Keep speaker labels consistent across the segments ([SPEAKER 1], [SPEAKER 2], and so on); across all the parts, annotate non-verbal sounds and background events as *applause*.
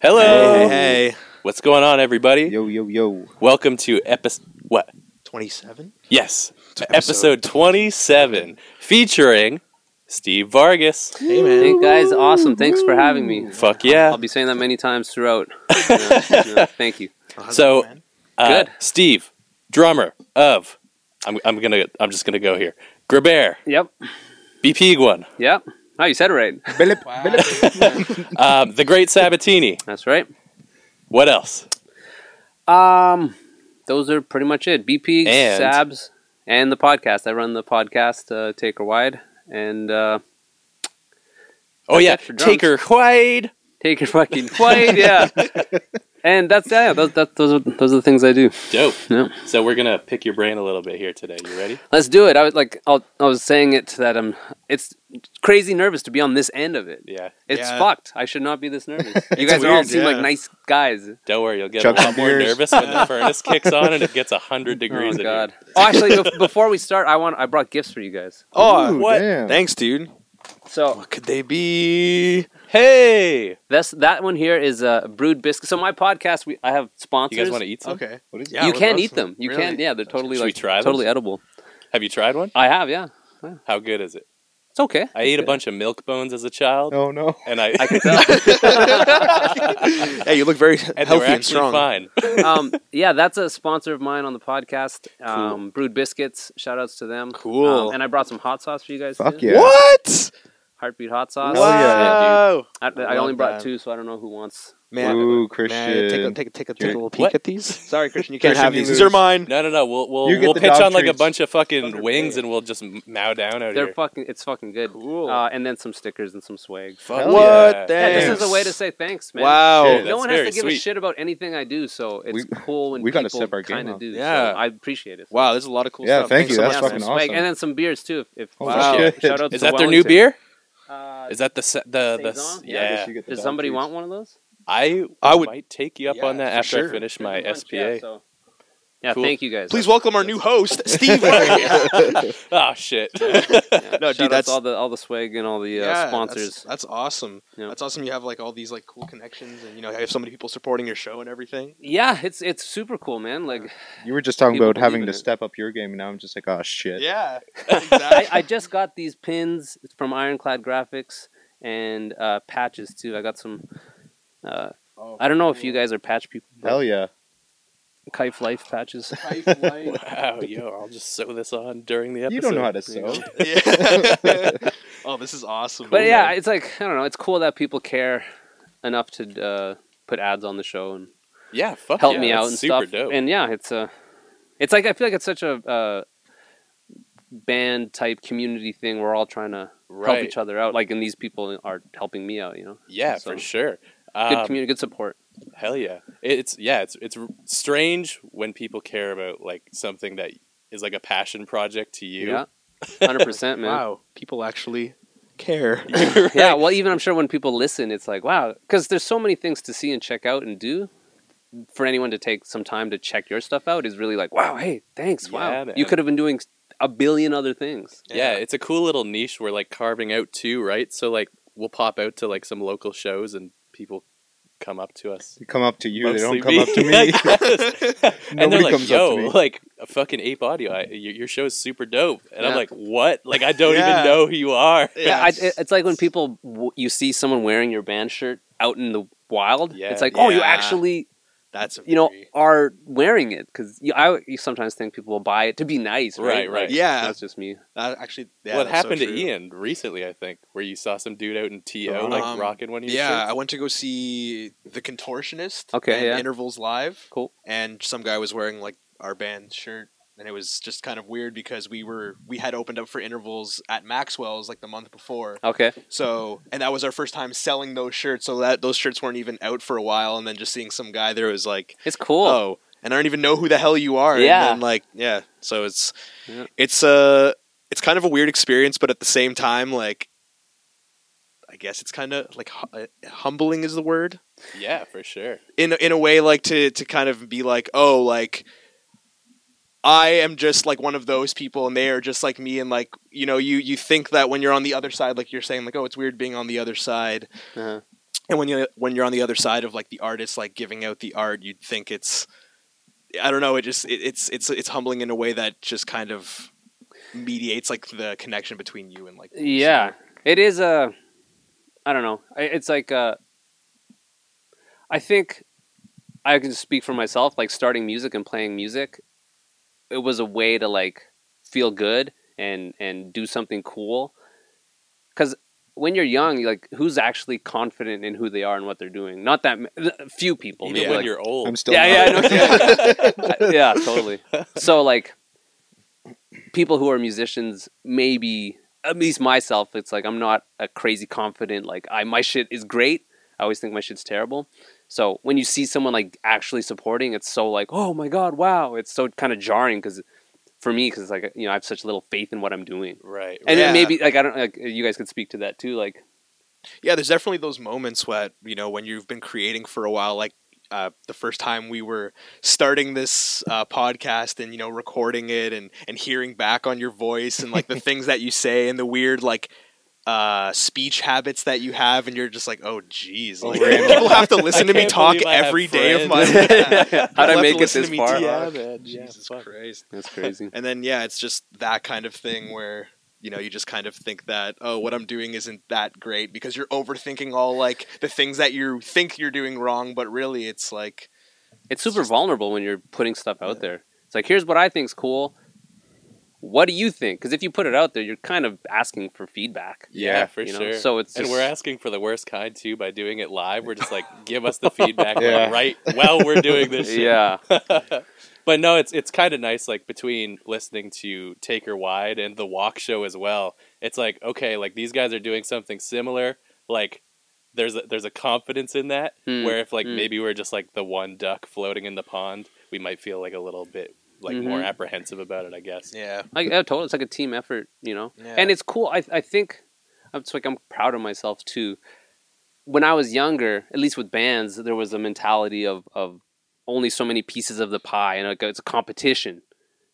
[SPEAKER 1] Hello.
[SPEAKER 2] Hey,
[SPEAKER 3] Um,
[SPEAKER 2] hey, hey.
[SPEAKER 1] What's going on, everybody?
[SPEAKER 3] Yo, yo, yo.
[SPEAKER 1] Welcome to episode what?
[SPEAKER 2] 27?
[SPEAKER 1] Yes, to episode,
[SPEAKER 2] episode
[SPEAKER 1] 27, featuring Steve Vargas.
[SPEAKER 2] Hey, man.
[SPEAKER 4] Hey guys, awesome. Thanks for having me.
[SPEAKER 1] Fuck yeah!
[SPEAKER 4] I'll be saying that many times
[SPEAKER 2] *laughs*
[SPEAKER 4] throughout. You know, you know, thank you.
[SPEAKER 2] How's it
[SPEAKER 1] So-
[SPEAKER 2] going, man?
[SPEAKER 1] Uh,
[SPEAKER 4] good.
[SPEAKER 1] Steve, drummer of. I'm, I'm gonna. I'm just gonna go here. Graber,
[SPEAKER 4] Yep.
[SPEAKER 1] BP Guan,
[SPEAKER 4] Yep. Oh, you said it right.
[SPEAKER 3] Bilip, Bilip.
[SPEAKER 1] um, the Great Sabatini.
[SPEAKER 4] That's right.
[SPEAKER 1] What else?
[SPEAKER 4] Um, those are pretty much it. BP,
[SPEAKER 1] And-
[SPEAKER 4] Sabs, and the podcast. I run the podcast, uh, Taker Wide, and uh,
[SPEAKER 1] Oh
[SPEAKER 4] That's
[SPEAKER 1] yeah,
[SPEAKER 4] it for drums.
[SPEAKER 1] Taker White.
[SPEAKER 2] *laughs*
[SPEAKER 4] Taker fucking Wide. Yeah. and that's yeah. Those that, those are those are the things I do.
[SPEAKER 1] Dope.
[SPEAKER 4] Yeah.
[SPEAKER 1] So we're gonna pick your brain a little bit here today. You ready?
[SPEAKER 4] Let's do it. I was like, I'll, I was saying it that I'm. It's crazy nervous to be on this end of it.
[SPEAKER 1] Yeah.
[SPEAKER 4] It's
[SPEAKER 2] Yeah.
[SPEAKER 4] fucked. I should not be this nervous. You
[SPEAKER 2] *laughs* It's
[SPEAKER 4] guys are all
[SPEAKER 2] weird,
[SPEAKER 4] seem like
[SPEAKER 2] yeah.
[SPEAKER 4] nice guys.
[SPEAKER 1] Don't worry, you'll get
[SPEAKER 3] Chug
[SPEAKER 1] a
[SPEAKER 3] some
[SPEAKER 1] lot more
[SPEAKER 3] beers.
[SPEAKER 1] nervous when the furnace kicks on and it gets hundred degrees.
[SPEAKER 4] *laughs*
[SPEAKER 1] in
[SPEAKER 4] Oh
[SPEAKER 1] here.
[SPEAKER 4] God! Oh, actually, bef- before we start, I want I brought gifts for you guys.
[SPEAKER 2] Oh,
[SPEAKER 3] Ooh,
[SPEAKER 2] what?
[SPEAKER 3] damn.
[SPEAKER 2] Thanks, dude.
[SPEAKER 4] So
[SPEAKER 2] What could they be?
[SPEAKER 1] Hey,
[SPEAKER 4] this that one here is a uh, brewed biscuit. So my podcast, we I have sponsors.
[SPEAKER 1] you guys want to eat some?
[SPEAKER 2] Okay.
[SPEAKER 3] What is
[SPEAKER 2] Yeah.
[SPEAKER 4] you
[SPEAKER 2] we're
[SPEAKER 4] can
[SPEAKER 2] both-
[SPEAKER 4] eat them. You can.
[SPEAKER 2] really?
[SPEAKER 4] Yeah, they're totally
[SPEAKER 1] Should we
[SPEAKER 4] like
[SPEAKER 1] try those?
[SPEAKER 4] totally edible.
[SPEAKER 1] Have you tried one?
[SPEAKER 4] I have. Yeah,
[SPEAKER 1] How good is it? *laughs*
[SPEAKER 4] it's okay.
[SPEAKER 1] I ate a bunch of milk bones as a child,
[SPEAKER 3] Oh, no.
[SPEAKER 1] and I,
[SPEAKER 4] I can tell.
[SPEAKER 2] *laughs* Hey, you look very
[SPEAKER 1] and they were
[SPEAKER 2] healthy
[SPEAKER 1] actually
[SPEAKER 2] and strong.
[SPEAKER 1] fine.
[SPEAKER 4] um, yeah, that's a sponsor of mine on the podcast. Um, Brewed biscuits. Shout outs to them.
[SPEAKER 2] Cool.
[SPEAKER 4] Um, and I brought some hot sauce for you guys.
[SPEAKER 3] Fuck
[SPEAKER 4] too.
[SPEAKER 3] Yeah.
[SPEAKER 2] What?
[SPEAKER 4] Heartbeat hot sauce.
[SPEAKER 3] Hell yeah.
[SPEAKER 2] Wow.
[SPEAKER 4] I, I
[SPEAKER 2] love
[SPEAKER 4] only brought
[SPEAKER 2] that.
[SPEAKER 4] two, so I don't know who wants.
[SPEAKER 2] Man, man,
[SPEAKER 3] Ooh,
[SPEAKER 2] take a
[SPEAKER 3] Christian.
[SPEAKER 2] take a take a, take a
[SPEAKER 3] You're-
[SPEAKER 2] little peek
[SPEAKER 1] What?
[SPEAKER 2] at these.
[SPEAKER 4] Sorry, Christian.
[SPEAKER 2] You can't
[SPEAKER 3] Christian,
[SPEAKER 2] have
[SPEAKER 3] you
[SPEAKER 2] these.
[SPEAKER 3] lose.
[SPEAKER 2] These are mine.
[SPEAKER 1] No, no, no. We'll we'll,
[SPEAKER 3] You get
[SPEAKER 1] we'll
[SPEAKER 3] the
[SPEAKER 1] pitch
[SPEAKER 3] dog
[SPEAKER 1] on like a
[SPEAKER 3] treats.
[SPEAKER 1] bunch of fucking
[SPEAKER 3] Underpaid.
[SPEAKER 1] wings, and we'll just m- mow down out
[SPEAKER 4] They're
[SPEAKER 1] here.
[SPEAKER 4] fucking. It's fucking good.
[SPEAKER 2] Cool.
[SPEAKER 4] Uh, and then some stickers and some swag.
[SPEAKER 1] Fuck
[SPEAKER 3] Hell
[SPEAKER 2] what?
[SPEAKER 1] yeah.
[SPEAKER 4] Yeah,
[SPEAKER 2] Thanks.
[SPEAKER 4] this is a way to say thanks, man.
[SPEAKER 2] Wow.
[SPEAKER 1] Shit.
[SPEAKER 4] Oh, no
[SPEAKER 1] That's
[SPEAKER 4] one has
[SPEAKER 1] very
[SPEAKER 4] to give a
[SPEAKER 1] sweet.
[SPEAKER 4] shit about anything I do, so it's
[SPEAKER 3] We-
[SPEAKER 4] cool when
[SPEAKER 3] we gotta
[SPEAKER 4] people
[SPEAKER 3] step our game
[SPEAKER 4] kind
[SPEAKER 3] up.
[SPEAKER 4] of do.
[SPEAKER 2] Yeah.
[SPEAKER 4] so I appreciate it.
[SPEAKER 2] Wow, there's a lot of cool
[SPEAKER 3] Yeah,
[SPEAKER 2] stuff.
[SPEAKER 3] thank
[SPEAKER 2] Thanks
[SPEAKER 3] you.
[SPEAKER 2] so
[SPEAKER 3] That's
[SPEAKER 2] much,
[SPEAKER 4] some
[SPEAKER 3] fucking
[SPEAKER 2] man.
[SPEAKER 4] swag,
[SPEAKER 3] awesome.
[SPEAKER 4] And then some beers too. If, if
[SPEAKER 3] Holy
[SPEAKER 2] Wow.
[SPEAKER 3] shit.
[SPEAKER 4] shout out
[SPEAKER 1] Is
[SPEAKER 4] to
[SPEAKER 1] that their new
[SPEAKER 4] Wellington.
[SPEAKER 1] beer?
[SPEAKER 4] Uh,
[SPEAKER 1] Is that the se- the the
[SPEAKER 4] Saison?
[SPEAKER 1] s-
[SPEAKER 4] Yeah,
[SPEAKER 1] yeah?
[SPEAKER 3] you get the
[SPEAKER 4] does
[SPEAKER 3] dog
[SPEAKER 4] somebody
[SPEAKER 3] treats. *laughs*
[SPEAKER 4] want one of those?
[SPEAKER 1] I
[SPEAKER 2] I would-
[SPEAKER 1] might take you up
[SPEAKER 4] Yeah,
[SPEAKER 1] on that
[SPEAKER 4] for
[SPEAKER 1] after
[SPEAKER 2] sure.
[SPEAKER 1] I finish my
[SPEAKER 4] There's a bunch,
[SPEAKER 1] SPA.
[SPEAKER 4] Yeah, so. Yeah,
[SPEAKER 1] Cool.
[SPEAKER 4] thank you guys.
[SPEAKER 2] Please
[SPEAKER 4] That's-
[SPEAKER 2] welcome our new *laughs* host, Steve. yeah,
[SPEAKER 3] *laughs*
[SPEAKER 1] Oh shit!
[SPEAKER 4] yeah,
[SPEAKER 2] No, dude,
[SPEAKER 4] shout out to
[SPEAKER 2] that's-
[SPEAKER 4] all the all the swag and all the uh,
[SPEAKER 2] that's-
[SPEAKER 4] sponsors.
[SPEAKER 2] That's awesome.
[SPEAKER 4] Yeah.
[SPEAKER 2] That's awesome. You have like all these like cool connections, and you know, you have so many people supporting your show and everything.
[SPEAKER 4] Yeah, it's it's super cool, man. Like
[SPEAKER 3] You were just talking
[SPEAKER 4] People
[SPEAKER 3] about having
[SPEAKER 4] believe in
[SPEAKER 3] to
[SPEAKER 4] it.
[SPEAKER 3] step up your game, and now I'm just like, oh,
[SPEAKER 2] *laughs*
[SPEAKER 3] shit.
[SPEAKER 2] Yeah,
[SPEAKER 4] I,
[SPEAKER 2] exactly.
[SPEAKER 4] I just got these pins from Ironclad Graphics and uh, patches too. I got some. Uh,
[SPEAKER 2] Oh,
[SPEAKER 4] I don't know if you guys are patch people. but
[SPEAKER 3] Hell yeah.
[SPEAKER 4] Kite Life patches.
[SPEAKER 2] *laughs*
[SPEAKER 1] wow, yo, I'll just sew this on during the episode.
[SPEAKER 3] You don't know how to
[SPEAKER 1] There you
[SPEAKER 3] sew.
[SPEAKER 1] go.
[SPEAKER 2] Yeah. oh, this is awesome.
[SPEAKER 4] But yeah,
[SPEAKER 2] Oh, man.
[SPEAKER 4] it's like I don't know. It's cool that people care enough to uh, put ads on the show and
[SPEAKER 1] Yeah, fuck
[SPEAKER 4] help
[SPEAKER 1] yeah,
[SPEAKER 4] me
[SPEAKER 1] that's
[SPEAKER 4] out and
[SPEAKER 1] super
[SPEAKER 4] stuff.
[SPEAKER 1] Dope.
[SPEAKER 4] And yeah, it's a. It's like I feel like it's such a uh, band type community thing. We're all trying to help
[SPEAKER 1] Right.
[SPEAKER 4] each other out. Like, and these people are helping me out. You know,
[SPEAKER 1] yeah,
[SPEAKER 4] so-
[SPEAKER 1] for sure.
[SPEAKER 4] good
[SPEAKER 1] Um,
[SPEAKER 4] community, good support.
[SPEAKER 1] Hell yeah! It's yeah, it's it's r- strange when people care about like something that is like a passion project to you. *laughs*
[SPEAKER 4] Yeah, hundred percent, man.
[SPEAKER 2] wow, people actually care.
[SPEAKER 4] Yeah, well, even I'm sure when people listen, it's like, wow, because there's so many things to see and check out and do. For anyone to take some time to check your stuff out is really like, wow, hey, thanks,
[SPEAKER 1] Yeah,
[SPEAKER 4] wow,
[SPEAKER 1] man.
[SPEAKER 4] you could have been doing a billion other things.
[SPEAKER 1] Yeah, it's a cool little niche we're like carving out too, right? So like we'll pop out to like some local shows and people come up to us.
[SPEAKER 3] They come up to you,
[SPEAKER 1] Mostly
[SPEAKER 3] they don't come up
[SPEAKER 1] *laughs*
[SPEAKER 3] to
[SPEAKER 1] I
[SPEAKER 3] me. *laughs*
[SPEAKER 1] guess. and they're
[SPEAKER 3] Nobody
[SPEAKER 1] like,
[SPEAKER 3] comes up
[SPEAKER 1] "Yo,
[SPEAKER 3] to me."
[SPEAKER 1] like fucking ape audio, I, your, your show's super dope." And I'm
[SPEAKER 4] Yeah.
[SPEAKER 1] like, "What? Like I don't
[SPEAKER 2] Yeah.
[SPEAKER 1] even know who you are."
[SPEAKER 4] Yeah, I,
[SPEAKER 2] Yes.
[SPEAKER 4] it- it's like when people w- you see someone wearing your band shirt out in the wild.
[SPEAKER 1] Yeah.
[SPEAKER 4] it's like, oh, you
[SPEAKER 2] Yeah.
[SPEAKER 4] actually,
[SPEAKER 2] that's a
[SPEAKER 4] you know,
[SPEAKER 2] very-
[SPEAKER 4] are wearing it because you, I you sometimes think people will buy it to be nice, right?
[SPEAKER 1] Right, right.
[SPEAKER 2] Yeah.
[SPEAKER 4] that's just me.
[SPEAKER 2] that actually. Yeah,
[SPEAKER 1] what
[SPEAKER 2] that's so
[SPEAKER 1] happened to
[SPEAKER 2] true.
[SPEAKER 1] Ian recently? I think where you saw some dude out in to like
[SPEAKER 2] Um,
[SPEAKER 1] rocking one of your
[SPEAKER 2] Yeah,
[SPEAKER 1] shirts?
[SPEAKER 2] I went to go see the Contortionist.
[SPEAKER 4] Okay,
[SPEAKER 2] and
[SPEAKER 4] yeah.
[SPEAKER 2] Intervals live.
[SPEAKER 4] Cool.
[SPEAKER 2] and some guy was wearing like our band shirt and it was just kind of weird because we were we had opened up for intervals at maxwell's like the month before
[SPEAKER 4] Okay,
[SPEAKER 2] so and that was our first time selling those shirts so that those shirts weren't even out for a while and then just seeing some guy there was like
[SPEAKER 4] it's cool.
[SPEAKER 2] oh and i don't even know who the hell you are
[SPEAKER 4] Yeah.
[SPEAKER 2] and then, like yeah so it's
[SPEAKER 4] Yeah.
[SPEAKER 2] it's uh it's kind of a weird experience but at the same time like i guess it's kind of like hu- uh, humbling is the word
[SPEAKER 1] yeah, for sure.
[SPEAKER 2] in in a way like to to kind of be like oh like I am just like one of those people and they are just like me and like you know you you think that when you're on the other side like you're saying like oh it's weird being on the other side
[SPEAKER 4] Uh-huh.
[SPEAKER 2] and when you when you're on the other side of like the artist like giving out the art, you'd think it's I don't know. It just it, it's it's it's humbling in a way that just kind of mediates like the connection between you and like the
[SPEAKER 4] Yeah,
[SPEAKER 2] listener.
[SPEAKER 4] it is a. I don't know. I- It's like uh, I think I can speak for myself. Like starting music and playing music, it was a way to like feel good and and do something cool. Because when you're young, you're like who's actually confident in who they are and what they're doing? Not that ma- few people.
[SPEAKER 1] Even
[SPEAKER 4] maybe,
[SPEAKER 1] when
[SPEAKER 4] like-
[SPEAKER 1] you're old.
[SPEAKER 3] I'm still.
[SPEAKER 4] yeah, yeah, I
[SPEAKER 3] not.
[SPEAKER 4] know.
[SPEAKER 3] *laughs*
[SPEAKER 4] yeah, totally. So like people who are musicians, maybe at least myself, it's like I'm not a crazy confident like I my shit is great. I always think my shit's terrible. So when you see someone like actually supporting, it's so like oh my god, wow! It's so kind of jarring because for me, because like you know I have such little faith in what I'm doing.
[SPEAKER 1] right.
[SPEAKER 4] And
[SPEAKER 2] Yeah.
[SPEAKER 4] then maybe like I don't like you guys could speak to that too.
[SPEAKER 2] *laughs*
[SPEAKER 4] Like *laughs*
[SPEAKER 2] yeah there's definitely those moments where you know when you've been creating for a while like uh, the first time we were starting this uh, podcast and you know recording it and and hearing back on your voice and
[SPEAKER 1] *laughs*
[SPEAKER 2] like the things that you say and the weird like uh, speech habits that you have and you're just like oh geez like,
[SPEAKER 1] yeah.
[SPEAKER 2] people have to listen to me
[SPEAKER 1] can't
[SPEAKER 2] talk
[SPEAKER 1] believe I have
[SPEAKER 2] every day of my
[SPEAKER 1] friends. *laughs*
[SPEAKER 2] life
[SPEAKER 4] how'd
[SPEAKER 2] People
[SPEAKER 4] I
[SPEAKER 2] have
[SPEAKER 4] make
[SPEAKER 2] to
[SPEAKER 4] it
[SPEAKER 2] listen
[SPEAKER 4] this
[SPEAKER 2] to me
[SPEAKER 4] far?
[SPEAKER 2] talk.
[SPEAKER 1] man.
[SPEAKER 2] jesus christ
[SPEAKER 4] That's crazy.
[SPEAKER 2] and then yeah, it's just that kind of thing where you know you just kind of think that oh, what I'm doing isn't that great because you're overthinking all like the things that you think you're doing wrong, but really it's like
[SPEAKER 4] It's super vulnerable when you're putting stuff out there. It's like, here's what I think's cool. What do you think? Because if you put it out there, you're kind of asking for feedback.
[SPEAKER 1] Yeah,
[SPEAKER 3] Yeah,
[SPEAKER 1] for
[SPEAKER 4] you know,
[SPEAKER 1] sure.
[SPEAKER 4] so it's
[SPEAKER 1] and
[SPEAKER 4] just-
[SPEAKER 1] we're
[SPEAKER 4] *laughs*
[SPEAKER 1] asking for the worst kind too by doing it live. We're just like, give us the
[SPEAKER 2] *laughs*
[SPEAKER 1] feedback
[SPEAKER 3] Yeah.
[SPEAKER 1] right while we're doing this. Shit.
[SPEAKER 4] Yeah,
[SPEAKER 1] *laughs* but no, it's it's kind of nice. Like between listening to Taker Wide and the Walk Show as well, it's like okay, like these guys are doing something similar. Like there's a, there's a confidence in that.
[SPEAKER 4] Hmm.
[SPEAKER 1] Where if like
[SPEAKER 4] Hmm.
[SPEAKER 1] maybe we're just like the one duck floating in the pond, we might feel like a little bit like more
[SPEAKER 4] Mhm.
[SPEAKER 1] apprehensive about it. I guess.
[SPEAKER 2] yeah,
[SPEAKER 4] like, yeah, totally. It's like a team effort, you know.
[SPEAKER 2] Yeah.
[SPEAKER 4] *laughs* And it's cool. I I think it's like I'm proud of myself too. When I was younger, at least with bands, there was a mentality of of only so many pieces of the pie, and like it's a competition,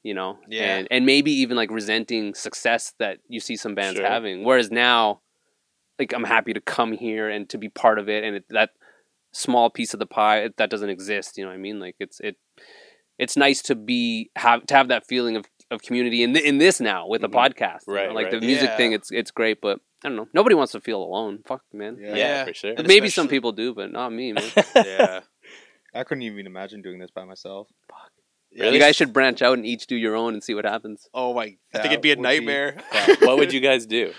[SPEAKER 4] you know.
[SPEAKER 2] Yeah.
[SPEAKER 4] And and maybe even like resenting success that you see some bands
[SPEAKER 1] Sure.
[SPEAKER 4] having. Whereas now, like I'm happy to come here and to be part of it, and it, that small piece of the pie it, that doesn't exist. You know what I mean? Like it's it it's nice to be have to have that feeling of of community in th- in this now with
[SPEAKER 2] Mm-hmm.
[SPEAKER 4] a
[SPEAKER 1] Mhm.
[SPEAKER 4] podcast. you know?
[SPEAKER 1] Right,
[SPEAKER 4] Like
[SPEAKER 1] right.
[SPEAKER 4] the music
[SPEAKER 2] Yeah.
[SPEAKER 4] thing, it's it's great, but I don't know. Nobody wants to feel alone. Fuck, man.
[SPEAKER 3] Yeah.
[SPEAKER 2] Yeah.
[SPEAKER 1] for
[SPEAKER 4] *laughs*
[SPEAKER 1] sure.
[SPEAKER 2] And
[SPEAKER 4] Maybe some
[SPEAKER 2] especially-
[SPEAKER 4] people do, but not me,
[SPEAKER 2] *laughs*
[SPEAKER 4] man.
[SPEAKER 2] yeah.
[SPEAKER 3] I couldn't even imagine doing this by myself.
[SPEAKER 1] Really?
[SPEAKER 4] You guys should branch out and each do your own and see what happens.
[SPEAKER 2] Oh my, I
[SPEAKER 3] That
[SPEAKER 2] think it'd be a
[SPEAKER 3] would be-
[SPEAKER 2] nightmare.
[SPEAKER 1] what would you guys
[SPEAKER 4] *laughs*
[SPEAKER 1] do?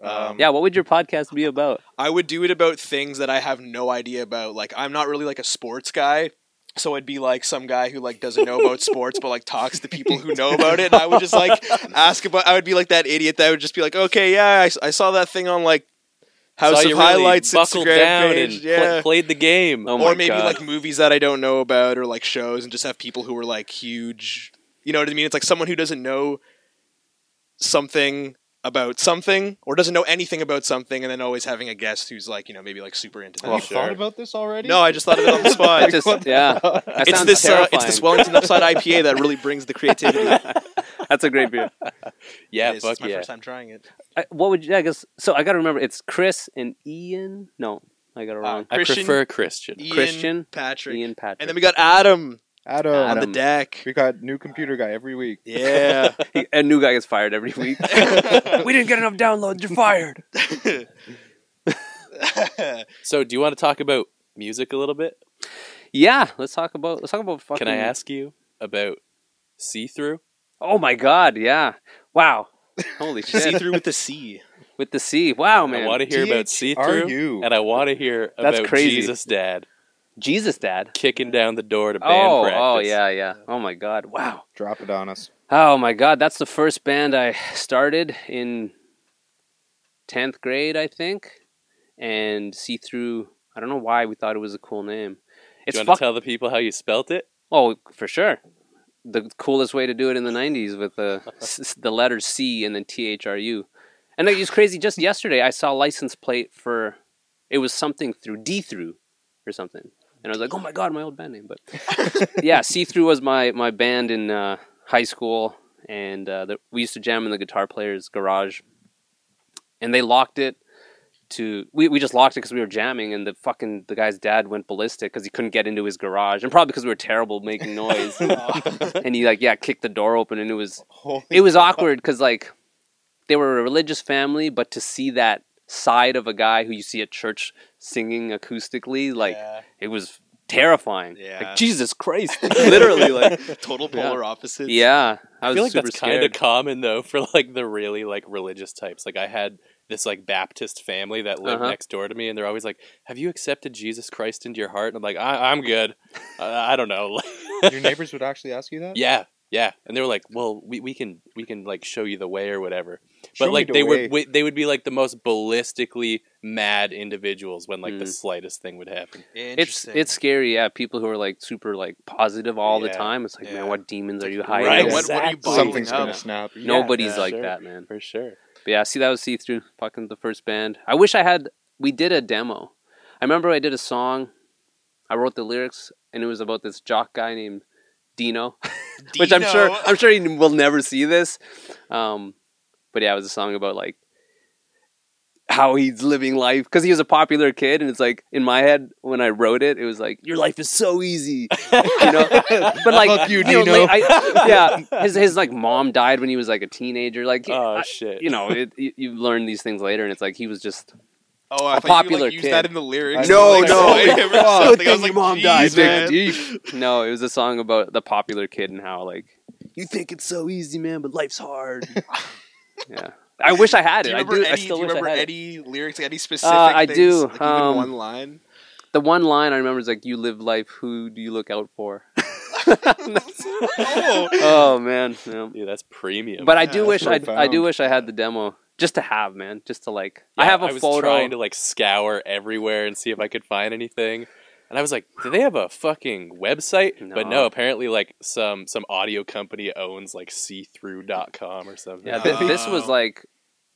[SPEAKER 2] Um,
[SPEAKER 4] Yeah, what would your podcast be about?
[SPEAKER 2] I would do it about things that I have no idea about. Like I'm not really like a sports guy. So it'd be like some guy who like doesn't know about sports, but like talks to people who know about it. And I would just
[SPEAKER 1] *laughs*
[SPEAKER 2] like ask about. I would be like that idiot that would just be like, "Okay, yeah, I, s- I saw that thing on like House
[SPEAKER 1] Saw
[SPEAKER 2] of
[SPEAKER 1] you really
[SPEAKER 2] Highlights
[SPEAKER 1] buckled
[SPEAKER 2] Instagram
[SPEAKER 1] down
[SPEAKER 2] page,
[SPEAKER 1] and pl-
[SPEAKER 2] yeah,
[SPEAKER 1] played the game.
[SPEAKER 4] Oh my
[SPEAKER 2] or maybe
[SPEAKER 4] God.
[SPEAKER 2] like movies that I don't know about, or like shows, and just have people who are like huge. You know what I mean? It's like someone who doesn't know something about something, or doesn't know anything about something, and then always having a guest who's like, you know, maybe like super into that.
[SPEAKER 1] Well,
[SPEAKER 3] you
[SPEAKER 1] sure.
[SPEAKER 3] thought about this already? *laughs*
[SPEAKER 2] No, I just thought of it on the
[SPEAKER 4] That
[SPEAKER 2] spot.
[SPEAKER 4] just, yeah, That
[SPEAKER 2] it's
[SPEAKER 4] sounds
[SPEAKER 2] this uh, it's this
[SPEAKER 4] terrifying.
[SPEAKER 2] Wellington
[SPEAKER 4] *laughs*
[SPEAKER 2] Upside IPA that really brings the creativity.
[SPEAKER 4] That's a great beer.
[SPEAKER 1] yeah,
[SPEAKER 2] It is.
[SPEAKER 1] fuck
[SPEAKER 2] it's my
[SPEAKER 1] yeah.
[SPEAKER 2] first time trying it.
[SPEAKER 4] I, what would you? I guess so. I got to remember. It's Chris and Ian. No, I got it wrong.
[SPEAKER 1] I
[SPEAKER 2] Uh, Christian-
[SPEAKER 1] prefer Christian.
[SPEAKER 4] E-
[SPEAKER 2] Ian
[SPEAKER 4] Christian,
[SPEAKER 2] Patrick,
[SPEAKER 4] Ian Patrick.
[SPEAKER 2] Ah, and then we got Adam,
[SPEAKER 3] Adam.
[SPEAKER 4] Adam.
[SPEAKER 2] on the deck.
[SPEAKER 3] We got new computer guy every week.
[SPEAKER 4] *laughs*
[SPEAKER 2] Yeah,
[SPEAKER 4] a new guy gets fired every week.
[SPEAKER 2] *laughs*
[SPEAKER 4] we didn't get enough downloads. You're fired.
[SPEAKER 1] So, do you want to talk about music a little bit?
[SPEAKER 4] Yeah, let's talk about let's talk about fucking.
[SPEAKER 1] Can I ask you about see through?
[SPEAKER 4] Oh my god! Yeah.
[SPEAKER 2] *laughs*
[SPEAKER 4] Wow. Holy
[SPEAKER 2] see
[SPEAKER 4] shit!
[SPEAKER 2] through with the
[SPEAKER 4] *laughs*
[SPEAKER 2] C.
[SPEAKER 4] With the C.
[SPEAKER 1] I
[SPEAKER 4] Wow, Oh, man.
[SPEAKER 1] want to hear about see through,
[SPEAKER 3] THRU.
[SPEAKER 1] and I want to hear
[SPEAKER 4] That's
[SPEAKER 1] about
[SPEAKER 4] crazy.
[SPEAKER 1] Jesus Dad
[SPEAKER 4] Jesus, Dad.
[SPEAKER 1] kicking down the door to band
[SPEAKER 4] Oh,
[SPEAKER 1] practice.
[SPEAKER 4] oh yeah, yeah. Oh my god! Wow.
[SPEAKER 3] Drop it on us.
[SPEAKER 4] Oh my god! That's the first band I started in tenth grade, I think. And see through. I don't know why we thought it was a cool name.
[SPEAKER 1] Do
[SPEAKER 4] It's
[SPEAKER 1] you want
[SPEAKER 4] fuck-
[SPEAKER 1] to tell the people how you spelt it?
[SPEAKER 4] Oh, for sure. The coolest way to do it in the 90s with the, s- the letter C and then THRU. And it was crazy. Just yesterday, I saw a license plate for it was something through D through or something. And I was like, oh my God, my old band name. But yeah, C through was my, my band in uh, high school. And uh, the, we used to jam in the guitar player's garage. And they locked it to we, we just locked it because we were jamming and the fucking the guy's dad went ballistic because he couldn't get into his garage and probably because we were terrible
[SPEAKER 2] *laughs*
[SPEAKER 4] making noise and he like yeah kicked the door open and it was
[SPEAKER 3] Holy
[SPEAKER 4] it was awkward because like they were a religious family but to see that side of a guy who you see at church singing acoustically like
[SPEAKER 2] Yeah.
[SPEAKER 4] it was terrifying
[SPEAKER 2] Yeah.
[SPEAKER 4] like jesus christ literally like
[SPEAKER 2] total
[SPEAKER 4] Yeah.
[SPEAKER 2] polar opposites.
[SPEAKER 4] *laughs* yeah i
[SPEAKER 1] I
[SPEAKER 4] was
[SPEAKER 1] feel like
[SPEAKER 4] super
[SPEAKER 1] that's kind
[SPEAKER 4] scared
[SPEAKER 1] of common though *laughs* for like the really like religious types. Like I had this like Baptist family that lived
[SPEAKER 4] Uh-huh.
[SPEAKER 1] next door to me, and they're always like, "Have you accepted Jesus Christ into your heart?" And I'm like, I- "I'm good. uh, I don't know." *laughs* Like,
[SPEAKER 3] Your neighbors would actually ask you that?
[SPEAKER 1] yeah, yeah. And they were like, "Well, we, we can we can like show you the way or whatever." but
[SPEAKER 3] Show me
[SPEAKER 1] like
[SPEAKER 3] the
[SPEAKER 1] they
[SPEAKER 3] way.
[SPEAKER 1] would w- they would be like the most ballistically mad individuals when like the
[SPEAKER 4] Mm.
[SPEAKER 1] slightest thing would happen.
[SPEAKER 4] it's
[SPEAKER 2] Interesting.
[SPEAKER 4] it's scary yeah people who are like super like positive all the
[SPEAKER 1] Yeah.
[SPEAKER 4] time it's like
[SPEAKER 2] Yeah.
[SPEAKER 4] man what demons are you
[SPEAKER 2] Right,
[SPEAKER 4] hiding
[SPEAKER 3] what-
[SPEAKER 2] what are you
[SPEAKER 1] Exactly.
[SPEAKER 2] bottling
[SPEAKER 3] Something's
[SPEAKER 2] up?
[SPEAKER 3] gonna snap.
[SPEAKER 4] Nobody's
[SPEAKER 1] yeah,
[SPEAKER 4] like
[SPEAKER 1] sure.
[SPEAKER 4] that, man.
[SPEAKER 1] For sure.
[SPEAKER 4] But yeah, see, that was see through. Fucking the first band. I wish I had. We did a demo. I remember I did a song. I wrote the lyrics, and it was about this jock guy named Dino, which I'm sure
[SPEAKER 2] Dino.
[SPEAKER 4] I'm sure he will never see this. Um, but yeah, it was a song about like how he's living life because he was a popular kid, and it's like in my head when I wrote it, it was like your life is so easy, you
[SPEAKER 3] *laughs*
[SPEAKER 4] know. But like,
[SPEAKER 3] Fuck you,
[SPEAKER 4] know,
[SPEAKER 3] Dino.
[SPEAKER 4] like, I,
[SPEAKER 3] *laughs*
[SPEAKER 4] yeah, his his like mom died when he was like a teenager. Like,
[SPEAKER 1] Oh
[SPEAKER 4] I-
[SPEAKER 1] shit.
[SPEAKER 4] you know, it, you, you learn these things later, and it's like he was just.
[SPEAKER 2] Oh, I thought
[SPEAKER 4] a
[SPEAKER 2] you, like,
[SPEAKER 4] popular
[SPEAKER 2] used that
[SPEAKER 4] kid.
[SPEAKER 2] in the lyrics.
[SPEAKER 3] No,
[SPEAKER 2] Like,
[SPEAKER 3] no.
[SPEAKER 2] sorry,
[SPEAKER 4] *laughs*
[SPEAKER 2] or
[SPEAKER 4] Oh,
[SPEAKER 2] something.
[SPEAKER 4] thank
[SPEAKER 2] *laughs* I was
[SPEAKER 4] you,
[SPEAKER 2] like,
[SPEAKER 4] Mom
[SPEAKER 2] "Jeez,
[SPEAKER 4] died,
[SPEAKER 2] man."
[SPEAKER 4] No, it was a song about the popular kid and how like you think it's so easy, man, but life's hard. *laughs* yeah, I wish I had
[SPEAKER 2] Do
[SPEAKER 4] it.
[SPEAKER 2] you
[SPEAKER 4] I
[SPEAKER 2] remember
[SPEAKER 4] do.
[SPEAKER 2] any?
[SPEAKER 4] I still
[SPEAKER 2] do you
[SPEAKER 4] wish
[SPEAKER 2] remember
[SPEAKER 4] I had it.
[SPEAKER 2] any lyrics? Any specific?
[SPEAKER 4] I
[SPEAKER 2] things,
[SPEAKER 4] do,
[SPEAKER 2] Like even
[SPEAKER 4] um,
[SPEAKER 2] one line.
[SPEAKER 4] The one line I remember is like, "You live life. Who do you look out
[SPEAKER 2] *laughs*
[SPEAKER 4] for?"
[SPEAKER 2] Oh,
[SPEAKER 4] *laughs* oh man, yeah.
[SPEAKER 1] Dude, that's premium.
[SPEAKER 4] but I
[SPEAKER 2] Yeah,
[SPEAKER 4] do
[SPEAKER 2] that's
[SPEAKER 4] wish I, I do
[SPEAKER 3] profound.
[SPEAKER 4] wish I had the demo just to have, man, just to like. I
[SPEAKER 1] Yeah,
[SPEAKER 4] have a
[SPEAKER 1] was
[SPEAKER 4] photo.
[SPEAKER 1] trying to like scour everywhere and see if I could find anything. And I was like, do they have a fucking website? But
[SPEAKER 4] No.
[SPEAKER 1] no, apparently like some some audio company owns like seethrough.com or something.
[SPEAKER 4] yeah, thi- this was
[SPEAKER 2] No.
[SPEAKER 4] like,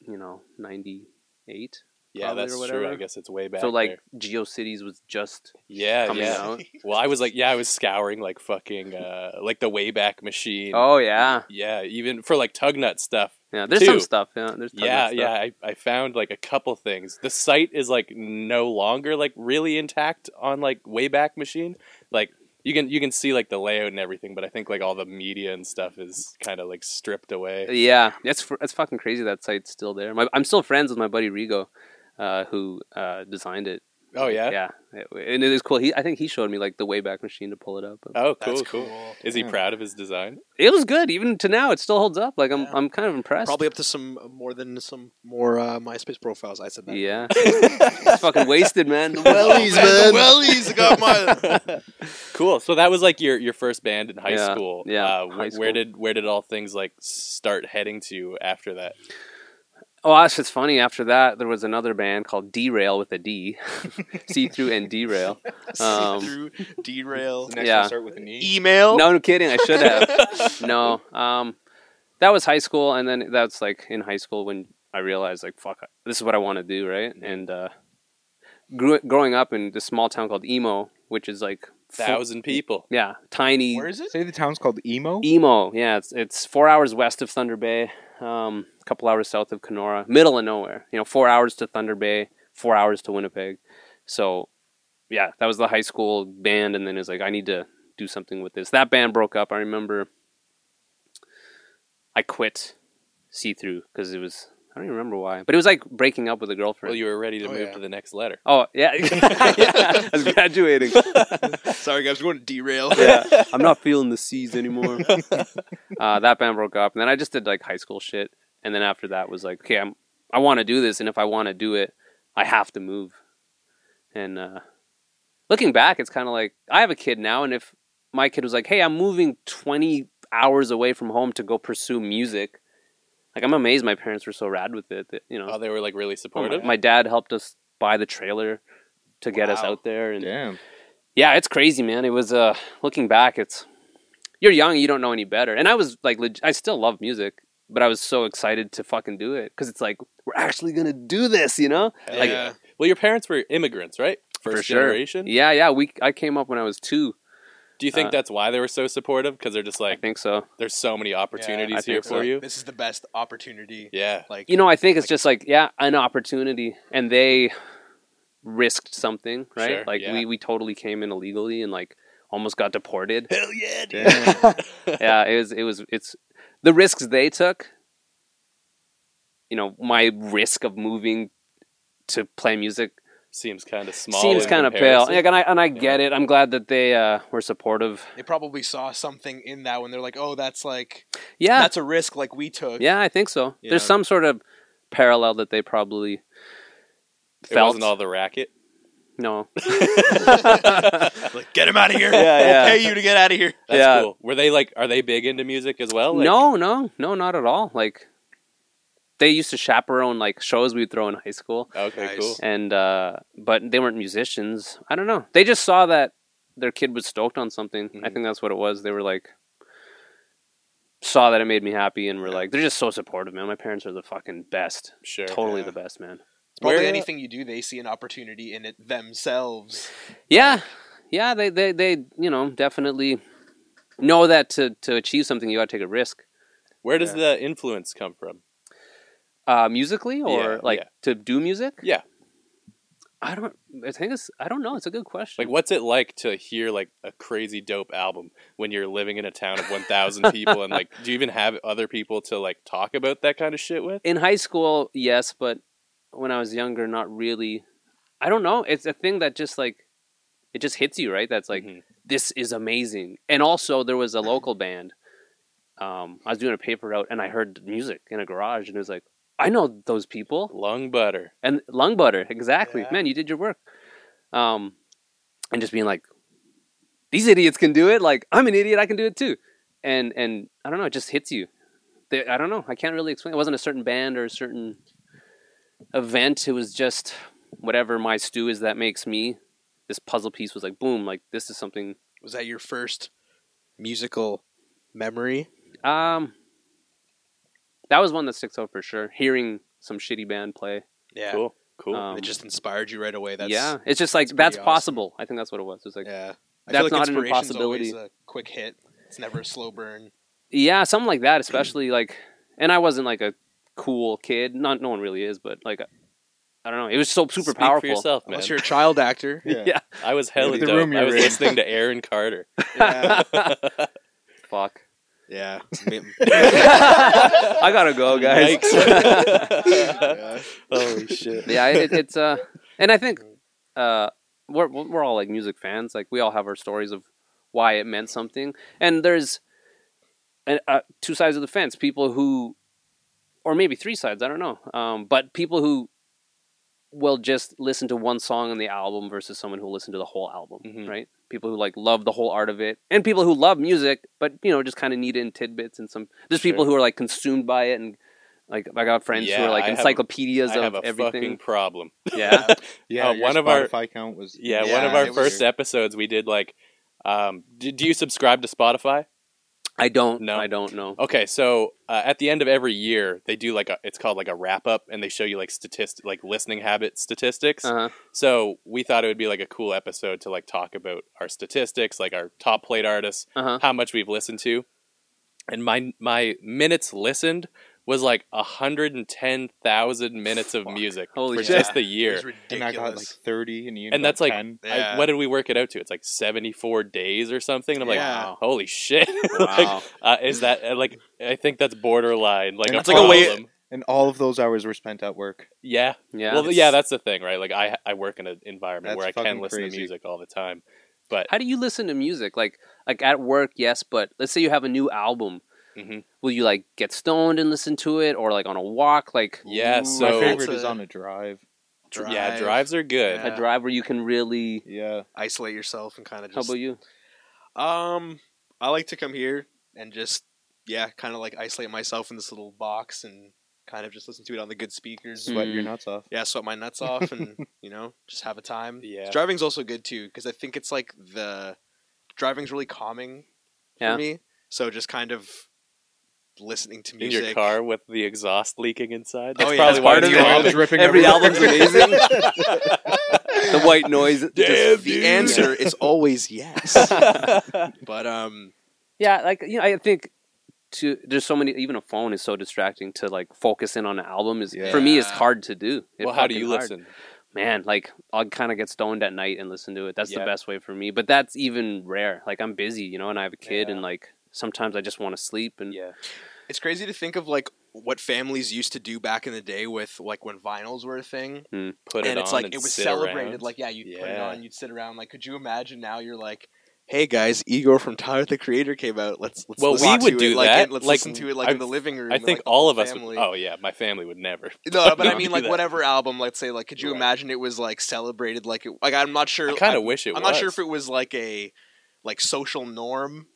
[SPEAKER 4] you know, ninety eight.
[SPEAKER 1] *laughs* yeah,
[SPEAKER 4] probably or
[SPEAKER 1] that's true.
[SPEAKER 4] whatever.
[SPEAKER 1] I guess it's way back.
[SPEAKER 4] So like
[SPEAKER 1] there.
[SPEAKER 4] GeoCities was just
[SPEAKER 1] yeah,
[SPEAKER 4] coming
[SPEAKER 1] yeah.
[SPEAKER 4] out.
[SPEAKER 1] Well, I was like, yeah, I was scouring like fucking uh like the Wayback Machine.
[SPEAKER 4] Oh yeah,
[SPEAKER 1] Yeah, even for like Tugnut stuff.
[SPEAKER 4] yeah. There's
[SPEAKER 1] Two.
[SPEAKER 4] some stuff. Yeah, there's tons
[SPEAKER 1] yeah,
[SPEAKER 4] of stuff.
[SPEAKER 1] yeah. I, I found like a couple things. The site is like no longer like really intact on like Wayback Machine. Like you can you can see like the layout and everything, but I think like all the media and stuff is kind of like stripped away.
[SPEAKER 4] Yeah, that's fr- that's fucking crazy. That site's still there. My, I'm still friends with my buddy Rigo, uh, who uh, designed it.
[SPEAKER 1] Oh yeah.
[SPEAKER 4] Yeah, It- and it is cool. He, I think he showed me like the Wayback Machine to pull it up.
[SPEAKER 1] Oh, cool,
[SPEAKER 2] that's
[SPEAKER 1] cool.
[SPEAKER 2] cool.
[SPEAKER 1] Is he
[SPEAKER 3] Yeah.
[SPEAKER 1] proud of his
[SPEAKER 4] *laughs*
[SPEAKER 1] design?
[SPEAKER 4] It was good, even to now. It still holds up. Like I'm,
[SPEAKER 2] Yeah.
[SPEAKER 4] I'm kind of impressed.
[SPEAKER 2] Probably up to some more than some more uh, MySpace profiles. I said that.
[SPEAKER 4] Yeah,
[SPEAKER 1] *laughs*
[SPEAKER 4] it's fucking wasted, man.
[SPEAKER 2] *laughs* Wellies, man. Wellies got my.
[SPEAKER 1] Cool. So that was like your your first band in high
[SPEAKER 4] Yeah,
[SPEAKER 1] school.
[SPEAKER 4] yeah,
[SPEAKER 1] Uh,
[SPEAKER 4] high
[SPEAKER 1] wh-
[SPEAKER 4] school.
[SPEAKER 1] Where did where did all things like start heading to after that?
[SPEAKER 4] Oh, that's just funny. After that, there was another band called Derail with a D, *laughs* see through and derail. Um,
[SPEAKER 2] through derail.
[SPEAKER 3] The next
[SPEAKER 4] Yeah.
[SPEAKER 3] one start with an E.
[SPEAKER 2] Email.
[SPEAKER 4] No, no kidding. I should have. no. Um, that was high school, and then that's like in high school when I realized like, fuck, this is what I want to do, right? And uh, grew, growing up in this small town called Emo, which is like fo-
[SPEAKER 1] Thousand
[SPEAKER 4] *laughs*
[SPEAKER 1] people.
[SPEAKER 4] yeah, tiny
[SPEAKER 2] Where is
[SPEAKER 3] *laughs*
[SPEAKER 2] it?
[SPEAKER 3] Say the town's called Emo.
[SPEAKER 4] E. Emo. Yeah, it's it's four hours west of Thunder Bay, um, a couple hours south of Kenora, middle of nowhere. You know, four hours to Thunder Bay, four hours to Winnipeg. So, yeah, that was the high school band, and then it's like I need to do something with this. That band broke up. I remember I quit See Through because it was I don't even remember why, but it was like breaking up with a girlfriend.
[SPEAKER 1] Well, you were ready to
[SPEAKER 2] Oh,
[SPEAKER 1] move
[SPEAKER 2] yeah.
[SPEAKER 1] to the next letter.
[SPEAKER 4] Oh yeah, *laughs* yeah, I was graduating.
[SPEAKER 2] Sorry, guys, we're going to derail.
[SPEAKER 4] yeah, I'm
[SPEAKER 1] *laughs*
[SPEAKER 4] not feeling the seas anymore. uh, that band broke up, and then I just did like high school shit, and then after that was like, okay, I'm I want to do this, and if I want to do it, I have to move. And uh, looking back, it's kind of like I have a kid now, and if my kid was like, hey, I'm moving 20 hours away from home to go pursue music, like I'm amazed my parents were so rad with it. That, you know,
[SPEAKER 1] Oh, they were like really
[SPEAKER 4] Oh, my,
[SPEAKER 1] supportive.
[SPEAKER 4] my dad helped us buy the trailer to get us
[SPEAKER 2] Wow.
[SPEAKER 4] out there, and
[SPEAKER 3] Damn.
[SPEAKER 4] yeah, it's crazy, man. It was uh looking back, it's you're young, you don't know any better. And I was like leg- I still love music, but I was so excited to fucking do it cuz it's like we're actually going to do this, you know?
[SPEAKER 1] Hell
[SPEAKER 4] Like
[SPEAKER 2] yeah.
[SPEAKER 1] Well, your parents were immigrants, right? First generation.
[SPEAKER 4] Yeah, yeah, we I came up when I was 2.
[SPEAKER 1] Do you think
[SPEAKER 4] Uh,
[SPEAKER 1] that's why they were so supportive? Because they're just
[SPEAKER 4] I
[SPEAKER 1] like,
[SPEAKER 4] think so.
[SPEAKER 1] there's so many
[SPEAKER 4] I
[SPEAKER 1] opportunities
[SPEAKER 4] think
[SPEAKER 1] here
[SPEAKER 4] so.
[SPEAKER 1] for you.
[SPEAKER 2] This is the best opportunity.
[SPEAKER 4] *laughs*
[SPEAKER 1] Yeah,
[SPEAKER 2] Like
[SPEAKER 4] You know, I think it's just like yeah, an opportunity, and they risked something, right?
[SPEAKER 1] Sure,
[SPEAKER 4] like
[SPEAKER 1] yeah.
[SPEAKER 4] we we totally came in illegally and like almost got deported.
[SPEAKER 2] hell yeah, dude.
[SPEAKER 3] Damn.
[SPEAKER 4] yeah, it was. It was. It's the risks they took. You know, my risk of moving to play music
[SPEAKER 1] seems kind of small.
[SPEAKER 4] seems
[SPEAKER 1] in
[SPEAKER 4] kind of pale,
[SPEAKER 1] comparison.
[SPEAKER 4] Like, and I and I get it. I'm glad that they uh, were supportive.
[SPEAKER 2] They probably saw something in that when they're like, "Oh, that's like
[SPEAKER 4] Yeah,
[SPEAKER 2] that's a risk like we took."
[SPEAKER 4] yeah, I think so.
[SPEAKER 2] Yeah.
[SPEAKER 4] There's some sort of parallel that they probably
[SPEAKER 1] It
[SPEAKER 4] felt.
[SPEAKER 1] wasn't all the racket. *laughs*
[SPEAKER 4] *laughs* no,
[SPEAKER 2] Like, get him out of here.
[SPEAKER 4] Yeah,
[SPEAKER 2] we'll
[SPEAKER 4] yeah.
[SPEAKER 2] pay you to get out of here.
[SPEAKER 1] That's
[SPEAKER 4] Yeah.
[SPEAKER 1] cool. Were they like? Are they big into music as well? Like,
[SPEAKER 4] no, no, no, not at all. Like they used to chaperone like shows we'd throw in high school.
[SPEAKER 1] Okay,
[SPEAKER 2] Nice.
[SPEAKER 1] cool.
[SPEAKER 4] and uh, but they weren't musicians. I don't know. They just saw that their kid was stoked on something. I
[SPEAKER 1] Mhm.
[SPEAKER 4] think that's what it was. They were like saw that it made me happy and were like they're just so supportive, man. My parents are the fucking best.
[SPEAKER 1] Sure.
[SPEAKER 4] totally
[SPEAKER 2] yeah.
[SPEAKER 4] the best, man.
[SPEAKER 2] It's probably
[SPEAKER 1] Where-
[SPEAKER 2] anything you do, they see an opportunity in it themselves.
[SPEAKER 4] Yeah. Yeah, they they they you know, definitely know that to to achieve something you got to take a risk.
[SPEAKER 1] Where does
[SPEAKER 2] Yeah.
[SPEAKER 1] the influence come from?
[SPEAKER 4] Uh, musically or
[SPEAKER 1] Yeah,
[SPEAKER 4] like
[SPEAKER 1] yeah.
[SPEAKER 4] to do music?
[SPEAKER 1] Yeah.
[SPEAKER 4] I don't I think it's I don't know, it's a good question.
[SPEAKER 1] Like, what's it like to hear like a crazy dope album when you're living in a town of 1,000
[SPEAKER 4] *laughs*
[SPEAKER 1] people? And like, do you even have other people to like talk about that kind of shit with?
[SPEAKER 4] in high school, yes, but when I was younger, not really. I don't know. It's a thing that just like it just hits you, right? That's like
[SPEAKER 1] Mhm.
[SPEAKER 4] this is amazing. And also, there was a local band. Um, I was doing a paper route, and I heard music in a garage, and it was like, I know those people.
[SPEAKER 1] lung butter.
[SPEAKER 4] And lung butter, exactly.
[SPEAKER 2] Yeah.
[SPEAKER 4] Man, you did your work. Um, and just being like, these idiots can do it. Like I'm an idiot, I can do it too. And and I don't know, it just hits you. They, I don't know. I can't really explain. It wasn't a certain band or a certain event. It was just whatever my stew is that makes me. This puzzle piece was like boom. Like this is something.
[SPEAKER 2] Was that your first musical memory?
[SPEAKER 4] Um, that was one that sticks out for sure. Hearing some shitty band play.
[SPEAKER 2] Yeah.
[SPEAKER 1] Cool. Cool.
[SPEAKER 4] Um,
[SPEAKER 2] it just inspired you right away. That's
[SPEAKER 4] yeah, it's just like
[SPEAKER 2] pretty
[SPEAKER 4] that's
[SPEAKER 2] awesome.
[SPEAKER 4] possible. I think that's what it was. It was like
[SPEAKER 2] Yeah. I
[SPEAKER 4] That's
[SPEAKER 2] feel like
[SPEAKER 4] not an
[SPEAKER 2] inspiration's always
[SPEAKER 4] impossibility.
[SPEAKER 2] a quick hit. It's never a slow burn.
[SPEAKER 4] Yeah, something
[SPEAKER 1] *clears throat*
[SPEAKER 4] like that, especially like, and I wasn't like a cool kid. Not no one really is, but like, I don't know. It was so super
[SPEAKER 1] Speak
[SPEAKER 4] powerful.
[SPEAKER 1] for yourself, man.
[SPEAKER 2] Unless you're a child actor.
[SPEAKER 3] Yeah.
[SPEAKER 4] Yeah.
[SPEAKER 1] I was hella
[SPEAKER 3] The
[SPEAKER 1] dope.
[SPEAKER 3] room
[SPEAKER 1] I
[SPEAKER 3] you're
[SPEAKER 1] was
[SPEAKER 3] in.
[SPEAKER 1] listening to Aaron Carter.
[SPEAKER 2] *laughs*
[SPEAKER 1] *laughs*
[SPEAKER 2] yeah.
[SPEAKER 4] Fuck. *laughs*
[SPEAKER 2] Yeah.
[SPEAKER 4] I gotta go, guys. *laughs*
[SPEAKER 1] *laughs* Yikes. Holy shit.
[SPEAKER 4] yeah, it, it's uh, and I think uh, we're we're all like music fans. Like we all have our stories of why it meant something, and there's an, uh, two sides of the fence. People who, or maybe three sides. I don't know. Um, but people who will just listen to one song on the album versus someone who will listen to the whole album,
[SPEAKER 1] Mhm.
[SPEAKER 4] right? People who like love the whole art of it, and people who love music, but you know, just kind of need it in tidbits and some. There's people who are like consumed by it, and like I got friends who
[SPEAKER 1] Yeah,
[SPEAKER 4] are like
[SPEAKER 1] I have-
[SPEAKER 4] encyclopedias
[SPEAKER 1] I have
[SPEAKER 4] of
[SPEAKER 1] a fucking
[SPEAKER 4] uh, everything.
[SPEAKER 1] problem.
[SPEAKER 4] Yeah,
[SPEAKER 3] yeah.
[SPEAKER 1] Uh,
[SPEAKER 3] your
[SPEAKER 1] one of our-
[SPEAKER 3] Spotify count
[SPEAKER 1] *laughs*
[SPEAKER 3] was
[SPEAKER 1] Yeah, one
[SPEAKER 2] Yeah,
[SPEAKER 1] of our
[SPEAKER 2] it was-
[SPEAKER 1] first episodes, we did like, um, do, do you subscribe to Spotify?
[SPEAKER 4] I don't.
[SPEAKER 1] No.
[SPEAKER 4] know. I don't know.
[SPEAKER 1] Okay, so uh, at the end of every year, they do like a, it's called like a wrap up, and they show you like statistic, like listening habit statistics.
[SPEAKER 4] Uh-huh.
[SPEAKER 1] So we thought it would be like a cool episode to like talk about our statistics, like our top played artists,
[SPEAKER 4] Uh-huh.
[SPEAKER 1] how much we've listened to, and my my minutes listened was like hundred and ten thousand minutes of music
[SPEAKER 4] Holy
[SPEAKER 1] for
[SPEAKER 4] shit.
[SPEAKER 1] just the year.
[SPEAKER 2] It's
[SPEAKER 3] and I got Oh like
[SPEAKER 2] ridiculous.
[SPEAKER 3] thirty, and you
[SPEAKER 1] And
[SPEAKER 3] got
[SPEAKER 1] that's like-
[SPEAKER 3] 10.
[SPEAKER 1] I- *laughs*
[SPEAKER 2] Yeah.
[SPEAKER 1] what did we work it out to? It's like 74 days or something. And I'm
[SPEAKER 2] Yeah.
[SPEAKER 1] like, holy shit. *laughs*
[SPEAKER 4] Wow.
[SPEAKER 1] like, uh, is that uh, like, I think that's borderline. Like,
[SPEAKER 3] And
[SPEAKER 1] a
[SPEAKER 3] that's
[SPEAKER 2] like a
[SPEAKER 1] problem.
[SPEAKER 2] way-
[SPEAKER 3] and all of those hours were spent at work.
[SPEAKER 1] Yeah.
[SPEAKER 4] Yeah.
[SPEAKER 1] Well, yeah, that's the thing, right? Like, I, I work in an environment
[SPEAKER 3] That's
[SPEAKER 1] where I can
[SPEAKER 3] fucking
[SPEAKER 1] listen to
[SPEAKER 3] crazy.
[SPEAKER 1] music all the time. But
[SPEAKER 4] How do you listen to music? Like like at work, yes, but let's say you have a new album.
[SPEAKER 1] Mhm.
[SPEAKER 4] Will you like get stoned and listen to it, or like on a walk, like
[SPEAKER 1] yeah,
[SPEAKER 2] Ooh,
[SPEAKER 1] so
[SPEAKER 3] My
[SPEAKER 2] that's
[SPEAKER 3] favorite is
[SPEAKER 2] a-
[SPEAKER 3] on a drive.
[SPEAKER 1] yeah, drives are good.
[SPEAKER 2] Yeah.
[SPEAKER 4] a drive where you can really?
[SPEAKER 3] Yeah,
[SPEAKER 2] Isolate yourself and kind of
[SPEAKER 4] How
[SPEAKER 2] just.
[SPEAKER 4] about you?
[SPEAKER 2] Um, I like to come here and just yeah, kind of like isolate myself in this little box and kind of just listen to it on the good speakers.
[SPEAKER 3] sweat your
[SPEAKER 4] Mm.
[SPEAKER 3] nuts off.
[SPEAKER 2] Yeah, sweat my nuts off
[SPEAKER 1] *laughs*
[SPEAKER 2] and you know just have a time.
[SPEAKER 1] Yeah.
[SPEAKER 2] driving's also good too because I think it's like the driving's really calming for
[SPEAKER 4] Yeah.
[SPEAKER 2] me. So just kind of listening to
[SPEAKER 1] In
[SPEAKER 2] music
[SPEAKER 1] your car with the exhaust leaking inside.
[SPEAKER 2] Oh,
[SPEAKER 1] That's probably
[SPEAKER 2] yeah. That's
[SPEAKER 1] why
[SPEAKER 2] part of
[SPEAKER 1] it's
[SPEAKER 2] it.
[SPEAKER 1] called-
[SPEAKER 2] Every
[SPEAKER 3] dripping
[SPEAKER 4] Every
[SPEAKER 3] everywhere.
[SPEAKER 4] album's amazing. the white noise.
[SPEAKER 1] Damn,
[SPEAKER 2] *laughs* the
[SPEAKER 1] dude.
[SPEAKER 2] answer is
[SPEAKER 1] *laughs*
[SPEAKER 2] always yes. but um,
[SPEAKER 4] Yeah, like you know, I think to there's so many. Even a phone is so distracting to like focus in on an album. Is for me, it's
[SPEAKER 2] Yeah.
[SPEAKER 4] hard to do. It's
[SPEAKER 1] well, how do
[SPEAKER 4] fucking
[SPEAKER 1] you
[SPEAKER 4] hard.
[SPEAKER 1] listen?
[SPEAKER 4] Man, like I'll kind of get stoned at night and listen to it. That's
[SPEAKER 1] Yeah.
[SPEAKER 4] the best way for me. But that's even rare. Like I'm busy, you know, and I have a kid,
[SPEAKER 1] Yeah.
[SPEAKER 4] and like sometimes I just want to sleep. And
[SPEAKER 1] Yeah.
[SPEAKER 2] it's crazy to think of like what families used to do back in the day with like when vinyls were a thing.
[SPEAKER 1] Put it
[SPEAKER 2] and it's
[SPEAKER 1] on
[SPEAKER 2] like
[SPEAKER 1] and
[SPEAKER 2] it was
[SPEAKER 1] sit
[SPEAKER 2] celebrated.
[SPEAKER 1] around.
[SPEAKER 2] Like yeah, you'd put it
[SPEAKER 1] Yeah.
[SPEAKER 2] on, you'd sit around. Like, could you imagine now? You're like, hey guys, Igor from Tyler the Creator came out. Let's let's
[SPEAKER 1] Well,
[SPEAKER 2] listen
[SPEAKER 1] we
[SPEAKER 2] to
[SPEAKER 1] would
[SPEAKER 2] it,
[SPEAKER 1] do
[SPEAKER 2] like,
[SPEAKER 1] that.
[SPEAKER 2] and let's
[SPEAKER 1] Like,
[SPEAKER 2] listen to it like
[SPEAKER 1] I-
[SPEAKER 2] in the living room.
[SPEAKER 1] I
[SPEAKER 2] and,
[SPEAKER 1] think
[SPEAKER 2] like, the
[SPEAKER 1] all
[SPEAKER 2] whole
[SPEAKER 1] of us. Would,
[SPEAKER 2] family-
[SPEAKER 1] oh yeah, my family would never. *laughs*
[SPEAKER 2] No, but I
[SPEAKER 1] No,
[SPEAKER 2] mean
[SPEAKER 1] do
[SPEAKER 2] like
[SPEAKER 1] that.
[SPEAKER 2] whatever album. Let's say like, could you
[SPEAKER 1] Right.
[SPEAKER 2] imagine it was like celebrated like it, like I'm not sure.
[SPEAKER 1] I kind
[SPEAKER 2] I'm-
[SPEAKER 1] of wish it.
[SPEAKER 2] I'm
[SPEAKER 1] was.
[SPEAKER 2] not sure if it was like a like social norm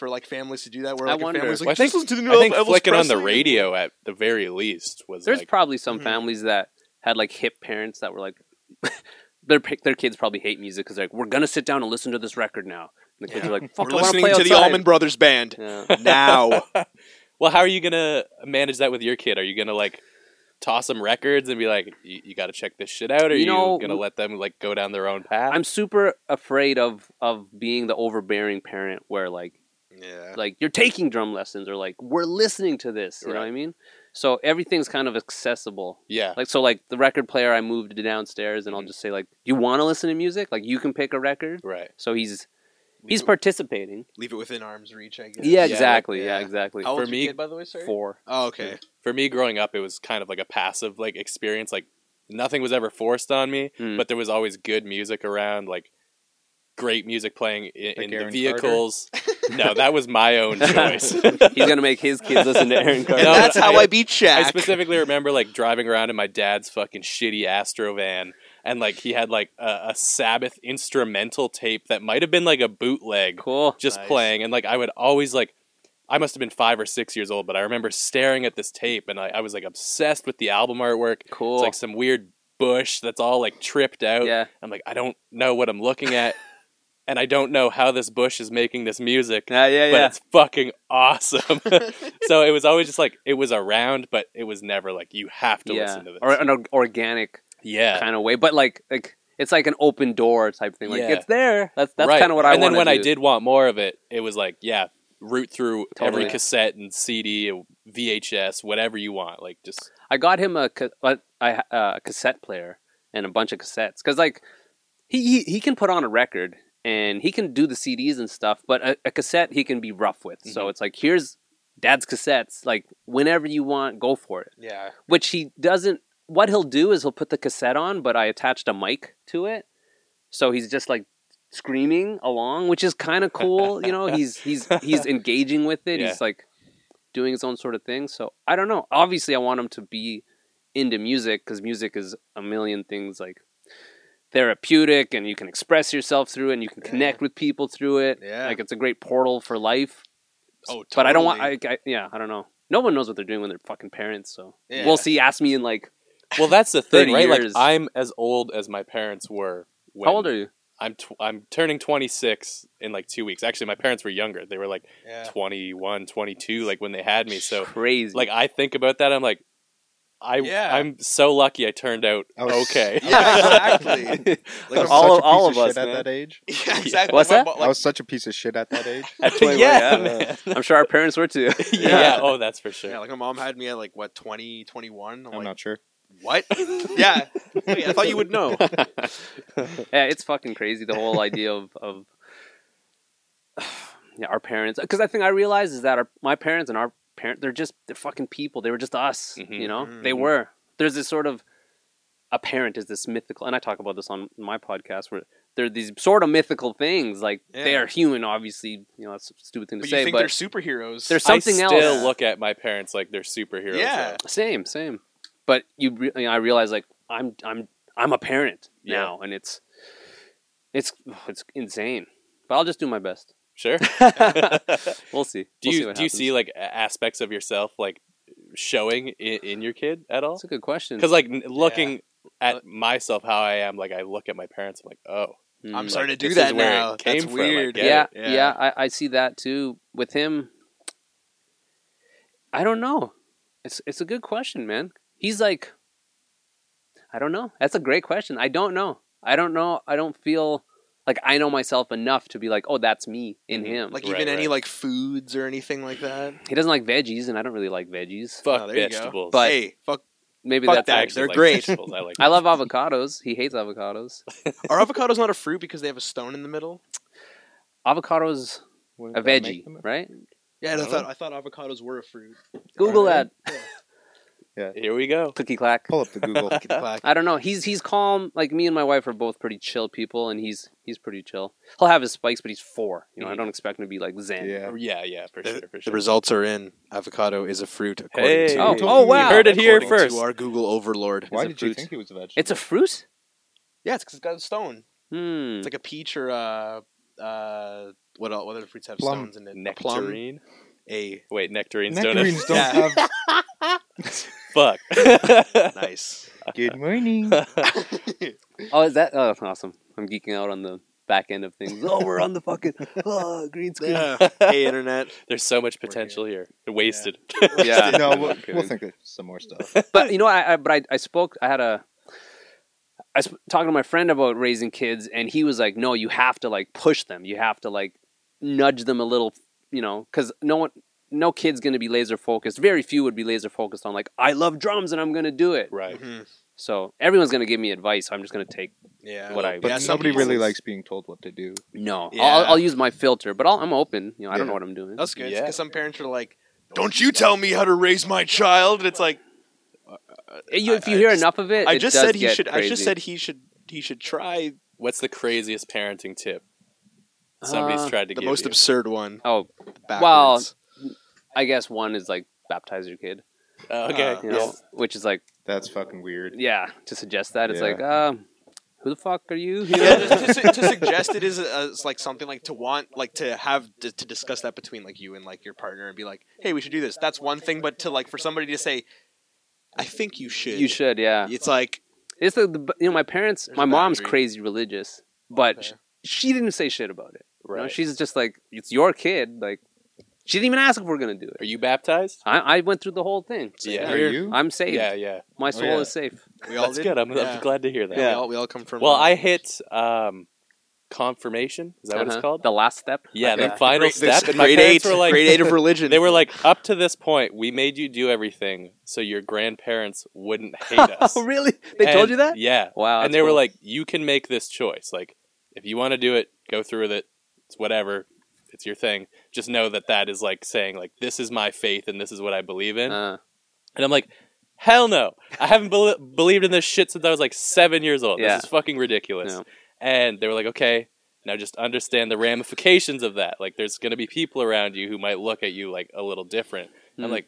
[SPEAKER 2] for like families to do that. Where
[SPEAKER 4] I
[SPEAKER 2] like
[SPEAKER 4] wonder.
[SPEAKER 2] a family's like,
[SPEAKER 1] Well, I think-
[SPEAKER 2] just listen to the
[SPEAKER 1] I
[SPEAKER 2] new
[SPEAKER 1] think
[SPEAKER 2] Elvis
[SPEAKER 1] flicking on the
[SPEAKER 2] Presley."
[SPEAKER 1] radio at the very least was
[SPEAKER 4] there's
[SPEAKER 1] like
[SPEAKER 4] probably some
[SPEAKER 2] Mhm.
[SPEAKER 4] families that had like hip parents that were like *laughs* their pi- their kids probably hate music because they're like we're gonna sit down and listen to this record now. And the kids
[SPEAKER 2] Yeah.
[SPEAKER 4] are like,
[SPEAKER 2] We're
[SPEAKER 4] "Fuck, I want to
[SPEAKER 2] listening
[SPEAKER 4] play
[SPEAKER 2] to the
[SPEAKER 4] outside."
[SPEAKER 2] Allman Brothers Band
[SPEAKER 4] *laughs* Yeah.
[SPEAKER 2] now.
[SPEAKER 1] *laughs* Well, how are you gonna manage that with your kid? Are you gonna like toss them records and be like, "You, you got to check this shit out," or
[SPEAKER 4] You
[SPEAKER 1] you
[SPEAKER 4] know,
[SPEAKER 1] gonna let them like go down their own path?
[SPEAKER 4] I'm super afraid of of being the overbearing parent where like
[SPEAKER 2] yeah.
[SPEAKER 4] like you're taking drum lessons or like we're listening to this. You know what I
[SPEAKER 1] Right.
[SPEAKER 4] mean? So everything's kind of accessible.
[SPEAKER 1] yeah,
[SPEAKER 4] Like so, like the record player, I moved downstairs,
[SPEAKER 1] Mm-hmm.
[SPEAKER 4] and I'll just say like, "You want to listen to music? Like you can pick a record."
[SPEAKER 1] right.
[SPEAKER 4] So he's he's
[SPEAKER 2] leave,
[SPEAKER 4] participating.
[SPEAKER 2] it, leave it within arm's reach. I guess.
[SPEAKER 4] Yeah,
[SPEAKER 1] like-
[SPEAKER 4] exactly.
[SPEAKER 2] yeah.
[SPEAKER 4] yeah exactly.
[SPEAKER 2] How
[SPEAKER 1] For
[SPEAKER 2] old's your
[SPEAKER 1] me,
[SPEAKER 2] kid, by the way, sorry?
[SPEAKER 4] Four.
[SPEAKER 2] Oh, okay.
[SPEAKER 1] For me, growing up, it was kind of like a passive like experience. Like nothing was ever forced on me,
[SPEAKER 3] Hmm.
[SPEAKER 4] Mm.
[SPEAKER 1] but there was always good music around. Like great music playing in,
[SPEAKER 3] Like
[SPEAKER 1] in the
[SPEAKER 3] Aaron *laughs*
[SPEAKER 1] vehicles. no, that was my own choice. *laughs*
[SPEAKER 4] He's gonna make his kids listen to Aaron
[SPEAKER 2] And
[SPEAKER 4] Carter.
[SPEAKER 1] No,
[SPEAKER 2] that's how
[SPEAKER 1] I-
[SPEAKER 2] I beat Shaq.
[SPEAKER 1] I specifically remember like driving around in my dad's fucking shitty Astro van, and like he had like a, a Sabbath instrumental tape that might have been like a bootleg
[SPEAKER 4] cool.
[SPEAKER 1] just
[SPEAKER 2] Nice.
[SPEAKER 1] playing, and like I would always like. I must have been five or six years old, but I remember staring at this tape, and I, I was like obsessed with the album artwork.
[SPEAKER 4] Cool.
[SPEAKER 1] It's like some weird bush that's all like tripped out.
[SPEAKER 4] yeah.
[SPEAKER 1] I'm like, I don't know what I'm looking
[SPEAKER 4] *laughs*
[SPEAKER 1] at, and I don't know how this bush is making this music
[SPEAKER 4] Yeah, yeah,
[SPEAKER 1] but
[SPEAKER 4] yeah.
[SPEAKER 1] it's fucking
[SPEAKER 4] *laughs*
[SPEAKER 1] awesome. *laughs* so it was always just like it was around, but it was never like you have to
[SPEAKER 4] yeah.
[SPEAKER 1] listen to this.
[SPEAKER 4] Or uh, an or- organic
[SPEAKER 1] yeah,
[SPEAKER 4] kind of way, but like like it's like an open door type thing. Like
[SPEAKER 1] Yeah.
[SPEAKER 4] it's there. That's that's
[SPEAKER 1] Right.
[SPEAKER 4] kind of what I.
[SPEAKER 1] And then
[SPEAKER 4] wanna
[SPEAKER 1] when I
[SPEAKER 4] do.
[SPEAKER 1] did want more of it, it was like yeah, root through
[SPEAKER 4] Totally.
[SPEAKER 1] every cassette and CD, VHS, whatever you want. Like just
[SPEAKER 4] I got him a ca- a, a, a cassette player and a bunch of cassettes because like he, he he can put on a record and he can do the CDs and stuff, but a, a cassette he can be rough with. So it's like here's dad's cassettes. Like whenever you want, go for it.
[SPEAKER 2] yeah.
[SPEAKER 4] Which he doesn't. What he'll do is he'll put the cassette on, but I attached a mic to it, so he's just like screaming along, which is kind of cool. you know, he's he's
[SPEAKER 2] *laughs*
[SPEAKER 4] he's engaging with it.
[SPEAKER 1] Yeah.
[SPEAKER 4] He's like doing his own sort of thing. So I don't know. Obviously, I want him to be into music because music is a million things like therapeutic, and you can express yourself through it, and you can
[SPEAKER 2] Yeah.
[SPEAKER 4] connect with people through it.
[SPEAKER 2] Yeah.
[SPEAKER 4] like it's a great portal for life.
[SPEAKER 2] Oh,
[SPEAKER 4] But I don't want. I,
[SPEAKER 2] totally.
[SPEAKER 4] I yeah, I don't know. No one knows what they're doing when they're fucking parents. So
[SPEAKER 2] Yeah.
[SPEAKER 4] we'll see. Ask me in like
[SPEAKER 1] well, that's
[SPEAKER 4] *laughs*
[SPEAKER 1] the thing,
[SPEAKER 4] 30
[SPEAKER 1] right?
[SPEAKER 4] years.
[SPEAKER 1] Like I'm as old as my parents were. When
[SPEAKER 4] how old are you?
[SPEAKER 1] I'm tw- I'm turning 26 in like two weeks. Actually, my parents were younger. They were like
[SPEAKER 2] Yeah.
[SPEAKER 1] 21, 22, like when they had me. So
[SPEAKER 4] crazy.
[SPEAKER 1] like I think about that, I'm like, I
[SPEAKER 2] Yeah.
[SPEAKER 1] I'm so lucky I turned
[SPEAKER 2] *laughs*
[SPEAKER 1] out
[SPEAKER 3] *laughs* I was-
[SPEAKER 1] okay. *laughs*
[SPEAKER 2] Yeah, exactly.
[SPEAKER 3] I
[SPEAKER 2] Like,
[SPEAKER 3] was
[SPEAKER 4] All-
[SPEAKER 3] such a piece
[SPEAKER 4] all of us,
[SPEAKER 3] shit at
[SPEAKER 4] man.
[SPEAKER 3] that age.
[SPEAKER 2] *laughs* yeah, exactly.
[SPEAKER 4] What's
[SPEAKER 2] My
[SPEAKER 4] that?
[SPEAKER 2] mo-
[SPEAKER 3] I
[SPEAKER 2] like,
[SPEAKER 3] was such a piece of shit at that age.
[SPEAKER 4] At 21,
[SPEAKER 1] yeah,
[SPEAKER 2] *laughs*
[SPEAKER 4] yeah.
[SPEAKER 1] man.
[SPEAKER 4] I'm sure our parents were too.
[SPEAKER 1] *laughs* yeah, Oh, that's for sure.
[SPEAKER 2] yeah, like my mom had me at like what 20, 21. I'm,
[SPEAKER 3] I'm
[SPEAKER 2] like,
[SPEAKER 3] not sure.
[SPEAKER 2] what? *laughs* yeah. Wait, I thought you would know.
[SPEAKER 4] yeah, it's fucking crazy the whole idea of of *sighs* yeah, our parents. Because I think I realized is that our my parents and our parent they're just they're fucking people. They were just us.
[SPEAKER 1] Mhm.
[SPEAKER 4] You know,
[SPEAKER 2] Mhm.
[SPEAKER 4] they were. There's this sort of a parent is this mythical, and I talk about this on my podcast where they're these sort of mythical things. Like they
[SPEAKER 2] Yeah.
[SPEAKER 4] are human, obviously. You know, that's a stupid thing to
[SPEAKER 2] But you
[SPEAKER 4] say,
[SPEAKER 2] think
[SPEAKER 4] but
[SPEAKER 2] they're superheroes?
[SPEAKER 4] There's something
[SPEAKER 1] *laughs* I
[SPEAKER 4] else.
[SPEAKER 1] still look at my parents like they're superheroes.
[SPEAKER 2] Yeah.
[SPEAKER 1] though.
[SPEAKER 4] Same, same. But you, re- you know, I realize like I'm, I'm, I'm a parent
[SPEAKER 1] Yeah.
[SPEAKER 4] now, and it's, it's, it's insane. But I'll just do my best.
[SPEAKER 2] *laughs*
[SPEAKER 1] sure. *laughs* Do
[SPEAKER 4] We'll see. We'll see
[SPEAKER 1] you
[SPEAKER 4] what
[SPEAKER 1] do you
[SPEAKER 4] happens.
[SPEAKER 1] see like a- aspects of yourself like showing in, in your kid at all?
[SPEAKER 4] That's a good question.
[SPEAKER 1] Because like n- looking at myself how I am, like I look at my parents, I'm like, oh,
[SPEAKER 4] Mm.
[SPEAKER 2] I'm starting
[SPEAKER 1] like,
[SPEAKER 2] to do
[SPEAKER 1] this
[SPEAKER 2] that
[SPEAKER 1] is where it
[SPEAKER 2] now.
[SPEAKER 1] came
[SPEAKER 2] That's
[SPEAKER 1] from, I
[SPEAKER 2] weird.
[SPEAKER 1] get
[SPEAKER 4] yeah,
[SPEAKER 1] it.
[SPEAKER 4] yeah, I, I see that too with him. I don't know. It's it's a good question, man. He's like, I don't know. That's a great question. I don't know. I don't know. I don't feel like I know myself enough to be like, oh, that's me in
[SPEAKER 1] Mhm.
[SPEAKER 4] him.
[SPEAKER 2] Like
[SPEAKER 1] Right,
[SPEAKER 2] even any
[SPEAKER 1] right.
[SPEAKER 2] like foods or anything like that.
[SPEAKER 4] he doesn't like veggies, and I don't really like veggies.
[SPEAKER 1] Fuck
[SPEAKER 2] Oh, there you go.
[SPEAKER 1] vegetables.
[SPEAKER 4] But-
[SPEAKER 2] hey, fuck,
[SPEAKER 4] Maybe
[SPEAKER 2] fuck
[SPEAKER 4] that's
[SPEAKER 2] that.
[SPEAKER 1] I
[SPEAKER 4] why-
[SPEAKER 1] actually
[SPEAKER 2] They're
[SPEAKER 1] like
[SPEAKER 2] great.
[SPEAKER 1] vegetables. I
[SPEAKER 2] *laughs*
[SPEAKER 1] like
[SPEAKER 4] I love avocados. He hates avocados.
[SPEAKER 2] are avocados not a fruit because they have a stone in the middle?
[SPEAKER 4] Avocados a veggie, right?
[SPEAKER 2] Yeah, I,
[SPEAKER 1] No.
[SPEAKER 2] thought I thought avocados were a fruit.
[SPEAKER 4] Google
[SPEAKER 3] Alright.
[SPEAKER 4] that.
[SPEAKER 1] *laughs* Here we go.
[SPEAKER 4] Clicky clack.
[SPEAKER 3] Pull up the Google.
[SPEAKER 2] Black.
[SPEAKER 4] I don't know. He's he's calm. Like me and my wife are both pretty chill people, and he's he's pretty chill. He'll have his spikes, but he's four. You know, I
[SPEAKER 1] Mhm.
[SPEAKER 4] don't expect him to be like zen.
[SPEAKER 3] yeah.
[SPEAKER 1] Yeah, Uh, yeah, for sure,
[SPEAKER 2] The,
[SPEAKER 1] for
[SPEAKER 2] the
[SPEAKER 1] sure.
[SPEAKER 2] results are in. Avocado is a fruit. According
[SPEAKER 1] Hey.
[SPEAKER 2] to,
[SPEAKER 4] Oh,
[SPEAKER 3] Told
[SPEAKER 4] oh
[SPEAKER 3] you.
[SPEAKER 4] wow!
[SPEAKER 1] Heard it here
[SPEAKER 2] according to
[SPEAKER 1] first.
[SPEAKER 2] our Google overlord.
[SPEAKER 3] Why
[SPEAKER 4] a
[SPEAKER 3] did you
[SPEAKER 4] fruit.
[SPEAKER 3] think he was a vegetable?
[SPEAKER 4] It's a fruit.
[SPEAKER 2] Yeah, it's because it's got a stone.
[SPEAKER 4] Hmm.
[SPEAKER 2] It's like a peach or a uh, what? el- What other fruits have
[SPEAKER 3] Plum.
[SPEAKER 2] stones in it? A plum,
[SPEAKER 1] Nectarine.
[SPEAKER 2] A
[SPEAKER 1] Wait, nectarines,
[SPEAKER 3] Nectarines
[SPEAKER 1] nectarines
[SPEAKER 3] don't
[SPEAKER 2] Yeah. *laughs*
[SPEAKER 3] have.
[SPEAKER 1] don't. Fuck. *laughs*
[SPEAKER 2] nice.
[SPEAKER 3] Good morning.
[SPEAKER 4] Oh, is that? Oh, that's awesome. I'm geeking out on the back end of things. Oh, we're on the fucking oh, green screen.
[SPEAKER 2] Yeah. hey, internet.
[SPEAKER 1] There's so much potential here. Wasted.
[SPEAKER 4] *laughs* Yeah.
[SPEAKER 3] no,
[SPEAKER 4] I'm
[SPEAKER 3] we'll,
[SPEAKER 4] kidding.
[SPEAKER 3] we'll think of some more stuff.
[SPEAKER 4] but you know, I, I but I, I spoke. I had a. I was talking to my friend about raising kids, and he was like, "No, you have to like push them. You have to like nudge them a little, you know, because no one, no kid's going to be laser focused. Very few would be laser focused on like, I love drums and I'm going to do it.
[SPEAKER 1] right.
[SPEAKER 2] Mhm.
[SPEAKER 4] So everyone's going to give me advice. I'm just going to take
[SPEAKER 2] Yeah.
[SPEAKER 4] What I-
[SPEAKER 3] But
[SPEAKER 2] yeah, some
[SPEAKER 3] nobody really
[SPEAKER 2] people-
[SPEAKER 3] likes being told what to do.
[SPEAKER 4] no.
[SPEAKER 2] Yeah.
[SPEAKER 4] I'll, I'll use my filter, but I'll, I'm open. You know, I don't
[SPEAKER 3] Yeah.
[SPEAKER 4] know what I'm doing.
[SPEAKER 2] That's good.
[SPEAKER 1] Yeah.
[SPEAKER 2] Because some parents are like, "Don't you tell me how to raise my child." And it's like
[SPEAKER 4] You- if
[SPEAKER 2] I-
[SPEAKER 4] you
[SPEAKER 2] I
[SPEAKER 4] hear
[SPEAKER 2] just-
[SPEAKER 4] enough of it,
[SPEAKER 2] I
[SPEAKER 4] it
[SPEAKER 2] just
[SPEAKER 4] does
[SPEAKER 2] said he
[SPEAKER 4] get
[SPEAKER 2] should. I just
[SPEAKER 4] crazy.
[SPEAKER 2] said he should. He should try
[SPEAKER 1] What's the craziest parenting tip somebody's
[SPEAKER 4] Uh,
[SPEAKER 1] tried to
[SPEAKER 2] the
[SPEAKER 1] give
[SPEAKER 2] most
[SPEAKER 1] you?
[SPEAKER 2] absurd one.
[SPEAKER 4] Oh, Well,
[SPEAKER 2] Backwards.
[SPEAKER 4] I guess one is like baptize your kid.
[SPEAKER 1] Oh, okay.
[SPEAKER 2] Uh,
[SPEAKER 4] You know,
[SPEAKER 1] Yeah.
[SPEAKER 4] which is like.
[SPEAKER 3] That's fucking weird.
[SPEAKER 4] yeah, to suggest that it's
[SPEAKER 3] Yeah.
[SPEAKER 4] like, um, who the fuck are you?
[SPEAKER 1] *laughs*
[SPEAKER 4] you
[SPEAKER 2] yeah,
[SPEAKER 4] know?
[SPEAKER 2] to, to, to suggest it is uh, it's like something like to want like to have to, to discuss that between like you and like your partner and be like hey we should do this that's one thing but to like for somebody to say i think you should
[SPEAKER 4] you should, yeah.
[SPEAKER 2] it's like
[SPEAKER 4] It's the, the you know my parents,
[SPEAKER 2] There's
[SPEAKER 4] my
[SPEAKER 2] a
[SPEAKER 4] mom's
[SPEAKER 2] boundary.
[SPEAKER 4] crazy religious, but
[SPEAKER 2] Okay.
[SPEAKER 4] sh she, didn't say shit about it. you know?
[SPEAKER 1] Right.
[SPEAKER 4] she's just like, it's your kid. Like, she didn't even ask if we're gonna do
[SPEAKER 1] Are
[SPEAKER 4] it.
[SPEAKER 1] you baptized?
[SPEAKER 4] I, I went through the whole thing.
[SPEAKER 1] Yeah.
[SPEAKER 3] Are you?
[SPEAKER 4] I'm saved.
[SPEAKER 1] Yeah, Oh, yeah.
[SPEAKER 4] My soul
[SPEAKER 3] yeah.
[SPEAKER 4] is safe.
[SPEAKER 2] we all
[SPEAKER 1] That's
[SPEAKER 2] did-
[SPEAKER 1] good. I'm,
[SPEAKER 2] yeah.
[SPEAKER 1] I'm glad to hear that.
[SPEAKER 2] yeah, We, all, we all come from
[SPEAKER 1] Well,
[SPEAKER 2] uh,
[SPEAKER 1] I hit um, confirmation. Is that what
[SPEAKER 4] Uh-huh.
[SPEAKER 1] it's called?
[SPEAKER 4] The last step.
[SPEAKER 1] yeah,
[SPEAKER 4] Okay.
[SPEAKER 1] the final
[SPEAKER 2] grade,
[SPEAKER 1] step.
[SPEAKER 2] this
[SPEAKER 1] And my
[SPEAKER 2] grade
[SPEAKER 1] parents
[SPEAKER 2] eight
[SPEAKER 1] were like,
[SPEAKER 2] grade eight of religion
[SPEAKER 1] they were like, up to this point, we made you do everything so your grandparents wouldn't
[SPEAKER 4] *laughs*
[SPEAKER 1] hate us.
[SPEAKER 4] oh, really? They
[SPEAKER 1] And-
[SPEAKER 4] told you that?
[SPEAKER 1] Yeah.
[SPEAKER 4] Wow.
[SPEAKER 1] and
[SPEAKER 4] that's
[SPEAKER 1] they were
[SPEAKER 4] cool.
[SPEAKER 1] like, "You can make this choice. Like, if you want to do it, go through with it. It's whatever. It's your thing. Just know that that is like saying like this is my faith and this is what I believe in."
[SPEAKER 4] Uh,
[SPEAKER 1] and I'm like, "Hell no! I haven't bel believed in this shit since I was like seven years old.
[SPEAKER 4] Yeah.
[SPEAKER 1] This is fucking ridiculous."
[SPEAKER 4] Yeah.
[SPEAKER 1] And they were like, "Okay." Now just understand the ramifications of that. Like, there's going to be people around you who might look at you like a little different. I'm
[SPEAKER 2] Hmm.
[SPEAKER 4] Mm.
[SPEAKER 1] like,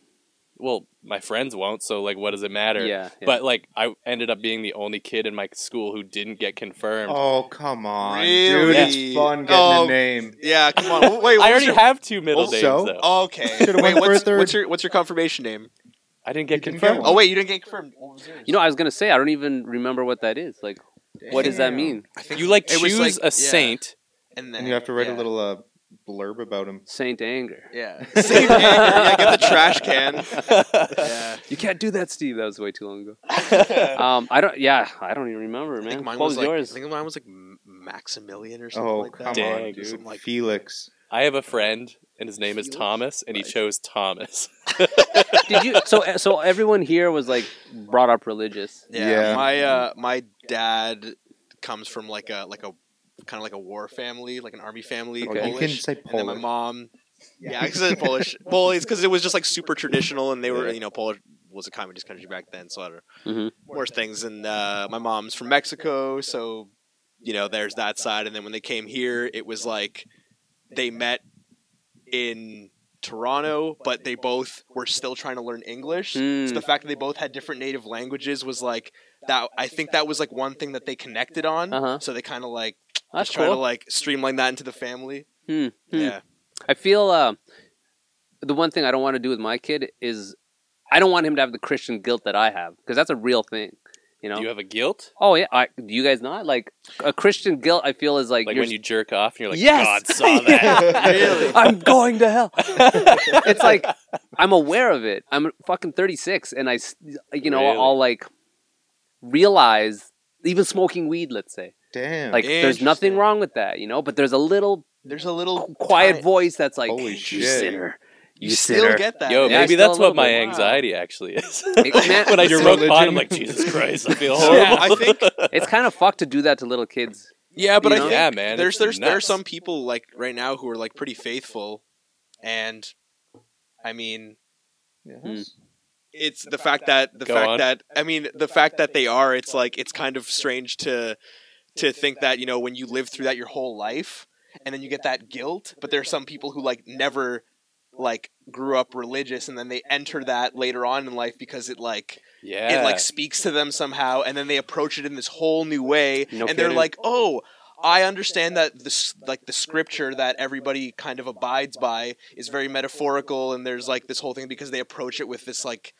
[SPEAKER 1] well, my friends won't. So like, what does it matter?
[SPEAKER 4] yeah, yeah.
[SPEAKER 1] But like, I ended up being the only kid in my school who didn't get confirmed.
[SPEAKER 3] Oh come on,
[SPEAKER 2] Really?
[SPEAKER 3] dude! It's fun getting
[SPEAKER 2] Oh.
[SPEAKER 3] a name.
[SPEAKER 2] yeah come on
[SPEAKER 1] *laughs*
[SPEAKER 2] wait
[SPEAKER 1] I
[SPEAKER 2] what's
[SPEAKER 1] already
[SPEAKER 2] your-
[SPEAKER 1] have two middle
[SPEAKER 3] Oh,
[SPEAKER 1] names
[SPEAKER 3] so?
[SPEAKER 1] though.
[SPEAKER 2] *laughs* oh, okay
[SPEAKER 3] *laughs* Should've
[SPEAKER 2] wait
[SPEAKER 3] went for a
[SPEAKER 2] what's,
[SPEAKER 3] third.
[SPEAKER 2] what's your what's your confirmation name
[SPEAKER 1] I didn't get
[SPEAKER 3] You didn't get
[SPEAKER 1] confirmed.
[SPEAKER 3] one.
[SPEAKER 2] oh wait you didn't get confirmed What was yours?
[SPEAKER 4] you know, I was gonna say I don't even remember what that is. Like, what does that
[SPEAKER 3] Damn.
[SPEAKER 4] mean?
[SPEAKER 2] I think
[SPEAKER 1] you like
[SPEAKER 2] it was
[SPEAKER 1] choose
[SPEAKER 2] like-
[SPEAKER 1] a
[SPEAKER 2] yeah,
[SPEAKER 1] saint.
[SPEAKER 2] and then
[SPEAKER 3] And you have to write
[SPEAKER 2] yeah.
[SPEAKER 3] a little uh, blurb about him.
[SPEAKER 4] Saint anger.
[SPEAKER 2] Yeah. Same thing. yeah, get the trash *laughs* can.
[SPEAKER 1] *laughs*
[SPEAKER 2] Yeah.
[SPEAKER 4] You can't do that, Steve. That was way too long ago. *laughs* um, I don't. Yeah, I don't even remember, man.
[SPEAKER 2] I think mine
[SPEAKER 4] what
[SPEAKER 2] was,
[SPEAKER 4] was,
[SPEAKER 2] like,
[SPEAKER 4] yours?
[SPEAKER 2] I think mine was like M- Maximilian or something
[SPEAKER 3] Oh
[SPEAKER 2] like
[SPEAKER 3] come
[SPEAKER 2] that.
[SPEAKER 1] Dang,
[SPEAKER 3] on, dude!
[SPEAKER 2] Something like-
[SPEAKER 3] Felix.
[SPEAKER 1] I have a friend, and his name is
[SPEAKER 2] Felix?
[SPEAKER 1] Thomas, and he
[SPEAKER 2] Right.
[SPEAKER 1] chose Thomas.
[SPEAKER 4] Did you? So, eh, so everyone here was like brought up religious.
[SPEAKER 2] yeah.
[SPEAKER 3] Yeah.
[SPEAKER 2] My uh, my dad comes from like a like a kind of like a war family, like an army family.
[SPEAKER 3] Oh, you
[SPEAKER 2] Polish.
[SPEAKER 3] can say
[SPEAKER 2] And then my
[SPEAKER 3] Polish.
[SPEAKER 2] mom. Yeah, I said Polish. Polish because it was just like super traditional, and they were you know Polish was a communist country back then, so I don't know.
[SPEAKER 4] Mhm.
[SPEAKER 2] Worse things, and uh, my mom's from Mexico, so you know there's that side. And then when they came here, it was like they met in Toronto, but they both were still trying to learn English.
[SPEAKER 4] Hmm.
[SPEAKER 2] So the fact that they both had different native languages was like that. I think that was like one thing that they connected on.
[SPEAKER 4] Uh-huh.
[SPEAKER 2] So they kind of like
[SPEAKER 4] That's
[SPEAKER 2] just trying to
[SPEAKER 4] cool.
[SPEAKER 2] like streamline that into the family.
[SPEAKER 4] Hmm, hmm.
[SPEAKER 2] Yeah,
[SPEAKER 4] I feel uh, the one thing I don't want to do with my kid is I don't want him to have the Christian guilt that I have because that's a real thing. You know.
[SPEAKER 1] Do you have a guilt?
[SPEAKER 4] oh yeah. I, do you guys not like a Christian guilt? I feel is like,
[SPEAKER 1] Like
[SPEAKER 4] you're-
[SPEAKER 1] when you jerk off, and you're like,
[SPEAKER 4] Yes! *laughs*
[SPEAKER 1] God saw that.
[SPEAKER 2] *laughs* Really?
[SPEAKER 4] I'm going to hell. it's like I'm aware of it. I'm fucking 36, and I, s- you know,
[SPEAKER 1] Really?
[SPEAKER 4] I'll like realize even smoking weed. Let's say
[SPEAKER 3] Damn.
[SPEAKER 4] Like there's nothing
[SPEAKER 2] Interesting.
[SPEAKER 4] wrong with that, you know. But there's a little
[SPEAKER 2] There's a little
[SPEAKER 4] quiet
[SPEAKER 2] ti-
[SPEAKER 4] voice that's like,
[SPEAKER 3] Holy
[SPEAKER 4] "Hey, you
[SPEAKER 3] shit.
[SPEAKER 4] sinner, you,
[SPEAKER 2] You
[SPEAKER 4] sinner.
[SPEAKER 2] still get that.
[SPEAKER 1] Yo,
[SPEAKER 4] Yeah,
[SPEAKER 1] maybe
[SPEAKER 4] still
[SPEAKER 1] that's
[SPEAKER 4] a
[SPEAKER 1] what my
[SPEAKER 4] little bit.
[SPEAKER 1] anxiety actually is. *laughs*
[SPEAKER 4] It- man,
[SPEAKER 1] when I
[SPEAKER 3] Your
[SPEAKER 1] smoke pot, I'm
[SPEAKER 3] religion?
[SPEAKER 1] like, Jesus Christ, I
[SPEAKER 2] *laughs*
[SPEAKER 1] feel horrible.
[SPEAKER 2] Yeah,
[SPEAKER 1] *laughs*
[SPEAKER 2] I think
[SPEAKER 4] it's kind of fucked to do that to little kids.
[SPEAKER 2] Yeah, but
[SPEAKER 4] You
[SPEAKER 2] I
[SPEAKER 4] know?
[SPEAKER 2] think
[SPEAKER 1] Yeah, man,
[SPEAKER 2] there's
[SPEAKER 1] it's
[SPEAKER 2] there's there's
[SPEAKER 1] nuts.
[SPEAKER 2] some people like right now who are like pretty faithful, and I mean
[SPEAKER 3] Yes.
[SPEAKER 2] hmm. it's the fact that the
[SPEAKER 1] Go
[SPEAKER 2] fact
[SPEAKER 1] on.
[SPEAKER 2] that I mean the fact that they are it's like it's kind of strange to to think that you know when you live through that your whole life and then you get that guilt, but there are some people who like never like grew up religious and then they enter that later on in life because it like
[SPEAKER 1] yeah,
[SPEAKER 2] it like speaks to them somehow and then they approach it in this whole new way
[SPEAKER 4] No
[SPEAKER 2] and they're
[SPEAKER 4] kidding.
[SPEAKER 2] like oh i understand that this like the scripture that everybody kind of abides by is very metaphorical and there's like this whole thing because they approach it with this like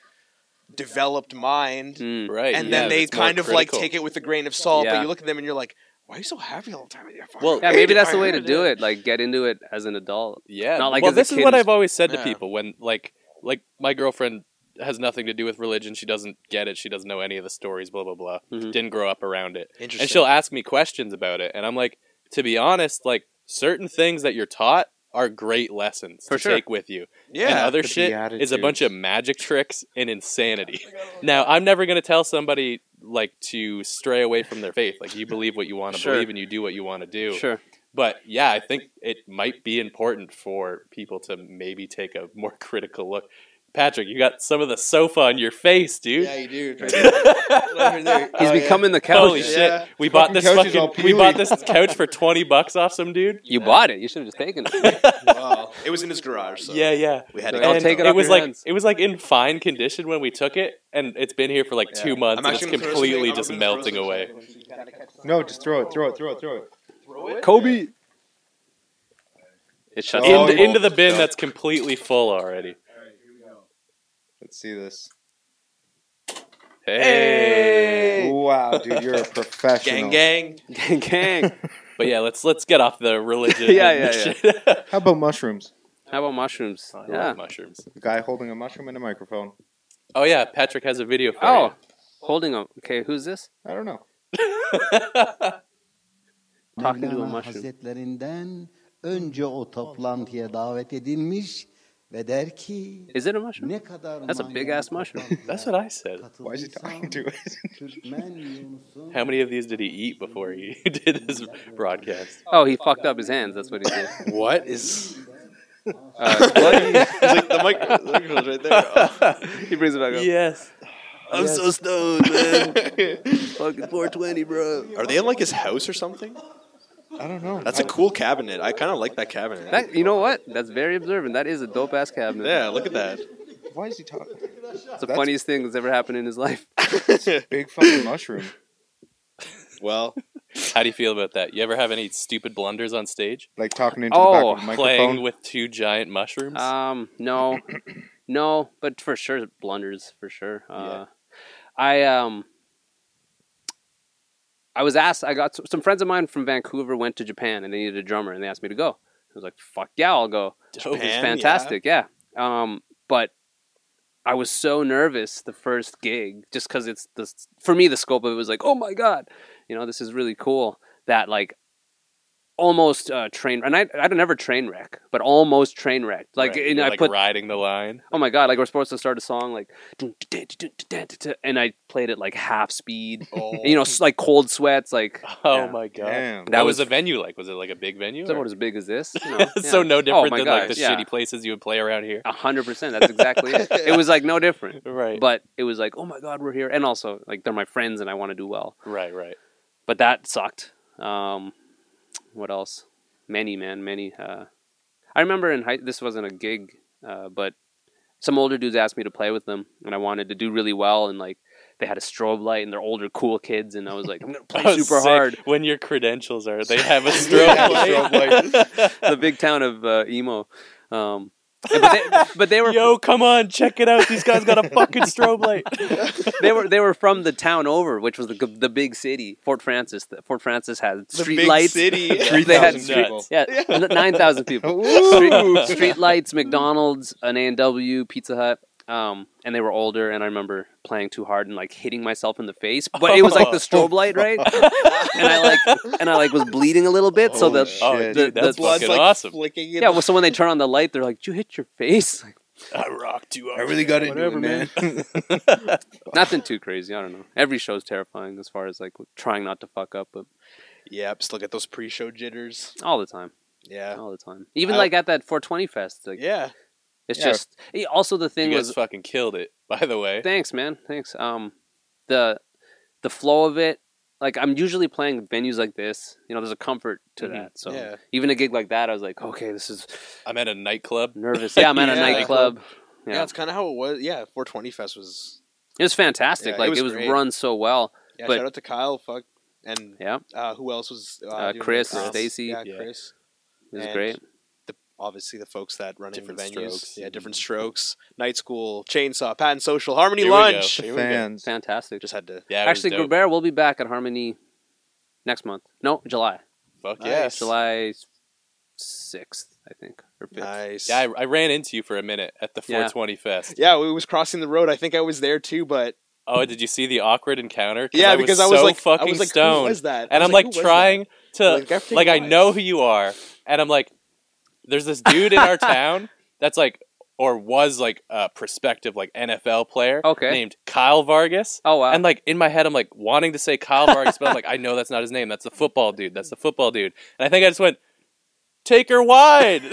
[SPEAKER 2] developed mind
[SPEAKER 4] Mm.
[SPEAKER 1] right,
[SPEAKER 2] and
[SPEAKER 1] yeah,
[SPEAKER 2] then they
[SPEAKER 1] that's more
[SPEAKER 2] kind of like
[SPEAKER 1] critical.
[SPEAKER 2] take it with a grain of salt
[SPEAKER 4] Yeah.
[SPEAKER 2] but you look at them and you're like why are you so happy all the time
[SPEAKER 1] Well,
[SPEAKER 4] Yeah, maybe that's the way to do it. Like get into it as an adult.
[SPEAKER 1] Yeah.
[SPEAKER 4] Not like
[SPEAKER 1] well,
[SPEAKER 4] as a
[SPEAKER 1] this is
[SPEAKER 4] kid
[SPEAKER 1] what
[SPEAKER 4] is-
[SPEAKER 1] I've always said to
[SPEAKER 2] Yeah.
[SPEAKER 1] people when like like my girlfriend has nothing to do with religion. She doesn't get it. She doesn't know any of the stories. Blah blah blah.
[SPEAKER 2] Mm.
[SPEAKER 4] Mhm.
[SPEAKER 1] Didn't grow up around it.
[SPEAKER 2] interesting
[SPEAKER 1] And she'll ask me questions about it, and I'm like, to be honest, like certain things that you're taught are great lessons
[SPEAKER 4] For
[SPEAKER 1] to
[SPEAKER 4] sure.
[SPEAKER 1] take with you. and
[SPEAKER 2] yeah
[SPEAKER 1] other
[SPEAKER 3] the
[SPEAKER 1] shit is a bunch
[SPEAKER 3] Beatitudes.
[SPEAKER 1] of magic tricks and insanity. Now, I'm never going to tell somebody like to stray away from their faith. Like you believe what you want to
[SPEAKER 4] Sure.
[SPEAKER 1] believe and you do what you want to do.
[SPEAKER 4] Sure.
[SPEAKER 1] But yeah, I think it might be important for people to maybe take a more *laughs* critical look. Patrick, you got some of the sofa on your face, dude.
[SPEAKER 5] Yeah, you
[SPEAKER 4] *laughs*
[SPEAKER 5] do. Right there.
[SPEAKER 1] *laughs*
[SPEAKER 5] Over there.
[SPEAKER 4] He's
[SPEAKER 5] Oh, yeah.
[SPEAKER 4] becoming the couch.
[SPEAKER 1] Holy shit!
[SPEAKER 5] Yeah.
[SPEAKER 1] We bought
[SPEAKER 3] Fucking
[SPEAKER 1] this
[SPEAKER 3] couch is
[SPEAKER 1] fucking,
[SPEAKER 3] all
[SPEAKER 1] we
[SPEAKER 3] peely.
[SPEAKER 1] bought this couch for twenty bucks off some dude.
[SPEAKER 4] You bought it. You should have just taken it.
[SPEAKER 2] Wow. it was in his garage so
[SPEAKER 1] Yeah, yeah.
[SPEAKER 2] we had to
[SPEAKER 4] Like, I'll
[SPEAKER 1] And
[SPEAKER 4] take it
[SPEAKER 1] it
[SPEAKER 4] off
[SPEAKER 1] was
[SPEAKER 4] your
[SPEAKER 1] like
[SPEAKER 4] hands.
[SPEAKER 1] it was like in fine condition when we took it, and it's been here for like two months,
[SPEAKER 2] I'm
[SPEAKER 1] and it's
[SPEAKER 2] actually gonna throw
[SPEAKER 1] completely just
[SPEAKER 2] something- I'm gonna throw
[SPEAKER 1] melting away.
[SPEAKER 3] No, just throw it, throw it, throw it, throw it.
[SPEAKER 4] Kobe. It shuts
[SPEAKER 3] Oh,
[SPEAKER 4] off.
[SPEAKER 1] into,
[SPEAKER 3] yeah.
[SPEAKER 1] into the bin that's completely full already.
[SPEAKER 3] Let's see this.
[SPEAKER 1] Hey.
[SPEAKER 3] Wow, dude, you're
[SPEAKER 2] *laughs*
[SPEAKER 3] a professional.
[SPEAKER 2] gang gang
[SPEAKER 4] *laughs* gang, gang.
[SPEAKER 1] But yeah, let's let's get off the religion.
[SPEAKER 4] Yeah,
[SPEAKER 1] and
[SPEAKER 4] yeah,
[SPEAKER 1] shit. *laughs*
[SPEAKER 3] How about mushrooms?
[SPEAKER 4] How about mushrooms?
[SPEAKER 1] I
[SPEAKER 4] Yeah.
[SPEAKER 1] love mushrooms.
[SPEAKER 3] The guy holding a mushroom and a microphone.
[SPEAKER 1] Oh yeah, Patrick has a video for
[SPEAKER 4] Oh, holding them. Okay, who's this?
[SPEAKER 3] I don't know.
[SPEAKER 4] Talking to a
[SPEAKER 6] Mevlana
[SPEAKER 4] mushroom.
[SPEAKER 6] Hazretlerinden önce o toplantıya davet edilmiş ve der ki
[SPEAKER 4] Is it a mushroom?
[SPEAKER 6] ne kadar
[SPEAKER 4] That's a
[SPEAKER 6] manyak
[SPEAKER 4] big ass mushroom.
[SPEAKER 6] toplantıya
[SPEAKER 1] That's what I said.
[SPEAKER 3] Why is he talking to us?
[SPEAKER 6] Türkmen Yunus'un
[SPEAKER 1] How many of these did he eat before he *laughs* did this broadcast?
[SPEAKER 4] Oh, he fucked up his hands. That's what he did.
[SPEAKER 2] what is
[SPEAKER 4] Uh, what?
[SPEAKER 2] It's like the mic the microphone's right there
[SPEAKER 4] *laughs* he brings it back up.
[SPEAKER 1] Yes.
[SPEAKER 2] I'm so stoned, man. Fucking 420, bro. Are they in like his house or something?
[SPEAKER 3] I don't know.
[SPEAKER 2] That's a cool cabinet. I kind of like that cabinet.
[SPEAKER 4] That, you know what? That's very observant. That is a dope ass cabinet.
[SPEAKER 2] yeah, look at that.
[SPEAKER 3] Why is he talking?
[SPEAKER 4] It's the
[SPEAKER 3] That's-
[SPEAKER 4] funniest thing that's ever happened in his life.
[SPEAKER 3] Big fucking mushroom.
[SPEAKER 2] Well,
[SPEAKER 1] How do you feel about that? You ever have any stupid blunders on stage?
[SPEAKER 3] Like talking into
[SPEAKER 4] Oh,
[SPEAKER 3] the back of the
[SPEAKER 1] Playing
[SPEAKER 3] microphone.
[SPEAKER 1] with two giant mushrooms?
[SPEAKER 4] Um, no, no, but for sure blunders for sure. Uh, I um, I was asked. I got some friends of mine from Vancouver went to Japan and they needed a drummer and they asked me to go. I was like, "Fuck yeah, I'll go."
[SPEAKER 1] Dope.
[SPEAKER 2] Japan.
[SPEAKER 4] It's
[SPEAKER 2] Man,
[SPEAKER 4] fantastic, yeah. Um, but I was so nervous the first gig just because it's the for me the scope of it was like, oh my god, you know, this is really cool. That like almost uh, train and I I never train wreck, but almost train wrecked. Like
[SPEAKER 1] Right,
[SPEAKER 4] and
[SPEAKER 1] you're,
[SPEAKER 4] I
[SPEAKER 1] like,
[SPEAKER 4] put
[SPEAKER 1] riding the line.
[SPEAKER 4] oh my god, like we're supposed to start a song like dun, dun, dun, dun, dun, dun, dun, and I played it like half speed.
[SPEAKER 2] oh,
[SPEAKER 4] you know, s- like cold sweats, like
[SPEAKER 1] Oh
[SPEAKER 4] Yeah.
[SPEAKER 1] my god.
[SPEAKER 3] Damn.
[SPEAKER 1] That
[SPEAKER 4] That
[SPEAKER 1] was,
[SPEAKER 4] was-
[SPEAKER 1] the venue like? Was it like a big venue?
[SPEAKER 4] it's about
[SPEAKER 1] or-
[SPEAKER 4] as big as this.
[SPEAKER 1] *laughs*
[SPEAKER 4] you know?
[SPEAKER 1] so
[SPEAKER 4] Yeah.
[SPEAKER 1] no
[SPEAKER 4] Oh
[SPEAKER 1] different
[SPEAKER 4] my
[SPEAKER 1] than like
[SPEAKER 4] gosh,
[SPEAKER 1] the
[SPEAKER 4] yeah.
[SPEAKER 1] shitty places you would play around here.
[SPEAKER 4] A hundred percent. That's exactly
[SPEAKER 1] *laughs*
[SPEAKER 4] it. It was like no different.
[SPEAKER 1] Right.
[SPEAKER 4] but it was like, oh my god, we're here, and also like they're my friends, and I want to do well.
[SPEAKER 1] right, right.
[SPEAKER 4] But that sucked. Um, what else? Many man, many. Uh, I remember in high. This wasn't a gig, uh, but some older dudes asked me to play with them, and I wanted to do really well, and like they had a strobe light, and they're older, cool kids, and I was like, I'm gonna play
[SPEAKER 1] Oh,
[SPEAKER 4] super
[SPEAKER 1] sick.
[SPEAKER 4] hard.
[SPEAKER 1] When your credentials are they have a strobe light.
[SPEAKER 4] The big town of uh, emo. Um, but, they, but they were
[SPEAKER 1] *laughs* *laughs* Yo, come on, check it out. These guys got a fucking strobe light.
[SPEAKER 4] they were they were from the town over, which was the the big city, Fort Francis. The- Fort Francis had
[SPEAKER 2] the
[SPEAKER 4] street
[SPEAKER 2] big
[SPEAKER 4] lights.
[SPEAKER 2] city.
[SPEAKER 4] They had
[SPEAKER 3] 3,000
[SPEAKER 4] street-
[SPEAKER 3] people.
[SPEAKER 4] Yeah,
[SPEAKER 3] *laughs*
[SPEAKER 4] nine thousand people.
[SPEAKER 3] Ooh.
[SPEAKER 4] Street lights, McDonald's, an A and W, Pizza Hut. um, and they were older, and I remember playing too hard and like hitting myself in the face. But it was like the strobe light, right? and I like and I like was bleeding a little bit, so
[SPEAKER 3] Holy
[SPEAKER 4] the,
[SPEAKER 3] shit.
[SPEAKER 1] Oh,
[SPEAKER 4] the,
[SPEAKER 1] dude,
[SPEAKER 4] the-
[SPEAKER 1] that's
[SPEAKER 2] Blood's
[SPEAKER 1] fucking
[SPEAKER 2] like
[SPEAKER 1] awesome.
[SPEAKER 2] flicking. in
[SPEAKER 4] *laughs* yeah. Well, so when they turn on the light, they're like, "Did you hit your face?" *laughs* Like,
[SPEAKER 1] I rocked you.
[SPEAKER 3] *laughs* I really got into
[SPEAKER 1] Whatever,
[SPEAKER 3] it, man.
[SPEAKER 4] nothing too crazy. I don't know. Every show's terrifying as far as like trying not to fuck up, but
[SPEAKER 2] Yep, still get those pre-show jitters.
[SPEAKER 4] all the time,
[SPEAKER 2] Yeah,
[SPEAKER 4] all the time. Even
[SPEAKER 2] I-
[SPEAKER 4] like at that 420 fest, like
[SPEAKER 2] yeah.
[SPEAKER 4] it's
[SPEAKER 3] Yeah.
[SPEAKER 4] just. eh, Also, the thing
[SPEAKER 1] You
[SPEAKER 4] was
[SPEAKER 1] guys fucking killed it, by the way.
[SPEAKER 4] Thanks, man. Thanks. Um, the the flow of it, like I'm usually playing venues like this. You know, there's a comfort to
[SPEAKER 1] Mhm.
[SPEAKER 4] that. So
[SPEAKER 2] Mm-hmm. Yeah.
[SPEAKER 4] even a gig like that, I was like, okay, this is
[SPEAKER 1] I'm at a nightclub.
[SPEAKER 2] *laughs*
[SPEAKER 4] nervous. Yeah, I'm at a
[SPEAKER 2] Yeah.
[SPEAKER 4] nightclub.
[SPEAKER 2] yeah,
[SPEAKER 4] Yeah,
[SPEAKER 2] That's kind of how it was. Yeah, 420 Fest was.
[SPEAKER 4] it was fantastic.
[SPEAKER 2] Yeah, it
[SPEAKER 4] like
[SPEAKER 2] was
[SPEAKER 4] it was,
[SPEAKER 2] great.
[SPEAKER 4] run so well.
[SPEAKER 2] Yeah,
[SPEAKER 4] But-
[SPEAKER 2] shout out to Kyle. Fuck, and
[SPEAKER 4] Yeah,
[SPEAKER 2] uh, who else was? Uh,
[SPEAKER 4] Uh,
[SPEAKER 2] doing
[SPEAKER 4] Chris,
[SPEAKER 2] it?
[SPEAKER 4] Stacy.
[SPEAKER 2] Yeah,
[SPEAKER 1] Yeah.
[SPEAKER 2] Chris.
[SPEAKER 4] it was
[SPEAKER 2] And
[SPEAKER 4] great.
[SPEAKER 2] The, obviously, the folks that run in the
[SPEAKER 1] Different
[SPEAKER 2] venues.
[SPEAKER 1] strokes. Mm-hmm.
[SPEAKER 2] Yeah, different strokes. Night school, chainsaw, patent social, harmony
[SPEAKER 1] Here we go.
[SPEAKER 2] lunch.
[SPEAKER 1] Here we go.
[SPEAKER 3] Fans.
[SPEAKER 2] *laughs*
[SPEAKER 4] Fantastic.
[SPEAKER 2] Just had to.
[SPEAKER 1] Yeah, it was
[SPEAKER 4] Actually,
[SPEAKER 1] dope.
[SPEAKER 4] Gilbert will be back at Harmony next month. No, July.
[SPEAKER 1] Fuck
[SPEAKER 2] Nice.
[SPEAKER 1] yes.
[SPEAKER 4] July sixth, I think, or fifth.
[SPEAKER 2] Nice.
[SPEAKER 1] Yeah, I, I ran into you for a minute at the
[SPEAKER 4] Yeah.
[SPEAKER 1] 420 Fest.
[SPEAKER 2] yeah, we was crossing the road. I think I was there too, but
[SPEAKER 1] Oh, did you see the awkward encounter?
[SPEAKER 2] yeah, because I was
[SPEAKER 1] so
[SPEAKER 2] like,
[SPEAKER 1] fucking
[SPEAKER 2] I was like,
[SPEAKER 1] stoned,
[SPEAKER 2] who was that?
[SPEAKER 1] and
[SPEAKER 2] I
[SPEAKER 1] I'm
[SPEAKER 2] was
[SPEAKER 1] like,
[SPEAKER 2] who was
[SPEAKER 1] trying
[SPEAKER 2] that?
[SPEAKER 1] to,
[SPEAKER 2] I've taken
[SPEAKER 1] like, I
[SPEAKER 2] lives.
[SPEAKER 1] know who you are, and I'm like, there's this dude in
[SPEAKER 2] *laughs*
[SPEAKER 1] our town that's like, or was like a prospective like NFL player,
[SPEAKER 4] Okay.
[SPEAKER 1] named Kyle Vargas.
[SPEAKER 4] Oh wow.
[SPEAKER 1] And like in my head, I'm like wanting to say Kyle Vargas, but I'm like, I know that's not his name. That's the football dude. That's the football dude. And I think I just went, take her wide. *laughs*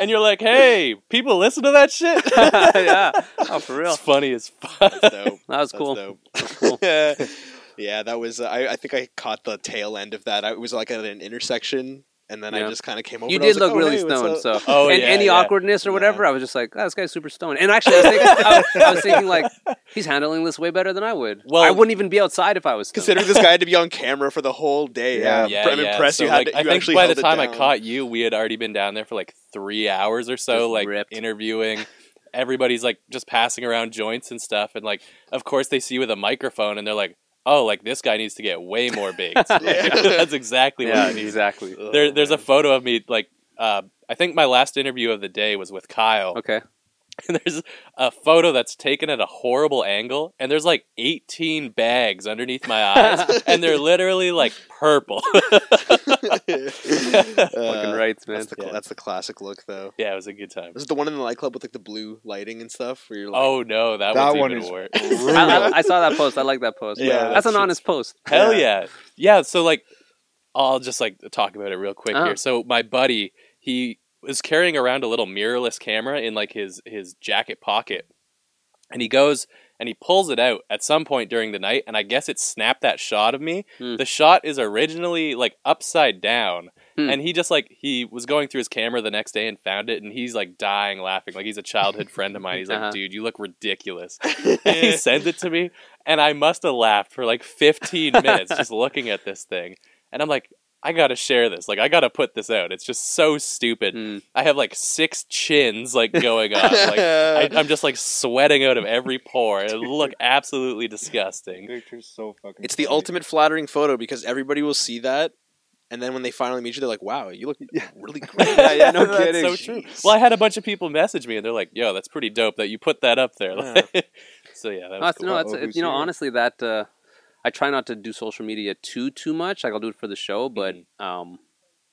[SPEAKER 1] and you're like, hey, people listen to that shit. *laughs*
[SPEAKER 4] *laughs*
[SPEAKER 2] *laughs*
[SPEAKER 4] yeah. Oh, for real.
[SPEAKER 1] It's funny as fuck. *laughs*
[SPEAKER 2] That's dope.
[SPEAKER 4] That was
[SPEAKER 2] That's
[SPEAKER 4] cool.
[SPEAKER 2] dope.
[SPEAKER 4] cool.
[SPEAKER 2] *laughs* yeah, that was. Uh, I, I think I caught the tail end of that. I, it was like at an intersection, and then I
[SPEAKER 4] Yeah.
[SPEAKER 2] just kind of came over.
[SPEAKER 4] You
[SPEAKER 2] and I was
[SPEAKER 4] did look
[SPEAKER 2] like, "Oh,
[SPEAKER 4] really
[SPEAKER 2] hey, what's
[SPEAKER 4] stoned,
[SPEAKER 2] up?"
[SPEAKER 4] so
[SPEAKER 1] Oh,
[SPEAKER 4] and
[SPEAKER 1] yeah,
[SPEAKER 4] any
[SPEAKER 1] yeah.
[SPEAKER 4] awkwardness or whatever, I was just like, oh, this guy's super stoned. And actually, I was thinking, I, I was thinking like, *laughs* he's handling this way better than I would.
[SPEAKER 1] Well-
[SPEAKER 4] Well, I wouldn't even be outside if I was stoned.
[SPEAKER 2] Considering this guy had to be on camera for the whole day.
[SPEAKER 3] Yeah.
[SPEAKER 2] I'm, I'm impressed.
[SPEAKER 1] So,
[SPEAKER 2] you had.
[SPEAKER 1] like,
[SPEAKER 2] to,
[SPEAKER 1] I
[SPEAKER 2] you
[SPEAKER 1] think
[SPEAKER 2] actually
[SPEAKER 1] by the
[SPEAKER 2] held it
[SPEAKER 1] time I
[SPEAKER 2] down.
[SPEAKER 1] caught you, we had already been down there for like three hours or so,
[SPEAKER 4] Just
[SPEAKER 1] like
[SPEAKER 4] ripped.
[SPEAKER 1] interviewing. Everybody's like just passing around joints and stuff, and like, of course, they see you with a microphone, and they're like, "Oh, like this guy needs to get way more *laughs*
[SPEAKER 2] *laughs*
[SPEAKER 1] baked." That's exactly what
[SPEAKER 4] yeah,
[SPEAKER 1] I need.
[SPEAKER 4] exactly.
[SPEAKER 1] There, there's a photo of me like. Uh, I think my last interview of the day was with Kyle.
[SPEAKER 4] Okay,
[SPEAKER 1] And *laughs* there's a photo that's taken at a horrible angle, and there's like 18 bags underneath my eyes, and they're literally like purple. *laughs*
[SPEAKER 2] *laughs*
[SPEAKER 4] fucking rights, man.
[SPEAKER 2] Uh, That's the, that's the classic look, though.
[SPEAKER 1] yeah, it was a good time.
[SPEAKER 2] This is the one in the nightclub with like the blue lighting and stuff. Where you're like,
[SPEAKER 1] Oh no, that,
[SPEAKER 3] That
[SPEAKER 1] was
[SPEAKER 3] one
[SPEAKER 1] even
[SPEAKER 3] is-
[SPEAKER 1] worse.
[SPEAKER 4] I, I- I saw that post. I like that post.
[SPEAKER 2] Yeah,
[SPEAKER 4] that's an
[SPEAKER 2] that's-
[SPEAKER 4] honest post.
[SPEAKER 1] Hell yeah. Yeah, so like I'll just like talk about it real quick
[SPEAKER 4] Uh-huh.
[SPEAKER 1] here. So my buddy, he was carrying around a little mirrorless camera in like his his jacket pocket. And he goes and he pulls it out at some point during the night and I guess it snapped that shot of me.
[SPEAKER 4] Hmm.
[SPEAKER 1] The shot is originally like upside down.
[SPEAKER 4] Hmm.
[SPEAKER 1] And he just like he was going through his camera the next day and found it and he's like dying laughing. Like he's a childhood friend of mine. He's like,
[SPEAKER 4] *laughs* Uh-huh.
[SPEAKER 1] dude, you look ridiculous.
[SPEAKER 4] *laughs*
[SPEAKER 1] and he sends it to me and I must have laughed for like 15 minutes
[SPEAKER 4] *laughs*
[SPEAKER 1] just looking at this thing. And I'm like, I gotta share this. Like, I gotta put this out. It's just so stupid.
[SPEAKER 4] Mm.
[SPEAKER 1] I have like six chins like going on. Like,
[SPEAKER 4] *laughs*
[SPEAKER 1] I,
[SPEAKER 2] *laughs*
[SPEAKER 1] I'm just like sweating out of every pore. It look absolutely disgusting.
[SPEAKER 3] Picture's so fucking.
[SPEAKER 2] It's the
[SPEAKER 3] funny.
[SPEAKER 2] ultimate flattering photo because everybody will see that, and then when they finally meet you, they're like, "Wow, you look really great." yeah, yeah, *laughs* no
[SPEAKER 1] That's so
[SPEAKER 2] kidding.
[SPEAKER 1] true. Well, I had a bunch of people message me and they're like, "Yo, that's pretty dope that you put that up there." *laughs* so yeah, that was
[SPEAKER 4] That's-
[SPEAKER 1] cool.
[SPEAKER 4] No, that's
[SPEAKER 3] Uh-oh,
[SPEAKER 4] it,
[SPEAKER 3] Oh, who's
[SPEAKER 4] you know
[SPEAKER 3] here?
[SPEAKER 4] honestly that uh, I try not to do social media too too much. Like I'll do it for the show, but
[SPEAKER 1] Mm.
[SPEAKER 4] um,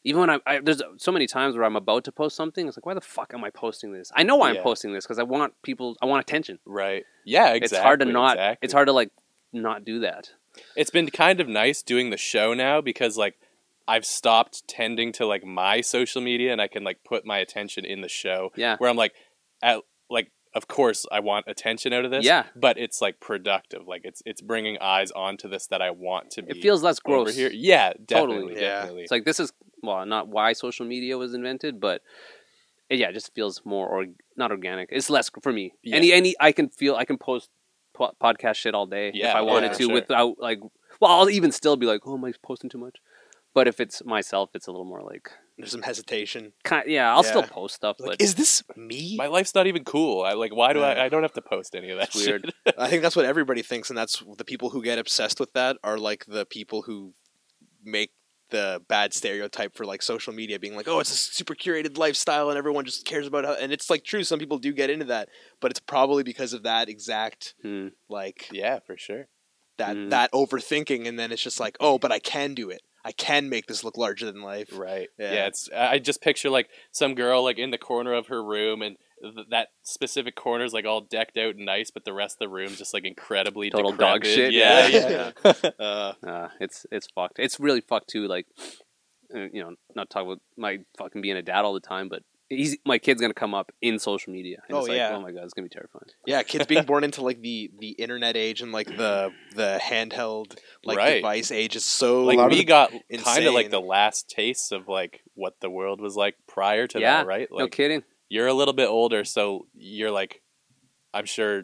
[SPEAKER 4] even when I, I there's so many times where I'm about to post something, it's like why the fuck am I posting this? I know why
[SPEAKER 1] Yeah.
[SPEAKER 4] I'm posting this because I want people, I want attention.
[SPEAKER 1] right. Yeah, exactly.
[SPEAKER 4] it's hard to not.
[SPEAKER 1] exactly.
[SPEAKER 4] It's hard to like not do that.
[SPEAKER 1] it's been kind of nice doing the show now because like I've stopped tending to like my social media and I can like put my attention in the show.
[SPEAKER 4] Yeah.
[SPEAKER 1] Where I'm like at like of course I want attention out of this.
[SPEAKER 4] Yeah.
[SPEAKER 1] But it's like productive. Like it's it's bringing eyes onto this that I want to be.
[SPEAKER 4] It feels less
[SPEAKER 1] over
[SPEAKER 4] gross.
[SPEAKER 1] here. Yeah, definitely.
[SPEAKER 4] Totally.
[SPEAKER 2] Yeah.
[SPEAKER 1] Definitely.
[SPEAKER 4] It's like this is well, not why social media was invented, but it, yeah, it just feels more or not organic. It's less for me.
[SPEAKER 1] Yeah.
[SPEAKER 4] Any any I can feel I can post po- podcast shit all day
[SPEAKER 1] Yeah,
[SPEAKER 4] if I
[SPEAKER 1] yeah,
[SPEAKER 4] wanted
[SPEAKER 1] for
[SPEAKER 4] to
[SPEAKER 1] sure.
[SPEAKER 4] without like well, I'll even still be like, oh, am I posting too much? But if it's myself, it's a little more like,
[SPEAKER 2] There's some hesitation.
[SPEAKER 4] kind yeah, I'll still
[SPEAKER 2] Yeah.
[SPEAKER 4] post stuff,
[SPEAKER 2] Like,
[SPEAKER 4] but
[SPEAKER 2] is this me?
[SPEAKER 1] my life's not even cool. I like why do
[SPEAKER 2] Yeah.
[SPEAKER 1] I I don't have to post any of that
[SPEAKER 4] it's weird.
[SPEAKER 2] I think that's what everybody thinks, and that's the people who get obsessed with that are like the people who make the bad stereotype for like social media being like, oh, it's a super curated lifestyle and everyone just cares about how. And it's like true, some people do get into that, but it's probably because of that exact
[SPEAKER 4] Hmm.
[SPEAKER 2] like
[SPEAKER 1] *laughs* Yeah, for sure.
[SPEAKER 2] that
[SPEAKER 4] Mm.
[SPEAKER 2] that overthinking, and then it's just like, oh, but I can do it. I can make this look larger than life.
[SPEAKER 1] Right.
[SPEAKER 2] Yeah.
[SPEAKER 1] Yeah. it's I I just picture like some girl like in the corner of her room and th- that specific corner is like all decked out and nice, but the rest of the room's just like incredibly
[SPEAKER 4] Total dog
[SPEAKER 1] decrepit.
[SPEAKER 4] shit,
[SPEAKER 1] Yeah.
[SPEAKER 4] *laughs*
[SPEAKER 1] yeah.
[SPEAKER 2] *laughs* Uh,
[SPEAKER 4] Uh, it's it's fucked. It's really fucked too. Like, uh, you know, not talk about my fucking being a dad all the time, but he's my kid's gonna come up in social media. And
[SPEAKER 2] Oh,
[SPEAKER 4] it's like,
[SPEAKER 2] yeah.
[SPEAKER 4] oh my god, it's gonna be terrifying.
[SPEAKER 2] yeah, kids being born into like the the internet age and like the the handheld like
[SPEAKER 1] Right.
[SPEAKER 2] device age is so
[SPEAKER 1] Like we got kind
[SPEAKER 2] insane.
[SPEAKER 1] of like the last taste of like what the world was like prior to
[SPEAKER 4] Yeah.
[SPEAKER 1] that, right? Like
[SPEAKER 4] no kidding.
[SPEAKER 1] you're a little bit older, so you're like, I'm sure,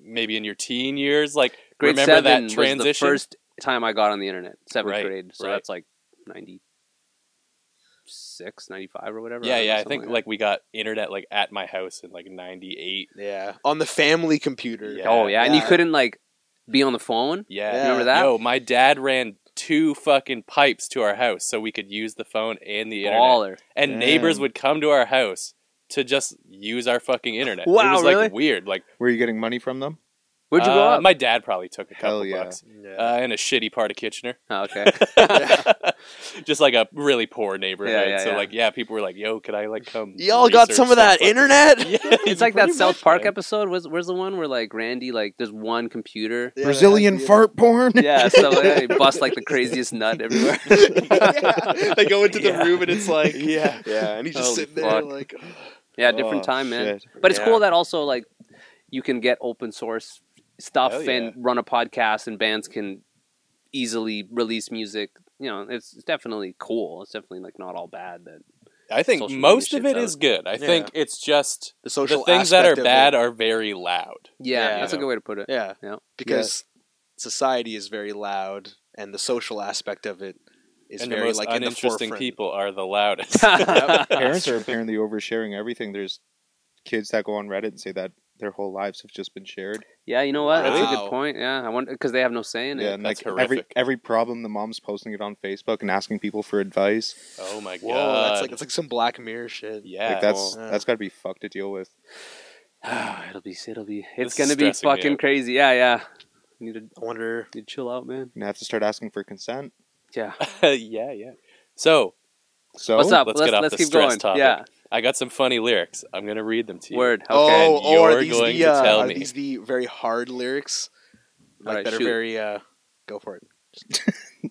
[SPEAKER 1] maybe in your teen years, like
[SPEAKER 4] Grade
[SPEAKER 1] remember
[SPEAKER 4] seven
[SPEAKER 1] that
[SPEAKER 4] was the
[SPEAKER 1] transition.
[SPEAKER 4] first time I got on the internet. Seventh
[SPEAKER 1] Right,
[SPEAKER 4] grade, so
[SPEAKER 1] right.
[SPEAKER 4] that's like ninety six, ninety five, or whatever. I
[SPEAKER 1] yeah,
[SPEAKER 4] don't know,
[SPEAKER 1] yeah. I
[SPEAKER 4] something
[SPEAKER 1] think like, we got internet like at my house in like '98.
[SPEAKER 2] yeah on the family computer.
[SPEAKER 1] Yeah.
[SPEAKER 4] that. oh yeah, and you
[SPEAKER 2] yeah.
[SPEAKER 4] couldn't like be on the phone.
[SPEAKER 1] Yeah.
[SPEAKER 2] Yeah. Remember
[SPEAKER 4] that?
[SPEAKER 1] Yo, my dad ran two fucking pipes to our house so we could use the phone and the internet.
[SPEAKER 4] Baller.
[SPEAKER 1] And
[SPEAKER 3] Damn.
[SPEAKER 1] neighbors would come to our house to just use our fucking internet.
[SPEAKER 4] Wow,
[SPEAKER 1] it was
[SPEAKER 4] really?
[SPEAKER 1] like weird. Like,
[SPEAKER 3] Were you getting money from them?
[SPEAKER 4] Where'd you
[SPEAKER 1] uh,
[SPEAKER 4] grow up?
[SPEAKER 1] My dad probably took a
[SPEAKER 3] Hell
[SPEAKER 1] couple
[SPEAKER 3] yeah.
[SPEAKER 1] bucks
[SPEAKER 2] Yeah.
[SPEAKER 1] uh, in a shitty part of Kitchener.
[SPEAKER 4] Oh,
[SPEAKER 1] *laughs*
[SPEAKER 4] okay.
[SPEAKER 1] just like a really poor neighborhood.
[SPEAKER 4] Yeah, yeah,
[SPEAKER 1] so
[SPEAKER 4] yeah.
[SPEAKER 1] like, yeah, people were like, "Yo, could I like come?"
[SPEAKER 2] Y'all got
[SPEAKER 1] research
[SPEAKER 2] some of that
[SPEAKER 1] fucking-"
[SPEAKER 2] *laughs* internet?
[SPEAKER 1] Yeah,
[SPEAKER 4] It's like that
[SPEAKER 1] pretty
[SPEAKER 4] South
[SPEAKER 1] much,
[SPEAKER 4] Park
[SPEAKER 1] man.
[SPEAKER 4] episode. Where's, where's the one where like Randy like there's
[SPEAKER 1] *laughs*
[SPEAKER 4] one computer?
[SPEAKER 2] Yeah,
[SPEAKER 3] Brazilian
[SPEAKER 2] that's-
[SPEAKER 3] fart porn. *laughs*
[SPEAKER 4] Yeah, *laughs* so like, he busts like the craziest nut everywhere. *laughs*
[SPEAKER 2] yeah. They go into the
[SPEAKER 4] Yeah.
[SPEAKER 2] room and it's like
[SPEAKER 3] Yeah.
[SPEAKER 2] *laughs* yeah, and he's just
[SPEAKER 4] Holy
[SPEAKER 2] sitting there
[SPEAKER 4] fuck.
[SPEAKER 2] like
[SPEAKER 4] Yeah, different
[SPEAKER 3] Oh,
[SPEAKER 4] time, man.
[SPEAKER 3] shit.
[SPEAKER 4] But it's
[SPEAKER 2] Yeah.
[SPEAKER 4] cool that also like you can get open source stuff
[SPEAKER 1] Hell yeah.
[SPEAKER 4] and run a podcast, and bands can easily release music. You know, it's, it's definitely cool. It's definitely like not all bad. That
[SPEAKER 1] I think
[SPEAKER 4] Social media
[SPEAKER 1] most of
[SPEAKER 4] shit's
[SPEAKER 1] it
[SPEAKER 4] out.
[SPEAKER 1] is good. I
[SPEAKER 2] Yeah.
[SPEAKER 1] think it's just
[SPEAKER 2] the social
[SPEAKER 1] the things that
[SPEAKER 2] aspect
[SPEAKER 1] are
[SPEAKER 2] of
[SPEAKER 1] bad
[SPEAKER 2] it.
[SPEAKER 1] are very loud.
[SPEAKER 4] yeah,
[SPEAKER 2] Yeah.
[SPEAKER 4] that's a good way
[SPEAKER 2] *laughs*
[SPEAKER 4] to put it.
[SPEAKER 2] yeah,
[SPEAKER 4] Yeah.
[SPEAKER 2] because society is very loud and the social aspect of it is
[SPEAKER 1] and the
[SPEAKER 2] very
[SPEAKER 1] most
[SPEAKER 2] like in the
[SPEAKER 1] uninteresting
[SPEAKER 2] forefront.
[SPEAKER 1] people are the
[SPEAKER 2] *laughs*
[SPEAKER 1] loudest.
[SPEAKER 3] Parents are apparently oversharing everything. There's kids that go on Reddit and say that their whole lives have just been shared.
[SPEAKER 4] *laughs* yeah, you know what? That's a
[SPEAKER 2] Wow.
[SPEAKER 4] good point. Yeah, I wonder because they have no say in it.
[SPEAKER 3] yeah, and
[SPEAKER 1] that's
[SPEAKER 3] like every
[SPEAKER 1] horrific.
[SPEAKER 3] every problem the mom's posting it on Facebook and asking people for advice.
[SPEAKER 1] *laughs* oh my
[SPEAKER 2] Whoa,
[SPEAKER 1] god!
[SPEAKER 2] that's like it's like some Black Mirror shit.
[SPEAKER 1] yeah,
[SPEAKER 3] like that's
[SPEAKER 2] well, yeah.
[SPEAKER 3] that's got to be fucked to deal with.
[SPEAKER 4] *sighs* it'll be, it'll be, it's
[SPEAKER 1] This is
[SPEAKER 4] gonna
[SPEAKER 1] stressing
[SPEAKER 4] be
[SPEAKER 1] me
[SPEAKER 4] fucking
[SPEAKER 1] out.
[SPEAKER 4] crazy. Yeah, yeah. You need to,
[SPEAKER 2] I wonder.
[SPEAKER 4] you chill out, man.
[SPEAKER 3] You have to start asking for consent.
[SPEAKER 4] Yeah.
[SPEAKER 1] *laughs* yeah, yeah. So
[SPEAKER 3] So
[SPEAKER 4] What's up?
[SPEAKER 1] let's
[SPEAKER 4] Let's,
[SPEAKER 1] get
[SPEAKER 4] let's,
[SPEAKER 1] off the
[SPEAKER 4] keep
[SPEAKER 1] stress
[SPEAKER 4] going.
[SPEAKER 1] topic.
[SPEAKER 4] Yeah.
[SPEAKER 1] I got some funny lyrics. I'm gonna read them to you.
[SPEAKER 4] Word. Okay.
[SPEAKER 2] Oh,
[SPEAKER 1] And
[SPEAKER 2] or are
[SPEAKER 1] you're
[SPEAKER 2] these
[SPEAKER 1] going
[SPEAKER 2] the
[SPEAKER 1] to
[SPEAKER 2] uh,
[SPEAKER 1] tell
[SPEAKER 2] are
[SPEAKER 1] me.
[SPEAKER 2] these the very hard lyrics like
[SPEAKER 4] Alright,
[SPEAKER 2] that are
[SPEAKER 4] shoot.
[SPEAKER 2] very uh go for it.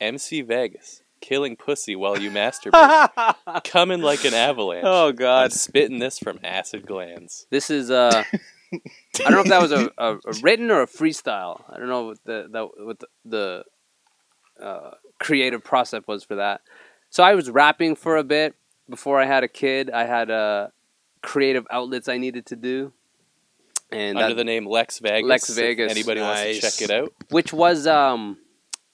[SPEAKER 1] MC Vegas killing pussy while
[SPEAKER 2] *laughs*
[SPEAKER 1] you masturbate,
[SPEAKER 4] *laughs*
[SPEAKER 1] coming like an avalanche.
[SPEAKER 2] Oh,
[SPEAKER 1] I'm
[SPEAKER 4] God.
[SPEAKER 1] spitting this from acid glands.
[SPEAKER 4] This is uh, I don't know if that was a, a,
[SPEAKER 1] *laughs*
[SPEAKER 4] a written or a freestyle. I don't know what the that what the, the uh, creative process was for that. So I was rapping for a bit before I had a kid. I had uh, creative outlets I needed to do, and
[SPEAKER 1] under
[SPEAKER 4] that-
[SPEAKER 1] the name Lex Vegas.
[SPEAKER 4] Lex
[SPEAKER 1] if
[SPEAKER 4] Vegas.
[SPEAKER 1] Anybody wants to
[SPEAKER 2] Nice.
[SPEAKER 1] check it out?
[SPEAKER 4] which was um,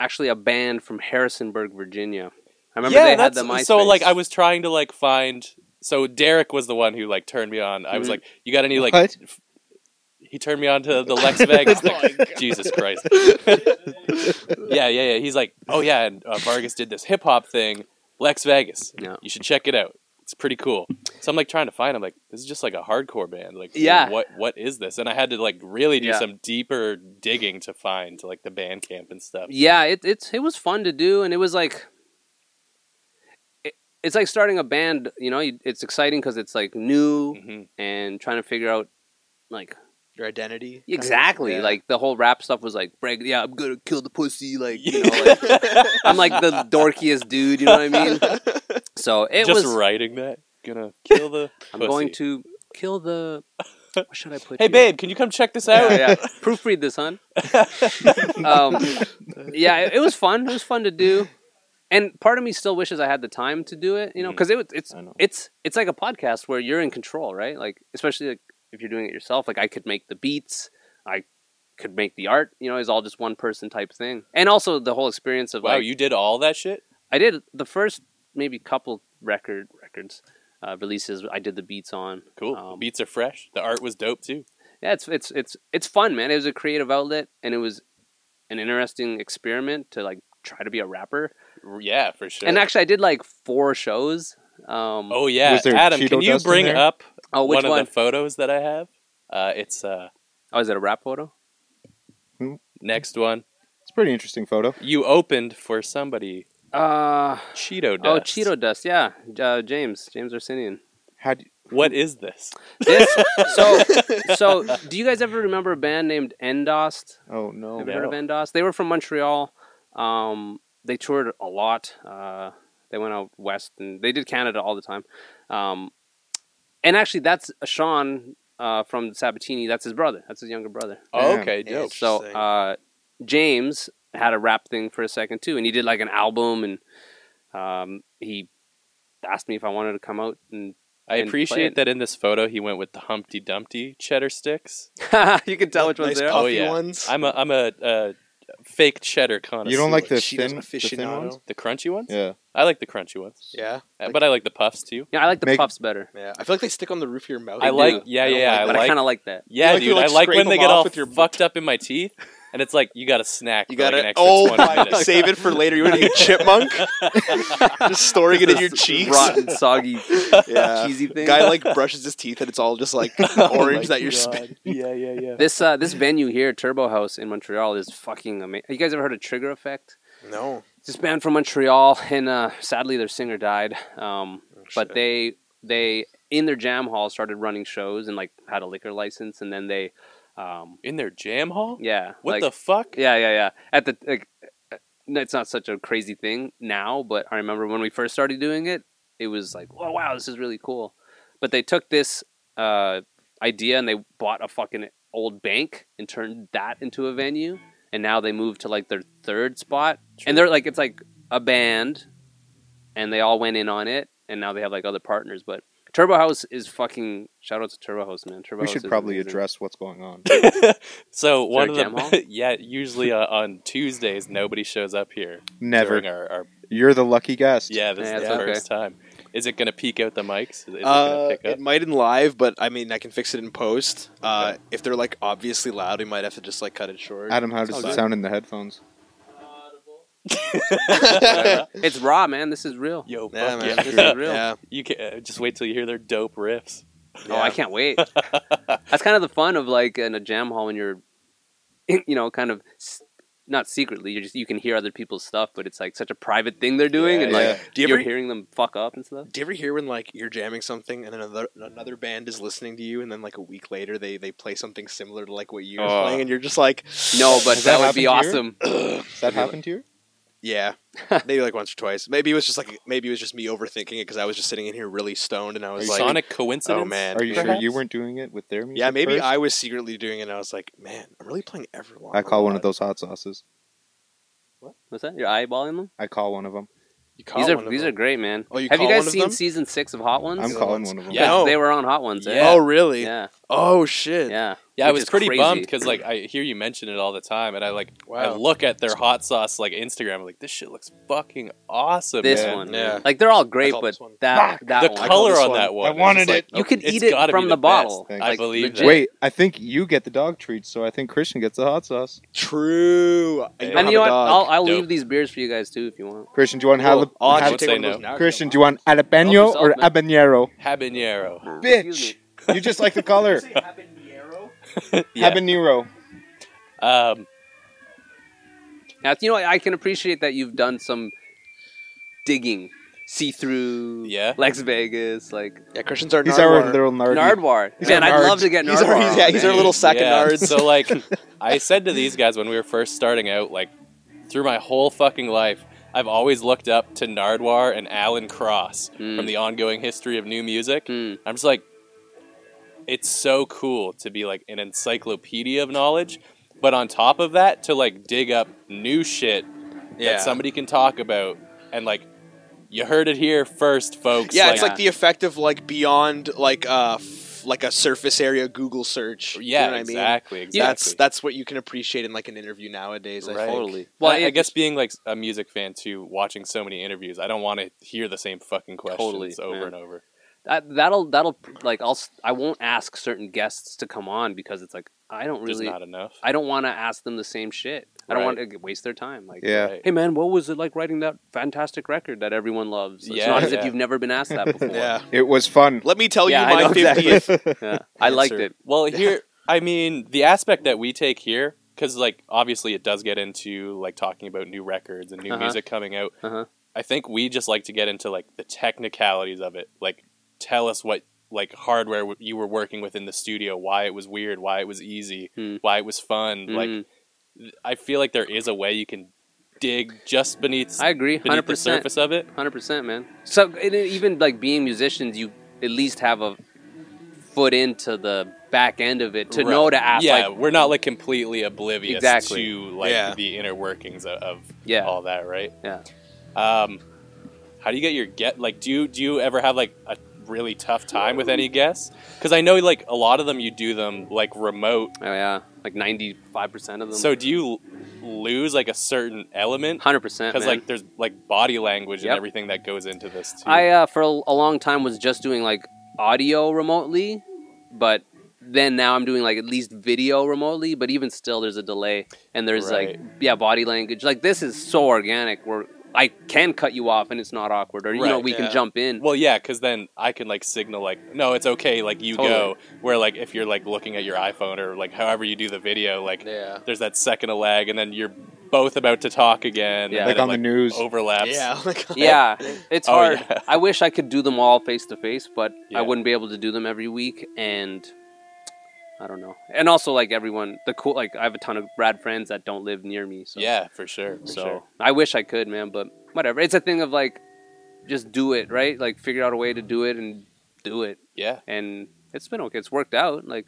[SPEAKER 4] actually a band from Harrisonburg, Virginia. I remember they had the MySpace.
[SPEAKER 1] so like I was trying to like find. So Derek was the one who like turned me on. I was
[SPEAKER 4] Mhm.
[SPEAKER 1] like, you got any like?
[SPEAKER 3] What?
[SPEAKER 1] f- He turned me on to
[SPEAKER 4] *laughs*
[SPEAKER 1] the
[SPEAKER 4] Oh
[SPEAKER 1] Lex Vegas thing. Jesus Christ. yeah, yeah, yeah. He's like, oh yeah, and uh, Vargas did this hip hop thing, Lex Vegas.
[SPEAKER 4] Yeah.
[SPEAKER 1] You should check it out. It's pretty cool. So I'm like trying to find. I'm like, this is just like a hardcore band. Like,
[SPEAKER 4] Yeah.
[SPEAKER 1] What What is this? And I had to like really do
[SPEAKER 4] Yeah.
[SPEAKER 1] some deeper digging to find like the band camp and stuff.
[SPEAKER 4] yeah it, it's it was fun to do and it was like it, it's like starting a band you know you- it's exciting because it's like new
[SPEAKER 1] Mhm.
[SPEAKER 4] and trying to figure out like
[SPEAKER 2] Your identity.
[SPEAKER 4] exactly
[SPEAKER 2] Yeah.
[SPEAKER 4] like the whole rap stuff was like break yeah i'm gonna kill the pussy like you know like, i'm like the dorkiest dude you know what i
[SPEAKER 1] *laughs*
[SPEAKER 4] mean so it
[SPEAKER 1] just
[SPEAKER 4] was
[SPEAKER 1] writing that gonna kill the.
[SPEAKER 4] i'm
[SPEAKER 1] pussy.
[SPEAKER 4] going to kill the what should i put
[SPEAKER 1] Hey
[SPEAKER 4] here?
[SPEAKER 1] babe, can you come check this out?
[SPEAKER 4] yeah, yeah. *laughs* proofread this, hon. um, yeah, it, it was fun. It was fun to do, and part of me still wishes I had the time to do it.
[SPEAKER 1] Mm-hmm.
[SPEAKER 4] You know, because it was it's
[SPEAKER 3] I know.
[SPEAKER 4] it's it's like a podcast where you're in control, right? Like especially like if you're doing it yourself. Like I could make the beats, I could make the art. You know, it's all just one person type thing, and also the whole experience of
[SPEAKER 1] Wow,
[SPEAKER 4] like
[SPEAKER 1] you did all that shit.
[SPEAKER 4] I did the first maybe couple record records uh, releases. I did the beats on.
[SPEAKER 1] Cool. The
[SPEAKER 4] Um,
[SPEAKER 1] Beats are fresh. The art was dope too.
[SPEAKER 4] yeah, it's it's it's it's fun, man. It was a creative outlet, and it was an interesting experiment to like try to be a rapper.
[SPEAKER 1] yeah, for sure.
[SPEAKER 4] And actually, I did like four shows. Um,
[SPEAKER 1] oh yeah,
[SPEAKER 3] Was there
[SPEAKER 1] Adam,
[SPEAKER 3] Cheeto
[SPEAKER 1] can you
[SPEAKER 3] dust in
[SPEAKER 1] bring
[SPEAKER 3] there?
[SPEAKER 1] up
[SPEAKER 4] oh, which
[SPEAKER 1] one,
[SPEAKER 4] one?
[SPEAKER 1] of the photos that I have? Uh, it's uh,
[SPEAKER 4] oh, is it a rap photo?
[SPEAKER 1] next one.
[SPEAKER 3] It's a pretty interesting photo.
[SPEAKER 1] You opened for somebody
[SPEAKER 4] Uh,
[SPEAKER 1] Cheeto
[SPEAKER 4] oh,
[SPEAKER 1] dust.
[SPEAKER 4] Cheeto Dust. Yeah, uh, James, James
[SPEAKER 1] *laughs*
[SPEAKER 4] Arsenian.
[SPEAKER 3] Had
[SPEAKER 1] What is this?
[SPEAKER 4] This. so, so do you guys ever remember a band named Endost?
[SPEAKER 3] oh no,
[SPEAKER 4] Have you heard of
[SPEAKER 1] no.
[SPEAKER 4] Endos? They were from Montreal. Um, they toured a lot. Uh, they went out west and they did Canada all the time. Um, and actually, that's Sean uh, from Sabatini. That's his brother. That's his younger brother.
[SPEAKER 1] Oh,
[SPEAKER 3] Damn.
[SPEAKER 1] okay, dope.
[SPEAKER 4] So uh, James had a rap thing for a second too, and he did like an album, and um, he asked me if I wanted to come out and. *laughs*
[SPEAKER 1] I
[SPEAKER 4] and play
[SPEAKER 1] appreciate
[SPEAKER 4] it.
[SPEAKER 1] that in this photo he went with the Humpty Dumpty cheddar sticks.
[SPEAKER 4] you can tell which one's
[SPEAKER 2] nice
[SPEAKER 4] there.
[SPEAKER 2] puffy
[SPEAKER 1] Oh, yeah.
[SPEAKER 2] ones.
[SPEAKER 1] I'm a I'm a, uh fake cheddar connoisseur.
[SPEAKER 3] you don't like the
[SPEAKER 2] Cheetos
[SPEAKER 3] thin, the thin
[SPEAKER 2] aficionado.
[SPEAKER 3] ones?
[SPEAKER 1] the crunchy ones?
[SPEAKER 3] Yeah,
[SPEAKER 1] I like the crunchy ones,
[SPEAKER 2] yeah,
[SPEAKER 1] Uh, but I like the puffs too.
[SPEAKER 4] Yeah, I like the
[SPEAKER 3] Make-
[SPEAKER 4] puffs better.
[SPEAKER 2] yeah. I feel like they stick on the roof of your mouth.
[SPEAKER 1] I like,
[SPEAKER 4] do.
[SPEAKER 1] yeah,
[SPEAKER 2] I don't
[SPEAKER 1] yeah, I
[SPEAKER 2] like
[SPEAKER 4] but
[SPEAKER 1] like.
[SPEAKER 4] I kind of like that.
[SPEAKER 1] yeah,
[SPEAKER 2] You like to,
[SPEAKER 1] dude,
[SPEAKER 2] like,
[SPEAKER 1] I like
[SPEAKER 2] scrape
[SPEAKER 1] when they
[SPEAKER 2] them
[SPEAKER 1] get
[SPEAKER 2] off
[SPEAKER 1] all
[SPEAKER 2] with your-
[SPEAKER 1] fucked up in my teeth, and it's like you got a snack.
[SPEAKER 2] You
[SPEAKER 1] for, like,
[SPEAKER 2] gotta
[SPEAKER 1] an extra
[SPEAKER 2] oh
[SPEAKER 1] 20
[SPEAKER 2] my, *laughs*
[SPEAKER 1] minutes. *laughs*
[SPEAKER 2] save it for later. You want *laughs* to be a chipmunk? Just storing it in your
[SPEAKER 4] This
[SPEAKER 2] cheeks.
[SPEAKER 4] rotten, soggy,
[SPEAKER 2] *laughs* Yeah.
[SPEAKER 4] cheesy thing.
[SPEAKER 2] Guy like brushes his teeth and it's all just like
[SPEAKER 1] Oh
[SPEAKER 2] orange that you're spitting.
[SPEAKER 1] Yeah, yeah, yeah.
[SPEAKER 4] This uh, this venue here, Turbo House in Montreal, is fucking amazing. You guys ever heard of Trigger Effect?
[SPEAKER 2] No,
[SPEAKER 4] This band from Montreal, and uh, sadly their singer died. Um,
[SPEAKER 1] Oh,
[SPEAKER 4] but
[SPEAKER 2] Oh, shit.
[SPEAKER 4] they they in their jam hall started running shows and like had a liquor license, and then they, um,
[SPEAKER 1] In their jam hall?
[SPEAKER 4] yeah,
[SPEAKER 1] What
[SPEAKER 4] like,
[SPEAKER 1] the fuck?
[SPEAKER 4] yeah, yeah, yeah. At the like, uh, it's not such a crazy thing now, but I remember when we first started doing it, it was like, oh wow, this is really cool. But they took this uh, idea and they bought a fucking old bank and turned that into a venue, and now they moved to like their third spot, and they're like, it's like a band, and they all went in on it, and now they have like other partners, but. Turbo House is fucking shout out to Turbo House, man. Turbo
[SPEAKER 3] we
[SPEAKER 4] House
[SPEAKER 3] should
[SPEAKER 4] is
[SPEAKER 3] probably
[SPEAKER 4] amazing.
[SPEAKER 3] address what's going on.
[SPEAKER 1] So one
[SPEAKER 4] a
[SPEAKER 1] of
[SPEAKER 4] jam hall?
[SPEAKER 1] the *laughs* yeah, usually uh, on Tuesdays nobody shows up here.
[SPEAKER 3] Never.
[SPEAKER 1] during Our, our
[SPEAKER 3] You're the lucky guest.
[SPEAKER 1] yeah, this
[SPEAKER 4] Yeah,
[SPEAKER 1] is the
[SPEAKER 4] that's okay.
[SPEAKER 1] first time. Is it gonna peek out the mics? Is, is
[SPEAKER 2] uh,
[SPEAKER 1] it gonna pick up?
[SPEAKER 2] it might in live, but I mean I can fix it in post. Uh, If they're like obviously loud, we might have to just like cut it short. *laughs*
[SPEAKER 3] Adam, how does it
[SPEAKER 2] good.
[SPEAKER 3] sound in the headphones?
[SPEAKER 4] It's raw, man. This is real.
[SPEAKER 1] *laughs* Yo,
[SPEAKER 2] yeah,
[SPEAKER 1] fuck
[SPEAKER 2] man.
[SPEAKER 1] yeah. *laughs*
[SPEAKER 4] This is real.
[SPEAKER 2] Yeah.
[SPEAKER 1] You can, uh, just wait till you hear their dope riffs.
[SPEAKER 4] Oh, I
[SPEAKER 2] *laughs*
[SPEAKER 4] can't wait. That's kind of the fun of like in a jam hall when you're, *clears throat* you know, kind of s- not secretly. You just you can hear other people's stuff, but it's like such a private thing they're doing,
[SPEAKER 1] Yeah,
[SPEAKER 4] and like
[SPEAKER 2] yeah. Do you
[SPEAKER 4] you're
[SPEAKER 2] ever-
[SPEAKER 4] hearing them fuck up and stuff.
[SPEAKER 2] Do you ever hear when like you're jamming something and another another band is listening to you, and then like a week later they they play something similar to like what you're
[SPEAKER 1] Oh.
[SPEAKER 2] playing, and you're just like,
[SPEAKER 4] No, but
[SPEAKER 3] Has
[SPEAKER 4] that,
[SPEAKER 3] that
[SPEAKER 4] would be awesome.
[SPEAKER 3] happened Does that happen to you?
[SPEAKER 4] *laughs*
[SPEAKER 2] yeah, maybe like once or twice. Maybe it was just like maybe it was just me overthinking it because I was just sitting in here really stoned, and I was like,
[SPEAKER 1] Sonic coincidence?
[SPEAKER 2] oh man,
[SPEAKER 3] Are you sure
[SPEAKER 1] Perhaps.
[SPEAKER 3] you weren't doing it with their music?
[SPEAKER 2] Yeah, maybe
[SPEAKER 3] first?
[SPEAKER 2] I was secretly doing it, and I was like, man, I'm really playing Everlong.
[SPEAKER 3] I
[SPEAKER 2] a
[SPEAKER 3] call one of
[SPEAKER 2] lot."
[SPEAKER 3] those hot sauces.
[SPEAKER 4] What's that? You're eyeballing them.
[SPEAKER 3] I call one of them.
[SPEAKER 2] You call
[SPEAKER 4] these are
[SPEAKER 2] one of
[SPEAKER 4] these
[SPEAKER 2] them.
[SPEAKER 4] are great, man.
[SPEAKER 2] Oh, you
[SPEAKER 4] Have you
[SPEAKER 2] call
[SPEAKER 4] guys
[SPEAKER 2] one of
[SPEAKER 4] seen
[SPEAKER 2] them?
[SPEAKER 4] season six of Hot Ones?
[SPEAKER 3] I'm
[SPEAKER 2] the
[SPEAKER 3] calling
[SPEAKER 2] ones-
[SPEAKER 3] one of them.
[SPEAKER 1] Yeah.
[SPEAKER 2] No.
[SPEAKER 4] they were on Hot Ones.
[SPEAKER 1] Yeah.
[SPEAKER 4] Yeah,
[SPEAKER 2] Oh really?
[SPEAKER 4] yeah,
[SPEAKER 2] Oh shit.
[SPEAKER 4] yeah.
[SPEAKER 1] Yeah, I
[SPEAKER 4] Which
[SPEAKER 1] was
[SPEAKER 4] is
[SPEAKER 1] pretty
[SPEAKER 4] crazy.
[SPEAKER 1] bummed because like I hear you mention it all the time, and I like I
[SPEAKER 2] Wow.
[SPEAKER 1] look at their hot sauce like Instagram. I'm like, this shit looks fucking awesome.
[SPEAKER 4] This
[SPEAKER 1] man.
[SPEAKER 4] one,
[SPEAKER 2] yeah.
[SPEAKER 4] like they're all great,
[SPEAKER 2] call
[SPEAKER 4] but
[SPEAKER 2] this one.
[SPEAKER 4] that that
[SPEAKER 1] the
[SPEAKER 4] one,
[SPEAKER 1] color
[SPEAKER 2] this
[SPEAKER 1] on
[SPEAKER 2] one-
[SPEAKER 1] that one.
[SPEAKER 3] I
[SPEAKER 1] is just
[SPEAKER 3] wanted
[SPEAKER 1] like,
[SPEAKER 3] it.
[SPEAKER 4] You could
[SPEAKER 1] it's
[SPEAKER 4] eat it
[SPEAKER 1] gotta be
[SPEAKER 4] from the
[SPEAKER 1] best.
[SPEAKER 4] bottle.
[SPEAKER 3] Thanks.
[SPEAKER 1] I
[SPEAKER 4] Like,
[SPEAKER 1] believe
[SPEAKER 4] legit.
[SPEAKER 1] that.
[SPEAKER 3] Wait, I think you get the dog treat, so I think Christian gets the hot sauce.
[SPEAKER 2] True. I
[SPEAKER 1] And
[SPEAKER 2] don't
[SPEAKER 1] you
[SPEAKER 2] have
[SPEAKER 4] And
[SPEAKER 2] a
[SPEAKER 4] you know what? I'll,
[SPEAKER 2] dog.
[SPEAKER 4] I'll
[SPEAKER 1] Dope.
[SPEAKER 4] leave these beers for you guys too if you want.
[SPEAKER 3] Christian, do you want
[SPEAKER 2] Cool.
[SPEAKER 3] halab-
[SPEAKER 2] I'll
[SPEAKER 3] hal-
[SPEAKER 2] actually take
[SPEAKER 1] say
[SPEAKER 2] one of
[SPEAKER 1] no.
[SPEAKER 2] those now.
[SPEAKER 3] Christian, do you want
[SPEAKER 4] Help
[SPEAKER 3] jalapeno
[SPEAKER 4] yourself,
[SPEAKER 3] or
[SPEAKER 4] man.
[SPEAKER 3] habanero?
[SPEAKER 4] *laughs*
[SPEAKER 1] habanero. *laughs*
[SPEAKER 3] Bitch, you just like the color.
[SPEAKER 1] Yeah.
[SPEAKER 3] Habanero.
[SPEAKER 1] Um,
[SPEAKER 4] Now, you know, I I can appreciate that you've done some digging, see through,
[SPEAKER 1] Yeah.
[SPEAKER 4] Lex Vegas, like
[SPEAKER 2] Yeah, Christian's our
[SPEAKER 3] He's
[SPEAKER 2] Nardwar.
[SPEAKER 3] our little nardy.
[SPEAKER 4] Nardwar.
[SPEAKER 3] He's
[SPEAKER 4] Man,
[SPEAKER 3] our
[SPEAKER 4] I'd
[SPEAKER 3] nard.
[SPEAKER 4] love to get Nardwar.
[SPEAKER 2] He's our, he's, yeah, he's our
[SPEAKER 4] man.
[SPEAKER 2] little sack
[SPEAKER 1] yeah,
[SPEAKER 2] of nards.
[SPEAKER 1] So
[SPEAKER 4] *laughs*
[SPEAKER 1] like, I said to these guys when we were first starting out, like, through my whole fucking life, I've always looked up to Nardwar and Alan Cross
[SPEAKER 4] Mm.
[SPEAKER 1] from the ongoing history of new music.
[SPEAKER 4] Mm.
[SPEAKER 1] I'm just like, it's so cool to be like an encyclopedia of knowledge, but on top of that, to like dig up new shit
[SPEAKER 2] yeah.
[SPEAKER 1] that somebody can talk about and like. You heard it here first, folks.
[SPEAKER 2] yeah, it's
[SPEAKER 4] like-
[SPEAKER 2] like the effect of like beyond like uh f- like a surface area Google search. You
[SPEAKER 1] yeah,
[SPEAKER 2] know what I mean?
[SPEAKER 1] exactly, exactly.
[SPEAKER 2] That's that's what you can appreciate in like an interview nowadays. I think.
[SPEAKER 4] Totally.
[SPEAKER 1] Well,
[SPEAKER 4] Well,
[SPEAKER 1] I, I
[SPEAKER 4] it-
[SPEAKER 1] guess being like a music fan too, watching so many interviews, I don't want to hear the same fucking questions
[SPEAKER 4] Totally,
[SPEAKER 1] over
[SPEAKER 4] man.
[SPEAKER 1] and over.
[SPEAKER 4] that, that'll that'll like I'll s- I won't ask certain guests to come on because it's like I don't
[SPEAKER 1] There's
[SPEAKER 4] really.
[SPEAKER 1] not enough.
[SPEAKER 4] I don't want to ask them the same shit. I don't
[SPEAKER 1] Right.
[SPEAKER 4] want to waste their time. Like,
[SPEAKER 3] Yeah.
[SPEAKER 1] Right.
[SPEAKER 4] hey man, what was it like writing that fantastic record that everyone loves? It's
[SPEAKER 1] Yeah,
[SPEAKER 4] not as if
[SPEAKER 1] yeah.
[SPEAKER 4] you've never
[SPEAKER 2] *laughs*
[SPEAKER 4] been asked that before.
[SPEAKER 2] Yeah.
[SPEAKER 3] It was fun.
[SPEAKER 2] Let me tell
[SPEAKER 4] Yeah, I
[SPEAKER 2] you
[SPEAKER 4] know
[SPEAKER 2] my
[SPEAKER 4] exactly.
[SPEAKER 2] fiftieth. *laughs*
[SPEAKER 3] *laughs*
[SPEAKER 4] Yeah. I liked
[SPEAKER 1] answer.
[SPEAKER 4] it.
[SPEAKER 1] Well,
[SPEAKER 4] *laughs*
[SPEAKER 1] here, I mean, the aspect that we take here, because like obviously it does get into like talking about new records and new
[SPEAKER 4] Uh-huh.
[SPEAKER 1] music coming out.
[SPEAKER 4] Uh-huh.
[SPEAKER 1] I think we just like to get into like the technicalities of it. Like, tell us what like hardware w- you were working with in the studio, why it was weird, why it was easy,
[SPEAKER 4] Hmm.
[SPEAKER 1] why it was fun.
[SPEAKER 4] Mm.
[SPEAKER 1] Like, I feel like there is a way you can dig just beneath
[SPEAKER 4] I agree,
[SPEAKER 1] beneath
[SPEAKER 4] hundred
[SPEAKER 1] the
[SPEAKER 4] percent.
[SPEAKER 1] surface of it.
[SPEAKER 4] Hundred percent, man. So and then even like being musicians, you at least have a foot into the back end of it to
[SPEAKER 1] Right.
[SPEAKER 4] know to ask.
[SPEAKER 1] Yeah,
[SPEAKER 4] like,
[SPEAKER 1] we're not like completely oblivious
[SPEAKER 4] Exactly.
[SPEAKER 1] to like
[SPEAKER 2] Yeah.
[SPEAKER 1] the inner workings of, of
[SPEAKER 4] Yeah.
[SPEAKER 1] all that, right?
[SPEAKER 4] yeah.
[SPEAKER 1] Um, how do you get your get? Like, do you do you ever have like a really tough time with any guests? Because I know like a lot of them you do them like remote.
[SPEAKER 4] Oh yeah, like ninety five percent of them.
[SPEAKER 1] So do you l- lose like a certain element?
[SPEAKER 4] hundred percent,
[SPEAKER 1] Because
[SPEAKER 4] man.
[SPEAKER 1] like there's like body language
[SPEAKER 4] Yep.
[SPEAKER 1] and everything that goes into this too.
[SPEAKER 4] I uh, for a, a long time was just doing like audio remotely, but then now I'm doing like at least video remotely. But even still, there's a delay and there's
[SPEAKER 1] Right.
[SPEAKER 4] like yeah, body language. Like this is so organic. Where I can cut you off and it's not awkward, or you know
[SPEAKER 1] Right,
[SPEAKER 4] we
[SPEAKER 2] yeah.
[SPEAKER 4] can jump in.
[SPEAKER 1] well, yeah, because then I can like signal like, no, it's okay, like you go. Where like if you're like looking at your iPhone or like however you do the video, like
[SPEAKER 2] Yeah.
[SPEAKER 1] there's that second of lag, and then you're both about to talk again.
[SPEAKER 4] Yeah.
[SPEAKER 1] and
[SPEAKER 4] Like
[SPEAKER 1] then it,
[SPEAKER 3] on the news.
[SPEAKER 1] overlaps.
[SPEAKER 2] Yeah. *laughs* Like,
[SPEAKER 4] *laughs* yeah, it's
[SPEAKER 1] Oh,
[SPEAKER 4] hard.
[SPEAKER 1] yeah.
[SPEAKER 4] I wish I could do them all face to face, but
[SPEAKER 1] Yeah.
[SPEAKER 4] I wouldn't be able to do them every week. And I don't know. And also, like everyone, the cool, like I have a ton of rad friends that don't live near me. So,
[SPEAKER 1] yeah, for sure. For
[SPEAKER 4] so
[SPEAKER 1] sure.
[SPEAKER 4] I wish I could, man. But whatever. It's a thing of like, just do it, right? Like figure out a way to do it and do it.
[SPEAKER 1] yeah,
[SPEAKER 4] And it's been okay. It's worked out. Like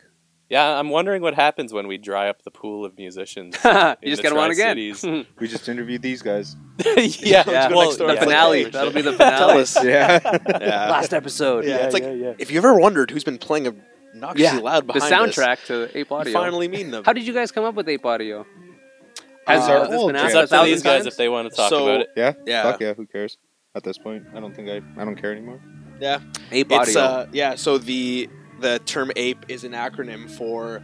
[SPEAKER 1] yeah. I'm wondering what happens when we dry up the pool of
[SPEAKER 2] *laughs*
[SPEAKER 1] musicians.
[SPEAKER 4] you
[SPEAKER 1] In the
[SPEAKER 4] just gotta want again. *laughs*
[SPEAKER 1] Tri-Cities.
[SPEAKER 3] We just interviewed these guys.
[SPEAKER 1] yeah,
[SPEAKER 4] Yeah.
[SPEAKER 2] go
[SPEAKER 1] well,
[SPEAKER 2] next door.
[SPEAKER 4] the
[SPEAKER 1] yeah.
[SPEAKER 4] finale. That'll be the
[SPEAKER 2] Tell
[SPEAKER 4] finale.
[SPEAKER 2] us.
[SPEAKER 3] Yeah.
[SPEAKER 2] Yeah.
[SPEAKER 4] Last episode.
[SPEAKER 2] Yeah, it's like if you ever wondered who's been playing obnoxiously
[SPEAKER 4] Yeah,
[SPEAKER 2] loud
[SPEAKER 4] The
[SPEAKER 2] behind us,
[SPEAKER 4] soundtrack to Ape
[SPEAKER 2] you
[SPEAKER 4] Audio.
[SPEAKER 2] finally mean them.
[SPEAKER 4] How did you guys come up with Ape Audio? Has,
[SPEAKER 3] Uh,
[SPEAKER 4] has this
[SPEAKER 3] old
[SPEAKER 4] been
[SPEAKER 1] It's
[SPEAKER 4] asked
[SPEAKER 3] jam.
[SPEAKER 4] a
[SPEAKER 1] up to these
[SPEAKER 4] thousand
[SPEAKER 1] guys
[SPEAKER 4] times?
[SPEAKER 1] if they want to talk
[SPEAKER 2] So-
[SPEAKER 1] about it.
[SPEAKER 3] Yeah.
[SPEAKER 2] Yeah.
[SPEAKER 3] Fuck yeah. Who cares? At this point, I don't think I. I don't care anymore.
[SPEAKER 4] Ape
[SPEAKER 2] it's
[SPEAKER 4] Audio.
[SPEAKER 2] uh, yeah. So the the term ape is an acronym for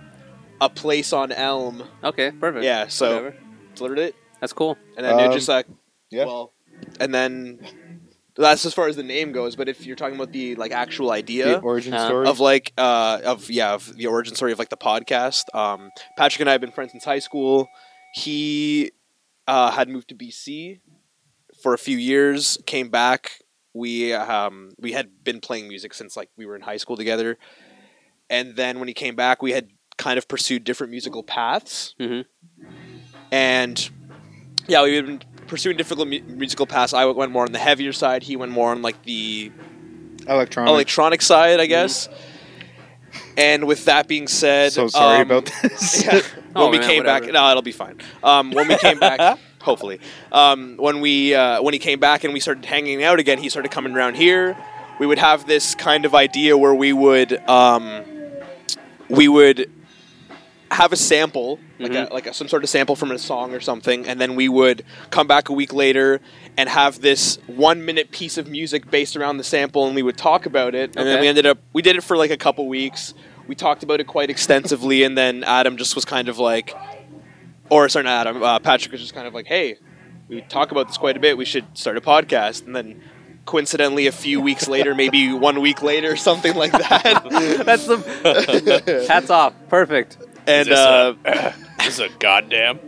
[SPEAKER 2] a place on Elm.
[SPEAKER 4] okay, perfect.
[SPEAKER 2] Yeah. So
[SPEAKER 4] Whatever.
[SPEAKER 2] that's literally it.
[SPEAKER 4] that's cool.
[SPEAKER 2] And then you're
[SPEAKER 3] Um,
[SPEAKER 2] just uh, like,
[SPEAKER 3] yeah.
[SPEAKER 2] well, and then that's as far as the name goes. But if you're talking about the like actual
[SPEAKER 3] The
[SPEAKER 2] idea
[SPEAKER 3] origin
[SPEAKER 4] Uh,
[SPEAKER 3] story.
[SPEAKER 2] of like uh of yeah of the origin story of like the podcast, um, Patrick and I have been friends since high school. He uh, had moved to BC for a few years, came back. We um we had been playing music since like we were in high school together, and then when he came back, we had kind of pursued different musical paths
[SPEAKER 4] Mhm.
[SPEAKER 2] and yeah, we've been pursuing difficult mu- musical paths. I went more on the heavier side. He went more on like the
[SPEAKER 3] Electronic.
[SPEAKER 2] electronic side, I guess. And with that being said,
[SPEAKER 3] so sorry
[SPEAKER 2] um,
[SPEAKER 3] about
[SPEAKER 2] *laughs*
[SPEAKER 3] this.
[SPEAKER 2] yeah, when
[SPEAKER 4] Oh,
[SPEAKER 2] we
[SPEAKER 4] man,
[SPEAKER 2] came back,
[SPEAKER 4] whatever.
[SPEAKER 2] no, it'll be fine. Um, when we came
[SPEAKER 3] *laughs*
[SPEAKER 2] back, hopefully, um, when we uh, when he came back and we started hanging out again, he started coming around here. We would have this kind of idea where we would um, we would have a sample, like a, like a, some sort of sample from a song or something, and then we would come back a week later and have this one minute piece of music based around the sample, and we would talk about it. And then
[SPEAKER 4] Okay.
[SPEAKER 2] we ended up we did it for like a couple weeks. We talked about it quite extensively, and then Adam just was kind of like, or sorry, not Adam, uh, Patrick was just kind of like, hey, we talk about this quite a bit. We should start a podcast, and then. Coincidentally, a few weeks later, maybe one week later, *laughs* something like that,
[SPEAKER 4] That's the *laughs* hats off. Perfect.
[SPEAKER 2] and
[SPEAKER 1] this
[SPEAKER 2] uh,
[SPEAKER 1] This is a goddamn.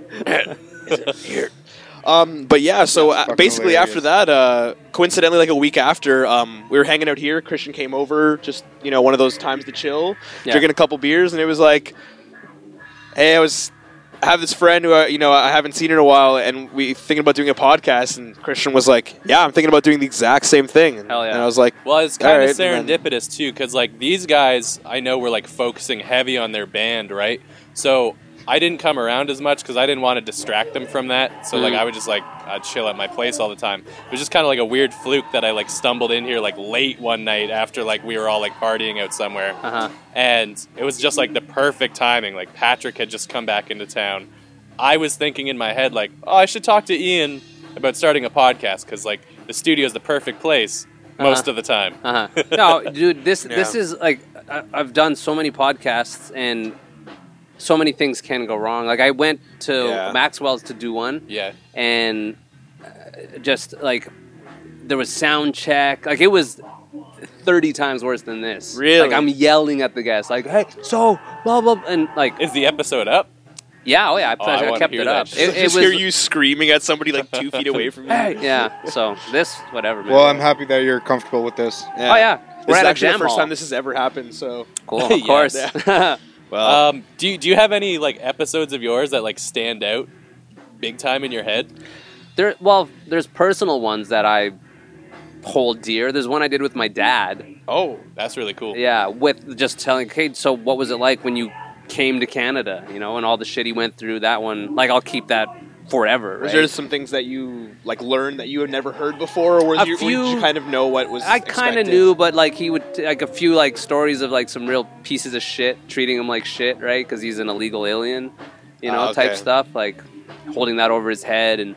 [SPEAKER 2] Um, but yeah, so
[SPEAKER 3] That's
[SPEAKER 2] uh,
[SPEAKER 3] fucking
[SPEAKER 2] basically
[SPEAKER 3] hilarious.
[SPEAKER 2] after that, uh, coincidentally, like a week after, um, we were hanging out here. Christian came over, just you know, one of those times to chill,
[SPEAKER 4] Yeah.
[SPEAKER 2] drinking a couple beers, and it was like, hey, I was I have this friend who I, you know I haven't seen in a while, and we thinking about doing a podcast, and Christian was like, yeah, I'm thinking about doing the exact same thing, and,
[SPEAKER 4] Hell yeah.
[SPEAKER 2] and I was like,
[SPEAKER 1] Well, it's kind
[SPEAKER 2] Alright,
[SPEAKER 1] of
[SPEAKER 2] then.
[SPEAKER 1] serendipitous too, because like these guys, I know were like focusing heavy on their band, right? So I didn't come around as much because I didn't want to distract them from that. So like
[SPEAKER 4] Mm.
[SPEAKER 1] I would just like I'd chill at my place all the time. It was just kind of like a weird fluke that I like stumbled in here like late one night after like we were all like partying out somewhere,
[SPEAKER 2] Uh-huh.
[SPEAKER 4] Uh huh.
[SPEAKER 1] and it was just like the perfect timing. Like Patrick had just come back into town. I was thinking in my head like, oh, I should talk to Ian about starting a podcast because like the studio is the perfect place most
[SPEAKER 4] Uh-huh.
[SPEAKER 1] of the time.
[SPEAKER 4] Uh huh. No, dude, this
[SPEAKER 2] Yeah.
[SPEAKER 4] this is like I, I've done so many podcasts and so many things can go wrong. Like I went to
[SPEAKER 2] Yeah.
[SPEAKER 4] Maxwell's to do one,
[SPEAKER 1] Yeah.
[SPEAKER 4] and uh, just like there was sound check. Like it was thirty times worse than this.
[SPEAKER 1] Really?
[SPEAKER 4] Like I'm yelling at the guys, like, "Hey, so blah blah," and like,
[SPEAKER 1] Is the episode up?
[SPEAKER 4] yeah, oh yeah, I,
[SPEAKER 1] Oh, I
[SPEAKER 4] I
[SPEAKER 1] wanna
[SPEAKER 4] kept
[SPEAKER 1] hear
[SPEAKER 4] it
[SPEAKER 1] that
[SPEAKER 4] up.
[SPEAKER 1] shit.
[SPEAKER 4] It, it
[SPEAKER 2] just
[SPEAKER 4] was
[SPEAKER 2] hear you screaming at somebody like two feet away from you.
[SPEAKER 4] *laughs* Hey, yeah. So this, whatever. Man.
[SPEAKER 3] Well, I'm happy that you're comfortable with this.
[SPEAKER 4] Oh yeah,
[SPEAKER 2] This
[SPEAKER 4] we're
[SPEAKER 2] is
[SPEAKER 4] at
[SPEAKER 2] actually
[SPEAKER 4] exam
[SPEAKER 2] the first
[SPEAKER 4] hall.
[SPEAKER 2] time this has ever happened. So uh,
[SPEAKER 4] Cool, of
[SPEAKER 1] Yeah,
[SPEAKER 4] course.
[SPEAKER 2] well,
[SPEAKER 1] Um, do you, do you have any like episodes of yours that like stand out big time in your head?
[SPEAKER 4] *laughs* there, well, there's personal ones that I hold dear. There's one I did with my dad.
[SPEAKER 2] oh
[SPEAKER 1] That's really cool.
[SPEAKER 4] Yeah, with just telling, hey, so what was it like when you came to Canada? You know, and all the shit he went through. That one, like, I'll keep that forever.
[SPEAKER 2] Was
[SPEAKER 4] Right?
[SPEAKER 2] there some things that you like learned that you had never heard before, or were
[SPEAKER 4] A
[SPEAKER 2] you,
[SPEAKER 4] few-
[SPEAKER 2] did you kind of know what was?
[SPEAKER 4] I kind of
[SPEAKER 2] expected?
[SPEAKER 4] knew, but like he would t- like a few like stories of like some real pieces of shit treating him like shit, right? Because he's an illegal alien, you know,
[SPEAKER 2] Ah, okay.
[SPEAKER 4] type stuff like holding that over his head, and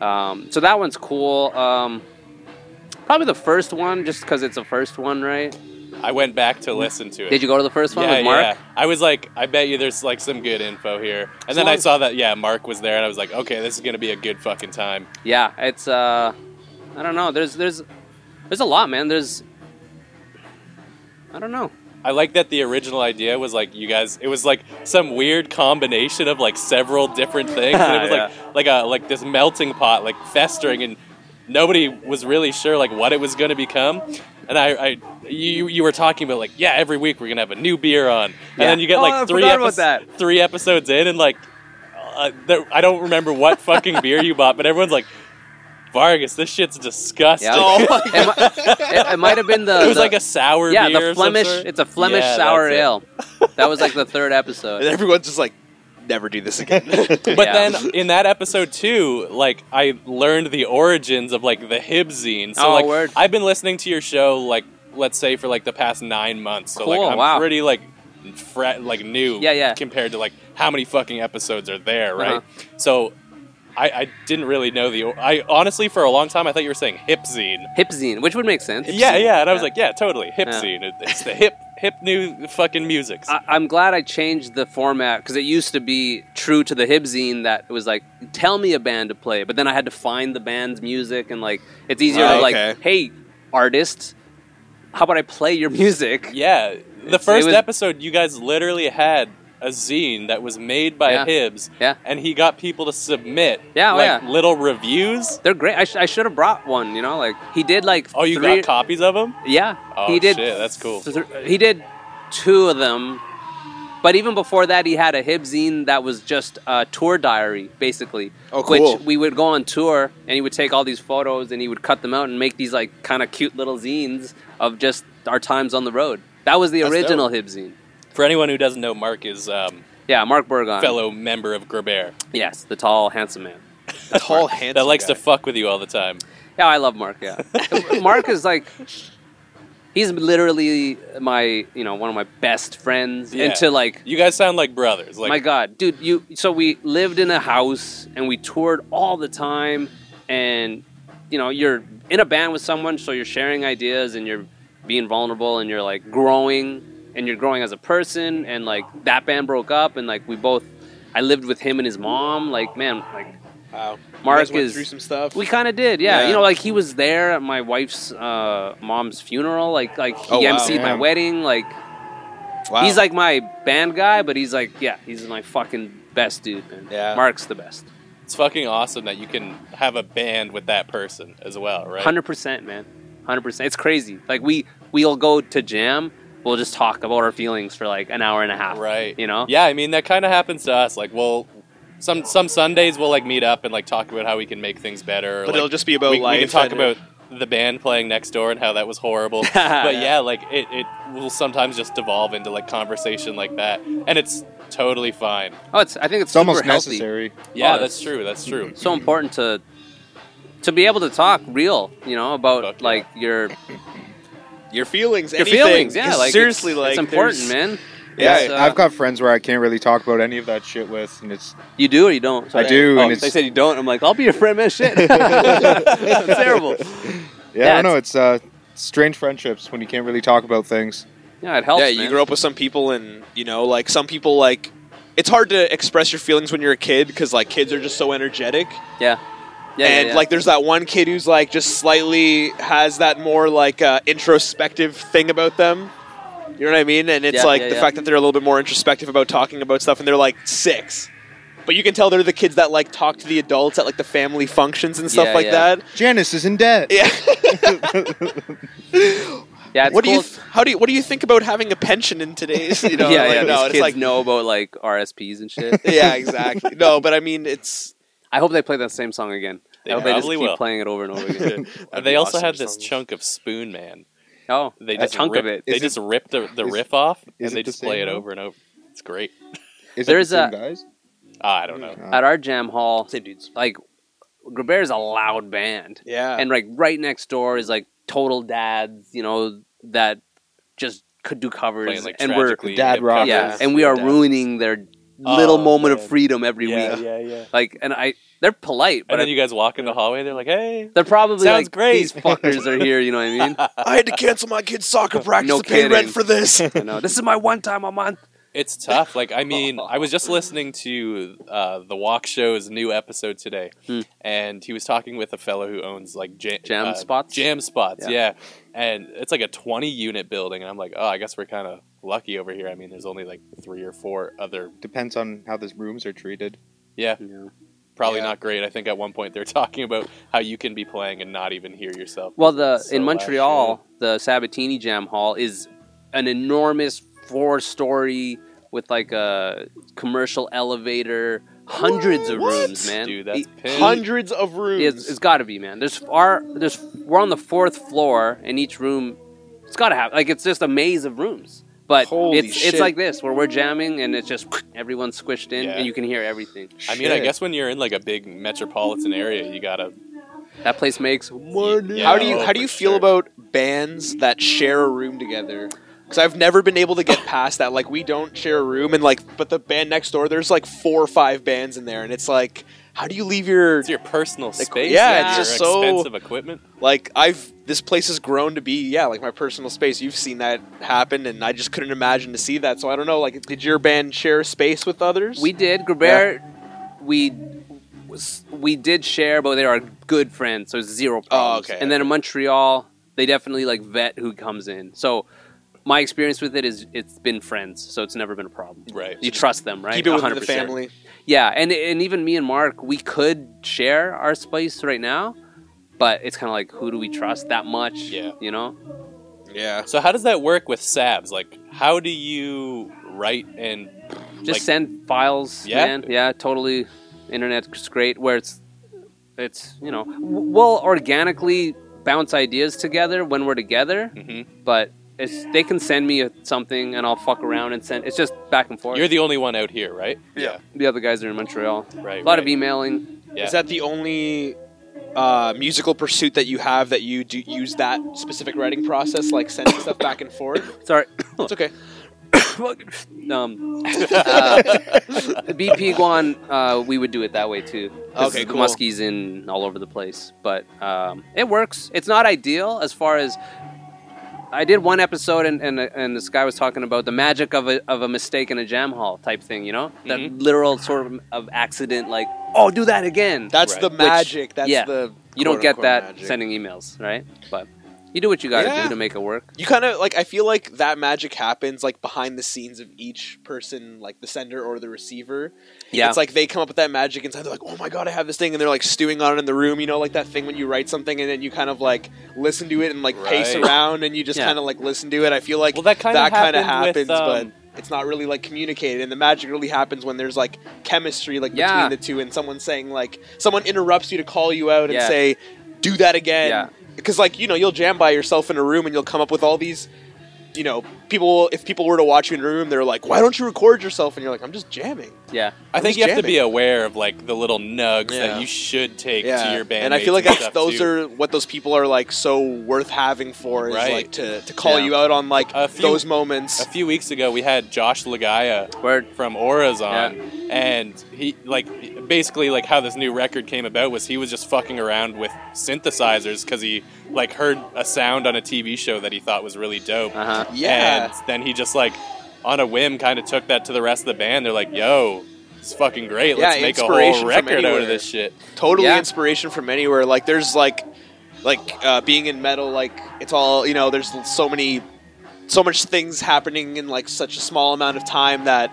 [SPEAKER 4] um, so that one's cool. Um, probably the first one, just because it's a first one, right?
[SPEAKER 1] I went back to listen to it.
[SPEAKER 4] Did you go to the first one
[SPEAKER 1] yeah,
[SPEAKER 4] with Mark?
[SPEAKER 1] yeah. I was like, I bet you there's like some good info here. And then
[SPEAKER 4] long
[SPEAKER 1] I
[SPEAKER 4] as-
[SPEAKER 1] saw that yeah, Mark was there, and I was like, okay, this is gonna be a good fucking time.
[SPEAKER 4] yeah it's uh i don't know there's there's there's a lot man there's i don't know
[SPEAKER 1] I like that the original idea was like you guys. It was like some weird combination of like several
[SPEAKER 4] *laughs*
[SPEAKER 1] different things. And it was like like a like this melting pot, like festering, and nobody was really sure like what it was going to become. And I, I you you were talking about like yeah, every week we're gonna have a new beer on, and
[SPEAKER 4] Yeah.
[SPEAKER 1] then you get
[SPEAKER 4] Oh,
[SPEAKER 1] like
[SPEAKER 4] I
[SPEAKER 1] three
[SPEAKER 4] forgot about
[SPEAKER 1] epis-
[SPEAKER 4] that.
[SPEAKER 1] three episodes in, and like uh, there, I don't remember what fucking beer you bought, but everyone's like. Vargas, this shit's disgusting.
[SPEAKER 4] yeah it, mi- it, it might have been the
[SPEAKER 1] *laughs* It was
[SPEAKER 4] the-
[SPEAKER 1] like a sour
[SPEAKER 4] yeah
[SPEAKER 1] beer.
[SPEAKER 4] the flemish it's a flemish sour
[SPEAKER 1] ale. *laughs*
[SPEAKER 4] ale that was like the third
[SPEAKER 2] *laughs*
[SPEAKER 4] episode
[SPEAKER 2] and everyone's just like, never do this
[SPEAKER 4] *laughs*
[SPEAKER 2] again.
[SPEAKER 1] *laughs* But
[SPEAKER 4] Yeah.
[SPEAKER 1] then in that episode too, like I learned the origins of like the Hibzine. So
[SPEAKER 4] Oh,
[SPEAKER 1] like
[SPEAKER 4] word.
[SPEAKER 1] I've been listening to your show like let's say for like the past nine months. So like
[SPEAKER 4] Cool,
[SPEAKER 1] I'm
[SPEAKER 4] wow.
[SPEAKER 1] pretty like fre- like new.
[SPEAKER 4] Yeah, yeah.
[SPEAKER 1] Compared to like how many fucking episodes are there, right?
[SPEAKER 4] Uh-huh.
[SPEAKER 1] So I, I didn't really know the. or- I honestly for a long time I thought you were saying Hipzine.
[SPEAKER 4] hipzine which would make sense
[SPEAKER 1] Yeah, yeah, and I was
[SPEAKER 4] Yeah.
[SPEAKER 1] like, yeah, totally Hipzine. It, it's the hip hip new fucking music.
[SPEAKER 4] I, i'm glad i changed the format because it used to be true to the hipzine that it was like tell me a band to play but then i had to find the band's music and like it's easier
[SPEAKER 2] Oh,
[SPEAKER 1] Ah,
[SPEAKER 4] to like
[SPEAKER 2] okay.
[SPEAKER 4] hey artists how about i play your *laughs* music
[SPEAKER 1] Yeah, the
[SPEAKER 4] It's-
[SPEAKER 1] first
[SPEAKER 4] it was-
[SPEAKER 1] episode, you guys literally had a zine that was made by
[SPEAKER 4] Yeah.
[SPEAKER 1] Hibbs,
[SPEAKER 4] Yeah.
[SPEAKER 1] and he got people to submit,
[SPEAKER 4] Yeah, oh,
[SPEAKER 1] like
[SPEAKER 4] yeah.
[SPEAKER 1] little reviews.
[SPEAKER 4] They're great. I, sh- I should have brought one. You know, like he did like.
[SPEAKER 1] Oh, you
[SPEAKER 4] three-
[SPEAKER 1] got copies of them?
[SPEAKER 4] Yeah,
[SPEAKER 1] Oh,
[SPEAKER 4] he did.
[SPEAKER 1] shit, that's cool.
[SPEAKER 4] th- he did two of them, but even before that, he had a Hibzine that was just a tour diary, basically.
[SPEAKER 2] Oh, cool.
[SPEAKER 4] Which we would go on tour, and he would take all these photos, and he would cut them out and make these like kind of cute little zines of just our times on the road. That was the
[SPEAKER 2] That's
[SPEAKER 4] original
[SPEAKER 2] dope.
[SPEAKER 4] Hibzine.
[SPEAKER 1] For anyone who doesn't know, Mark is um,
[SPEAKER 4] Yeah, Mark Burgon.
[SPEAKER 1] fellow member of Grebert
[SPEAKER 4] Yes, the tall, handsome man.
[SPEAKER 2] Tall, handsome.
[SPEAKER 1] that likes
[SPEAKER 2] guy.
[SPEAKER 1] to fuck with you all the time.
[SPEAKER 4] Yeah, I love Mark.
[SPEAKER 1] *laughs*
[SPEAKER 4] Yeah, Mark is like, he's literally my you know one of my best friends.
[SPEAKER 1] Yeah.
[SPEAKER 4] Into like,
[SPEAKER 1] You guys sound like brothers. Like,
[SPEAKER 4] my God, dude, you. So we lived in a house and we toured all the time, and you know you're in a band with someone, so you're sharing ideas and you're being vulnerable and you're like growing and you're growing as a person and like that band broke up and like we both. I lived with him and his mom. Like man, like
[SPEAKER 2] Wow.
[SPEAKER 4] Mark
[SPEAKER 2] you guys went
[SPEAKER 4] is-
[SPEAKER 2] through some stuff.
[SPEAKER 4] we kind of did, yeah.
[SPEAKER 2] Yeah.
[SPEAKER 4] You know, like he was there at my wife's uh, mom's funeral. Like, like he
[SPEAKER 2] Oh, wow.
[SPEAKER 4] emceed my
[SPEAKER 3] Damn.
[SPEAKER 4] wedding. Like,
[SPEAKER 2] Wow.
[SPEAKER 4] he's like my band guy, but he's like, yeah, he's my fucking best dude, man.
[SPEAKER 2] Yeah.
[SPEAKER 4] Mark's the best,
[SPEAKER 1] it's fucking awesome that you can have a band with that person as well, right?
[SPEAKER 4] hundred percent, man, hundred percent. It's crazy. Like we we'll go to jam, we'll just talk about our feelings for like an hour and a half,
[SPEAKER 1] Right.
[SPEAKER 4] You know,
[SPEAKER 1] Yeah, I mean that kind of happens to us. Like, we'll some some Sundays we'll like meet up and like talk about how we can make things better. or,
[SPEAKER 2] but
[SPEAKER 1] like,
[SPEAKER 2] it'll just be about
[SPEAKER 1] we, we
[SPEAKER 2] life.
[SPEAKER 1] can talk
[SPEAKER 2] and-
[SPEAKER 1] about the band playing next door and how that was
[SPEAKER 4] *laughs*
[SPEAKER 1] horrible. but yeah, like it, it will sometimes just devolve into like conversation like that, and it's totally fine.
[SPEAKER 4] Oh, it's I think it's,
[SPEAKER 3] It's almost
[SPEAKER 4] super healthy.
[SPEAKER 3] necessary.
[SPEAKER 1] Yeah,
[SPEAKER 4] Oh,
[SPEAKER 1] that's true. That's
[SPEAKER 4] *laughs*
[SPEAKER 1] true.
[SPEAKER 4] so important to to be able to talk real, you know, about
[SPEAKER 1] Fuck yeah.
[SPEAKER 4] like your
[SPEAKER 2] your feelings.
[SPEAKER 4] your
[SPEAKER 2] anything.
[SPEAKER 4] feelings. Yeah,
[SPEAKER 2] 'Cause
[SPEAKER 4] like
[SPEAKER 2] seriously,
[SPEAKER 4] it's,
[SPEAKER 2] like
[SPEAKER 4] it's important,
[SPEAKER 2] there's-
[SPEAKER 4] man.
[SPEAKER 2] Yeah,
[SPEAKER 4] It's, uh,
[SPEAKER 3] I've got friends where I can't really talk about any of that shit with, and it's
[SPEAKER 4] You do or you don't?
[SPEAKER 3] I do,
[SPEAKER 4] Oh,
[SPEAKER 3] and it's-
[SPEAKER 4] they said you don't. I'm like, I'll be your friend, man. Shit, *laughs* That's
[SPEAKER 2] *laughs*
[SPEAKER 4] terrible.
[SPEAKER 3] yeah,
[SPEAKER 4] Yeah,
[SPEAKER 3] I don't know. It's uh, strange friendships when you can't really talk about things.
[SPEAKER 4] Yeah, it helps.
[SPEAKER 2] yeah, you grow up with some people, and you know, like some people like it's hard to express your feelings when you're a kid because like kids are just so energetic
[SPEAKER 4] Yeah. Yeah.
[SPEAKER 2] and
[SPEAKER 4] yeah, yeah.
[SPEAKER 2] like there's that one kid who's like just slightly has that more like uh, introspective thing about them you know what i mean and it's
[SPEAKER 4] Yeah,
[SPEAKER 2] like
[SPEAKER 4] yeah,
[SPEAKER 2] the
[SPEAKER 4] yeah.
[SPEAKER 2] fact that they're a little bit more introspective about talking about stuff and they're like six but you can tell they're the kids that like talk to the adults at like the family functions and stuff
[SPEAKER 4] Yeah,
[SPEAKER 2] like
[SPEAKER 4] yeah.
[SPEAKER 2] that *laughs*
[SPEAKER 3] Janice is in debt.
[SPEAKER 2] yeah
[SPEAKER 4] yeah, it's
[SPEAKER 2] what do you
[SPEAKER 4] cool.
[SPEAKER 2] th- how do you what do you think about having a pension in today's
[SPEAKER 4] *laughs*
[SPEAKER 2] you know
[SPEAKER 4] yeah,
[SPEAKER 2] like,
[SPEAKER 4] yeah.
[SPEAKER 2] no,
[SPEAKER 4] these
[SPEAKER 2] it's
[SPEAKER 4] kids
[SPEAKER 2] like
[SPEAKER 4] know about like RSPs and shit.
[SPEAKER 2] *laughs*
[SPEAKER 1] *laughs*
[SPEAKER 2] yeah exactly no but i mean it's
[SPEAKER 4] I hope they play that same song again.
[SPEAKER 1] They
[SPEAKER 4] I hope they just
[SPEAKER 1] probably
[SPEAKER 4] keep
[SPEAKER 1] will.
[SPEAKER 4] playing it over and
[SPEAKER 1] *laughs*
[SPEAKER 4] over again. *laughs*
[SPEAKER 2] That'd
[SPEAKER 1] they
[SPEAKER 2] be
[SPEAKER 1] also
[SPEAKER 2] awesome
[SPEAKER 1] have
[SPEAKER 2] if
[SPEAKER 1] this
[SPEAKER 2] someone-
[SPEAKER 1] chunk of Spoon Man.
[SPEAKER 4] oh,
[SPEAKER 1] They
[SPEAKER 4] a
[SPEAKER 1] just
[SPEAKER 4] chunk
[SPEAKER 1] rip,
[SPEAKER 4] of it.
[SPEAKER 1] They
[SPEAKER 3] Is
[SPEAKER 1] just rip the, the
[SPEAKER 3] is-
[SPEAKER 1] riff off and
[SPEAKER 3] is it
[SPEAKER 1] they
[SPEAKER 3] the
[SPEAKER 1] just play
[SPEAKER 3] same
[SPEAKER 1] it
[SPEAKER 3] one?
[SPEAKER 1] over and over. It's great.
[SPEAKER 3] Is
[SPEAKER 4] There's
[SPEAKER 3] it the same
[SPEAKER 4] a-
[SPEAKER 3] guys? Uh,
[SPEAKER 1] Ah, I don't know.
[SPEAKER 4] At our jam hall, like Grebert is a loud band,
[SPEAKER 2] yeah
[SPEAKER 4] and like right next door is like total dads, you know, that just could do covers,
[SPEAKER 1] Playing like
[SPEAKER 4] and we're
[SPEAKER 1] tragically
[SPEAKER 3] Dad
[SPEAKER 1] hip
[SPEAKER 3] rock.
[SPEAKER 4] yeah,
[SPEAKER 1] covers.
[SPEAKER 4] and we are
[SPEAKER 1] Dads.
[SPEAKER 4] ruining their
[SPEAKER 1] Oh,
[SPEAKER 4] little moment of
[SPEAKER 1] man.
[SPEAKER 4] freedom every
[SPEAKER 1] Yeah,
[SPEAKER 4] week.
[SPEAKER 5] yeah, yeah.
[SPEAKER 4] Like, and I, they're polite, but
[SPEAKER 1] And then
[SPEAKER 4] I-
[SPEAKER 1] you guys walk in the hallway. They're like, "Hey,
[SPEAKER 4] they're probably
[SPEAKER 1] Sounds
[SPEAKER 4] like
[SPEAKER 1] great.
[SPEAKER 4] these *laughs* fuckers are here. You know what *laughs* I mean?
[SPEAKER 2] i had to cancel my kid's soccer practice
[SPEAKER 4] No
[SPEAKER 2] to pay rent
[SPEAKER 4] kidding.
[SPEAKER 2] for
[SPEAKER 4] *laughs*
[SPEAKER 2] this
[SPEAKER 4] you know, this is my one time a month.
[SPEAKER 1] It's tough. Like I mean, I was just listening to uh, the Walk Show's new episode today,
[SPEAKER 4] Hmm.
[SPEAKER 1] and he was talking with a fellow who owns like jam,
[SPEAKER 4] Jam
[SPEAKER 1] uh,
[SPEAKER 4] spots?
[SPEAKER 1] Jam spots,
[SPEAKER 4] Yeah.
[SPEAKER 1] yeah. And it's like a twenty-unit building, and I'm like, oh, I guess we're kind of lucky over here. I mean, there's only like three or four other.
[SPEAKER 3] Depends on how those rooms are treated.
[SPEAKER 1] Yeah,
[SPEAKER 4] You know?
[SPEAKER 1] probably
[SPEAKER 2] Yeah.
[SPEAKER 1] not great. I think at one point they're *laughs* talking about how you can be playing and not even hear yourself.
[SPEAKER 4] Well, the
[SPEAKER 1] So
[SPEAKER 4] in
[SPEAKER 1] loud,
[SPEAKER 4] Montreal, the Sabatini Jam Hall is an enormous four-story with like a commercial elevator, hundreds of
[SPEAKER 2] What?
[SPEAKER 4] rooms, man.
[SPEAKER 1] Dude, that's
[SPEAKER 4] E-
[SPEAKER 1] pimp.
[SPEAKER 2] hundreds of rooms
[SPEAKER 4] it's, it's got to be, man. There's our there's we're on the fourth floor, and each room, it's got to have like it's just a maze of rooms. But
[SPEAKER 2] Holy
[SPEAKER 4] it's
[SPEAKER 2] shit.
[SPEAKER 4] it's like this where we're jamming, and it's just *sniffs* everyone's squished in,
[SPEAKER 1] Yeah.
[SPEAKER 4] and you can hear everything.
[SPEAKER 1] I mean, I
[SPEAKER 3] Shit.
[SPEAKER 1] guess when you're in like a big metropolitan area, you gotta.
[SPEAKER 4] That place makes money.
[SPEAKER 1] Yeah.
[SPEAKER 2] How do you
[SPEAKER 1] oh,
[SPEAKER 2] how do you
[SPEAKER 1] for
[SPEAKER 2] feel
[SPEAKER 1] sure.
[SPEAKER 2] about bands that share a room together? Because I've never been able to get past that. Like we don't share a room, and like but the band next door, there's like four or five bands in there, and it's like, how do you leave your
[SPEAKER 1] It's your personal space.
[SPEAKER 2] yeah,
[SPEAKER 1] and
[SPEAKER 2] it's
[SPEAKER 1] your
[SPEAKER 2] just so-
[SPEAKER 1] expensive equipment.
[SPEAKER 2] like I've this place has grown to be yeah like my personal space. You've seen that happen, and I just couldn't imagine to see that. So I don't know. Like, did your band share space with others?
[SPEAKER 4] We did. Gruber, we was, we did share, but they are good friends, so it's zero problems.
[SPEAKER 2] Oh, okay,
[SPEAKER 4] And then in Montreal, they definitely like vet who comes in. So my experience with it is it's been friends, so it's never been a problem.
[SPEAKER 1] Right.
[SPEAKER 4] You trust them, right?
[SPEAKER 2] keep it within the
[SPEAKER 4] 100%.
[SPEAKER 2] family.
[SPEAKER 4] Yeah, and and even me and Mark, we could share our space right now, but it's kind of like who do we trust that much?
[SPEAKER 1] Yeah.
[SPEAKER 4] You know.
[SPEAKER 2] Yeah.
[SPEAKER 1] So how does that work with Sabs? Like, how do you write and
[SPEAKER 4] just
[SPEAKER 1] like,
[SPEAKER 4] send files
[SPEAKER 1] Yeah.
[SPEAKER 4] man yeah totally internet's great where it's it's you know w- we'll organically bounce ideas together when we're together
[SPEAKER 1] Mhm.
[SPEAKER 4] but it's they can send me a, something and i'll fuck around and send it's just back and forth
[SPEAKER 1] You're the only one out here, right?
[SPEAKER 2] Yeah.
[SPEAKER 4] the other guys are in montreal
[SPEAKER 1] Yeah. Right.
[SPEAKER 4] a lot of
[SPEAKER 1] right.
[SPEAKER 4] emailing
[SPEAKER 1] Yeah.
[SPEAKER 2] Is that the only uh, musical pursuit that you have that you do use that specific writing process, like sending stuff back and
[SPEAKER 4] *coughs*
[SPEAKER 2] forth?
[SPEAKER 4] sorry
[SPEAKER 1] *laughs*
[SPEAKER 2] It's okay. *laughs*
[SPEAKER 4] um uh, bp guan uh, we would do it that way too 'Cause
[SPEAKER 2] Okay,
[SPEAKER 4] the
[SPEAKER 2] cool.
[SPEAKER 4] muskies in all over the place but um, it works it's not ideal as far as I did one episode, and, and and this guy was talking about the magic of a of a mistake in a jam hall type thing. You know, that
[SPEAKER 2] Mm-hmm.
[SPEAKER 1] Mhm.
[SPEAKER 4] literal sort of, of accident, like oh, do that again.
[SPEAKER 2] That's
[SPEAKER 1] Right.
[SPEAKER 2] the
[SPEAKER 1] Which-
[SPEAKER 2] magic. That's
[SPEAKER 4] yeah.
[SPEAKER 2] the
[SPEAKER 4] you don't get
[SPEAKER 2] quote-unquote
[SPEAKER 4] that
[SPEAKER 2] magic.
[SPEAKER 4] sending emails, right? But you do what you got to
[SPEAKER 2] Yeah.
[SPEAKER 4] do to make it work.
[SPEAKER 2] You kind of like. I feel like that magic happens like behind the scenes of each person, like the sender or the receiver.
[SPEAKER 4] Yeah,
[SPEAKER 2] It's like they come up with that magic inside. They're like, "Oh my god, I have this thing," and they're like stewing on it in the room. You know, like that thing when you write something and then you kind of like listen to it and like pace
[SPEAKER 1] Right.
[SPEAKER 2] around and you just
[SPEAKER 4] Yeah.
[SPEAKER 2] kind of like listen to it. I feel like
[SPEAKER 1] Well, that kinda
[SPEAKER 2] that kinda
[SPEAKER 1] happened with,
[SPEAKER 2] happens,
[SPEAKER 1] um,
[SPEAKER 2] but it's not really like communicated. And the magic really happens when there's like chemistry like
[SPEAKER 4] Yeah.
[SPEAKER 2] between the two, and someone saying like someone interrupts you to call you out and
[SPEAKER 4] Yeah.
[SPEAKER 2] say, "Do that again."
[SPEAKER 4] Yeah.
[SPEAKER 2] Because like you know, you'll jam by yourself in a room and you'll come up with all these you know, people, if people were to watch you in a room, they're like, why don't you record yourself? And you're like, I'm just jamming.
[SPEAKER 4] yeah.
[SPEAKER 1] I think
[SPEAKER 2] Who's
[SPEAKER 1] you have to
[SPEAKER 2] jamming?
[SPEAKER 1] be aware of like the little nugs
[SPEAKER 2] Yeah.
[SPEAKER 1] that you should take to your band.
[SPEAKER 2] And I feel like that's, those are what those people are like so worth having for is
[SPEAKER 1] Right.
[SPEAKER 2] like to, to call
[SPEAKER 4] Yeah.
[SPEAKER 2] you out on like
[SPEAKER 1] A few-
[SPEAKER 2] those moments.
[SPEAKER 1] A few weeks ago, we had Josh Lagaya
[SPEAKER 4] Word.
[SPEAKER 1] from Auras on,
[SPEAKER 4] Yeah.
[SPEAKER 1] and he like basically like how this new record came about was he was just fucking around with synthesizers because he like
[SPEAKER 2] Uh-huh.
[SPEAKER 1] heard a sound on a TV show that he thought was really dope,
[SPEAKER 4] Uh huh.
[SPEAKER 2] yeah.
[SPEAKER 1] And then he just like on a whim kind of took that to the rest of the band. They're like, "Yo, it's fucking great.
[SPEAKER 2] Yeah,
[SPEAKER 1] Let's make a
[SPEAKER 2] inspiration
[SPEAKER 1] whole
[SPEAKER 2] from
[SPEAKER 1] record out
[SPEAKER 2] anywhere.
[SPEAKER 1] of this shit."
[SPEAKER 2] totally
[SPEAKER 4] Yeah.
[SPEAKER 2] inspiration from anywhere. Like there's like like uh, being in metal, like it's all you know. There's so many so much things happening in like such a small amount of time that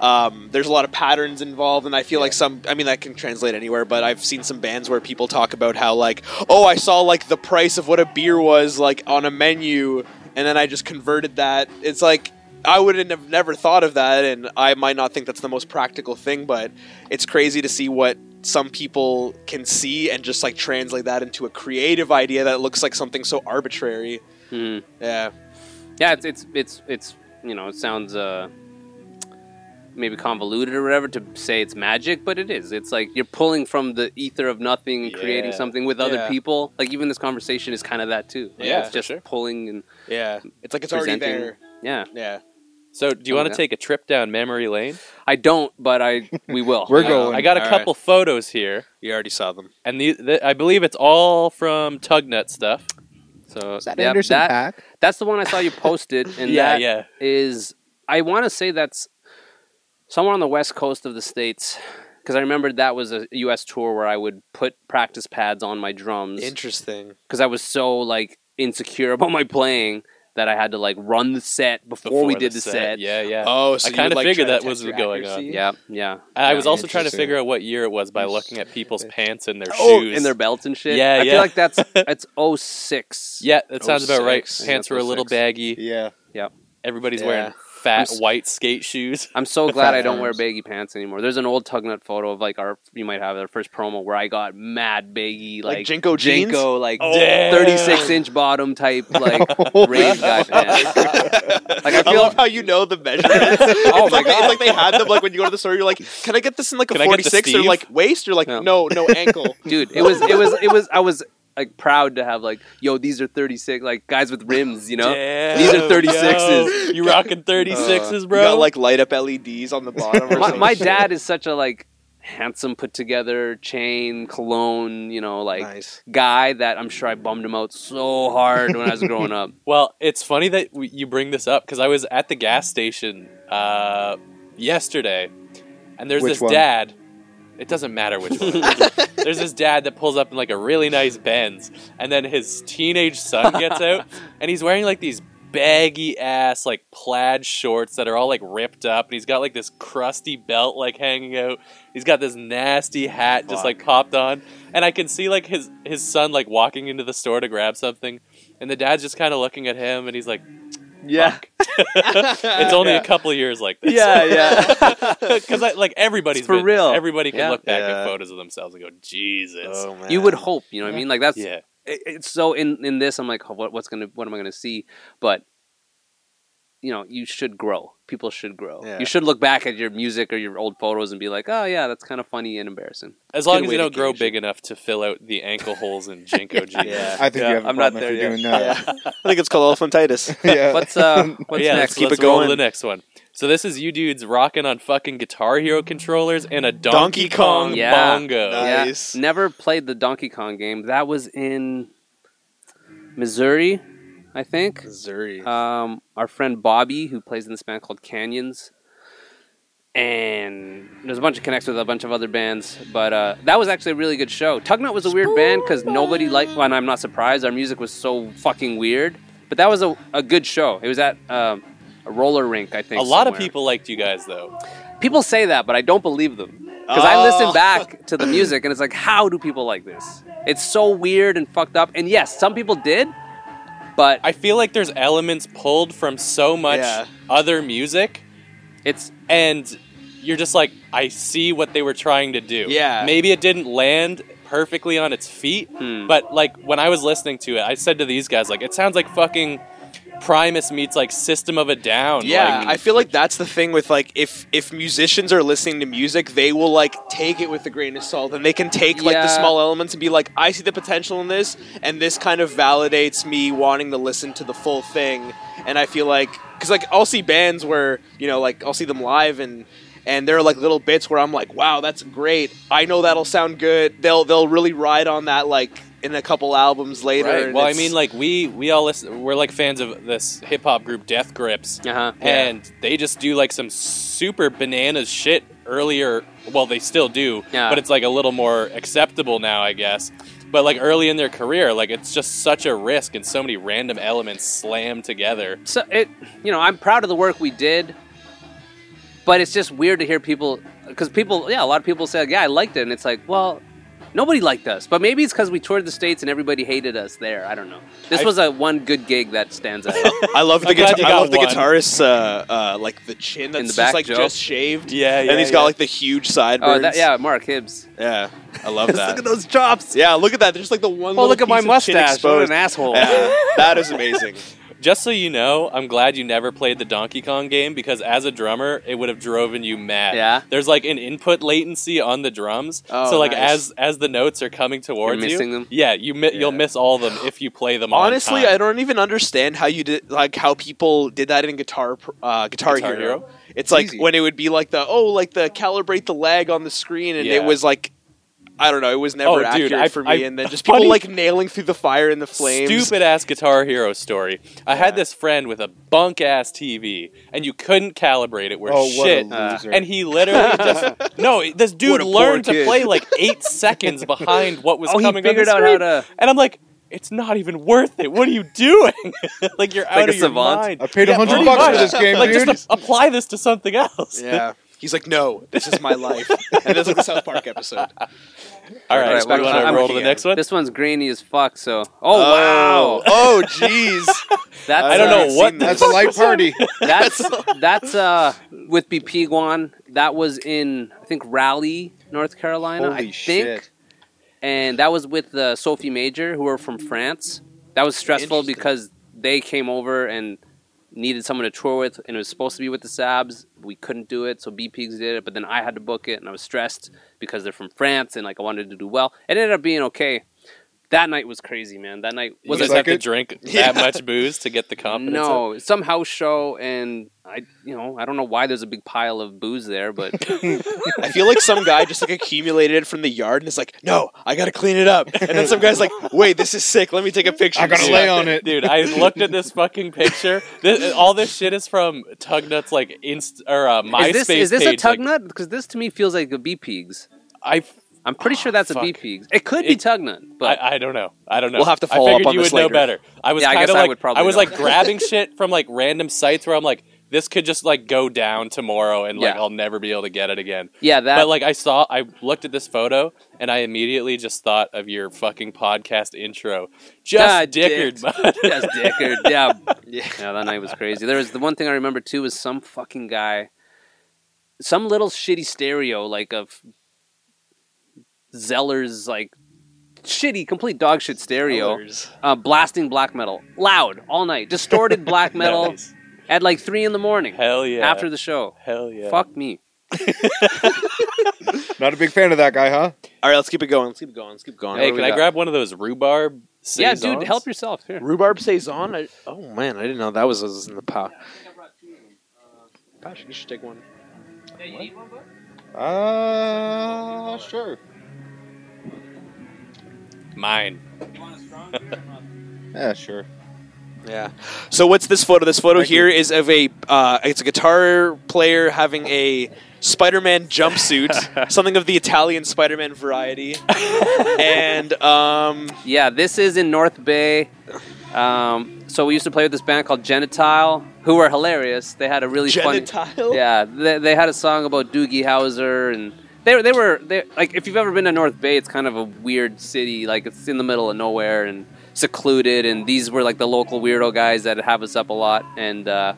[SPEAKER 2] um, there's a lot of patterns involved and i feel like some i mean that can translate anywhere but i've seen some bands where people talk about how like oh i saw like the price of what a beer was like on a menu and then i just converted that it's like i wouldn't have never thought of that and i might not think that's the most practical thing but it's crazy to see what some people can see and just like translate that into a creative idea that looks like something so arbitrary
[SPEAKER 4] Hmm.
[SPEAKER 2] yeah
[SPEAKER 4] yeah, it's it's it's it's you know, it sounds uh, maybe convoluted or whatever to say it's magic, but it is. It's like you're pulling from the ether of nothing and creating
[SPEAKER 1] Yeah.
[SPEAKER 4] something with other
[SPEAKER 2] Yeah.
[SPEAKER 4] people. Like even this conversation is kind of that too. Like,
[SPEAKER 1] Yeah,
[SPEAKER 4] it's
[SPEAKER 1] for
[SPEAKER 4] just
[SPEAKER 1] sure.
[SPEAKER 4] pulling and
[SPEAKER 2] yeah it's like it's already
[SPEAKER 4] Presenting.
[SPEAKER 2] there
[SPEAKER 4] yeah.
[SPEAKER 2] yeah
[SPEAKER 1] So, do you want
[SPEAKER 4] Okay.
[SPEAKER 1] to take a trip down memory lane? Uh,
[SPEAKER 4] I don't, but I we will.
[SPEAKER 3] *laughs* We're
[SPEAKER 2] Yeah.
[SPEAKER 3] going.
[SPEAKER 1] I got a
[SPEAKER 2] All
[SPEAKER 1] couple photos here,
[SPEAKER 2] You already saw them.
[SPEAKER 1] and the, the, I believe it's all from Tugnut stuff.
[SPEAKER 4] so
[SPEAKER 3] Is that
[SPEAKER 4] yeah,
[SPEAKER 3] Anderson
[SPEAKER 4] that-
[SPEAKER 3] Pack?
[SPEAKER 4] that's the one I saw
[SPEAKER 1] *laughs*
[SPEAKER 4] you posted, and
[SPEAKER 1] yeah,
[SPEAKER 4] that is
[SPEAKER 1] yeah.
[SPEAKER 4] I want to say that's somewhere on the west coast of the states because I remembered that was a U.S. tour where I would put practice pads on my drums.
[SPEAKER 2] Interesting.
[SPEAKER 4] because I was so like insecure *laughs* about my playing that I had to like run the set before, we
[SPEAKER 1] the
[SPEAKER 4] did the set.
[SPEAKER 1] Yeah, yeah.
[SPEAKER 2] Oh, so
[SPEAKER 1] I kind of
[SPEAKER 2] like,
[SPEAKER 1] figured
[SPEAKER 2] try to
[SPEAKER 1] that
[SPEAKER 2] test
[SPEAKER 1] was
[SPEAKER 2] your
[SPEAKER 1] going on.
[SPEAKER 2] accuracy?
[SPEAKER 4] yeah, yeah.
[SPEAKER 1] I
[SPEAKER 4] yeah.
[SPEAKER 1] was also trying to
[SPEAKER 3] Interesting.
[SPEAKER 1] figure out what year it was by looking at people's pants and their
[SPEAKER 4] oh,
[SPEAKER 1] shoes.
[SPEAKER 4] in their belts and shit.
[SPEAKER 1] Yeah,
[SPEAKER 4] I
[SPEAKER 1] yeah.
[SPEAKER 4] feel like that's that's 06.
[SPEAKER 1] yeah, that sounds about right.
[SPEAKER 2] 06.
[SPEAKER 1] Pants were a little
[SPEAKER 4] Six.
[SPEAKER 1] baggy.
[SPEAKER 3] Yeah.
[SPEAKER 1] Everybody's
[SPEAKER 2] Yeah.
[SPEAKER 1] wearing fat
[SPEAKER 4] I'm s-
[SPEAKER 1] white skate shoes.
[SPEAKER 4] I'm so glad I don't wear
[SPEAKER 3] arms.
[SPEAKER 4] baggy pants anymore. There's an old Tugnut photo of like our you might have our first promo where I got mad baggy
[SPEAKER 2] Like
[SPEAKER 4] like,
[SPEAKER 2] Jinko jeans? Oh.
[SPEAKER 4] Jinko like
[SPEAKER 1] Damn.
[SPEAKER 4] 36 inch bottom type *laughs* like
[SPEAKER 3] *laughs*
[SPEAKER 4] rain
[SPEAKER 2] *laughs*
[SPEAKER 4] guy pants. Like I
[SPEAKER 2] I
[SPEAKER 4] feel
[SPEAKER 2] love how you know the measurements.
[SPEAKER 4] oh
[SPEAKER 2] It's
[SPEAKER 4] my
[SPEAKER 2] like,
[SPEAKER 4] god
[SPEAKER 2] it's like they had them like when you go to the store. You're like, can I get this in like a
[SPEAKER 1] Can I get the
[SPEAKER 2] 46? They're
[SPEAKER 1] Steve?
[SPEAKER 2] like waist. You're like,
[SPEAKER 4] No.
[SPEAKER 2] no, no ankle.
[SPEAKER 4] dude it was it was it was i was like proud to have like yo these are 36 like guys with rims you know
[SPEAKER 1] Damn,
[SPEAKER 4] These are 36s.
[SPEAKER 1] yo. You rocking 36s, bro?
[SPEAKER 2] Uh, You got like light up LEDs on the bottom. Or
[SPEAKER 4] my,
[SPEAKER 2] some
[SPEAKER 4] my
[SPEAKER 2] shit.
[SPEAKER 4] dad is such a like handsome put together chain cologne you know like
[SPEAKER 2] Nice.
[SPEAKER 4] guy that i'm sure i bummed him out so hard when i was
[SPEAKER 2] *laughs*
[SPEAKER 4] growing up
[SPEAKER 1] Well, it's funny that we, you bring this up because I was at the gas station uh, yesterday, and there's
[SPEAKER 3] Which
[SPEAKER 1] this
[SPEAKER 3] one?
[SPEAKER 1] dad. It doesn't matter which one. there's this dad that pulls up in like a really nice Benz, and then his teenage son gets out, and he's wearing like these baggy ass like plaid shorts that are all like ripped up, and he's got like this crusty belt like hanging out. He's got this nasty hat just like popped on, and I can see like his his son like walking into the store to grab something, and the dad's just kind of looking at him, and he's like,
[SPEAKER 4] yeah
[SPEAKER 1] *laughs* "It's only a couple of years like this."
[SPEAKER 4] yeah yeah
[SPEAKER 1] *laughs* because like everybody's
[SPEAKER 4] It's for
[SPEAKER 1] been-
[SPEAKER 4] real.
[SPEAKER 1] Everybody can
[SPEAKER 4] Yeah.
[SPEAKER 1] look back
[SPEAKER 2] Yeah.
[SPEAKER 1] at photos of themselves and go, "Jesus."
[SPEAKER 3] Oh,
[SPEAKER 2] man.
[SPEAKER 4] you would hope you know what i mean like that's
[SPEAKER 1] Yeah,
[SPEAKER 4] it- it's so in in this i'm like oh, what, what's gonna what am i gonna see but you know you should grow people should grow
[SPEAKER 2] Yeah.
[SPEAKER 4] you should look back at your music or your old photos and be like oh yeah that's kind of funny and embarrassing
[SPEAKER 1] as long
[SPEAKER 4] Good
[SPEAKER 1] as
[SPEAKER 4] way
[SPEAKER 1] you
[SPEAKER 4] to
[SPEAKER 1] don't grow
[SPEAKER 4] gauge
[SPEAKER 1] big enough to fill out the ankle holes in Jinko jeans.
[SPEAKER 2] Yeah.
[SPEAKER 3] I
[SPEAKER 4] *laughs*
[SPEAKER 3] think
[SPEAKER 4] Yeah,
[SPEAKER 3] you have a
[SPEAKER 4] I'm not
[SPEAKER 3] problem if
[SPEAKER 4] there
[SPEAKER 3] you're
[SPEAKER 4] yet. *laughs*
[SPEAKER 2] Yeah.
[SPEAKER 3] doing that.
[SPEAKER 2] *laughs* I think it's called elephantitis.
[SPEAKER 3] *laughs* Yeah.
[SPEAKER 2] *laughs*
[SPEAKER 4] what's um what's
[SPEAKER 1] yeah,
[SPEAKER 4] next
[SPEAKER 1] let's, let's
[SPEAKER 2] it
[SPEAKER 1] roll to
[SPEAKER 2] going.
[SPEAKER 1] the next one. So this is you dudes rocking on fucking Guitar Hero controllers and a
[SPEAKER 2] Donkey
[SPEAKER 1] Donkey,
[SPEAKER 2] Kong.
[SPEAKER 1] Kong
[SPEAKER 4] Yeah.
[SPEAKER 1] bongo.
[SPEAKER 2] Nice.
[SPEAKER 4] yeah never played the donkey kong game that was in missouri i think
[SPEAKER 2] Missouri.
[SPEAKER 4] um, our friend Bobby, who plays in this band called Canyons. And there's a bunch of connects with a bunch of other bands, but uh, that was actually a really good show. Tugnut was a weird band because nobody liked, well, and I'm not surprised. Our music was so fucking weird, but that was a, a good show. It was at um, a roller rink, I think.
[SPEAKER 1] A lot of
[SPEAKER 4] somewhere.
[SPEAKER 1] people liked you guys though.
[SPEAKER 4] people say that, but I don't believe them because I
[SPEAKER 2] Oh.
[SPEAKER 4] listen *laughs* back to the music and it's like, how do people like this? It's so weird and fucked up. And yes, some people did, but
[SPEAKER 1] I feel like there's elements pulled from so much
[SPEAKER 2] Yeah.
[SPEAKER 1] other music
[SPEAKER 4] it's
[SPEAKER 1] and you're just like, I see what they were trying to do.
[SPEAKER 2] Yeah.
[SPEAKER 1] Maybe it didn't land perfectly on its feet,
[SPEAKER 4] Hmm.
[SPEAKER 1] but like when I was listening to it, I said to these guys, like, it sounds like fucking Primus meets like System of a Down.
[SPEAKER 2] Yeah,
[SPEAKER 1] Like,
[SPEAKER 2] I feel like that's the thing with like if if musicians are listening to music, they will like take it with a grain of salt, and they can take like the
[SPEAKER 4] Yeah.
[SPEAKER 2] small elements and be like, I see the potential in this, and this kind of validates me wanting to listen to the full thing. And I feel like because like I'll see bands where you know like I'll see them live and. And there are like little bits where I'm like, "Wow, that's great! I know that'll sound good. They'll they'll really ride on that like in a couple albums later.
[SPEAKER 1] Right.
[SPEAKER 2] and
[SPEAKER 1] Well, I
[SPEAKER 2] it's-
[SPEAKER 1] mean, like we we all listen. We're like fans of this hip hop group Death Grips,
[SPEAKER 4] Uh huh.
[SPEAKER 1] and they just do like some super bananas shit earlier. Well, they still do,
[SPEAKER 4] Yeah.
[SPEAKER 1] but it's like a little more acceptable now, I guess. But like early in their career, like it's just such a risk and so many random elements slammed together.
[SPEAKER 4] so it you know i'm proud of the work we did but it's just weird to hear people because people yeah a lot of people say like, yeah i liked it and it's like well nobody liked us but maybe it's because we toured the states and everybody hated us there i don't know this
[SPEAKER 1] I-
[SPEAKER 4] was a one good gig that stands *laughs* out
[SPEAKER 2] I love the
[SPEAKER 1] I'm glad
[SPEAKER 2] guitar-
[SPEAKER 1] you
[SPEAKER 2] I
[SPEAKER 1] got
[SPEAKER 2] love the
[SPEAKER 1] one.
[SPEAKER 2] guitarist's uh, uh, like the chin that's
[SPEAKER 4] the
[SPEAKER 2] just
[SPEAKER 4] back,
[SPEAKER 2] like
[SPEAKER 4] Joe?
[SPEAKER 2] just shaved.
[SPEAKER 1] Yeah,
[SPEAKER 2] and he's got like the huge sideburns.
[SPEAKER 4] oh that, yeah mark hibbs
[SPEAKER 2] yeah, I
[SPEAKER 1] *laughs*
[SPEAKER 2] love
[SPEAKER 4] Just
[SPEAKER 2] that.
[SPEAKER 4] look at those
[SPEAKER 2] *laughs*
[SPEAKER 4] chops
[SPEAKER 2] Yeah, look at that. There's like the one. little
[SPEAKER 4] oh look at my
[SPEAKER 2] piece of chin
[SPEAKER 4] mustache what
[SPEAKER 2] exposed.
[SPEAKER 4] an asshole *laughs*
[SPEAKER 2] Yeah, that is
[SPEAKER 1] *laughs*
[SPEAKER 2] amazing.
[SPEAKER 1] Just so you know, I'm glad you never played the Donkey Kong game because as a drummer, it would have driven you mad.
[SPEAKER 4] Yeah.
[SPEAKER 1] There's like an input latency on the drums,
[SPEAKER 2] Oh,
[SPEAKER 1] so like
[SPEAKER 2] nice.
[SPEAKER 1] as as the notes are coming towards
[SPEAKER 4] missing
[SPEAKER 1] you,
[SPEAKER 4] them?
[SPEAKER 1] yeah, you mi- you'll
[SPEAKER 2] Yeah.
[SPEAKER 1] miss all of them if you play them.
[SPEAKER 2] Honestly,
[SPEAKER 1] on time.
[SPEAKER 2] I don't even understand how you did like how people did that in Guitar Pro- uh, Guitar,
[SPEAKER 1] Guitar
[SPEAKER 2] Hero.
[SPEAKER 1] Hero?
[SPEAKER 2] It's like
[SPEAKER 3] Easy.
[SPEAKER 2] when it would be like the oh like the calibrate the lag on the screen, and
[SPEAKER 1] Yeah.
[SPEAKER 2] it was like. I don't know. It was never
[SPEAKER 1] Oh, dude,
[SPEAKER 2] accurate
[SPEAKER 1] I-
[SPEAKER 2] for me,
[SPEAKER 1] I-
[SPEAKER 2] and then just
[SPEAKER 1] funny-
[SPEAKER 2] people like nailing through the fire and the flames.
[SPEAKER 1] Stupid ass Guitar Hero story. I had
[SPEAKER 2] Yeah.
[SPEAKER 1] this friend with a bunk ass TV, and you couldn't calibrate it where
[SPEAKER 3] Oh, what
[SPEAKER 1] shit.
[SPEAKER 3] a loser!
[SPEAKER 1] and he literally just no. This
[SPEAKER 2] What
[SPEAKER 1] dude
[SPEAKER 2] a poor
[SPEAKER 1] learned to
[SPEAKER 2] kid.
[SPEAKER 1] play like eight *laughs* seconds behind what was
[SPEAKER 4] oh he
[SPEAKER 1] coming.
[SPEAKER 4] figured
[SPEAKER 1] on
[SPEAKER 4] out
[SPEAKER 1] the
[SPEAKER 4] how
[SPEAKER 1] screen.
[SPEAKER 4] to
[SPEAKER 1] And I'm like, it's not even worth it. What are you doing? *laughs* like you're out
[SPEAKER 4] Like a
[SPEAKER 1] of your
[SPEAKER 4] savant?
[SPEAKER 1] mind.
[SPEAKER 3] I paid
[SPEAKER 1] Yeah,
[SPEAKER 3] hundred
[SPEAKER 1] pretty
[SPEAKER 3] bucks for
[SPEAKER 1] much.
[SPEAKER 3] this game,
[SPEAKER 1] Like
[SPEAKER 3] dude.
[SPEAKER 1] just a- *laughs* apply this to something else.
[SPEAKER 2] Yeah. He's like, no, this is my *laughs* life. and it's like the South Park episode.
[SPEAKER 1] *laughs* All
[SPEAKER 4] All
[SPEAKER 1] right,
[SPEAKER 4] right,
[SPEAKER 1] we
[SPEAKER 4] well,
[SPEAKER 1] want to
[SPEAKER 4] I'm
[SPEAKER 1] roll to the
[SPEAKER 2] looking
[SPEAKER 1] next one.
[SPEAKER 4] this one's grainy as fuck so oh wow
[SPEAKER 2] Oh, jeez.
[SPEAKER 4] that's
[SPEAKER 1] I don't
[SPEAKER 4] uh,
[SPEAKER 1] know what
[SPEAKER 3] That's a light party.
[SPEAKER 4] *laughs* That's that's uh with BP Guan. That was in I think Raleigh, North Carolina. *laughs* I
[SPEAKER 3] Holy
[SPEAKER 4] think.
[SPEAKER 3] shit!
[SPEAKER 4] And that was with uh, Sophie Major, who are from France. That was stressful
[SPEAKER 2] Interesting.
[SPEAKER 4] because they came over and needed someone to tour with, and it was supposed to be with the Sabs. We couldn't do it, so BPs did it. But then I had to book it, and I was stressed because they're from France, and like I wanted to do well. It ended up being okay. That night was crazy, man. That night
[SPEAKER 1] Was
[SPEAKER 4] was
[SPEAKER 1] you
[SPEAKER 4] a
[SPEAKER 1] just
[SPEAKER 3] like
[SPEAKER 1] have to
[SPEAKER 3] it?
[SPEAKER 1] drink
[SPEAKER 2] Yeah.
[SPEAKER 1] that much booze to get the confidence. up?
[SPEAKER 4] no, some house show, and I, you know, I don't know why there's a big pile of booze
[SPEAKER 1] *laughs*
[SPEAKER 4] there, but
[SPEAKER 2] I feel like some guy just like accumulated it from the yard and is like, no, I gotta clean it up. And then some guy's like, wait, this is sick. Let me take a picture.
[SPEAKER 3] I gotta
[SPEAKER 2] Dude, *laughs*
[SPEAKER 3] lay on it.
[SPEAKER 1] Dude, I looked at this fucking picture. This, all this shit is from Tugnut's like inst or uh, MySpace
[SPEAKER 4] is this is this a
[SPEAKER 1] page, like,
[SPEAKER 4] tug nut? Because this to me feels like a bee pigs.
[SPEAKER 1] I
[SPEAKER 4] I'm pretty
[SPEAKER 1] Ah,
[SPEAKER 4] sure that's
[SPEAKER 1] fuck.
[SPEAKER 4] a bee pigs. It could be
[SPEAKER 1] It-
[SPEAKER 4] tug nut, but
[SPEAKER 1] I, I don't know. I don't know.
[SPEAKER 2] We'll have to follow
[SPEAKER 1] I
[SPEAKER 2] up
[SPEAKER 1] figured
[SPEAKER 2] on
[SPEAKER 1] you
[SPEAKER 2] this
[SPEAKER 1] would know
[SPEAKER 2] later.
[SPEAKER 1] better. I was
[SPEAKER 4] Yeah, I
[SPEAKER 1] kind of
[SPEAKER 4] guess I
[SPEAKER 1] like
[SPEAKER 4] would probably
[SPEAKER 1] was
[SPEAKER 4] know.
[SPEAKER 1] like grabbing shit from like random sites where I'm like, this could just like go down tomorrow and like
[SPEAKER 4] Yeah.
[SPEAKER 1] I'll never be able to get it again.
[SPEAKER 4] yeah, that
[SPEAKER 1] but
[SPEAKER 4] *laughs*
[SPEAKER 1] like I saw, I looked at this photo and I immediately just thought of your fucking podcast intro. Just
[SPEAKER 4] Ah,
[SPEAKER 1] dickered,
[SPEAKER 4] dicks.
[SPEAKER 1] bud.
[SPEAKER 4] that's dicker.
[SPEAKER 1] *laughs*
[SPEAKER 4] Yeah,
[SPEAKER 2] Yeah.
[SPEAKER 4] yeah, that night was crazy. There was the one thing I remember too was some fucking guy, some little shitty stereo like of Zeller's like shitty, complete dog shit stereo. uh, blasting black metal loud all night,
[SPEAKER 1] *laughs*
[SPEAKER 4] distorted black metal
[SPEAKER 1] Nice.
[SPEAKER 4] at like three in the morning
[SPEAKER 1] Hell yeah.
[SPEAKER 4] after the show.
[SPEAKER 1] hell yeah.
[SPEAKER 4] Fuck me.
[SPEAKER 3] Not a big fan of that guy, huh?
[SPEAKER 2] All right, let's keep it going. Let's keep it going. Let's keep going.
[SPEAKER 1] Hey,
[SPEAKER 2] What do
[SPEAKER 1] can
[SPEAKER 2] we
[SPEAKER 1] I
[SPEAKER 2] got?
[SPEAKER 1] grab one of those rhubarb?
[SPEAKER 4] Yeah,
[SPEAKER 1] saisons?
[SPEAKER 4] dude, help yourself here.
[SPEAKER 2] Rhubarb Saison? I, oh, man, I didn't know that was, was in the pot. Patrick, you should take one.
[SPEAKER 3] Uh, sure.
[SPEAKER 1] Mine.
[SPEAKER 3] Yeah, sure.
[SPEAKER 2] Yeah. So what's this photo? This photo
[SPEAKER 3] Thank
[SPEAKER 2] here is of a uh, it's a guitar player having a Spider-Man jumpsuit, something of the Italian Spider-Man variety, and um,
[SPEAKER 4] Yeah, this is in North Bay. Um, so we used to play with this band called Genitile, who were hilarious. They had a really funny.
[SPEAKER 2] genitile.
[SPEAKER 4] Yeah, they, they had a song about Doogie Howser, and they were- they were they like if you've ever been to North Bay, it's kind of a weird city. Like it's in the middle of nowhere and secluded. And these were like the local weirdo guys that have us up a lot. And uh,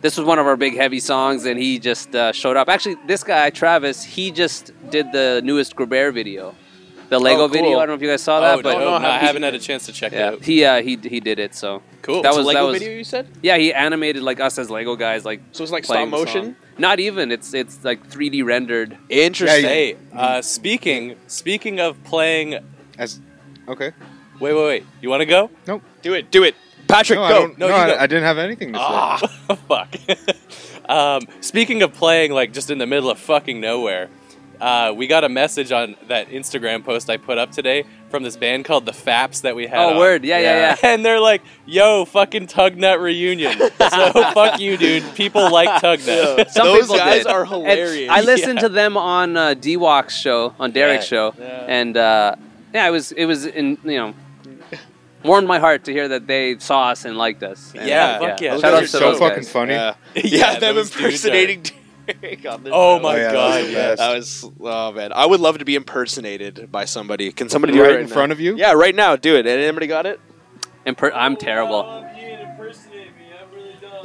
[SPEAKER 4] this was one of our big heavy songs, and he just uh, showed up. Actually, this guy Travis, he just did the newest Gruber video, the Lego
[SPEAKER 2] cool.
[SPEAKER 4] video. I don't know if you guys saw
[SPEAKER 1] Oh,
[SPEAKER 4] that, but
[SPEAKER 1] no, no, I haven't had a chance to check it
[SPEAKER 4] yeah,
[SPEAKER 1] out.
[SPEAKER 4] he uh, he he did it. So
[SPEAKER 1] Cool.
[SPEAKER 4] That
[SPEAKER 2] It's a
[SPEAKER 4] was-
[SPEAKER 2] Lego
[SPEAKER 4] was-
[SPEAKER 2] video you said.
[SPEAKER 4] yeah, he animated like us as Lego guys, like
[SPEAKER 2] So it's like stop
[SPEAKER 4] playing the
[SPEAKER 2] motion.
[SPEAKER 4] song. Not even. It's it's like 3D rendered.
[SPEAKER 2] Interesting.
[SPEAKER 1] Hey, uh, speaking speaking of playing, wait,
[SPEAKER 3] As okay.
[SPEAKER 1] wait, wait. You want to go?
[SPEAKER 2] Do it. Do it. Patrick,
[SPEAKER 3] No, I
[SPEAKER 2] go.
[SPEAKER 3] don't.
[SPEAKER 1] No,
[SPEAKER 3] No,
[SPEAKER 1] you go. Ah,
[SPEAKER 3] I, I didn't have anything to say.
[SPEAKER 1] *laughs* Fuck. um, speaking of playing, like just in the middle of fucking nowhere, uh, we got a message on that Instagram post I put up today from this band called the Faps that we had.
[SPEAKER 4] Oh,
[SPEAKER 1] on.
[SPEAKER 4] word. Yeah, yeah, yeah.
[SPEAKER 1] *laughs* And they're like, "Yo, fucking Tugnut
[SPEAKER 4] *laughs*
[SPEAKER 1] reunion." so fuck you, dude. People like Tugnut.
[SPEAKER 4] Some
[SPEAKER 2] Those
[SPEAKER 4] people
[SPEAKER 2] guys
[SPEAKER 4] did.
[SPEAKER 2] are
[SPEAKER 4] And
[SPEAKER 2] hilarious. *laughs*
[SPEAKER 4] I listened to them on uh, D Walk's show, on Derek's
[SPEAKER 1] Yeah.
[SPEAKER 4] show,
[SPEAKER 1] *laughs* Yeah.
[SPEAKER 4] and uh, yeah, it was it was in you know warmed my heart to hear that they saw us and liked us. And,
[SPEAKER 1] Yeah,
[SPEAKER 4] uh,
[SPEAKER 1] fuck yeah.
[SPEAKER 4] Shout
[SPEAKER 1] Those
[SPEAKER 4] out
[SPEAKER 1] are
[SPEAKER 4] to
[SPEAKER 3] so
[SPEAKER 4] those
[SPEAKER 3] fucking
[SPEAKER 4] guys.
[SPEAKER 3] funny.
[SPEAKER 2] Yeah,
[SPEAKER 1] *laughs*
[SPEAKER 2] *laughs* yeah,
[SPEAKER 1] Yeah,
[SPEAKER 2] them
[SPEAKER 1] those dudes are-
[SPEAKER 2] impersonating Derek on their
[SPEAKER 1] Oh
[SPEAKER 2] show.
[SPEAKER 1] my
[SPEAKER 3] yeah, that was
[SPEAKER 1] god.
[SPEAKER 3] the
[SPEAKER 1] yeah.
[SPEAKER 3] best.
[SPEAKER 2] That was oh man, I would love to be impersonated by somebody. Can somebody do it
[SPEAKER 3] right,
[SPEAKER 2] right
[SPEAKER 3] in front of you. *laughs*
[SPEAKER 2] Yeah, right now, do it. Anybody got it?
[SPEAKER 4] And per- I'm terrible.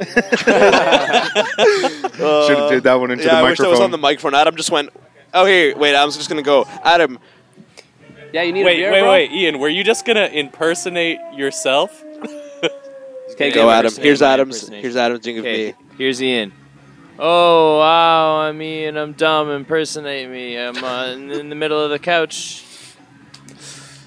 [SPEAKER 2] *laughs*
[SPEAKER 3] Should have did that one into
[SPEAKER 2] Uh, yeah,
[SPEAKER 3] the
[SPEAKER 2] I wish I
[SPEAKER 3] microphone.
[SPEAKER 2] was on the microphone. Adam just went. Oh hey, wait. I'm just gonna go. Adam,
[SPEAKER 4] Yeah, you need a
[SPEAKER 1] Wait,
[SPEAKER 4] beer,
[SPEAKER 1] wait,
[SPEAKER 4] bro?
[SPEAKER 1] wait, Ian. Were you just gonna impersonate yourself?
[SPEAKER 4] Okay,
[SPEAKER 2] go Adam. Here's
[SPEAKER 4] good.
[SPEAKER 7] impersonate my
[SPEAKER 2] Adam's.
[SPEAKER 7] impersonation.
[SPEAKER 2] Here's Adam's doing of
[SPEAKER 7] Okay,
[SPEAKER 2] me.
[SPEAKER 7] here's Ian. Oh wow, I mean I'm dumb. Impersonate me. I'm uh, in in the middle of the couch.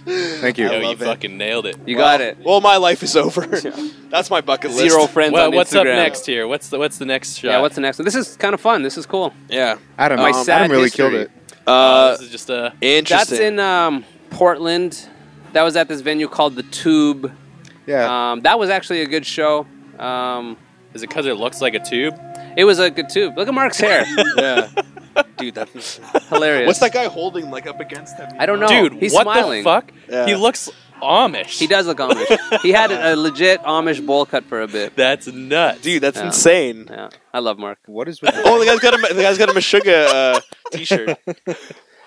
[SPEAKER 3] Thank
[SPEAKER 1] Yo,
[SPEAKER 3] you.
[SPEAKER 1] you
[SPEAKER 2] love it.
[SPEAKER 1] fucking nailed it.
[SPEAKER 4] You got it.
[SPEAKER 2] Well, my life is over. That's my bucket list.
[SPEAKER 4] Zero friends
[SPEAKER 1] Well,
[SPEAKER 4] on Instagram.
[SPEAKER 1] what's up next here? What's the what's the next shot?
[SPEAKER 4] Yeah, what's the next one? This is kind of fun. This is cool.
[SPEAKER 2] Yeah.
[SPEAKER 3] Adam,
[SPEAKER 4] My
[SPEAKER 3] um,
[SPEAKER 4] sad
[SPEAKER 3] Adam really
[SPEAKER 4] history.
[SPEAKER 3] killed it.
[SPEAKER 1] Uh,
[SPEAKER 2] Uh,
[SPEAKER 1] this is just a
[SPEAKER 2] interesting.
[SPEAKER 4] That's in um, Portland. That was at this venue called the Tube.
[SPEAKER 3] Yeah,
[SPEAKER 4] Um, that was actually a good show. Um,
[SPEAKER 1] Is it because it looks like a tube?
[SPEAKER 4] it was a good tube. Look at
[SPEAKER 2] *laughs*
[SPEAKER 4] Mark's hair.
[SPEAKER 2] *laughs* yeah. Dude, that.
[SPEAKER 4] Hilarious.
[SPEAKER 2] What's that guy holding like up against him?
[SPEAKER 4] I don't know.
[SPEAKER 1] Dude,
[SPEAKER 4] he's
[SPEAKER 1] what
[SPEAKER 4] smiling.
[SPEAKER 1] the fuck?
[SPEAKER 2] Yeah.
[SPEAKER 1] He looks Amish.
[SPEAKER 4] He does look Amish. he had a, a legit Amish bowl cut for a bit.
[SPEAKER 1] That's nuts.
[SPEAKER 2] Dude, that's
[SPEAKER 4] Yeah.
[SPEAKER 2] insane.
[SPEAKER 4] Yeah, I love Mark.
[SPEAKER 3] what is with
[SPEAKER 2] Oh, the guy's got a the guy's got a Meshuggah uh, t-shirt.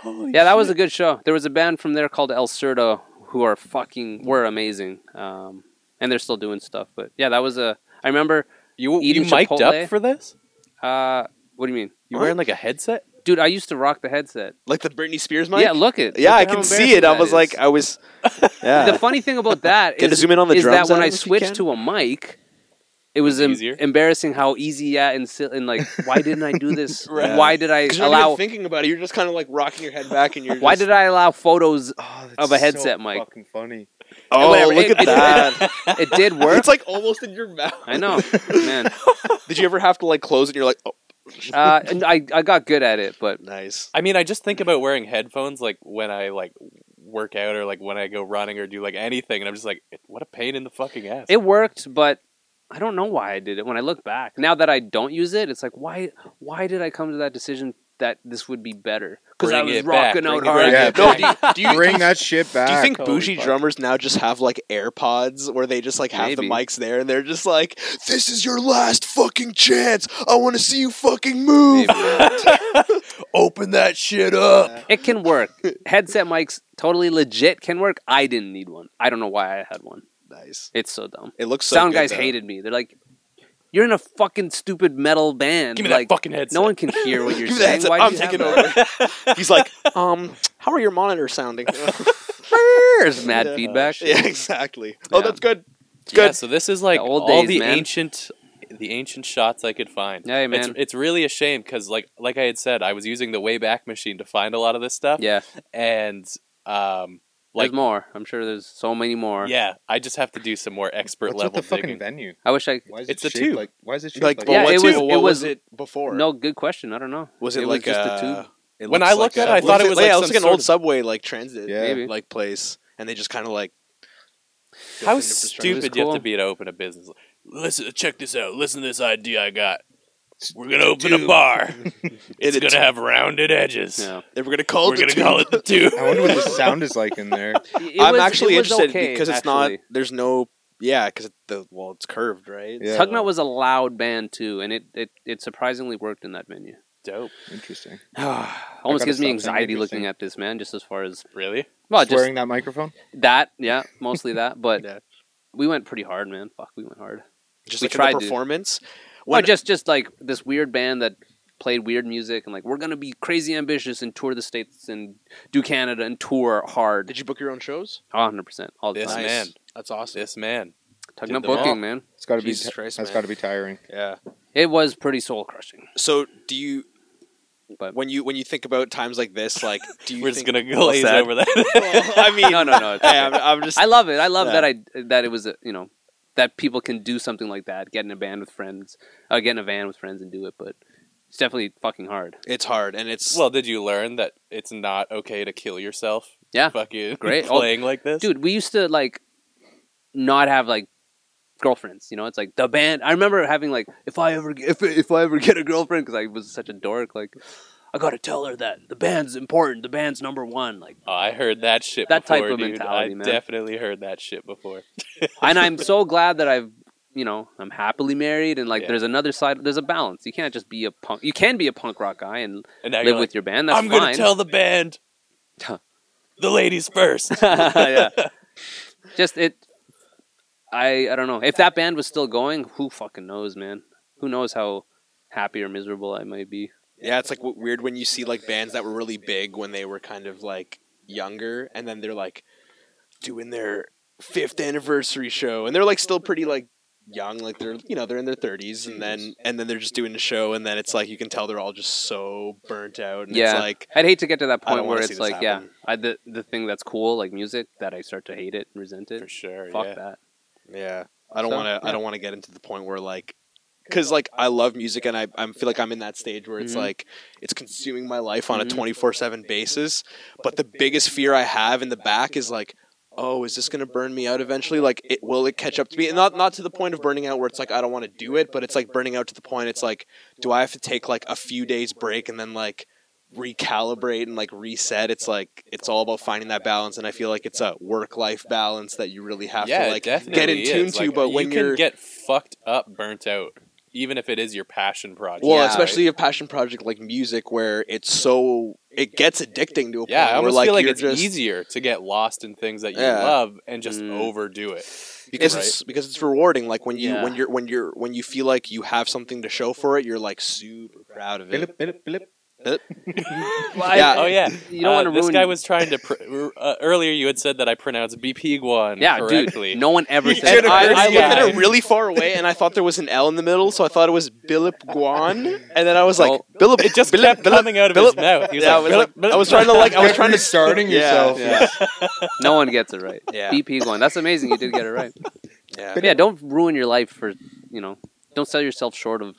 [SPEAKER 4] Yeah, that was a good show. There was a band from there called El Cerdo who are fucking were amazing, um, and they're still doing stuff. But yeah, that was a. I remember.
[SPEAKER 1] you you
[SPEAKER 4] eating
[SPEAKER 1] mic'd
[SPEAKER 4] Chipotle?
[SPEAKER 1] up for this?
[SPEAKER 4] Uh, what do you mean,
[SPEAKER 1] You
[SPEAKER 2] What?
[SPEAKER 1] wearing like a headset?
[SPEAKER 4] dude? I used to rock the headset.
[SPEAKER 2] Like the Britney Spears mic?
[SPEAKER 4] Yeah, look it.
[SPEAKER 2] Yeah,
[SPEAKER 4] Look
[SPEAKER 2] I
[SPEAKER 4] at how
[SPEAKER 2] can see it. I
[SPEAKER 4] embarrassing
[SPEAKER 2] was
[SPEAKER 4] that
[SPEAKER 2] like,
[SPEAKER 4] is.
[SPEAKER 2] I
[SPEAKER 4] *laughs*
[SPEAKER 2] was. Yeah.
[SPEAKER 4] the funny
[SPEAKER 2] *laughs*
[SPEAKER 4] thing about that
[SPEAKER 2] Can
[SPEAKER 4] is,
[SPEAKER 2] you zoom in on the
[SPEAKER 4] is
[SPEAKER 2] drums,
[SPEAKER 4] that when
[SPEAKER 2] Adam,
[SPEAKER 4] I
[SPEAKER 2] if you can?
[SPEAKER 4] switched to a mic, it was em-
[SPEAKER 1] Easier.
[SPEAKER 4] embarrassing how easy yeah and, si- and like why didn't I do this? Why did I
[SPEAKER 2] 'Cause you're not even
[SPEAKER 4] allow?
[SPEAKER 2] thinking about it. You're just kind of like rocking your head back, and you're.
[SPEAKER 4] *laughs* Why
[SPEAKER 2] just-
[SPEAKER 4] did I allow photos?
[SPEAKER 3] oh, that's
[SPEAKER 4] Of a headset
[SPEAKER 3] so
[SPEAKER 4] mic.
[SPEAKER 3] Fucking *laughs* funny.
[SPEAKER 2] Oh,
[SPEAKER 4] whatever,
[SPEAKER 2] look at
[SPEAKER 4] it- it-
[SPEAKER 2] that!
[SPEAKER 4] *laughs* It did work.
[SPEAKER 2] it's like almost in your mouth.
[SPEAKER 4] I know, man.
[SPEAKER 2] *laughs* Did you ever have to like close it? And you're like, oh,
[SPEAKER 4] Uh, and I I got good at it,
[SPEAKER 2] *laughs*
[SPEAKER 4] but
[SPEAKER 2] nice.
[SPEAKER 1] I mean, I just think about wearing headphones like when I like work out or like when I go running or do like anything, and I'm just like, what a pain in the fucking ass.
[SPEAKER 4] it worked. But I don't know why I did it. When I look back now that I don't use it, it's like why why did I come to that decision that this would be better? Because I
[SPEAKER 1] Bring
[SPEAKER 4] was
[SPEAKER 1] it back,
[SPEAKER 4] rocking
[SPEAKER 1] bring
[SPEAKER 4] out
[SPEAKER 1] it
[SPEAKER 4] hard.
[SPEAKER 3] back.
[SPEAKER 2] No, do you, do you,
[SPEAKER 3] Bring that shit back.
[SPEAKER 2] do you think
[SPEAKER 1] Holy
[SPEAKER 2] bougie
[SPEAKER 1] fuck.
[SPEAKER 2] drummers now just have like AirPods where they just like have the
[SPEAKER 4] Maybe.
[SPEAKER 2] mics there and they're just like, "This is your last fucking chance. I want to see you fucking move." *laughs*
[SPEAKER 3] *laughs*
[SPEAKER 1] Open that shit up.
[SPEAKER 4] It can work. Headset mics totally legit can work. I didn't need one. I don't know why I had one.
[SPEAKER 2] nice.
[SPEAKER 4] It's so dumb.
[SPEAKER 2] It looks so
[SPEAKER 4] Sound
[SPEAKER 2] good,
[SPEAKER 4] guys
[SPEAKER 2] though.
[SPEAKER 4] hated me. They're like, "You're in a fucking stupid metal band.
[SPEAKER 1] Give me
[SPEAKER 4] like,
[SPEAKER 1] that fucking headset.
[SPEAKER 4] No one can
[SPEAKER 2] *laughs*
[SPEAKER 4] hear what you're
[SPEAKER 2] Give me the
[SPEAKER 4] saying.
[SPEAKER 2] heads up.
[SPEAKER 4] Why do
[SPEAKER 2] I'm
[SPEAKER 4] you have
[SPEAKER 2] taking
[SPEAKER 4] that?" *laughs*
[SPEAKER 2] over. He's like, um, how are your monitors sounding? *laughs*
[SPEAKER 4] *laughs* There's mad
[SPEAKER 2] Yeah. *laughs*
[SPEAKER 4] feedback.
[SPEAKER 2] yeah, exactly. Oh,
[SPEAKER 4] Yeah.
[SPEAKER 2] that's good. It's
[SPEAKER 1] Yeah,
[SPEAKER 2] good.
[SPEAKER 1] so this is like
[SPEAKER 4] The old
[SPEAKER 1] all
[SPEAKER 4] days,
[SPEAKER 1] the
[SPEAKER 4] man.
[SPEAKER 1] ancient, the ancient shots I could find.
[SPEAKER 4] Hey,
[SPEAKER 1] It's,
[SPEAKER 4] man.
[SPEAKER 1] it's really a shame because like like I had said, I was using the Wayback Machine to find a lot of this stuff.
[SPEAKER 4] Yeah,
[SPEAKER 1] and um,
[SPEAKER 4] there's
[SPEAKER 1] like
[SPEAKER 4] more. I'm sure there's so many more.
[SPEAKER 1] yeah, I just have to do some more expert
[SPEAKER 3] What's with
[SPEAKER 1] level
[SPEAKER 3] the fucking
[SPEAKER 1] digging.
[SPEAKER 3] venue?
[SPEAKER 4] I wish I.
[SPEAKER 3] Why is
[SPEAKER 1] It's
[SPEAKER 3] it
[SPEAKER 1] a
[SPEAKER 3] shaped
[SPEAKER 1] tube.
[SPEAKER 3] like? Why is it shaped
[SPEAKER 2] Like,
[SPEAKER 3] like?
[SPEAKER 2] but
[SPEAKER 4] Yeah,
[SPEAKER 2] what
[SPEAKER 4] it
[SPEAKER 2] tube?
[SPEAKER 4] was-
[SPEAKER 2] What
[SPEAKER 4] it
[SPEAKER 2] was
[SPEAKER 4] was-
[SPEAKER 2] it before?
[SPEAKER 4] No, good question. I don't know.
[SPEAKER 2] was it,
[SPEAKER 4] it was
[SPEAKER 2] like uh,
[SPEAKER 4] just
[SPEAKER 2] a,
[SPEAKER 4] a tube.
[SPEAKER 2] it
[SPEAKER 1] When
[SPEAKER 2] looks
[SPEAKER 1] I looked
[SPEAKER 2] like
[SPEAKER 1] at
[SPEAKER 2] a-
[SPEAKER 1] it, I thought it was like
[SPEAKER 2] yeah, it
[SPEAKER 1] some
[SPEAKER 2] looks like an
[SPEAKER 1] sort
[SPEAKER 2] old
[SPEAKER 1] of-
[SPEAKER 2] subway like transit,
[SPEAKER 3] Yeah.
[SPEAKER 4] Maybe.
[SPEAKER 2] like place, and they just kind of like. built
[SPEAKER 1] How
[SPEAKER 2] in infrastructure.
[SPEAKER 1] stupid
[SPEAKER 4] It
[SPEAKER 1] do you have
[SPEAKER 4] was cool.
[SPEAKER 1] to be to open a business? Listen, check this out. Listen to this idea I got. We're gonna open a
[SPEAKER 3] *laughs*
[SPEAKER 1] bar. it's
[SPEAKER 2] It-
[SPEAKER 1] gonna have rounded edges.
[SPEAKER 4] Yeah.
[SPEAKER 2] They were gonna call
[SPEAKER 1] We're gonna
[SPEAKER 2] it. the tube.
[SPEAKER 1] call it the tube.
[SPEAKER 3] I wonder what the sound is like in
[SPEAKER 4] *laughs*
[SPEAKER 3] there. *laughs*
[SPEAKER 4] It
[SPEAKER 2] I'm
[SPEAKER 4] was-
[SPEAKER 2] actually
[SPEAKER 4] it was
[SPEAKER 2] interested
[SPEAKER 4] okay,
[SPEAKER 2] because it's
[SPEAKER 4] actually.
[SPEAKER 2] not. There's no. Yeah, because the well, it's curved, right?
[SPEAKER 3] Yeah.
[SPEAKER 4] Tugnut was a loud band too, and it, it, it surprisingly worked in that venue.
[SPEAKER 1] Dope.
[SPEAKER 3] Interesting.
[SPEAKER 4] Almost
[SPEAKER 3] gotta
[SPEAKER 4] gives me
[SPEAKER 3] stop saying
[SPEAKER 4] anxiety
[SPEAKER 3] interesting.
[SPEAKER 4] looking at this man, just as far as
[SPEAKER 1] Really?
[SPEAKER 4] well, just
[SPEAKER 3] Swearing that microphone.
[SPEAKER 4] that, yeah, mostly that. But
[SPEAKER 2] Yeah.
[SPEAKER 4] we went pretty hard, man. Fuck, we went hard.
[SPEAKER 2] *sighs* Just
[SPEAKER 4] We
[SPEAKER 2] like in
[SPEAKER 4] tried
[SPEAKER 2] the
[SPEAKER 4] to.
[SPEAKER 2] performance.
[SPEAKER 4] Well,
[SPEAKER 2] When-
[SPEAKER 4] just just like this weird band that played weird music and like we're gonna be crazy ambitious and tour the states and do Canada and tour hard.
[SPEAKER 2] Did you book your own shows?
[SPEAKER 4] 100 percent all the
[SPEAKER 1] This
[SPEAKER 4] time.
[SPEAKER 1] man.
[SPEAKER 2] That's awesome.
[SPEAKER 1] This man.
[SPEAKER 4] Tugnut
[SPEAKER 1] them all.
[SPEAKER 4] booking, man.
[SPEAKER 3] It's got to be.
[SPEAKER 2] Jesus Christ,
[SPEAKER 3] that's
[SPEAKER 2] man.
[SPEAKER 3] got to be tiring.
[SPEAKER 2] Yeah.
[SPEAKER 4] It was pretty soul crushing.
[SPEAKER 2] So do you?
[SPEAKER 4] But-
[SPEAKER 2] when you when you think about times like this, like do you?
[SPEAKER 1] We're just
[SPEAKER 2] think,
[SPEAKER 1] gonna glaze
[SPEAKER 4] sad.
[SPEAKER 1] over that.
[SPEAKER 2] Well, *laughs* I mean,
[SPEAKER 4] *laughs* No, no, no.
[SPEAKER 2] *laughs*
[SPEAKER 4] It's
[SPEAKER 2] hey, I'm, I'm just.
[SPEAKER 4] I love it. I love
[SPEAKER 2] Yeah.
[SPEAKER 4] that I that it was a, you know that people can do something like that, get in a band with friends, uh, get in a van with friends and do it. But It's definitely fucking hard.
[SPEAKER 2] It's hard, and
[SPEAKER 1] *laughs*
[SPEAKER 2] it's
[SPEAKER 1] Well, did you learn that it's not okay to kill yourself?
[SPEAKER 4] Yeah.
[SPEAKER 1] Fucking *laughs*
[SPEAKER 4] Great. Oh,
[SPEAKER 1] playing like this,
[SPEAKER 4] Dude, we used to like not have like girlfriends, you know? It's like the band. I remember having like if I ever if if I ever *laughs* get a girlfriend cuz I was such a dork like I got to tell her that the band's important. The band's number 1. Like
[SPEAKER 1] Oh, I heard that shit.
[SPEAKER 4] That
[SPEAKER 1] before,
[SPEAKER 4] type of
[SPEAKER 1] dude.
[SPEAKER 4] mentality,
[SPEAKER 1] I
[SPEAKER 4] man.
[SPEAKER 1] definitely heard that shit before.
[SPEAKER 4] and I'm so glad that I've you know I'm happily married and like
[SPEAKER 1] Yeah.
[SPEAKER 4] there's another side. There's a balance. You can't just be a punk. You can be a punk rock guy and
[SPEAKER 1] And now
[SPEAKER 4] live
[SPEAKER 1] you're
[SPEAKER 4] with
[SPEAKER 1] like,
[SPEAKER 4] your band. That's
[SPEAKER 1] I'm
[SPEAKER 4] fine.
[SPEAKER 1] gonna
[SPEAKER 4] *laughs*
[SPEAKER 1] tell the band,
[SPEAKER 4] Huh.
[SPEAKER 1] the ladies
[SPEAKER 2] *laughs*
[SPEAKER 1] first. *laughs*
[SPEAKER 4] yeah. Just it. I I don't know if that band was still going. Who fucking knows, man? Who knows how happy or miserable I might be?
[SPEAKER 2] yeah, it's like w- weird when you see like bands that were really big when they were kind of like younger, and then they're like doing their fifth anniversary show, and they're like still pretty like young, like they're you know they're in their thirties, and then and then they're just doing a show, and then it's like you can tell they're all just so burnt out, and
[SPEAKER 4] yeah,
[SPEAKER 2] it's like
[SPEAKER 4] I'd hate to get to that
[SPEAKER 2] I don't
[SPEAKER 4] point
[SPEAKER 2] wanna
[SPEAKER 4] where
[SPEAKER 2] see this
[SPEAKER 4] it's like,
[SPEAKER 2] happen.
[SPEAKER 4] yeah, I, the the thing that's cool, like music, that I start to hate it and resent it.
[SPEAKER 1] For sure.
[SPEAKER 4] Fuck
[SPEAKER 1] yeah.
[SPEAKER 4] that.
[SPEAKER 1] *laughs*
[SPEAKER 2] Yeah, I don't
[SPEAKER 4] So,
[SPEAKER 2] want to.
[SPEAKER 4] yeah.
[SPEAKER 2] I don't want to get into the point where like, because like I love music and I I feel like I'm in that stage where it's
[SPEAKER 4] Mhm.
[SPEAKER 2] like it's consuming my life on
[SPEAKER 4] Mhm.
[SPEAKER 2] a twenty four seven basis. But the biggest fear I have in the back is like. Oh, is this gonna burn me out eventually? Like, it will it catch up to me? And not not to the point of burning out where it's like I don't want to do it, but it's like burning out to the point. It's like, do I have to take like a few days break and then like recalibrate and like reset? It's like it's all about finding that balance, and I feel like it's a work life balance that you really have
[SPEAKER 1] yeah,
[SPEAKER 2] to
[SPEAKER 1] it
[SPEAKER 2] like
[SPEAKER 1] definitely
[SPEAKER 2] get in tune
[SPEAKER 1] is.
[SPEAKER 2] to.
[SPEAKER 1] Like,
[SPEAKER 2] but
[SPEAKER 1] you
[SPEAKER 2] when
[SPEAKER 1] can
[SPEAKER 2] you're
[SPEAKER 1] get fucked up, burnt out, even if it is your passion project.
[SPEAKER 2] well,
[SPEAKER 4] Yeah.
[SPEAKER 2] especially a passion project like music, where it's so it gets addicting to a
[SPEAKER 1] Yeah, I
[SPEAKER 2] point where
[SPEAKER 1] almost
[SPEAKER 2] like
[SPEAKER 1] feel like
[SPEAKER 2] you're
[SPEAKER 1] it's
[SPEAKER 2] just
[SPEAKER 1] easier to get lost in things that you
[SPEAKER 2] Yeah.
[SPEAKER 1] love and just
[SPEAKER 4] Mm.
[SPEAKER 1] overdo it.
[SPEAKER 2] because
[SPEAKER 1] right?
[SPEAKER 2] it's because it's rewarding. Like when you
[SPEAKER 4] Yeah.
[SPEAKER 2] when you're when you're when you feel like you have something to show for it, you're like super proud of it.
[SPEAKER 3] Blip, blip, blip.
[SPEAKER 2] Yeah.
[SPEAKER 1] Oh yeah,
[SPEAKER 4] You don't
[SPEAKER 1] Uh,
[SPEAKER 4] want to
[SPEAKER 1] This
[SPEAKER 4] ruin.
[SPEAKER 1] guy was trying to. Pr- uh, earlier, you had said that I pronounced BP Guan
[SPEAKER 4] yeah,
[SPEAKER 1] correctly.
[SPEAKER 4] dude. No one
[SPEAKER 1] *laughs*
[SPEAKER 4] ever
[SPEAKER 2] *laughs*
[SPEAKER 4] said.
[SPEAKER 2] And I,
[SPEAKER 1] Good
[SPEAKER 2] I looked
[SPEAKER 1] guy.
[SPEAKER 2] at it really far away, and I thought there was an L in the middle, so I thought it was Bilip Guan, and then I was like,
[SPEAKER 4] Oh.
[SPEAKER 2] Bilip.
[SPEAKER 1] it just
[SPEAKER 2] Bilip,
[SPEAKER 1] kept
[SPEAKER 2] Bilip,
[SPEAKER 1] coming out of
[SPEAKER 2] Bilip.
[SPEAKER 1] his mouth. He was
[SPEAKER 2] Yeah, I
[SPEAKER 1] like,
[SPEAKER 2] was like-
[SPEAKER 1] "Blip, blip,
[SPEAKER 2] I was trying to like, I was trying to
[SPEAKER 3] starting
[SPEAKER 2] Yeah,
[SPEAKER 3] yourself.
[SPEAKER 2] yeah.
[SPEAKER 4] *laughs*
[SPEAKER 1] *laughs*
[SPEAKER 4] no one gets it right.
[SPEAKER 2] Yeah.
[SPEAKER 4] BP going. That's amazing. You did get it right.
[SPEAKER 2] Yeah.
[SPEAKER 4] But yeah, don't ruin your life for you know. Don't sell yourself short of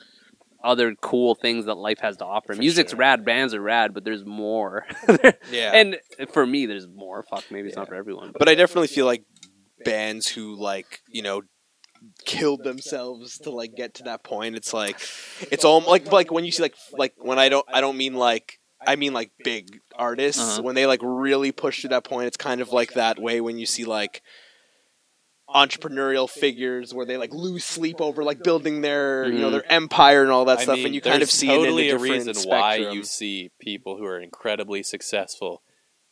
[SPEAKER 4] other cool things that life has to offer. Music's rad, bands are rad, but there's more.
[SPEAKER 2] Yeah.
[SPEAKER 4] And for me, there's more. Fuck, maybe it's not for everyone. But
[SPEAKER 2] but I definitely feel like bands who like you know killed themselves to like get to that point. It's like it's all like like when you see like like when I don't I don't mean like I mean like big artists
[SPEAKER 4] Uh-huh.
[SPEAKER 2] when they like really push to that point. It's kind of like that way when you see like entrepreneurial figures where they like lose sleep over like building their you know
[SPEAKER 4] Mhm.
[SPEAKER 2] their empire and all that
[SPEAKER 1] Mm-hmm. I
[SPEAKER 2] stuff
[SPEAKER 1] mean,
[SPEAKER 2] and you kind of
[SPEAKER 1] there's
[SPEAKER 2] see
[SPEAKER 1] totally
[SPEAKER 2] it in a,
[SPEAKER 1] a
[SPEAKER 2] different
[SPEAKER 1] reason
[SPEAKER 2] spectrum.
[SPEAKER 1] why you see people who are incredibly successful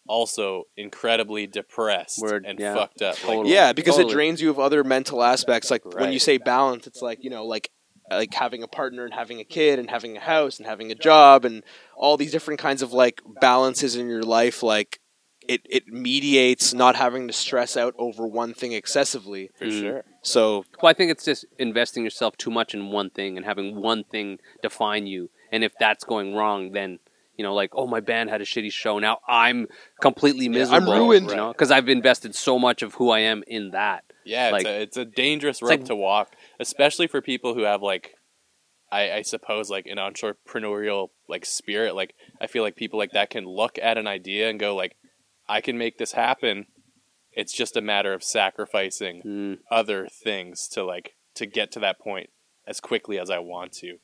[SPEAKER 1] also incredibly depressed
[SPEAKER 4] Word,
[SPEAKER 1] and
[SPEAKER 4] yeah.
[SPEAKER 1] fucked up. Like,
[SPEAKER 4] Totally.
[SPEAKER 2] Yeah, because
[SPEAKER 4] Totally.
[SPEAKER 2] it drains you of other mental aspects. Like when you
[SPEAKER 1] Right.
[SPEAKER 2] say balance, it's like you know, like like having a partner and having a kid and having a house and having a job and all these different kinds of like balances in your life. Like it it mediates not having to stress out over one thing excessively.
[SPEAKER 1] for
[SPEAKER 4] Mm.
[SPEAKER 1] sure.
[SPEAKER 2] So
[SPEAKER 4] well, I think it's just investing yourself too much in one thing and having one thing define you. And if that's going wrong, then you know, like, oh, my band had a shitty show. Now I'm completely
[SPEAKER 2] I'm
[SPEAKER 4] miserable.
[SPEAKER 2] ruined.
[SPEAKER 4] You know, because I've invested so much of who I am in that.
[SPEAKER 1] Yeah,
[SPEAKER 4] Like-
[SPEAKER 1] it's, a, it's a dangerous road
[SPEAKER 4] like-
[SPEAKER 1] to walk, especially for people who have like, I, I suppose like an entrepreneurial like spirit. Like I feel like people like that can look at an idea and go like, I can make this happen. It's just a matter of sacrificing
[SPEAKER 4] Mm.
[SPEAKER 1] other things to like to get to that point as quickly as I want to.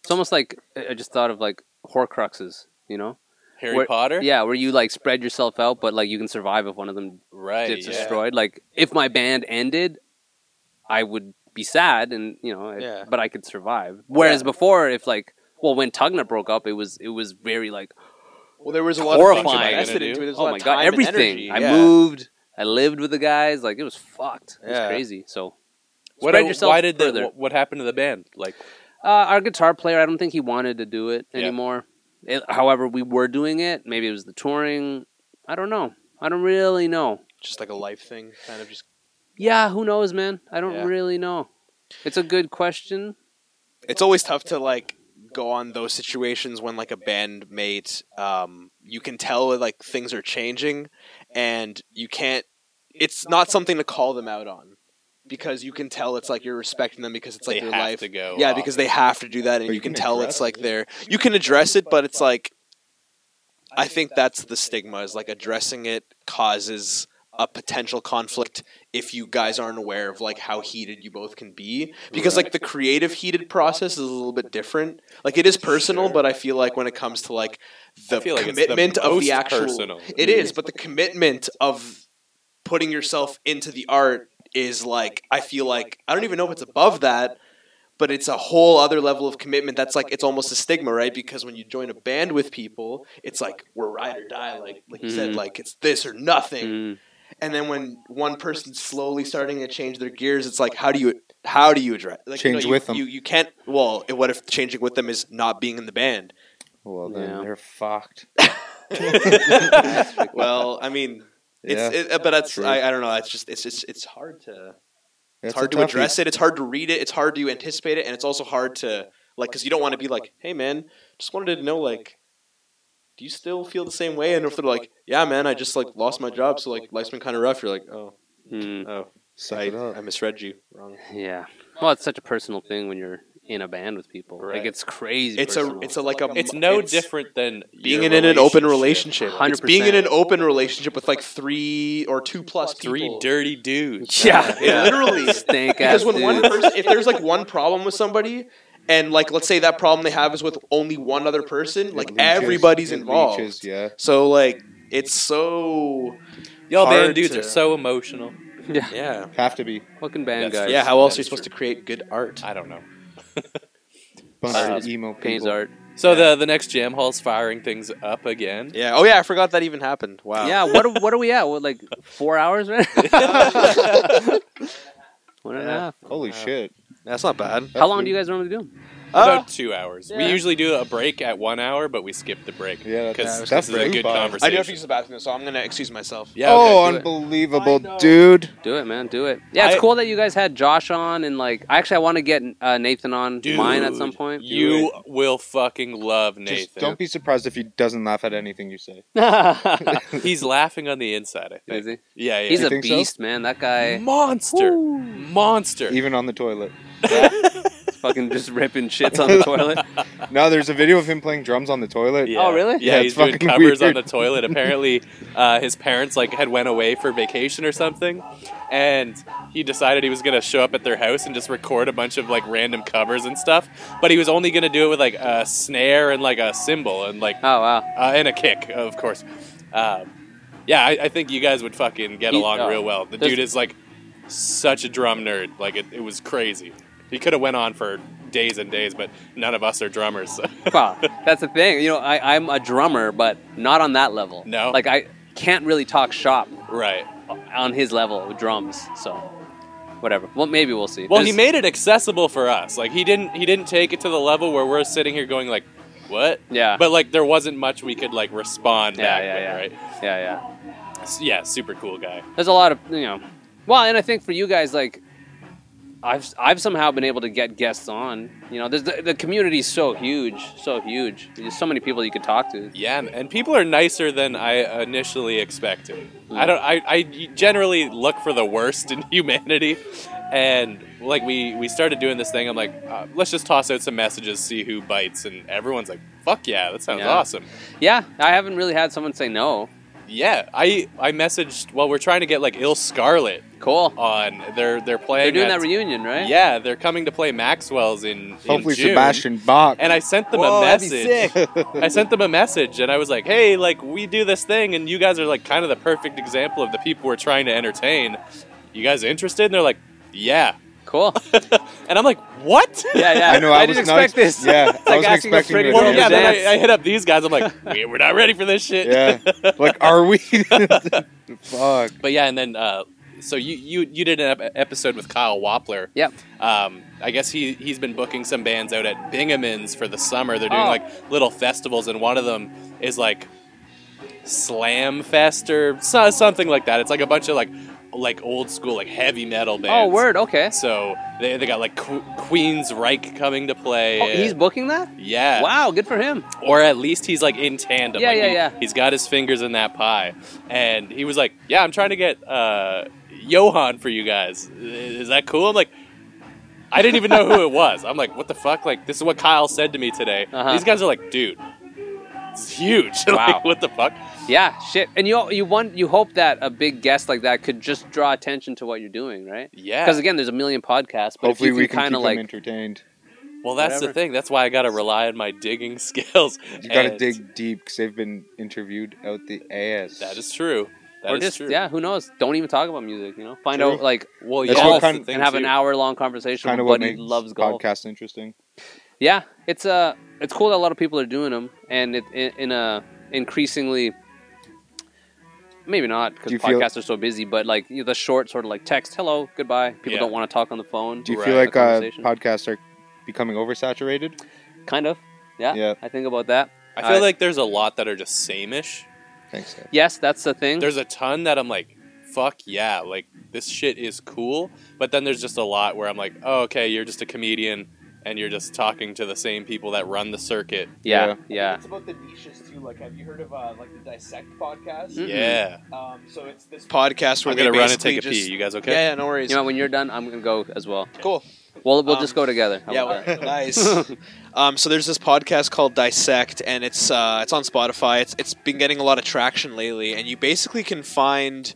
[SPEAKER 4] It's almost like I I just thought of like Horcruxes. You know,
[SPEAKER 1] Harry
[SPEAKER 4] Where-
[SPEAKER 1] Potter,
[SPEAKER 4] yeah, where you like spread yourself out, but like you can survive if one of them
[SPEAKER 1] right?
[SPEAKER 4] gets
[SPEAKER 1] yeah.
[SPEAKER 4] destroyed. Like if my band ended, I would be sad, and you know, I-
[SPEAKER 2] Yeah.
[SPEAKER 4] but I could survive. Whereas before, if like, well, when Tugna broke up, it was it was very like,
[SPEAKER 2] well, there was a lot of things
[SPEAKER 4] Horrifying.
[SPEAKER 2] invested into it. There's a
[SPEAKER 4] oh
[SPEAKER 2] lot
[SPEAKER 4] my
[SPEAKER 2] of
[SPEAKER 4] god,
[SPEAKER 2] time and
[SPEAKER 4] everything.
[SPEAKER 2] energy.
[SPEAKER 4] I
[SPEAKER 2] Yeah.
[SPEAKER 4] moved, I lived with the guys, like it was fucked. It was
[SPEAKER 2] Yeah.
[SPEAKER 4] crazy. So.
[SPEAKER 1] What,
[SPEAKER 4] spread yourself
[SPEAKER 1] why did
[SPEAKER 4] further.
[SPEAKER 1] the, what, what happened to the band? Like,
[SPEAKER 4] Uh, our guitar player, I don't think he wanted to do it
[SPEAKER 1] Yeah.
[SPEAKER 4] anymore. It, however, we were doing it. Maybe it was the touring. I don't know. I don't really know.
[SPEAKER 2] Just like a life thing, kind of just.
[SPEAKER 4] Yeah, who knows, man? I don't
[SPEAKER 2] Yeah.
[SPEAKER 4] really know. It's a good question.
[SPEAKER 2] it's always tough to like go on those situations when like a bandmate um you can tell like things are changing and you can't it's not something to call them out on because you can tell it's like you're respecting them because it's like
[SPEAKER 1] They
[SPEAKER 2] their
[SPEAKER 1] have
[SPEAKER 2] life.
[SPEAKER 1] to go
[SPEAKER 2] yeah,
[SPEAKER 1] off.
[SPEAKER 2] because they have to do that, and
[SPEAKER 3] But
[SPEAKER 2] you
[SPEAKER 3] you
[SPEAKER 2] can
[SPEAKER 3] can
[SPEAKER 2] tell
[SPEAKER 3] address
[SPEAKER 2] it's like their. You can address it, but it's like. I think that's the stigma is like addressing it causes a potential conflict if you guys aren't aware of like how heated you both can be because like the creative heated process is a little bit different like it is personal but i feel like when it comes to like the
[SPEAKER 1] I feel like it's the
[SPEAKER 2] commitment of
[SPEAKER 1] most
[SPEAKER 2] the actual
[SPEAKER 1] personal.
[SPEAKER 2] it is but the commitment of putting yourself into the art is like i feel like i don't even know if it's above that but it's a whole other level of commitment that's like it's almost a stigma right because when you join a band with people it's like we're ride or die like like you said
[SPEAKER 3] Mm-hmm.
[SPEAKER 4] Mhm.
[SPEAKER 2] like it's this or nothing
[SPEAKER 4] Mm.
[SPEAKER 2] and then when one person's slowly starting to change their gears, it's like how do you how do you address like,
[SPEAKER 3] Change
[SPEAKER 2] you,
[SPEAKER 3] with them.
[SPEAKER 2] You you can't. Well, what if changing with them is not being in the band?
[SPEAKER 3] Well, then
[SPEAKER 4] Yeah.
[SPEAKER 3] they're fucked. *laughs*
[SPEAKER 2] well, I mean,
[SPEAKER 3] Yeah,
[SPEAKER 2] it's it, uh, but that's
[SPEAKER 3] True.
[SPEAKER 2] I, I don't know. It's just it's just it's hard to it's
[SPEAKER 3] That's a
[SPEAKER 2] hard to
[SPEAKER 3] toughie.
[SPEAKER 2] address it. It's hard to read it. It's hard to anticipate it, and it's also hard to like because you don't want to be like, hey man, just wanted to know like. Do you still feel the same way? And if they're like, "Yeah, man, I just like lost my job, so like life's been kind of rough," you're like, "Oh,
[SPEAKER 4] Mm.
[SPEAKER 2] oh,
[SPEAKER 3] Suck
[SPEAKER 2] I,
[SPEAKER 3] it up.
[SPEAKER 2] I misread you wrong."
[SPEAKER 4] Yeah. Well, it's such a personal thing when you're in a band with people.
[SPEAKER 1] Right.
[SPEAKER 4] Like it's crazy.
[SPEAKER 2] It's a
[SPEAKER 4] *laughs*
[SPEAKER 2] it's a like a
[SPEAKER 1] It's no
[SPEAKER 2] it's
[SPEAKER 1] different than
[SPEAKER 2] being
[SPEAKER 1] your
[SPEAKER 2] in, an open relationship. It's
[SPEAKER 4] 100%.
[SPEAKER 2] being in an open relationship with like three or two plus
[SPEAKER 1] Three
[SPEAKER 2] people.
[SPEAKER 1] dirty dudes.
[SPEAKER 4] yeah.
[SPEAKER 2] *laughs* Yeah,
[SPEAKER 4] *laughs*
[SPEAKER 2] literally.
[SPEAKER 4] Stank ass.
[SPEAKER 2] because when one
[SPEAKER 4] dudes.
[SPEAKER 2] person, if there's like one problem with somebody, and like let's say that problem they have is with only one other person, like
[SPEAKER 3] It leeches-
[SPEAKER 2] everybody's
[SPEAKER 3] it
[SPEAKER 2] involved.
[SPEAKER 3] leeches, yeah.
[SPEAKER 2] So like it's so
[SPEAKER 1] Y'all
[SPEAKER 2] Hard
[SPEAKER 1] band dudes
[SPEAKER 2] to-
[SPEAKER 1] are so emotional.
[SPEAKER 4] yeah.
[SPEAKER 2] yeah
[SPEAKER 3] Have to be.
[SPEAKER 4] Fucking band
[SPEAKER 1] That's-
[SPEAKER 4] guys.
[SPEAKER 2] yeah. How else
[SPEAKER 1] That
[SPEAKER 2] are you
[SPEAKER 1] is
[SPEAKER 2] supposed
[SPEAKER 1] true.
[SPEAKER 2] to create good art?
[SPEAKER 1] I don't know.
[SPEAKER 3] Bunch
[SPEAKER 1] Uh,
[SPEAKER 3] of emo
[SPEAKER 4] Pain's
[SPEAKER 3] people.
[SPEAKER 4] art.
[SPEAKER 1] So the the next jam hall's firing things up again.
[SPEAKER 2] *laughs* Yeah. Oh yeah, I forgot that even happened. Wow.
[SPEAKER 4] Yeah. What are- what are we at? What like four
[SPEAKER 2] *laughs*
[SPEAKER 4] hours, right? One and a
[SPEAKER 2] Yeah.
[SPEAKER 4] half.
[SPEAKER 3] Holy shit.
[SPEAKER 2] That's not bad.
[SPEAKER 4] uh, How long do you guys normally do? 'em?
[SPEAKER 2] Uh,
[SPEAKER 1] About two hours. We
[SPEAKER 4] Yeah.
[SPEAKER 1] usually do a break at one hour, but we skip the break.
[SPEAKER 3] Yeah,
[SPEAKER 1] because
[SPEAKER 3] that's-
[SPEAKER 1] this
[SPEAKER 3] that's
[SPEAKER 1] is a
[SPEAKER 3] flew
[SPEAKER 1] good
[SPEAKER 3] by.
[SPEAKER 2] I
[SPEAKER 1] conversation.
[SPEAKER 2] do have to use the bathroom, so I'm gonna excuse myself.
[SPEAKER 1] yeah.
[SPEAKER 3] oh,
[SPEAKER 1] Okay.
[SPEAKER 4] do it.
[SPEAKER 3] unbelievable, dude.
[SPEAKER 4] Do it, man. Do it. Yeah, it's
[SPEAKER 1] I-
[SPEAKER 4] cool that you guys had Josh on, and like, actually, I want to get uh, Nathan on
[SPEAKER 1] Dude,
[SPEAKER 4] mine at some
[SPEAKER 2] *laughs*
[SPEAKER 4] point. *laughs*
[SPEAKER 1] You will fucking love Nathan.
[SPEAKER 3] Just don't be surprised if he doesn't laugh at anything you say.
[SPEAKER 1] *laughs* He's laughing on the inside. I think.
[SPEAKER 4] Is he?
[SPEAKER 1] Yeah, yeah.
[SPEAKER 4] He's
[SPEAKER 3] You
[SPEAKER 4] a
[SPEAKER 3] think so?
[SPEAKER 4] beast, man. That guy
[SPEAKER 1] monster. Monster.
[SPEAKER 3] Even on the toilet.
[SPEAKER 4] fucking just ripping shits on the *laughs* toilet.
[SPEAKER 3] *laughs* No, there's a video of him playing drums on the toilet.
[SPEAKER 1] Yeah.
[SPEAKER 4] Oh, really?
[SPEAKER 1] Yeah,
[SPEAKER 3] Yeah,
[SPEAKER 1] he's
[SPEAKER 3] it's
[SPEAKER 1] doing
[SPEAKER 3] fucking
[SPEAKER 1] covers on
[SPEAKER 3] weird.
[SPEAKER 1] the toilet. Apparently, uh, his parents like had went away for vacation or something, and he decided he was gonna show up at their house and just record a bunch of like random covers and stuff. But he was only gonna do it with like a snare and like a cymbal and like
[SPEAKER 4] Oh wow.
[SPEAKER 1] uh, and a kick, of course. Um, yeah, I, I think you guys would fucking get
[SPEAKER 4] He-
[SPEAKER 1] along
[SPEAKER 4] oh.
[SPEAKER 1] real well. The
[SPEAKER 4] There's-
[SPEAKER 1] dude is like such a drum nerd. Like it, it was crazy. He could have went on for days and days, but none of us are drummers. *laughs* so.
[SPEAKER 4] Wow. That's the thing. You know, I, I'm a drummer, but not on that level.
[SPEAKER 1] No.
[SPEAKER 4] Like I can't really talk shop
[SPEAKER 1] right.
[SPEAKER 4] on his level with drums. So, whatever. Well, maybe we'll see.
[SPEAKER 1] Well, he
[SPEAKER 4] There's-
[SPEAKER 1] made it accessible for us. Like he didn't he didn't take it to the level where we're sitting here going like, what?
[SPEAKER 4] Yeah.
[SPEAKER 1] But like there wasn't much we could like respond
[SPEAKER 4] Yeah,
[SPEAKER 1] back
[SPEAKER 4] yeah,
[SPEAKER 1] with,
[SPEAKER 4] yeah.
[SPEAKER 1] right?
[SPEAKER 4] Yeah, yeah.
[SPEAKER 1] S- Yeah, super cool guy.
[SPEAKER 4] There's a lot of you know. Well, and I think for you guys, like, I've I've somehow been able to get guests on. You know, there's the, the community's so huge, so huge. There's so many people you could talk to.
[SPEAKER 1] Yeah, and- and people are nicer than I initially expected. I don't. I, I generally look for the worst in *laughs* humanity, and like we we started doing this thing. I'm like, uh, let's just toss out some messages, see who bites, and everyone's like, fuck yeah, that sounds
[SPEAKER 4] Yeah.
[SPEAKER 1] awesome.
[SPEAKER 4] Yeah, I haven't really had someone say no.
[SPEAKER 1] Yeah, I I messaged. Well, we're trying to get like Ill Scarlet
[SPEAKER 4] Cool.
[SPEAKER 1] on. They're they're playing.
[SPEAKER 4] They're doing
[SPEAKER 1] at-
[SPEAKER 4] that reunion, right?
[SPEAKER 1] Yeah, they're coming to play Maxwell's in in
[SPEAKER 3] Hopefully,
[SPEAKER 1] June.
[SPEAKER 3] Sebastian Bach.
[SPEAKER 1] And I sent them a message. I sent them a message and I was like, hey, like, we do this thing, and you guys are like kind of the perfect example of the people we're trying to entertain. You guys interested? And they're like, yeah. *laughs*
[SPEAKER 4] Cool.
[SPEAKER 1] And I'm like, what?
[SPEAKER 4] Yeah, yeah.
[SPEAKER 3] I know. I, was
[SPEAKER 4] didn't
[SPEAKER 3] not
[SPEAKER 4] expect *laughs*
[SPEAKER 3] ex-
[SPEAKER 4] this.
[SPEAKER 3] Yeah,
[SPEAKER 4] It's
[SPEAKER 3] I
[SPEAKER 4] like
[SPEAKER 3] was
[SPEAKER 4] asking a
[SPEAKER 3] expecting
[SPEAKER 4] pretty
[SPEAKER 3] it.
[SPEAKER 4] girl
[SPEAKER 1] *laughs* Well,
[SPEAKER 4] to
[SPEAKER 1] yeah,
[SPEAKER 3] yeah,
[SPEAKER 1] then
[SPEAKER 4] dance.
[SPEAKER 1] I, I hit up these guys. I'm like, *laughs* we, we're not ready for this shit.
[SPEAKER 3] *laughs*
[SPEAKER 4] *laughs*
[SPEAKER 3] yeah. Like, are we? Fuck.
[SPEAKER 1] *laughs* But yeah, and then, uh, so you, you, you did an ep- episode with Kyle Wappler.
[SPEAKER 4] Yep.
[SPEAKER 1] Um, I guess he he's been booking some bands out at Bingaman's for the summer. They're doing
[SPEAKER 4] Oh.
[SPEAKER 1] like little festivals, and one of them is like Slam Fest or so, something like that. It's like a bunch of like like old school like heavy metal
[SPEAKER 4] Oh,
[SPEAKER 1] bands.
[SPEAKER 4] word. Okay.
[SPEAKER 1] So they, they got like Qu- Queen's Reich coming to play.
[SPEAKER 4] Oh, he's booking that.
[SPEAKER 1] yeah.
[SPEAKER 4] Wow, good for him.
[SPEAKER 1] Or at least he's like in tandem.
[SPEAKER 4] Yeah,
[SPEAKER 1] like,
[SPEAKER 4] yeah,
[SPEAKER 1] he,
[SPEAKER 4] yeah.
[SPEAKER 1] He's got his fingers in that pie, and he was like, "Yeah, I'm trying to get uh, Johan for you guys. Is that cool? I'm like, I didn't even know who it was. I'm like, what the fuck? Like, this is what Kyle said to me today.
[SPEAKER 4] Uh-huh.
[SPEAKER 1] These guys are like, dude, it's huge. *laughs*
[SPEAKER 4] Wow.
[SPEAKER 1] like, what the fuck?
[SPEAKER 4] Yeah, shit. And you you want you hope that a big guest like that could just draw attention to what you're doing, right?
[SPEAKER 1] Yeah.
[SPEAKER 4] Because again, there's a million podcasts, but
[SPEAKER 3] Hopefully,
[SPEAKER 4] if
[SPEAKER 3] we
[SPEAKER 4] you
[SPEAKER 3] can
[SPEAKER 4] can kind
[SPEAKER 3] keep
[SPEAKER 4] of
[SPEAKER 3] them
[SPEAKER 4] like
[SPEAKER 3] entertained.
[SPEAKER 1] well, that's the
[SPEAKER 4] whatever.
[SPEAKER 1] thing. That's why I gotta rely on my digging *laughs* skills.
[SPEAKER 3] You got to
[SPEAKER 1] And
[SPEAKER 3] dig deep because they've been interviewed out the ass.
[SPEAKER 1] That is true. That is
[SPEAKER 4] or just
[SPEAKER 1] true.
[SPEAKER 4] yeah, who knows? Don't even talk about music, you know. Find
[SPEAKER 3] True.
[SPEAKER 4] out like
[SPEAKER 1] Well,
[SPEAKER 3] That's
[SPEAKER 1] yeah,
[SPEAKER 3] what
[SPEAKER 1] that's
[SPEAKER 3] kind-
[SPEAKER 1] the thing
[SPEAKER 4] and have
[SPEAKER 1] too.
[SPEAKER 4] an hour long conversation
[SPEAKER 3] kind of
[SPEAKER 4] with
[SPEAKER 3] what
[SPEAKER 4] buddy
[SPEAKER 3] makes
[SPEAKER 4] who loves golf.
[SPEAKER 3] podcasts interesting.
[SPEAKER 4] Yeah, it's uh it's cool that a lot of people are doing them, and it in, in a increasingly maybe not because
[SPEAKER 3] Do you feel-
[SPEAKER 4] podcasts are so busy, but like you know, the short sort of like text, hello, goodbye. People
[SPEAKER 1] Yeah.
[SPEAKER 4] don't want to talk on the phone.
[SPEAKER 3] Do you
[SPEAKER 1] Right.
[SPEAKER 3] feel
[SPEAKER 4] The
[SPEAKER 3] like uh,
[SPEAKER 4] conversation.
[SPEAKER 3] podcasts are becoming oversaturated?
[SPEAKER 4] kind of? Yeah,
[SPEAKER 3] Yeah.
[SPEAKER 4] I think about that.
[SPEAKER 1] I feel like there's a lot that are just sameish.
[SPEAKER 3] Thanks. Dave.
[SPEAKER 4] yes, that's the thing.
[SPEAKER 1] There's a ton that I'm like, fuck yeah, like this shit is cool. But then there's just a lot where I'm like, oh okay, you're just a comedian and you're just talking to the same people that run the circuit.
[SPEAKER 4] yeah,
[SPEAKER 5] I think
[SPEAKER 4] yeah,
[SPEAKER 5] It's about the niches too. Like, have you heard of uh, like the dissect podcast?
[SPEAKER 2] Mm-hmm.
[SPEAKER 4] Mm. Mhm.
[SPEAKER 1] Yeah,
[SPEAKER 5] Um, so it's this
[SPEAKER 2] Hmm? podcast where
[SPEAKER 1] I'm
[SPEAKER 2] they
[SPEAKER 1] gonna run and
[SPEAKER 2] basically
[SPEAKER 1] take a
[SPEAKER 2] just-
[SPEAKER 1] pee. You guys okay?
[SPEAKER 2] Yeah, yeah, no worries.
[SPEAKER 4] You know, when you're done, I'm gonna go as well.
[SPEAKER 2] Cool.
[SPEAKER 4] We'll we'll
[SPEAKER 2] Um,
[SPEAKER 4] just go together. How
[SPEAKER 2] Yeah,
[SPEAKER 4] about
[SPEAKER 2] well,
[SPEAKER 4] that? *laughs*
[SPEAKER 2] nice. um, so there's this podcast called Dissect, and it's uh, it's on Spotify. It's it's been getting a lot of traction lately, and you basically can find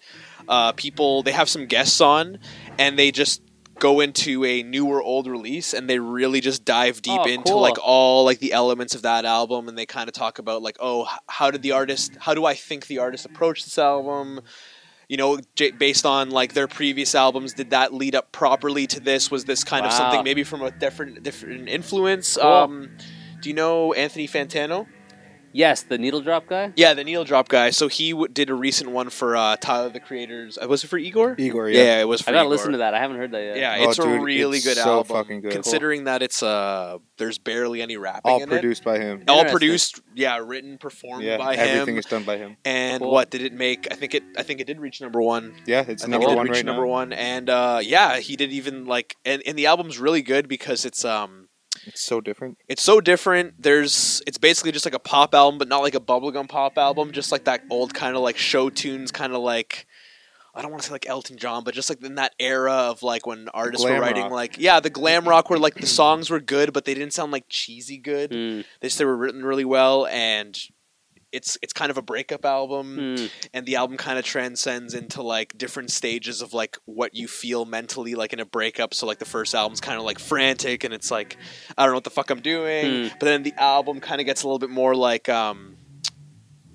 [SPEAKER 2] uh, people. They have some guests on, and they just go into a new or old release and they really just dive deep
[SPEAKER 4] Oh,
[SPEAKER 2] into
[SPEAKER 4] cool.
[SPEAKER 2] like all like the elements of that album and they kind of talk about like oh h- how did the artist how do i think the artist approached this album you know, j- based on like their previous albums, did that lead up properly to this? Was this kind of
[SPEAKER 4] Wow.
[SPEAKER 2] something maybe from a different different influence?
[SPEAKER 4] Cool.
[SPEAKER 2] Um, do you know Anthony Fantano?
[SPEAKER 4] yes, the needle drop guy.
[SPEAKER 2] Yeah, the Needle Drop guy. So he w- did a recent one for uh, Tyler the Creator's. Uh, was it for Igor?
[SPEAKER 3] Igor,
[SPEAKER 2] Yeah, it was. For
[SPEAKER 4] I gotta
[SPEAKER 2] Igor.
[SPEAKER 4] listen to that. I haven't heard that yet.
[SPEAKER 2] Yeah,
[SPEAKER 3] Oh,
[SPEAKER 2] it's
[SPEAKER 3] dude,
[SPEAKER 2] a really
[SPEAKER 3] it's
[SPEAKER 2] good
[SPEAKER 3] so
[SPEAKER 2] album.
[SPEAKER 3] fucking good.
[SPEAKER 2] Considering that it's uh, there's barely any rapping
[SPEAKER 3] all
[SPEAKER 2] in
[SPEAKER 3] produced by him.
[SPEAKER 2] it. All
[SPEAKER 4] Interesting.
[SPEAKER 2] produced, yeah, written, performed
[SPEAKER 3] Yeah,
[SPEAKER 2] by
[SPEAKER 3] everything
[SPEAKER 2] him.
[SPEAKER 3] is done by him.
[SPEAKER 2] and
[SPEAKER 4] Cool.
[SPEAKER 2] what did it make? I think it. I think it did reach number one.
[SPEAKER 3] Yeah, it's
[SPEAKER 2] I think
[SPEAKER 3] number
[SPEAKER 2] it did
[SPEAKER 3] one
[SPEAKER 2] reach
[SPEAKER 3] right
[SPEAKER 2] number
[SPEAKER 3] now.
[SPEAKER 2] one, and uh, yeah, he did even like, and, and the album's really good because it's um,
[SPEAKER 3] It's so different.
[SPEAKER 2] it's so different. There's, it's basically just like a pop album, but not like a bubblegum pop album, just like that old kind of like show tunes, kind of like, I don't want to say like Elton John, but just like in that era of like when artists were
[SPEAKER 3] glam
[SPEAKER 2] writing
[SPEAKER 3] rock.
[SPEAKER 2] like, yeah, the glam rock where like the songs were good, but they didn't sound like cheesy good.
[SPEAKER 3] Hmm.
[SPEAKER 4] Mm,
[SPEAKER 2] They just they were written really well, and it's it's kind of a breakup album
[SPEAKER 3] Hmm.
[SPEAKER 4] mm.
[SPEAKER 2] and the album kind of transcends into like different stages of like what you feel mentally like in a breakup so like the first album's kind of like frantic and it's like i don't know what the fuck i'm doing
[SPEAKER 4] Hmm.
[SPEAKER 2] but then the album kind of gets a little bit more like um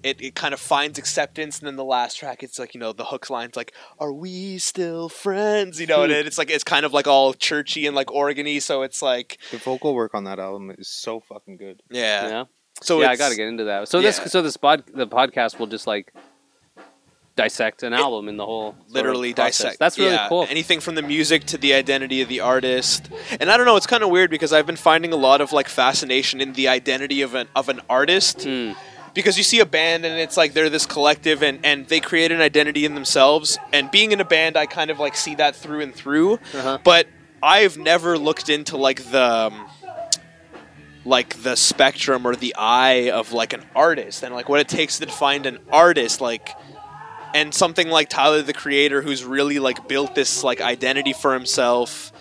[SPEAKER 2] it, it kind of finds acceptance and then the last track it's like you know the hook line's like are we still friends you know and
[SPEAKER 4] Hmm.
[SPEAKER 2] it's like it's kind of like all churchy and like organy so it's like
[SPEAKER 3] The vocal work on that album is so fucking good.
[SPEAKER 2] yeah,
[SPEAKER 4] yeah.
[SPEAKER 2] so
[SPEAKER 4] yeah, I
[SPEAKER 2] it's-
[SPEAKER 4] gotta get into that. So
[SPEAKER 2] Yeah.
[SPEAKER 4] this, so this pod, the podcast will just like dissect an album in the whole sort of
[SPEAKER 2] literally
[SPEAKER 4] process.
[SPEAKER 2] dissect.
[SPEAKER 4] That's really
[SPEAKER 2] yeah,
[SPEAKER 4] cool.
[SPEAKER 2] Anything from the music to the identity of the artist, and I don't know. It's kind of weird because I've been finding a lot of like fascination in the identity of an of an artist
[SPEAKER 4] Mm,
[SPEAKER 2] because you see a band and it's like they're this collective and, and they create an identity in themselves and being in a band i kind of like see that through and through
[SPEAKER 4] Uh-huh.
[SPEAKER 2] but i've never looked into like the um, like the spectrum or the eye of like an artist and like what it takes to find an artist like and something like tyler the creator who's really like built this like identity for himself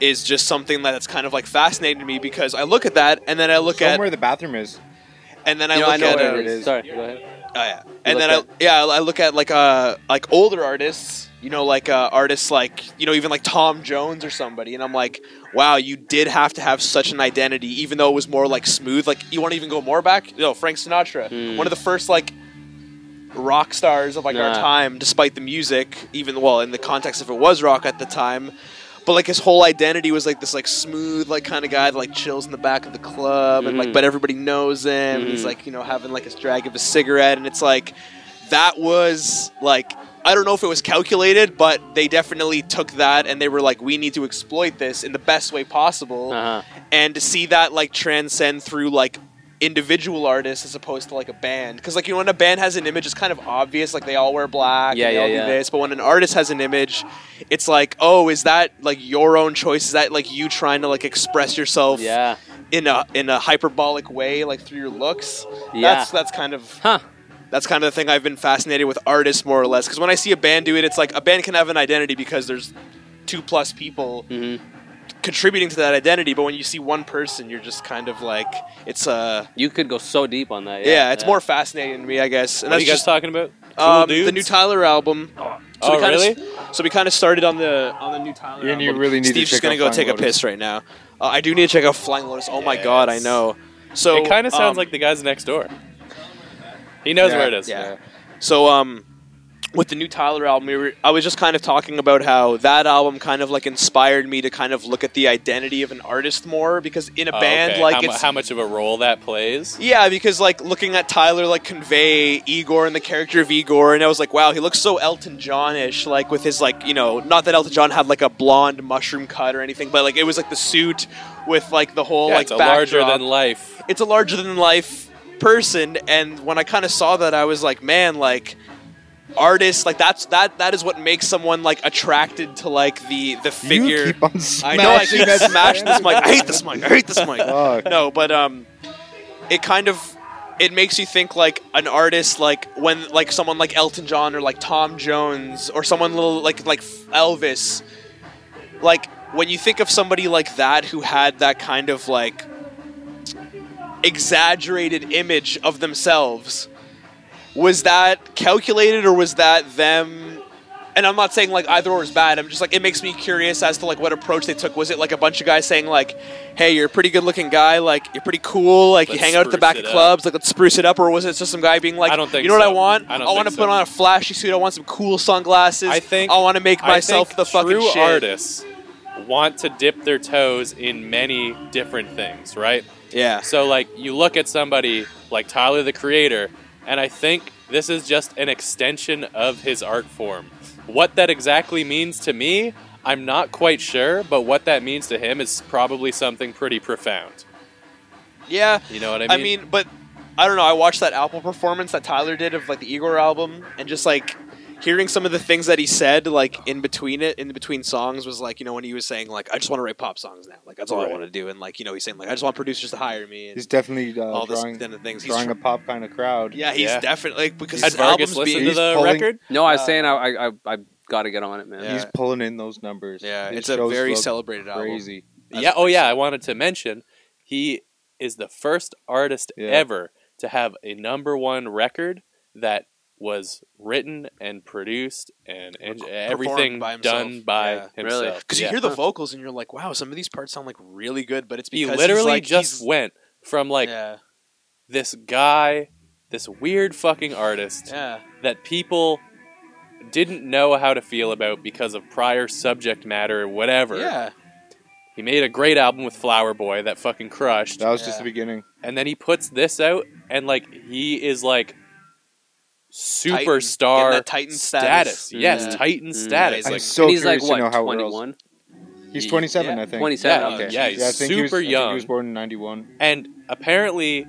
[SPEAKER 2] is just something that's kind of like fascinating to me because I look at that and then I look
[SPEAKER 3] Show 'em
[SPEAKER 2] at
[SPEAKER 3] where the bathroom is.
[SPEAKER 2] and then I
[SPEAKER 4] You know,
[SPEAKER 2] look
[SPEAKER 4] I know
[SPEAKER 2] at
[SPEAKER 4] where
[SPEAKER 2] uh,
[SPEAKER 4] it is. Sorry, go ahead.
[SPEAKER 2] Oh, yeah. And then
[SPEAKER 4] look
[SPEAKER 2] I yeah I look at like uh like older artists, you know, like uh, artists like you know even like Tom Jones or somebody, and I'm like, wow, you did have to have such an identity, even though it was more like smooth. Like you want to even go more back? No, Frank Sinatra,
[SPEAKER 4] Hmm.
[SPEAKER 2] one of the first like rock stars of like our
[SPEAKER 4] Nah.
[SPEAKER 2] time, despite the music, even well in the context if it was rock at the time. But like his whole identity was like this like smooth like kind of guy that like chills in the back of the club and like
[SPEAKER 4] Mhm.
[SPEAKER 2] but everybody knows him. and He's
[SPEAKER 4] Mhm.
[SPEAKER 2] like you know having like his drag of a cigarette and it's like that was like I don't know if it was calculated, but they definitely took that and they were like we need to exploit this in the best way possible
[SPEAKER 4] Uh-huh.
[SPEAKER 2] and to see that like transcend through like individual artists as opposed to like a band because like you know when a band has an image it's kind of obvious like they all wear black
[SPEAKER 4] Yeah,
[SPEAKER 2] and they
[SPEAKER 4] yeah,
[SPEAKER 2] all
[SPEAKER 4] yeah.
[SPEAKER 2] do this but when an artist has an image it's like oh is that like your own choice is that like you trying to like express yourself
[SPEAKER 4] *laughs* Yeah,
[SPEAKER 2] in a in a hyperbolic way like through your looks
[SPEAKER 4] yeah.
[SPEAKER 2] that's that's kind of
[SPEAKER 4] huh?
[SPEAKER 2] That's kind of the thing I've been fascinated with artists more or less. Because when I see a band do it, it's like a band can have an identity because there's two plus people contributing to that identity. But when you see one person, you're just kind of like it's uh,
[SPEAKER 4] You could go so deep on that.
[SPEAKER 2] yeah,
[SPEAKER 4] Yeah,
[SPEAKER 2] it's more fascinating to me, I guess. And
[SPEAKER 1] What are you guys
[SPEAKER 2] just-
[SPEAKER 1] talking about? Cool
[SPEAKER 2] um,
[SPEAKER 1] dudes?
[SPEAKER 2] the new Tyler album.
[SPEAKER 1] Oh,
[SPEAKER 2] we kinda
[SPEAKER 1] really?
[SPEAKER 2] s- so we kind of started on the on the new Tyler.
[SPEAKER 3] And you
[SPEAKER 2] album.
[SPEAKER 3] really need to
[SPEAKER 2] Steve's just
[SPEAKER 3] check
[SPEAKER 2] gonna
[SPEAKER 3] out
[SPEAKER 2] go
[SPEAKER 3] Flying
[SPEAKER 2] take
[SPEAKER 3] Lotus.
[SPEAKER 2] a piss right now. Uh, I do need to check out Flying Lotus. Oh my god, I
[SPEAKER 1] Yes.
[SPEAKER 2] know. So
[SPEAKER 1] it kind of sounds
[SPEAKER 2] um,
[SPEAKER 1] like the guys next
[SPEAKER 2] *laughs*
[SPEAKER 1] door. He knows
[SPEAKER 3] Yeah,
[SPEAKER 1] where it is.
[SPEAKER 2] yeah. So um, with the new Tyler album, we were, I was just kind of talking about how that album kind of like inspired me to kind of look at the identity of an artist more because in a
[SPEAKER 1] Oh,
[SPEAKER 2] band
[SPEAKER 1] okay.
[SPEAKER 2] like
[SPEAKER 1] how, mu-
[SPEAKER 2] it's
[SPEAKER 1] how much of a role that plays?
[SPEAKER 2] Yeah, because like looking at Tyler like convey Igor and the character of Igor, and I was like, wow, he looks so Elton John-ish, like with his like you know, not that Elton John had like a blonde mushroom cut or anything, but like it was like the suit with like the whole
[SPEAKER 1] Yeah,
[SPEAKER 2] like
[SPEAKER 1] it's a larger
[SPEAKER 2] backdrop.
[SPEAKER 1] than life.
[SPEAKER 2] it's a larger than life person, and when I kind of saw that, I was like, man, like artists like that's that that is what makes someone like attracted to like the the figure
[SPEAKER 3] You keep on
[SPEAKER 2] *laughs* I
[SPEAKER 3] smashing
[SPEAKER 2] know I keep
[SPEAKER 3] that
[SPEAKER 2] smashing this
[SPEAKER 3] stand.
[SPEAKER 2] mic. I hate this mic. I hate this mic.
[SPEAKER 3] *laughs* Fuck.
[SPEAKER 2] *laughs* No, but um, it kind of it makes you think like an artist, like when like someone like Elton John or like Tom Jones or someone little like like Elvis, like when you think of somebody like that who had that kind of like exaggerated image of themselves was that calculated or was that them and I'm not saying like either or is bad. I'm just like it makes me curious as to like what approach they took. Was it like a bunch of guys saying like, "Hey, you're a pretty good-looking guy. Like you're pretty cool. Like
[SPEAKER 1] Let's
[SPEAKER 2] you hang out at the
[SPEAKER 1] spruce
[SPEAKER 2] back
[SPEAKER 1] it
[SPEAKER 2] of
[SPEAKER 1] up."
[SPEAKER 2] clubs. Like let's spruce it up." Or was it just some guy being like,
[SPEAKER 1] I don't think
[SPEAKER 2] "You know what
[SPEAKER 1] so.
[SPEAKER 2] I want?
[SPEAKER 1] I don't
[SPEAKER 2] want to
[SPEAKER 1] think
[SPEAKER 2] put
[SPEAKER 1] so.
[SPEAKER 2] on a flashy suit. I want some cool sunglasses.
[SPEAKER 1] I think
[SPEAKER 2] I want to make
[SPEAKER 1] I
[SPEAKER 2] myself
[SPEAKER 1] think
[SPEAKER 2] the fucking
[SPEAKER 1] true
[SPEAKER 2] shit."
[SPEAKER 1] artists want to dip their toes in many different things, right?
[SPEAKER 2] Yeah.
[SPEAKER 1] So like you look at somebody like Tyler the Creator, and I think this is just an extension of his art form. What that exactly means to me, I'm not quite sure, but what that means to him is probably something pretty profound.
[SPEAKER 2] Yeah.
[SPEAKER 1] You know what I mean?
[SPEAKER 2] I mean, but I don't know. I watched that Apple performance that Tyler did of like the Igor album, and just like hearing some of the things that he said, like in between it, in between songs, was like you know when he was saying like I just want to write pop songs now, like that's all I
[SPEAKER 1] Right.
[SPEAKER 2] want to do, and like you know he's saying like I just want producers to hire me. And
[SPEAKER 3] He's definitely uh,
[SPEAKER 2] All this
[SPEAKER 3] drawing,
[SPEAKER 2] kind of things. He's
[SPEAKER 3] drawing a pop kind of crowd.
[SPEAKER 2] yeah, he's
[SPEAKER 1] Yeah.
[SPEAKER 2] definitely like, because
[SPEAKER 1] Had
[SPEAKER 2] his
[SPEAKER 1] Vargas
[SPEAKER 2] album's
[SPEAKER 1] listen
[SPEAKER 2] being
[SPEAKER 1] to
[SPEAKER 3] He's
[SPEAKER 1] the
[SPEAKER 3] pulling-
[SPEAKER 1] record?
[SPEAKER 4] No, I was
[SPEAKER 2] Uh,
[SPEAKER 4] saying I I I, I got to get on it, man.
[SPEAKER 2] Yeah.
[SPEAKER 3] He's pulling in those numbers.
[SPEAKER 2] yeah,
[SPEAKER 3] His
[SPEAKER 2] it's a
[SPEAKER 3] shows
[SPEAKER 2] very
[SPEAKER 3] look
[SPEAKER 2] celebrated album.
[SPEAKER 3] crazy.
[SPEAKER 2] That's
[SPEAKER 1] yeah.
[SPEAKER 2] what
[SPEAKER 1] Oh,
[SPEAKER 2] makes
[SPEAKER 1] yeah. I wanted to mention he is the first artist
[SPEAKER 3] Yeah.
[SPEAKER 1] ever to have a number one record that was written and produced and, and
[SPEAKER 2] Performed
[SPEAKER 1] everything
[SPEAKER 2] by himself.
[SPEAKER 1] done by
[SPEAKER 2] Yeah.
[SPEAKER 1] himself.
[SPEAKER 4] Really?
[SPEAKER 2] Because
[SPEAKER 1] Yeah.
[SPEAKER 2] you hear the vocals and you're like, wow, some of these parts sound like really good, but it's
[SPEAKER 1] he
[SPEAKER 2] because he's,
[SPEAKER 1] literally
[SPEAKER 2] like,
[SPEAKER 1] just
[SPEAKER 2] he's-
[SPEAKER 1] went from like
[SPEAKER 2] yeah,
[SPEAKER 1] this guy, this weird fucking artist
[SPEAKER 2] yeah,
[SPEAKER 1] that people didn't know how to feel about because of prior subject matter or whatever.
[SPEAKER 2] yeah.
[SPEAKER 1] He made a great album with Flower Boy that fucking crushed.
[SPEAKER 3] That was
[SPEAKER 2] Yeah.
[SPEAKER 3] just the beginning.
[SPEAKER 1] and then he puts this out and like he is like
[SPEAKER 2] Getting
[SPEAKER 1] superstar
[SPEAKER 2] that Titan
[SPEAKER 1] status.
[SPEAKER 2] status.
[SPEAKER 1] Yes,
[SPEAKER 4] Mm.
[SPEAKER 1] Titan
[SPEAKER 4] Mm.
[SPEAKER 1] status.
[SPEAKER 2] Nice.
[SPEAKER 3] I'm
[SPEAKER 1] Like
[SPEAKER 3] so
[SPEAKER 4] and he's like
[SPEAKER 3] curious
[SPEAKER 4] what
[SPEAKER 3] to know how it
[SPEAKER 4] twenty
[SPEAKER 3] rolls.
[SPEAKER 4] one.
[SPEAKER 3] He's
[SPEAKER 2] Yeah.
[SPEAKER 3] 27, I think.
[SPEAKER 4] 27.
[SPEAKER 1] Yeah,
[SPEAKER 4] okay.
[SPEAKER 1] Oh, yeah. he's
[SPEAKER 3] I think he was,
[SPEAKER 1] super
[SPEAKER 3] I think
[SPEAKER 1] young.
[SPEAKER 3] he was born in 91.
[SPEAKER 1] and apparently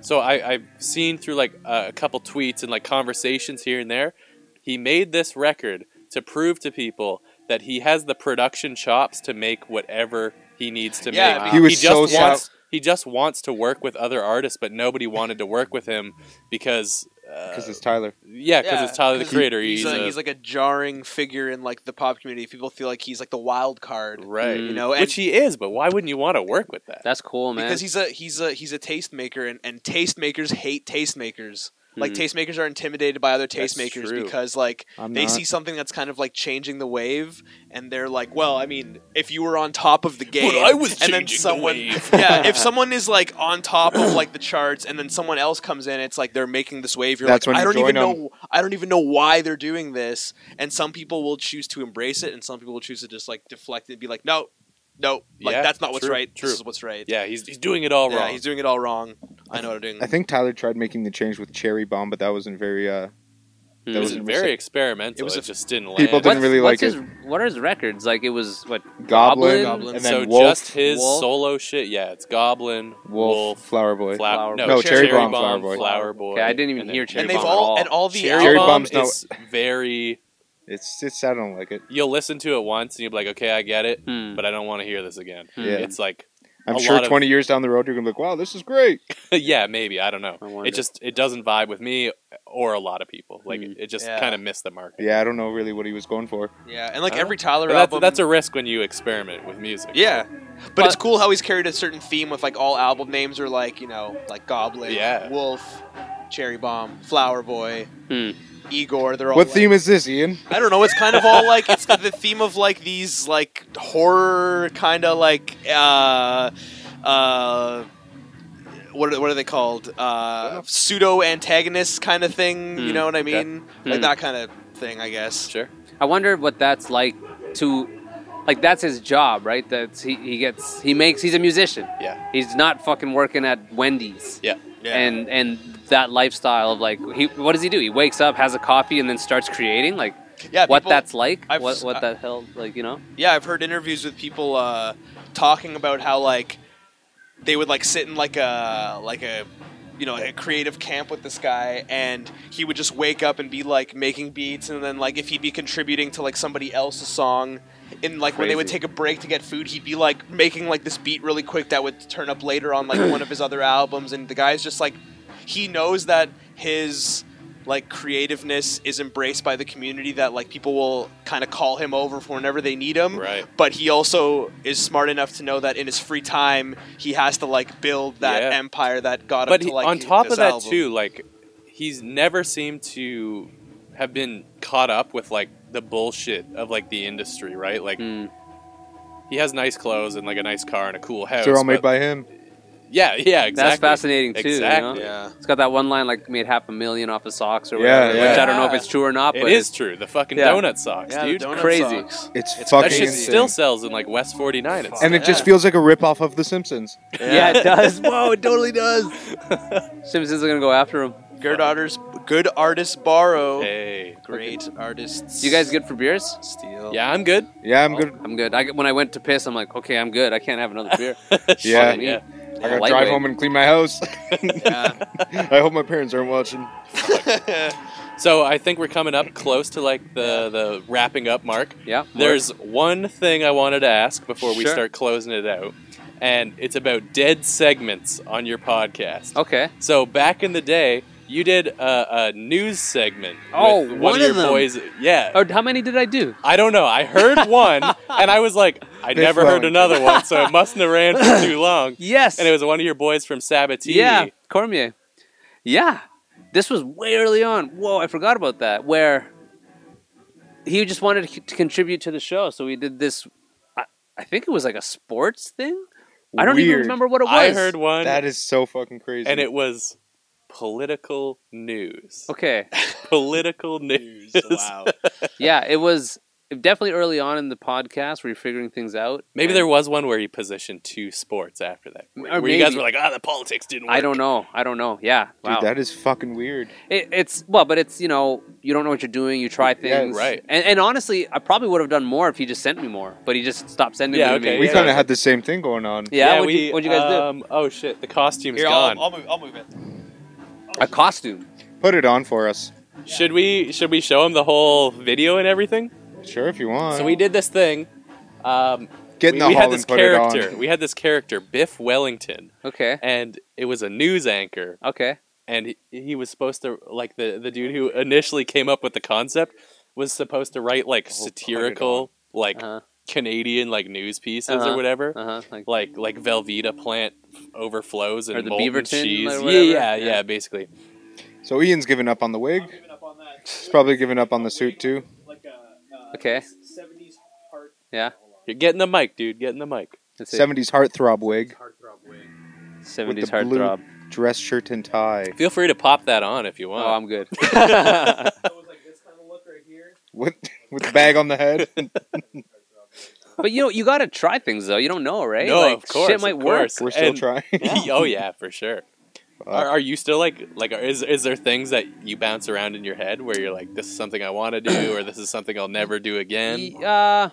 [SPEAKER 1] so I, I've seen through like a couple tweets and like conversations here and there, he made this record to prove to people that he has the production chops to make whatever he needs to
[SPEAKER 2] Yeah,
[SPEAKER 1] make.
[SPEAKER 2] He
[SPEAKER 3] was so
[SPEAKER 1] just
[SPEAKER 3] sou-
[SPEAKER 1] wants he just wants to work with other artists, but nobody wanted to work with him because uh,
[SPEAKER 3] Because it's Tyler.
[SPEAKER 1] yeah, because
[SPEAKER 2] Yeah,
[SPEAKER 1] it's Tyler the
[SPEAKER 2] 'cause
[SPEAKER 1] Creator.
[SPEAKER 2] He's,
[SPEAKER 1] He's,
[SPEAKER 2] a,
[SPEAKER 1] a-
[SPEAKER 2] he's like a jarring figure in like the pop community. People feel like he's like the wild card,
[SPEAKER 1] right,
[SPEAKER 2] You know, and
[SPEAKER 1] which he is. But why wouldn't you want to work with that?
[SPEAKER 4] That's cool, man.
[SPEAKER 2] because he's a he's a he's a tastemaker, and and tastemakers hate tastemakers. Like
[SPEAKER 4] Mhm.
[SPEAKER 2] tastemakers are intimidated by other
[SPEAKER 1] Hmm. That's
[SPEAKER 2] tastemakers
[SPEAKER 1] true.
[SPEAKER 2] because like
[SPEAKER 3] I'm
[SPEAKER 2] they
[SPEAKER 3] not.
[SPEAKER 2] see something that's kind of like changing the wave, and they're like, "Well, I mean, if you were on top of the game,
[SPEAKER 1] I was
[SPEAKER 2] and then
[SPEAKER 1] changing the
[SPEAKER 2] someone,
[SPEAKER 1] wave.
[SPEAKER 2] *laughs* yeah, if someone is like on top of like the charts, and then someone else comes in, it's like they're making this wave. You're
[SPEAKER 3] That's
[SPEAKER 2] like,
[SPEAKER 3] when
[SPEAKER 2] I
[SPEAKER 3] you
[SPEAKER 2] don't even
[SPEAKER 3] join 'em.
[SPEAKER 2] know, I don't even know why they're doing this. And some people will choose to embrace it, and some people will choose to just like deflect it, and be like, no, no, like
[SPEAKER 1] Yeah,
[SPEAKER 2] that's not what's
[SPEAKER 1] true,
[SPEAKER 2] right.
[SPEAKER 1] true.
[SPEAKER 2] This is what's right.
[SPEAKER 1] yeah, he's, he's doing it all
[SPEAKER 2] Yeah,
[SPEAKER 1] wrong.
[SPEAKER 2] he's doing it all wrong. I know what I'm doing.
[SPEAKER 3] I think Tyler tried making the change with Cherry Bomb, but that wasn't very. uh
[SPEAKER 4] Mm.
[SPEAKER 1] it
[SPEAKER 3] That
[SPEAKER 1] was
[SPEAKER 3] wasn't
[SPEAKER 1] very
[SPEAKER 3] rece-
[SPEAKER 1] experimental. It,
[SPEAKER 2] It was a-
[SPEAKER 1] just didn't land.
[SPEAKER 3] People didn't really
[SPEAKER 4] what's
[SPEAKER 3] like
[SPEAKER 4] his, What are his records like? It was what
[SPEAKER 3] Goblin,
[SPEAKER 2] Goblin.
[SPEAKER 3] and then
[SPEAKER 1] so
[SPEAKER 3] Wolf,
[SPEAKER 1] just his
[SPEAKER 4] Wolf.
[SPEAKER 1] solo shit. Yeah, it's Goblin,
[SPEAKER 3] Wolf,
[SPEAKER 1] Wolf,
[SPEAKER 3] Flower Boy.
[SPEAKER 1] Flower,
[SPEAKER 4] Flower
[SPEAKER 1] no,
[SPEAKER 4] Bomb.
[SPEAKER 3] No,
[SPEAKER 1] Cherry,
[SPEAKER 3] Cherry
[SPEAKER 1] Bomb,
[SPEAKER 3] Bomb, Flower Boy.
[SPEAKER 1] Flower Boy.
[SPEAKER 4] Okay, I didn't even
[SPEAKER 1] and then-
[SPEAKER 4] hear Cherry
[SPEAKER 2] and they've
[SPEAKER 4] Bomb
[SPEAKER 2] all,
[SPEAKER 4] at
[SPEAKER 2] and all the
[SPEAKER 1] Cherry
[SPEAKER 3] Cherry
[SPEAKER 2] albums-
[SPEAKER 1] Bomb
[SPEAKER 3] Bomb's not-
[SPEAKER 1] is very.
[SPEAKER 3] It's it's I don't like it.
[SPEAKER 1] You'll listen to it once and you'll be like, okay, I get it,
[SPEAKER 4] Hmm.
[SPEAKER 1] but I don't want to hear this again.
[SPEAKER 3] Yeah.
[SPEAKER 1] It's like *laughs*
[SPEAKER 3] I'm
[SPEAKER 1] a
[SPEAKER 3] sure
[SPEAKER 1] lot of-
[SPEAKER 3] 20 years down the road, you're going to be like, wow, this is great.
[SPEAKER 1] yeah, maybe I don't know.
[SPEAKER 4] I wonder.
[SPEAKER 1] It just it doesn't vibe with me or a lot of people. Like it, it just
[SPEAKER 2] Yeah.
[SPEAKER 1] kind of missed the mark.
[SPEAKER 3] Yeah, I don't know really what he was going for.
[SPEAKER 2] Yeah, and like
[SPEAKER 1] Huh?
[SPEAKER 2] every Tyler
[SPEAKER 1] And that's
[SPEAKER 2] album,
[SPEAKER 1] that's a risk when you experiment with music.
[SPEAKER 2] yeah. But, it's
[SPEAKER 7] But-
[SPEAKER 2] cool how he's carried a certain theme with like all album names are like you know like Goblin,
[SPEAKER 1] Yeah.
[SPEAKER 2] Wolf, Cherry Bomb, Flower Boy,
[SPEAKER 4] Hmm.
[SPEAKER 2] Igor. They're all
[SPEAKER 3] What
[SPEAKER 2] like-
[SPEAKER 3] theme is this, Ian?
[SPEAKER 2] I don't know. It's kind of all like it's the theme of like these like horror kind of like uh uh what are, what are they called uh pseudo antagonists kind of thing. You
[SPEAKER 4] Hmm.
[SPEAKER 2] know what I
[SPEAKER 1] Okay.
[SPEAKER 2] mean?
[SPEAKER 4] Hmm.
[SPEAKER 2] Like that kind of thing, I guess.
[SPEAKER 1] sure.
[SPEAKER 4] I wonder what that's like to, like that's his job, right? That's he, he gets he makes he's a musician.
[SPEAKER 1] Yeah.
[SPEAKER 4] He's not fucking working at Wendy's.
[SPEAKER 1] Yeah.
[SPEAKER 2] Yeah.
[SPEAKER 4] And and that lifestyle of like he what does he do? He wakes up, has a coffee, and then starts creating. Like
[SPEAKER 2] yeah,
[SPEAKER 4] what
[SPEAKER 2] people-
[SPEAKER 4] that's like?
[SPEAKER 2] I've
[SPEAKER 4] what
[SPEAKER 2] s-
[SPEAKER 4] what
[SPEAKER 2] I-
[SPEAKER 4] that hell like you know?
[SPEAKER 2] Yeah, I've heard interviews with people uh, talking about how like they would like sit in like a like a you know a creative camp with this guy, and he would just wake up and be like making beats, and then like if he'd be contributing to like somebody else's song. And like when they would
[SPEAKER 4] Crazy.
[SPEAKER 2] take a break to get food, he'd be like making like this beat really quick that would turn up later on like one of his other albums. And the guy's just like, he knows that his like creativeness is embraced by the community that like people will kind of call him over for whenever they need him
[SPEAKER 1] Right.
[SPEAKER 2] but he also is smart enough to know that in his free time he has to like build that
[SPEAKER 1] Yeah.
[SPEAKER 2] empire that got
[SPEAKER 1] But
[SPEAKER 2] him
[SPEAKER 1] he-
[SPEAKER 2] to like
[SPEAKER 1] on top
[SPEAKER 2] his
[SPEAKER 1] of that
[SPEAKER 2] album.
[SPEAKER 1] too, like he's never seemed to have been caught up with like the bullshit of like the industry, right? Like
[SPEAKER 4] Hmm.
[SPEAKER 1] he has nice clothes and like a nice car and a cool house.
[SPEAKER 3] They're all made
[SPEAKER 1] but-
[SPEAKER 3] by him.
[SPEAKER 1] Yeah, yeah, exactly.
[SPEAKER 4] That's fascinating too. you
[SPEAKER 1] Exactly.
[SPEAKER 4] know?
[SPEAKER 2] yeah
[SPEAKER 4] It's got that one line like made half a million off of socks or
[SPEAKER 3] Yeah,
[SPEAKER 4] whatever,
[SPEAKER 3] yeah.
[SPEAKER 4] which I don't know if it's true or not.
[SPEAKER 1] It
[SPEAKER 4] but
[SPEAKER 1] is true. The fucking
[SPEAKER 4] Yeah.
[SPEAKER 1] donut socks,
[SPEAKER 2] yeah, the
[SPEAKER 1] dude.
[SPEAKER 2] donut
[SPEAKER 4] crazy.
[SPEAKER 2] socks.
[SPEAKER 3] It's,
[SPEAKER 2] It's-
[SPEAKER 3] fucking
[SPEAKER 1] That shit
[SPEAKER 3] insane.
[SPEAKER 1] still sells in like West 49 and stuff.
[SPEAKER 3] and it just
[SPEAKER 2] Yeah.
[SPEAKER 3] feels like a ripoff of The Simpsons.
[SPEAKER 4] Yeah. it does. Whoa, it totally *laughs* does. Simpsons are gonna go after him.
[SPEAKER 2] good artists good artists borrow
[SPEAKER 1] Hey.
[SPEAKER 2] great artists
[SPEAKER 4] You guys good for beers?
[SPEAKER 2] steal
[SPEAKER 1] Yeah, I'm good. *laughs*
[SPEAKER 3] Yeah, I'm good.
[SPEAKER 4] I'm good. I, when I went to piss, I'm like, okay, I'm good. I can't have another beer.
[SPEAKER 3] *laughs* Yeah.
[SPEAKER 4] Fuck me.
[SPEAKER 1] Yeah.
[SPEAKER 3] I gotta drive
[SPEAKER 4] Lightweight.
[SPEAKER 3] home and clean
[SPEAKER 1] *laughs*
[SPEAKER 3] my house.
[SPEAKER 2] yeah.
[SPEAKER 3] I hope my parents aren't watching.
[SPEAKER 1] So I think we're coming up close to like the the wrapping up mark.
[SPEAKER 4] Yeah.
[SPEAKER 1] There's one thing I wanted to ask before we
[SPEAKER 4] Sure.
[SPEAKER 1] start closing it out, and it's about dead segments on your podcast.
[SPEAKER 4] okay.
[SPEAKER 1] So back in the day, you did a, a news segment.
[SPEAKER 4] Oh,
[SPEAKER 1] with
[SPEAKER 4] one
[SPEAKER 1] of your
[SPEAKER 4] of them.
[SPEAKER 1] boys. Yeah.
[SPEAKER 4] Or Oh, how many did I do?
[SPEAKER 1] I don't know. I heard
[SPEAKER 4] *laughs*
[SPEAKER 1] one, and I was like, I
[SPEAKER 3] They
[SPEAKER 1] never
[SPEAKER 3] flowing.
[SPEAKER 1] heard another one, so it mustn't have ran for
[SPEAKER 4] *laughs*
[SPEAKER 1] too long.
[SPEAKER 4] Yes.
[SPEAKER 1] And it was one of your boys from Sabatini.
[SPEAKER 4] yeah, Cormier. Yeah, this was way early on. Whoa, I forgot about that. Where he just wanted to contribute to the show, so we did this. I, I think it was like a sports thing. I don't even
[SPEAKER 3] Weird.
[SPEAKER 4] remember what it was.
[SPEAKER 1] I heard one,
[SPEAKER 3] That is so fucking crazy.
[SPEAKER 1] and it was political news.
[SPEAKER 4] Okay.
[SPEAKER 1] Political news.
[SPEAKER 2] wow
[SPEAKER 4] Yeah, it was definitely early on in the podcast where you're figuring things out.
[SPEAKER 1] Maybe
[SPEAKER 4] And-
[SPEAKER 1] there was one where you positioned two sports after that. Where
[SPEAKER 4] Or
[SPEAKER 1] you guys
[SPEAKER 4] maybe.
[SPEAKER 1] were like, ah, the politics didn't work.
[SPEAKER 4] I don't know. I don't know. Yeah.
[SPEAKER 3] Dude,
[SPEAKER 4] Wow.
[SPEAKER 3] that is fucking weird.
[SPEAKER 4] It, it's well, but it's you know you don't know what you're doing. You try things,
[SPEAKER 1] right.
[SPEAKER 4] And, and honestly, I probably would have done more if he just sent me more, but he just stopped sending
[SPEAKER 1] Yeah,
[SPEAKER 4] me.
[SPEAKER 1] okay,
[SPEAKER 4] to me.
[SPEAKER 3] We
[SPEAKER 1] yeah.
[SPEAKER 3] kind of had the same thing going on.
[SPEAKER 4] yeah.
[SPEAKER 1] what
[SPEAKER 4] what'd, you, what'd you guys
[SPEAKER 1] do? Oh, shit. The costume's
[SPEAKER 2] Here,
[SPEAKER 1] gone.
[SPEAKER 2] I'll, I'll, move, I'll move it
[SPEAKER 4] do? A costume.
[SPEAKER 3] Put it on for us.
[SPEAKER 1] Should we should we show him the whole video and everything?
[SPEAKER 3] Sure, if you want.
[SPEAKER 1] So we did this thing. Um,
[SPEAKER 3] Get in
[SPEAKER 1] we,
[SPEAKER 3] the
[SPEAKER 1] we
[SPEAKER 3] hall
[SPEAKER 1] had this
[SPEAKER 3] and put
[SPEAKER 1] character.
[SPEAKER 3] it on.
[SPEAKER 1] We had this character, Biff Wellington,
[SPEAKER 4] Okay.
[SPEAKER 1] and it was a news anchor,
[SPEAKER 4] Okay.
[SPEAKER 1] and he, he was supposed to like the the dude who initially came up with the concept was supposed to write
[SPEAKER 4] Oh,
[SPEAKER 1] like satirical like
[SPEAKER 4] Uh
[SPEAKER 1] Canadian like news pieces
[SPEAKER 4] Uh-huh.
[SPEAKER 1] or whatever.
[SPEAKER 4] huh. Like,
[SPEAKER 1] Like like Velveeta plant f- overflows and
[SPEAKER 4] Or the
[SPEAKER 1] molten
[SPEAKER 4] Beaverton or
[SPEAKER 1] cheese. Yeah,
[SPEAKER 4] whatever.
[SPEAKER 1] yeah, yeah,
[SPEAKER 4] Yeah.
[SPEAKER 1] basically.
[SPEAKER 3] So Ian's giving up on the wig. He's probably giving up on the suit too.
[SPEAKER 4] okay.
[SPEAKER 5] Seventies hard
[SPEAKER 4] Yeah.
[SPEAKER 1] You're getting the mic, dude. Getting the mic.
[SPEAKER 4] That's it.
[SPEAKER 3] 70s heartthrob wig,
[SPEAKER 4] Seventies
[SPEAKER 3] with the
[SPEAKER 1] *laughs*
[SPEAKER 3] blue-
[SPEAKER 4] heartthrob.
[SPEAKER 3] dress shirt and tie.
[SPEAKER 1] Feel free to pop that on if you want.
[SPEAKER 4] Oh, I'm good. *laughs*
[SPEAKER 3] With with the bag on
[SPEAKER 1] *laughs*
[SPEAKER 3] the head.
[SPEAKER 4] but you know, you gotta try things though. You don't know, right?
[SPEAKER 1] No,
[SPEAKER 4] like,
[SPEAKER 1] of course,
[SPEAKER 4] shit might
[SPEAKER 1] of
[SPEAKER 4] work.
[SPEAKER 1] course.
[SPEAKER 3] We're still
[SPEAKER 1] And-
[SPEAKER 3] trying.
[SPEAKER 1] *laughs* *laughs* oh yeah, for sure. Are, are you still like like are- is is there things that you bounce around in your head where you're like this is something I want to do or this is something I'll never do again?
[SPEAKER 4] Y- uh,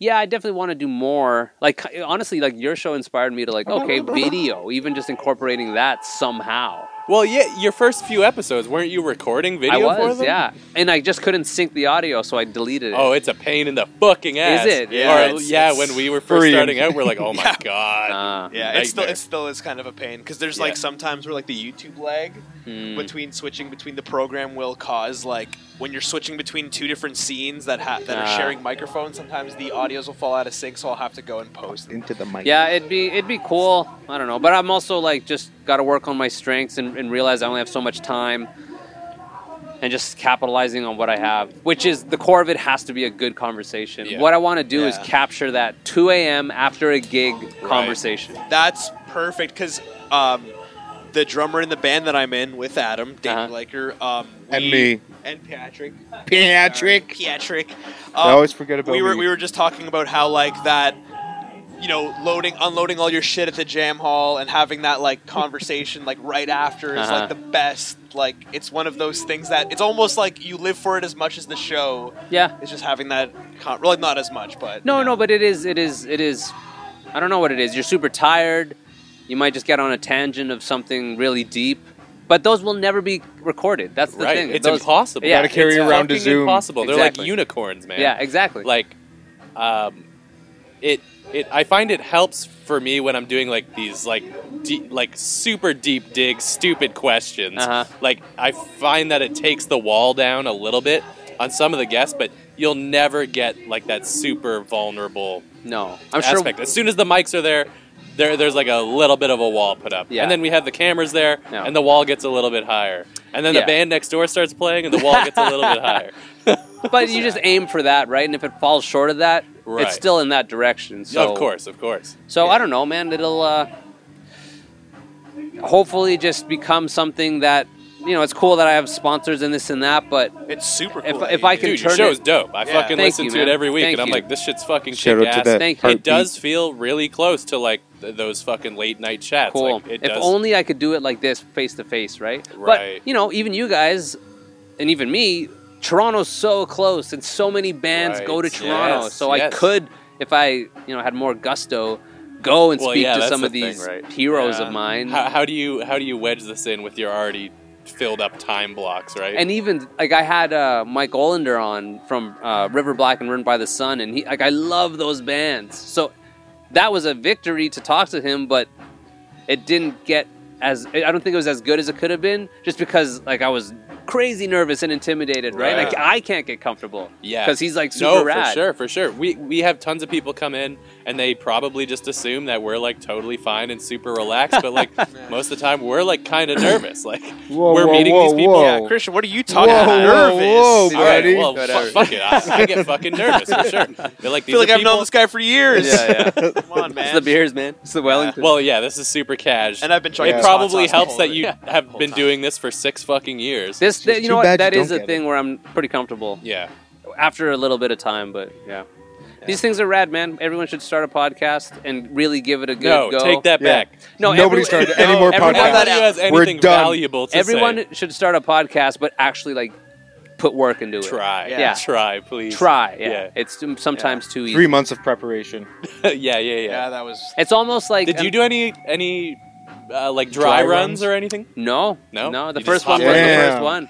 [SPEAKER 4] yeah, I definitely want to do more. Like honestly, like your show inspired me to like okay, video, even just incorporating that somehow.
[SPEAKER 1] Well, yeah, your first few episodes weren't you recording video
[SPEAKER 4] I
[SPEAKER 1] for
[SPEAKER 4] was,
[SPEAKER 1] them?
[SPEAKER 4] yeah, and I just couldn't sync the audio, so I deleted it.
[SPEAKER 1] Oh, it's a pain in the fucking ass.
[SPEAKER 4] it?
[SPEAKER 2] Yeah,
[SPEAKER 1] Or,
[SPEAKER 2] it's-
[SPEAKER 1] yeah.
[SPEAKER 2] it's
[SPEAKER 1] when we were first
[SPEAKER 3] freeing.
[SPEAKER 1] starting out, we're like, oh
[SPEAKER 4] *laughs*
[SPEAKER 1] my
[SPEAKER 2] Yeah.
[SPEAKER 1] god.
[SPEAKER 4] Ah.
[SPEAKER 2] Yeah, it's still
[SPEAKER 1] Nightmare.
[SPEAKER 2] it still is kind of a pain because there's
[SPEAKER 1] Yeah.
[SPEAKER 2] like sometimes where like the YouTube lag
[SPEAKER 1] Mm.
[SPEAKER 4] Hmm.
[SPEAKER 2] between switching between the program will cause like when you're switching between two different scenes that ha- that
[SPEAKER 4] Ah.
[SPEAKER 2] are sharing microphones, sometimes the audios will fall out of sync, so I'll have to go and post. Them.
[SPEAKER 3] into the mic.
[SPEAKER 4] Yeah, it'd be it'd be cool. I don't know, but I'm also like just got to work on my strengths and, and realize I only have so much time, and just capitalizing on what I have, which is the core of it has to be a good conversation.
[SPEAKER 1] Yeah.
[SPEAKER 4] What I want to do is
[SPEAKER 2] Yeah.
[SPEAKER 4] capture that 2 a.m. after a gig conversation.
[SPEAKER 2] That's perfect because um, the drummer in the band that I'm in with Adam, Dave
[SPEAKER 4] Uh-huh.
[SPEAKER 2] Liker, um,
[SPEAKER 3] And
[SPEAKER 2] we-
[SPEAKER 3] me.
[SPEAKER 2] and Patrick,
[SPEAKER 3] Patrick.
[SPEAKER 2] Patrick. Um,
[SPEAKER 3] I always forget about
[SPEAKER 2] we were
[SPEAKER 3] me.
[SPEAKER 2] we were just talking about how like that you know loading unloading all your shit at the jam hall and having that like conversation like right after is
[SPEAKER 4] Uh-huh.
[SPEAKER 2] like the best like it's one of those things that it's almost like you live for it as much as the show
[SPEAKER 4] Yeah.
[SPEAKER 2] it's just having that con- well not as much but
[SPEAKER 4] No,
[SPEAKER 2] you know.
[SPEAKER 4] no, but it is it is it is. I don't know what it is. You're super tired. You might just get on a tangent of something really deep, but those will never be recorded. That's the
[SPEAKER 1] right.
[SPEAKER 4] thing.
[SPEAKER 1] It's
[SPEAKER 4] Those-
[SPEAKER 1] impossible.
[SPEAKER 4] Yeah,
[SPEAKER 3] Gotta carry
[SPEAKER 1] it's
[SPEAKER 3] around a
[SPEAKER 1] fucking
[SPEAKER 3] Zoom.
[SPEAKER 1] impossible. They're like
[SPEAKER 4] Exactly.
[SPEAKER 1] unicorns, man.
[SPEAKER 4] Yeah, exactly.
[SPEAKER 1] Like, um, it it I find it helps for me when I'm doing like these like deep, like super deep dig stupid questions.
[SPEAKER 4] Uh-huh.
[SPEAKER 1] Like I find that it takes the wall down a little bit on some of the guests, but you'll never get like that super vulnerable
[SPEAKER 4] no, I'm sure.
[SPEAKER 1] aspect. As soon as the mics are there, there there's like a little bit of a wall put up,
[SPEAKER 4] Yeah.
[SPEAKER 1] and then we have the cameras there,
[SPEAKER 4] Yeah.
[SPEAKER 1] and the wall gets a little bit higher, and then
[SPEAKER 4] Yeah.
[SPEAKER 1] the band next door starts playing, and the wall gets a little
[SPEAKER 4] *laughs*
[SPEAKER 1] bit higher.
[SPEAKER 4] But you just aim for that, right? And if it falls short of that,
[SPEAKER 1] Right.
[SPEAKER 4] it's still in that direction. So
[SPEAKER 1] of course, of course.
[SPEAKER 4] So I don't know, man. It'll uh, hopefully just become something that you know. It's cool that I have sponsors and this and that, but
[SPEAKER 2] it's super
[SPEAKER 4] If-
[SPEAKER 2] cool that
[SPEAKER 4] if
[SPEAKER 2] you
[SPEAKER 4] I
[SPEAKER 2] do
[SPEAKER 4] can
[SPEAKER 1] Dude,
[SPEAKER 4] turn
[SPEAKER 1] your show's
[SPEAKER 4] it-
[SPEAKER 1] dope. I
[SPEAKER 2] Yeah.
[SPEAKER 1] fucking
[SPEAKER 4] Thank
[SPEAKER 1] listen
[SPEAKER 4] you,
[SPEAKER 1] to
[SPEAKER 4] man.
[SPEAKER 1] it every week,
[SPEAKER 4] Thank
[SPEAKER 1] and I'm
[SPEAKER 4] you.
[SPEAKER 1] like, this shit's fucking
[SPEAKER 3] Shout
[SPEAKER 1] kick
[SPEAKER 3] out to
[SPEAKER 1] ass.
[SPEAKER 3] that
[SPEAKER 4] Thank you.
[SPEAKER 1] It
[SPEAKER 3] heartbeat.
[SPEAKER 1] does feel really close to like th- those fucking late night chats.
[SPEAKER 4] cool.
[SPEAKER 1] Like, it
[SPEAKER 4] if
[SPEAKER 1] does.
[SPEAKER 4] only I could do it like this, face to face, right?
[SPEAKER 1] Right.
[SPEAKER 4] But you know, even you guys, and even me, Toronto's so close, and so many bands
[SPEAKER 1] Right.
[SPEAKER 4] go to Toronto.
[SPEAKER 1] Yes,
[SPEAKER 4] so
[SPEAKER 1] yes.
[SPEAKER 4] I could, if I you know had more gusto, go and
[SPEAKER 1] Well,
[SPEAKER 4] speak
[SPEAKER 1] yeah,
[SPEAKER 4] to
[SPEAKER 1] that's
[SPEAKER 4] some
[SPEAKER 1] the
[SPEAKER 4] of these
[SPEAKER 1] thing, right?
[SPEAKER 4] heroes
[SPEAKER 2] Yeah.
[SPEAKER 4] of mine.
[SPEAKER 1] how, how do you how do you wedge this in with your already filled up time blocks, right?
[SPEAKER 4] And even like I had uh, Mike Olander on from uh, River Black and Run by the Sun, and he like I love those bands. So that was a victory to talk to him, but it didn't get as I don't think it was as good as it could have been, just because like I was crazy nervous and intimidated, right?
[SPEAKER 1] Right.
[SPEAKER 4] Like I can't get comfortable,
[SPEAKER 1] Yeah,
[SPEAKER 4] because he's like super
[SPEAKER 1] no,
[SPEAKER 4] rad.
[SPEAKER 1] for sure, for sure. We we have tons of people come in and they probably just assume that we're like totally fine and super relaxed, but like most of the time we're like kind of nervous. Like
[SPEAKER 3] Whoa,
[SPEAKER 1] we're
[SPEAKER 3] whoa,
[SPEAKER 1] meeting
[SPEAKER 3] whoa,
[SPEAKER 1] these people.
[SPEAKER 3] whoa.
[SPEAKER 2] yeah, Christian, what are you talking
[SPEAKER 3] Oh. Whoa,
[SPEAKER 2] about?
[SPEAKER 3] whoa,
[SPEAKER 2] Nervous.
[SPEAKER 3] whoa,
[SPEAKER 2] Yeah.
[SPEAKER 1] All right,
[SPEAKER 3] buddy.
[SPEAKER 1] well, fu- fuck it. I, I get fucking nervous for sure. They're like, these
[SPEAKER 2] I feel like
[SPEAKER 1] are
[SPEAKER 2] I've
[SPEAKER 1] people-
[SPEAKER 2] known this guy for years.
[SPEAKER 4] Yeah, yeah.
[SPEAKER 2] *laughs* Come on, man.
[SPEAKER 4] it's the beers, man. It's the
[SPEAKER 1] *laughs*
[SPEAKER 4] Wellington.
[SPEAKER 1] Well, yeah, this is super cash.
[SPEAKER 2] And I've been trying.
[SPEAKER 1] it
[SPEAKER 2] to
[SPEAKER 1] probably
[SPEAKER 2] sponsor us
[SPEAKER 1] helps
[SPEAKER 2] the
[SPEAKER 1] that
[SPEAKER 2] whole-
[SPEAKER 1] you
[SPEAKER 2] Yeah.
[SPEAKER 1] have
[SPEAKER 2] Whole
[SPEAKER 1] been
[SPEAKER 2] time.
[SPEAKER 1] doing this for six fucking years.
[SPEAKER 4] this,
[SPEAKER 3] Just
[SPEAKER 4] you
[SPEAKER 3] too
[SPEAKER 4] know what?
[SPEAKER 3] bad
[SPEAKER 4] That
[SPEAKER 3] you
[SPEAKER 4] is
[SPEAKER 3] don't
[SPEAKER 4] a
[SPEAKER 3] get
[SPEAKER 4] thing where I'm pretty comfortable.
[SPEAKER 1] yeah,
[SPEAKER 4] after a little bit of time, but yeah. These things are rad, man. Everyone should start a podcast and really give it a good
[SPEAKER 1] no,
[SPEAKER 4] go.
[SPEAKER 1] take that
[SPEAKER 3] Yeah.
[SPEAKER 1] back.
[SPEAKER 4] *laughs* No,
[SPEAKER 3] Nobody
[SPEAKER 4] every-
[SPEAKER 3] started any more
[SPEAKER 4] everyone-
[SPEAKER 3] podcasts.
[SPEAKER 1] Nobody has
[SPEAKER 3] We're
[SPEAKER 1] anything
[SPEAKER 3] done.
[SPEAKER 1] valuable to
[SPEAKER 4] Everyone
[SPEAKER 1] say.
[SPEAKER 4] should start a podcast, but actually like put work into it.
[SPEAKER 1] try,
[SPEAKER 2] Yeah.
[SPEAKER 1] try, please,
[SPEAKER 4] Try. Yeah.
[SPEAKER 1] Yeah.
[SPEAKER 4] It's sometimes too easy.
[SPEAKER 3] Three months of preparation.
[SPEAKER 1] *laughs* yeah, yeah, yeah.
[SPEAKER 2] Yeah, that was
[SPEAKER 4] It's almost like um,
[SPEAKER 1] Did you do any any uh, like dry,
[SPEAKER 3] Dry
[SPEAKER 1] runs
[SPEAKER 3] runs?
[SPEAKER 1] or anything?
[SPEAKER 4] No,
[SPEAKER 1] No?
[SPEAKER 4] no.
[SPEAKER 1] You
[SPEAKER 4] The
[SPEAKER 1] just
[SPEAKER 4] first one
[SPEAKER 3] hopped
[SPEAKER 4] was
[SPEAKER 3] in.
[SPEAKER 4] the
[SPEAKER 3] Yeah.
[SPEAKER 4] first one.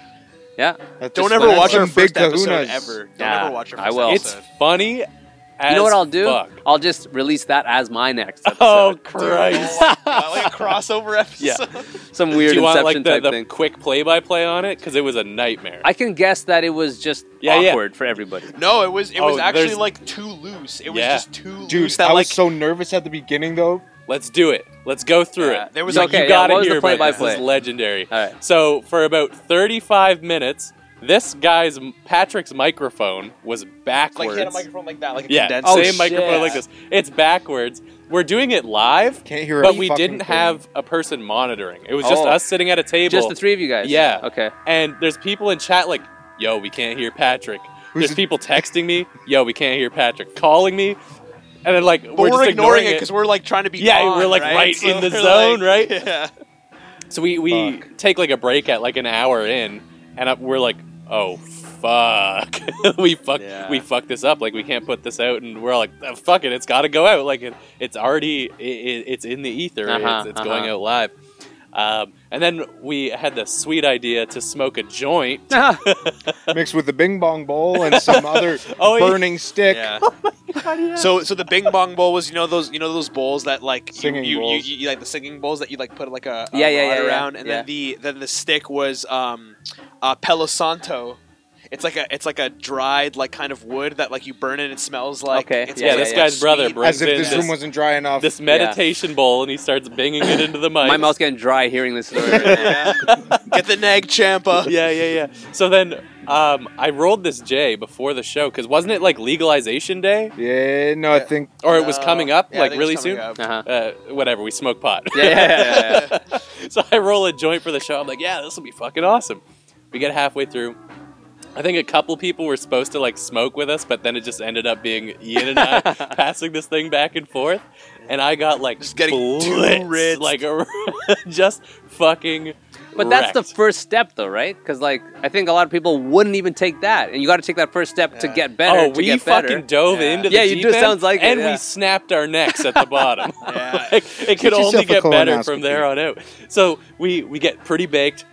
[SPEAKER 4] Yeah,
[SPEAKER 3] That
[SPEAKER 2] Don't
[SPEAKER 3] just
[SPEAKER 2] ever
[SPEAKER 3] left
[SPEAKER 2] watch our
[SPEAKER 3] some big
[SPEAKER 2] first episode
[SPEAKER 3] kahunas.
[SPEAKER 2] ever. Don't
[SPEAKER 4] Yeah,
[SPEAKER 2] ever watch our
[SPEAKER 4] I
[SPEAKER 2] first
[SPEAKER 4] will.
[SPEAKER 1] It's
[SPEAKER 2] episode.
[SPEAKER 1] funny. As
[SPEAKER 4] you know what I'll do? *laughs*
[SPEAKER 1] fuck.
[SPEAKER 4] I'll just release that as my next
[SPEAKER 1] Oh
[SPEAKER 4] episode.
[SPEAKER 1] Christ!
[SPEAKER 2] Uh, *laughs* like a crossover episode.
[SPEAKER 4] Some
[SPEAKER 1] Do
[SPEAKER 4] weird
[SPEAKER 1] you want like
[SPEAKER 4] inception
[SPEAKER 1] the,
[SPEAKER 4] type
[SPEAKER 1] the
[SPEAKER 4] thing.
[SPEAKER 1] quick play-by-play on it? Because it was a nightmare.
[SPEAKER 4] I can guess that it was just
[SPEAKER 1] Yeah, yeah.
[SPEAKER 4] awkward for everybody.
[SPEAKER 2] No, it was it
[SPEAKER 1] Oh,
[SPEAKER 2] was actually
[SPEAKER 1] there's-
[SPEAKER 2] like too loose. It was
[SPEAKER 1] Yeah.
[SPEAKER 2] just too
[SPEAKER 3] Dude,
[SPEAKER 2] loose. That
[SPEAKER 3] I
[SPEAKER 2] like
[SPEAKER 3] was so nervous at the beginning though.
[SPEAKER 1] Let's do it. Let's go through
[SPEAKER 2] Yeah,
[SPEAKER 1] it.
[SPEAKER 2] there was
[SPEAKER 1] you,
[SPEAKER 2] like-
[SPEAKER 1] you
[SPEAKER 4] Okay, yeah,
[SPEAKER 1] gotta
[SPEAKER 4] what was the
[SPEAKER 1] hear about this.
[SPEAKER 4] play-by-play?
[SPEAKER 1] This is legendary.
[SPEAKER 4] All right.
[SPEAKER 1] So for about thirty-five minutes, this guy's Patrick's microphone was
[SPEAKER 2] like
[SPEAKER 1] backwards.
[SPEAKER 2] he had a microphone like that, like a
[SPEAKER 1] yeah,
[SPEAKER 2] condenser.
[SPEAKER 4] Oh,
[SPEAKER 1] same microphone
[SPEAKER 4] shit.
[SPEAKER 1] like this. It's backwards. We're doing it live,
[SPEAKER 3] Can't hear.
[SPEAKER 1] but
[SPEAKER 3] a
[SPEAKER 1] we
[SPEAKER 3] fucking
[SPEAKER 1] didn't
[SPEAKER 3] thing.
[SPEAKER 1] have a person monitoring. It was just
[SPEAKER 4] Oh.
[SPEAKER 1] us sitting at a table.
[SPEAKER 4] Just the three of you guys.
[SPEAKER 1] Yeah.
[SPEAKER 4] Okay.
[SPEAKER 1] and there's people in chat like, "Yo, we can't hear Patrick."
[SPEAKER 3] Who's
[SPEAKER 1] There's people texting me, "Yo, we can't hear Patrick," calling me, and then like
[SPEAKER 2] But
[SPEAKER 1] we're,
[SPEAKER 2] we're,
[SPEAKER 1] just
[SPEAKER 2] ignoring it because we're like trying to be.
[SPEAKER 1] Yeah,
[SPEAKER 2] on,
[SPEAKER 1] we're, like,
[SPEAKER 2] right,
[SPEAKER 1] right
[SPEAKER 2] So
[SPEAKER 1] in the
[SPEAKER 2] we're,
[SPEAKER 1] zone, right?
[SPEAKER 2] like- *laughs* Yeah.
[SPEAKER 1] So we we take like a break at like an hour in, and I, we're like, "Oh fuck, *laughs* we fuck
[SPEAKER 2] Yeah.
[SPEAKER 1] we fucked this up. Like we can't put this out." And we're like, "Ah, "Fuck it, it's got to go out. Like it, it's already it, it, it's in the ether.
[SPEAKER 4] Uh-huh,
[SPEAKER 1] it's, it's going
[SPEAKER 4] uh-huh.
[SPEAKER 1] out live." Um, and then we had the sweet idea to smoke a joint.
[SPEAKER 3] *laughs* mixed with the Bing Bong Bowl and some other
[SPEAKER 1] Oh, yeah.
[SPEAKER 3] burning stick.
[SPEAKER 2] Yeah. *laughs* So so the Bing Bong Bowl was you know those you know those bowls that like you,
[SPEAKER 3] Singing
[SPEAKER 2] you, you,
[SPEAKER 3] bowls.
[SPEAKER 2] you, you like the singing bowls that you like put like a, a
[SPEAKER 4] Yeah, yeah,
[SPEAKER 2] rod
[SPEAKER 4] yeah, yeah.
[SPEAKER 2] around and
[SPEAKER 4] Yeah.
[SPEAKER 2] then the then the stick was um uh, Palo Santo. It's like a it's like a dried like kind of wood that like you burn it and it smells like
[SPEAKER 4] Okay.
[SPEAKER 2] it
[SPEAKER 4] Yeah,
[SPEAKER 2] smells
[SPEAKER 4] this
[SPEAKER 2] like
[SPEAKER 1] guy's
[SPEAKER 2] sweet-
[SPEAKER 1] brother brings
[SPEAKER 3] As if
[SPEAKER 1] in
[SPEAKER 3] this
[SPEAKER 1] this,
[SPEAKER 3] room wasn't dry enough.
[SPEAKER 1] this meditation bowl, and he starts banging it into the mic.
[SPEAKER 4] My mouth's getting dry hearing this story. right now.
[SPEAKER 2] Yeah. *laughs* Get the
[SPEAKER 1] *laughs*
[SPEAKER 2] nag champa.
[SPEAKER 1] *laughs* yeah, yeah, yeah. So then um, I rolled this J before the show because wasn't it like legalization day,
[SPEAKER 3] yeah, no, I think
[SPEAKER 1] or it was
[SPEAKER 2] No.
[SPEAKER 1] coming up
[SPEAKER 2] Uh, Yeah, I
[SPEAKER 1] like
[SPEAKER 2] think it's
[SPEAKER 1] really
[SPEAKER 2] coming
[SPEAKER 1] soon? *laughs*
[SPEAKER 2] up.
[SPEAKER 4] Uh-huh.
[SPEAKER 1] Uh, whatever, we smoke pot.
[SPEAKER 4] Yeah, yeah, yeah, yeah, yeah.
[SPEAKER 1] *laughs* so I roll a joint for the show. I'm like, yeah, this will be fucking awesome. We get halfway through. I think a couple people were supposed to like smoke with us, but then it just ended up being Ian and
[SPEAKER 4] *laughs*
[SPEAKER 1] I passing this thing back and forth. And I got like
[SPEAKER 2] Just getting too
[SPEAKER 1] blitzed,
[SPEAKER 2] ritzed.
[SPEAKER 1] like *laughs* just fucking.
[SPEAKER 4] But that's the
[SPEAKER 1] wrecked.
[SPEAKER 4] first step, though, right? Because like I think a lot of people wouldn't even take that, and you got to take that first step to
[SPEAKER 2] Yeah.
[SPEAKER 4] get better.
[SPEAKER 1] oh,
[SPEAKER 4] to
[SPEAKER 1] we
[SPEAKER 4] get
[SPEAKER 1] fucking
[SPEAKER 4] better.
[SPEAKER 1] dove
[SPEAKER 2] Yeah.
[SPEAKER 1] into the
[SPEAKER 4] Yeah, you
[SPEAKER 1] deep
[SPEAKER 4] do-
[SPEAKER 1] end,
[SPEAKER 4] sounds like it,
[SPEAKER 1] and
[SPEAKER 4] yeah.
[SPEAKER 1] we snapped our necks at the
[SPEAKER 4] *laughs*
[SPEAKER 1] bottom.
[SPEAKER 2] Yeah.
[SPEAKER 1] *laughs* Like, it could
[SPEAKER 3] Get yourself
[SPEAKER 1] only
[SPEAKER 3] a
[SPEAKER 1] get better
[SPEAKER 3] colonoscopy.
[SPEAKER 1] from there on out. So we we get pretty baked.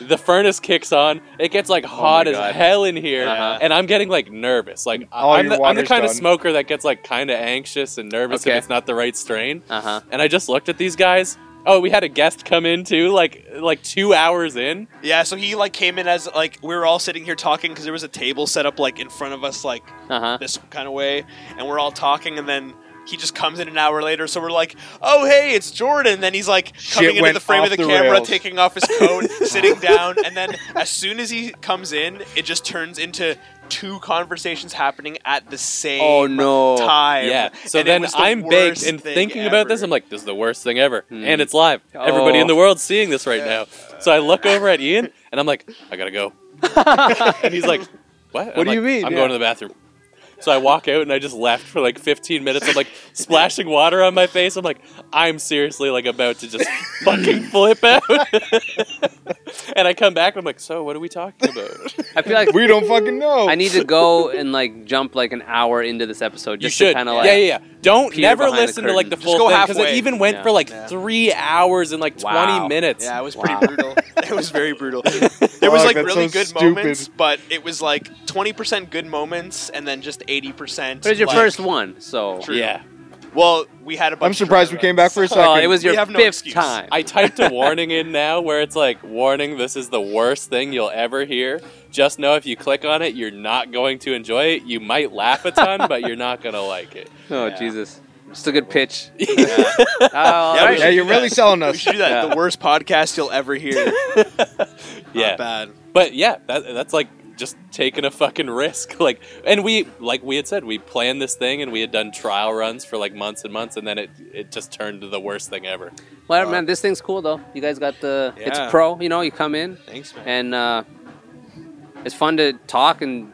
[SPEAKER 1] The furnace kicks on. It gets like hot as
[SPEAKER 4] Oh God.
[SPEAKER 1] hell in here,
[SPEAKER 4] Uh-huh.
[SPEAKER 1] and I'm getting like nervous. Like
[SPEAKER 3] All
[SPEAKER 1] I'm
[SPEAKER 3] your
[SPEAKER 1] the, I'm the
[SPEAKER 3] water's
[SPEAKER 1] kind of
[SPEAKER 3] done.
[SPEAKER 1] smoker that gets like kind of anxious and nervous
[SPEAKER 4] Okay.
[SPEAKER 1] if it's not the right strain.
[SPEAKER 4] Uh huh.
[SPEAKER 1] And I just looked at these guys. Oh, we had a guest come in too, like like two hours in.
[SPEAKER 2] Yeah, so he like came in as like we were all sitting here talking because there was a table set up like in front of us like
[SPEAKER 4] Uh
[SPEAKER 1] Uh-huh.
[SPEAKER 4] huh.
[SPEAKER 2] this kind of way, and we're all talking, and then he just comes in an hour later. So we're like, "Oh, hey, it's Jordan." Then he's like coming into
[SPEAKER 3] went
[SPEAKER 2] the frame of
[SPEAKER 3] off
[SPEAKER 2] the,
[SPEAKER 3] the
[SPEAKER 2] camera,
[SPEAKER 3] rails.
[SPEAKER 2] taking off his
[SPEAKER 3] *laughs*
[SPEAKER 2] coat, sitting down, and then as soon as he comes in, it just turns into two conversations happening at the same
[SPEAKER 4] Oh, no.
[SPEAKER 2] time.
[SPEAKER 1] Yeah. So
[SPEAKER 2] And it
[SPEAKER 1] then
[SPEAKER 2] was the
[SPEAKER 1] I'm baked
[SPEAKER 2] worst
[SPEAKER 1] and
[SPEAKER 2] thing
[SPEAKER 1] thinking about this.
[SPEAKER 2] ever. Hmm.
[SPEAKER 1] I'm like, this is the worst thing ever. And it's live. Everybody
[SPEAKER 4] Oh.
[SPEAKER 1] in the world's seeing this right now. So I look over at Ian and I'm like, I gotta
[SPEAKER 2] *laughs*
[SPEAKER 1] go. and he's like, What? What
[SPEAKER 4] do you mean?
[SPEAKER 1] I'm
[SPEAKER 4] Yeah.
[SPEAKER 1] going to the bathroom. So I walk out and I just left for like 15 minutes. I'm like splashing water on my face. I'm like, I'm seriously like about to just fucking flip out. *laughs* and I come back and I'm like, so what are we talking about?
[SPEAKER 4] I
[SPEAKER 2] *laughs*
[SPEAKER 4] feel like
[SPEAKER 3] we don't fucking know.
[SPEAKER 4] I need to go and like jump like an hour into this episode
[SPEAKER 1] You
[SPEAKER 4] just
[SPEAKER 1] should.
[SPEAKER 4] to kind of like
[SPEAKER 1] yeah, yeah, yeah. Don't
[SPEAKER 4] peer
[SPEAKER 1] never
[SPEAKER 4] behind the
[SPEAKER 1] listen to like the full
[SPEAKER 4] curtain.
[SPEAKER 2] Just go
[SPEAKER 1] thing because it
[SPEAKER 2] halfway.
[SPEAKER 1] even went
[SPEAKER 4] Yeah.
[SPEAKER 1] for like
[SPEAKER 2] Yeah.
[SPEAKER 1] three hours and like
[SPEAKER 4] Wow.
[SPEAKER 1] twenty minutes.
[SPEAKER 2] Yeah, it was pretty
[SPEAKER 4] Wow.
[SPEAKER 3] *laughs*
[SPEAKER 2] brutal. It was very brutal. There was
[SPEAKER 3] Fuck,
[SPEAKER 2] like
[SPEAKER 3] that's
[SPEAKER 2] really
[SPEAKER 3] so
[SPEAKER 2] good
[SPEAKER 3] stupid.
[SPEAKER 2] moments, but it was like twenty percent good moments and then just eighty percent.
[SPEAKER 4] But it's your first one, so
[SPEAKER 2] True.
[SPEAKER 1] Yeah.
[SPEAKER 2] Well, we had a bunch.
[SPEAKER 3] I'm surprised we
[SPEAKER 2] of
[SPEAKER 3] came back for a second.
[SPEAKER 4] well, Oh, it was your
[SPEAKER 2] We have no
[SPEAKER 4] fifth
[SPEAKER 2] excuse.
[SPEAKER 4] time.
[SPEAKER 1] I typed a warning in now where it's like, warning, this is the worst thing you'll ever hear. Just know if you click on it, you're not going to enjoy it. You might laugh a ton, but you're not going to like
[SPEAKER 2] *laughs*
[SPEAKER 1] it.
[SPEAKER 4] oh
[SPEAKER 2] Yeah.
[SPEAKER 4] Jesus, it's a
[SPEAKER 2] *laughs*
[SPEAKER 4] good pitch.
[SPEAKER 2] Yeah.
[SPEAKER 4] Oh, all
[SPEAKER 2] we
[SPEAKER 4] right.
[SPEAKER 3] yeah,
[SPEAKER 2] should
[SPEAKER 3] you're
[SPEAKER 2] do
[SPEAKER 3] really
[SPEAKER 2] that.
[SPEAKER 3] selling
[SPEAKER 2] We
[SPEAKER 3] us.
[SPEAKER 2] should do that.
[SPEAKER 4] Yeah.
[SPEAKER 2] The worst podcast you'll ever
[SPEAKER 3] *laughs*
[SPEAKER 2] hear.
[SPEAKER 1] Yeah.
[SPEAKER 2] Not bad.
[SPEAKER 1] But yeah, that, that's like just taking a fucking risk. *laughs* Like, and we, like we had said, we planned this thing and we had done trial runs for like months and months, and then it, it just turned to the worst thing ever.
[SPEAKER 4] Well, man, this thing's cool though. You guys got the it's
[SPEAKER 2] Yeah.
[SPEAKER 4] pro. You know, you come in
[SPEAKER 2] Thanks, man.
[SPEAKER 4] and uh, it's fun to talk and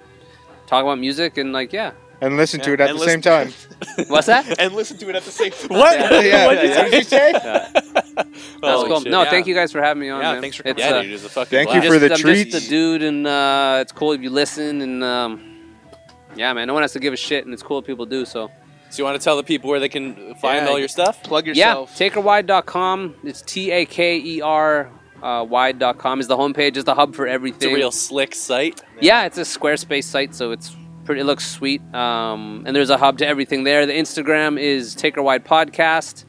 [SPEAKER 4] talk about music and like yeah.
[SPEAKER 3] And listen to
[SPEAKER 2] Yeah,
[SPEAKER 3] it at
[SPEAKER 2] and
[SPEAKER 3] the
[SPEAKER 2] listen-
[SPEAKER 3] same time. *laughs*
[SPEAKER 2] *laughs*
[SPEAKER 4] What's that?
[SPEAKER 2] And listen to it at the same.
[SPEAKER 4] *laughs*
[SPEAKER 1] What?
[SPEAKER 4] Yeah.
[SPEAKER 3] yeah, yeah,
[SPEAKER 1] What'd you
[SPEAKER 3] yeah. What did you say?
[SPEAKER 4] That's
[SPEAKER 1] Holy
[SPEAKER 4] cool.
[SPEAKER 1] shit.
[SPEAKER 4] No,
[SPEAKER 2] Yeah.
[SPEAKER 4] thank you guys for having me on.
[SPEAKER 2] Yeah,
[SPEAKER 4] man.
[SPEAKER 2] thanks for
[SPEAKER 4] It's,
[SPEAKER 1] Yeah,
[SPEAKER 4] uh,
[SPEAKER 1] dude, it's a fucking
[SPEAKER 3] Thank you
[SPEAKER 1] blast.
[SPEAKER 3] for the
[SPEAKER 4] just- I'm just
[SPEAKER 3] treats.
[SPEAKER 4] a dude, and uh, it's cool if you listen. And um, yeah, man, no one has to give a shit, and it's cool if people do. So
[SPEAKER 1] So you want to tell the people where they can find
[SPEAKER 2] Yeah.
[SPEAKER 1] all your stuff?
[SPEAKER 2] Plug
[SPEAKER 4] yeah, takerwide.com. It's T A K E R uh, wide.com is the homepage. It's the hub for
[SPEAKER 1] It's
[SPEAKER 4] everything.
[SPEAKER 1] a real slick site.
[SPEAKER 4] yeah, it's a Squarespace site, so it's pretty. It looks sweet. Um, and there's a hub to everything there. The Instagram is takerwide podcast.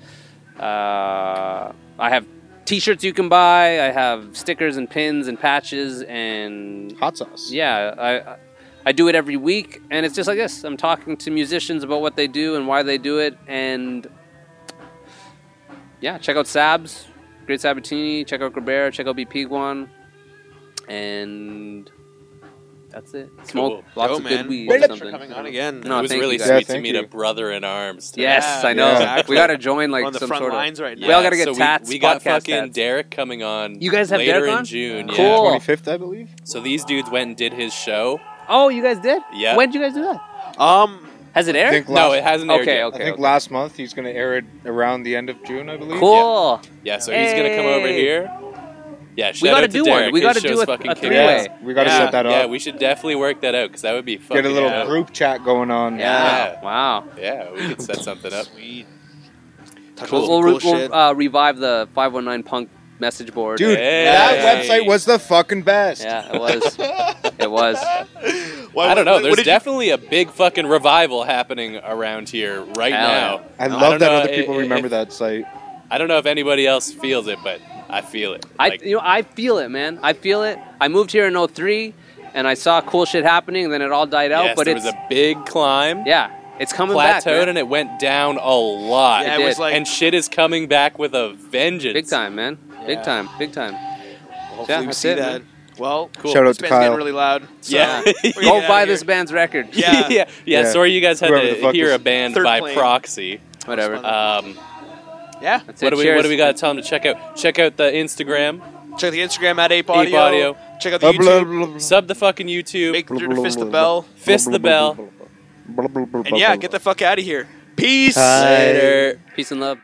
[SPEAKER 4] Uh, I have t-shirts you can buy. I have stickers and pins and patches and
[SPEAKER 3] Hot sauce.
[SPEAKER 4] yeah I- i i do it every week and it's just like this i'm talking to musicians about what they do and why they do it and yeah check out sabs great sabatini check out Grabera, check out bpiguan and that's it smoke lots of good weed or
[SPEAKER 2] Thanks for
[SPEAKER 4] something.
[SPEAKER 2] coming on again.
[SPEAKER 4] No,
[SPEAKER 1] it was
[SPEAKER 4] thank
[SPEAKER 1] really
[SPEAKER 4] you guys.
[SPEAKER 1] sweet
[SPEAKER 3] Yeah,
[SPEAKER 1] to
[SPEAKER 3] thank
[SPEAKER 1] meet
[SPEAKER 3] you.
[SPEAKER 1] a brother in arms. today.
[SPEAKER 4] yes
[SPEAKER 2] Yeah,
[SPEAKER 4] i know
[SPEAKER 2] exactly.
[SPEAKER 4] we gotta join like
[SPEAKER 2] We're on the
[SPEAKER 4] some
[SPEAKER 2] front
[SPEAKER 4] sort of
[SPEAKER 2] lines right now.
[SPEAKER 4] we all gotta get
[SPEAKER 1] so
[SPEAKER 4] tats
[SPEAKER 1] We, we got
[SPEAKER 4] podcast
[SPEAKER 1] fucking
[SPEAKER 4] tats.
[SPEAKER 1] Derek coming on.
[SPEAKER 4] You guys have
[SPEAKER 1] later
[SPEAKER 4] Derek
[SPEAKER 1] in
[SPEAKER 4] on?
[SPEAKER 1] June.
[SPEAKER 4] Cool.
[SPEAKER 1] Yeah.
[SPEAKER 3] 25th, I believe.
[SPEAKER 1] So these dudes went and did his show.
[SPEAKER 4] oh you guys did
[SPEAKER 1] Yeah.
[SPEAKER 4] when did you guys do that
[SPEAKER 2] Um,
[SPEAKER 4] has it
[SPEAKER 3] I
[SPEAKER 4] aired
[SPEAKER 3] think last,
[SPEAKER 1] No, it hasn't aired
[SPEAKER 4] Okay,
[SPEAKER 1] yet.
[SPEAKER 4] okay.
[SPEAKER 3] I think last month he's going to air it around the end of June, I believe.
[SPEAKER 4] cool
[SPEAKER 1] Yeah, so he's gonna come over
[SPEAKER 4] Hey.
[SPEAKER 1] here. Yeah, shout
[SPEAKER 4] we gotta
[SPEAKER 1] out to
[SPEAKER 4] do
[SPEAKER 1] Derek.
[SPEAKER 4] one we
[SPEAKER 1] His
[SPEAKER 4] gotta do
[SPEAKER 1] show's
[SPEAKER 4] a,
[SPEAKER 1] fucking
[SPEAKER 4] a
[SPEAKER 1] kicking
[SPEAKER 4] three-way
[SPEAKER 1] ass.
[SPEAKER 3] Yeah, we got to
[SPEAKER 2] Yeah.
[SPEAKER 3] set that up.
[SPEAKER 1] Yeah, we should definitely work that out because that would be fucking.
[SPEAKER 3] Get a little
[SPEAKER 1] dope.
[SPEAKER 3] group chat going on.
[SPEAKER 4] Yeah.
[SPEAKER 1] Yeah.
[SPEAKER 4] Wow.
[SPEAKER 1] Yeah, we could set something up.
[SPEAKER 2] sweet.
[SPEAKER 4] We'll, we'll, we'll, uh, revive the 519 punk message board.
[SPEAKER 3] Dude,
[SPEAKER 1] Hey.
[SPEAKER 3] that website was the fucking best.
[SPEAKER 4] Yeah,
[SPEAKER 1] *laughs*
[SPEAKER 4] it was. it was.
[SPEAKER 1] I don't know.
[SPEAKER 2] What
[SPEAKER 1] There's
[SPEAKER 2] did you-
[SPEAKER 1] definitely a big fucking revival happening around here right
[SPEAKER 4] Hell
[SPEAKER 1] now.
[SPEAKER 3] I
[SPEAKER 1] I
[SPEAKER 3] love
[SPEAKER 1] don't
[SPEAKER 3] that
[SPEAKER 1] know,
[SPEAKER 3] other people
[SPEAKER 1] it- it-
[SPEAKER 3] remember that site.
[SPEAKER 1] I don't know if anybody else feels it, but I feel it.
[SPEAKER 4] I
[SPEAKER 1] Like,
[SPEAKER 4] you know I feel it, man. I feel it. I moved here in 03 and I saw cool shit happening and then it all died out,
[SPEAKER 1] yes,
[SPEAKER 4] but
[SPEAKER 1] there
[SPEAKER 4] it's
[SPEAKER 1] was a big climb,
[SPEAKER 4] yeah, it's coming back.
[SPEAKER 1] plateaued,
[SPEAKER 4] man.
[SPEAKER 1] and it went down a lot.
[SPEAKER 2] Yeah,
[SPEAKER 4] It
[SPEAKER 2] it was
[SPEAKER 4] did.
[SPEAKER 2] like
[SPEAKER 1] and shit is coming back with a vengeance.
[SPEAKER 4] Big time, man. Big
[SPEAKER 2] Yeah.
[SPEAKER 4] time. Big time.
[SPEAKER 2] hopefully we
[SPEAKER 4] that's
[SPEAKER 2] see
[SPEAKER 4] it,
[SPEAKER 2] that. Well, cool.
[SPEAKER 3] Shout out
[SPEAKER 2] This
[SPEAKER 3] to
[SPEAKER 2] band's
[SPEAKER 3] Kyle.
[SPEAKER 2] getting really loud. So *laughs*
[SPEAKER 1] Yeah.
[SPEAKER 2] we're gonna
[SPEAKER 4] Go
[SPEAKER 2] get
[SPEAKER 4] buy
[SPEAKER 2] outta
[SPEAKER 4] this
[SPEAKER 2] here.
[SPEAKER 4] band's record.
[SPEAKER 1] *laughs* yeah.
[SPEAKER 2] Yeah.
[SPEAKER 1] yeah,
[SPEAKER 3] Yeah.
[SPEAKER 1] Sorry, you guys had
[SPEAKER 3] Whoever the
[SPEAKER 1] to
[SPEAKER 3] fuck
[SPEAKER 1] hear
[SPEAKER 3] was-
[SPEAKER 1] a band
[SPEAKER 2] Third
[SPEAKER 1] by
[SPEAKER 2] plane.
[SPEAKER 1] proxy.
[SPEAKER 4] Whatever.
[SPEAKER 2] That's
[SPEAKER 1] Um,
[SPEAKER 2] yeah.
[SPEAKER 4] That's
[SPEAKER 1] what
[SPEAKER 4] it.
[SPEAKER 1] do we
[SPEAKER 4] Cheers. Mm-hmm.
[SPEAKER 1] What do we got to tell them to check out? Check out the Instagram.
[SPEAKER 2] Check out the Instagram at Ape Audio.
[SPEAKER 1] Ape Audio.
[SPEAKER 2] Check out the
[SPEAKER 3] Uh, blah,
[SPEAKER 2] YouTube.
[SPEAKER 3] blah, blah.
[SPEAKER 1] Sub the fucking YouTube.
[SPEAKER 2] Make sure to fist the bell.
[SPEAKER 1] Fist the bell.
[SPEAKER 3] Blah, blah, blah, blah, blah,
[SPEAKER 2] And yeah,
[SPEAKER 3] blah,
[SPEAKER 2] get
[SPEAKER 3] blah.
[SPEAKER 2] the fuck out of here. Peace.
[SPEAKER 3] Hi.
[SPEAKER 1] Later.
[SPEAKER 4] Peace and love.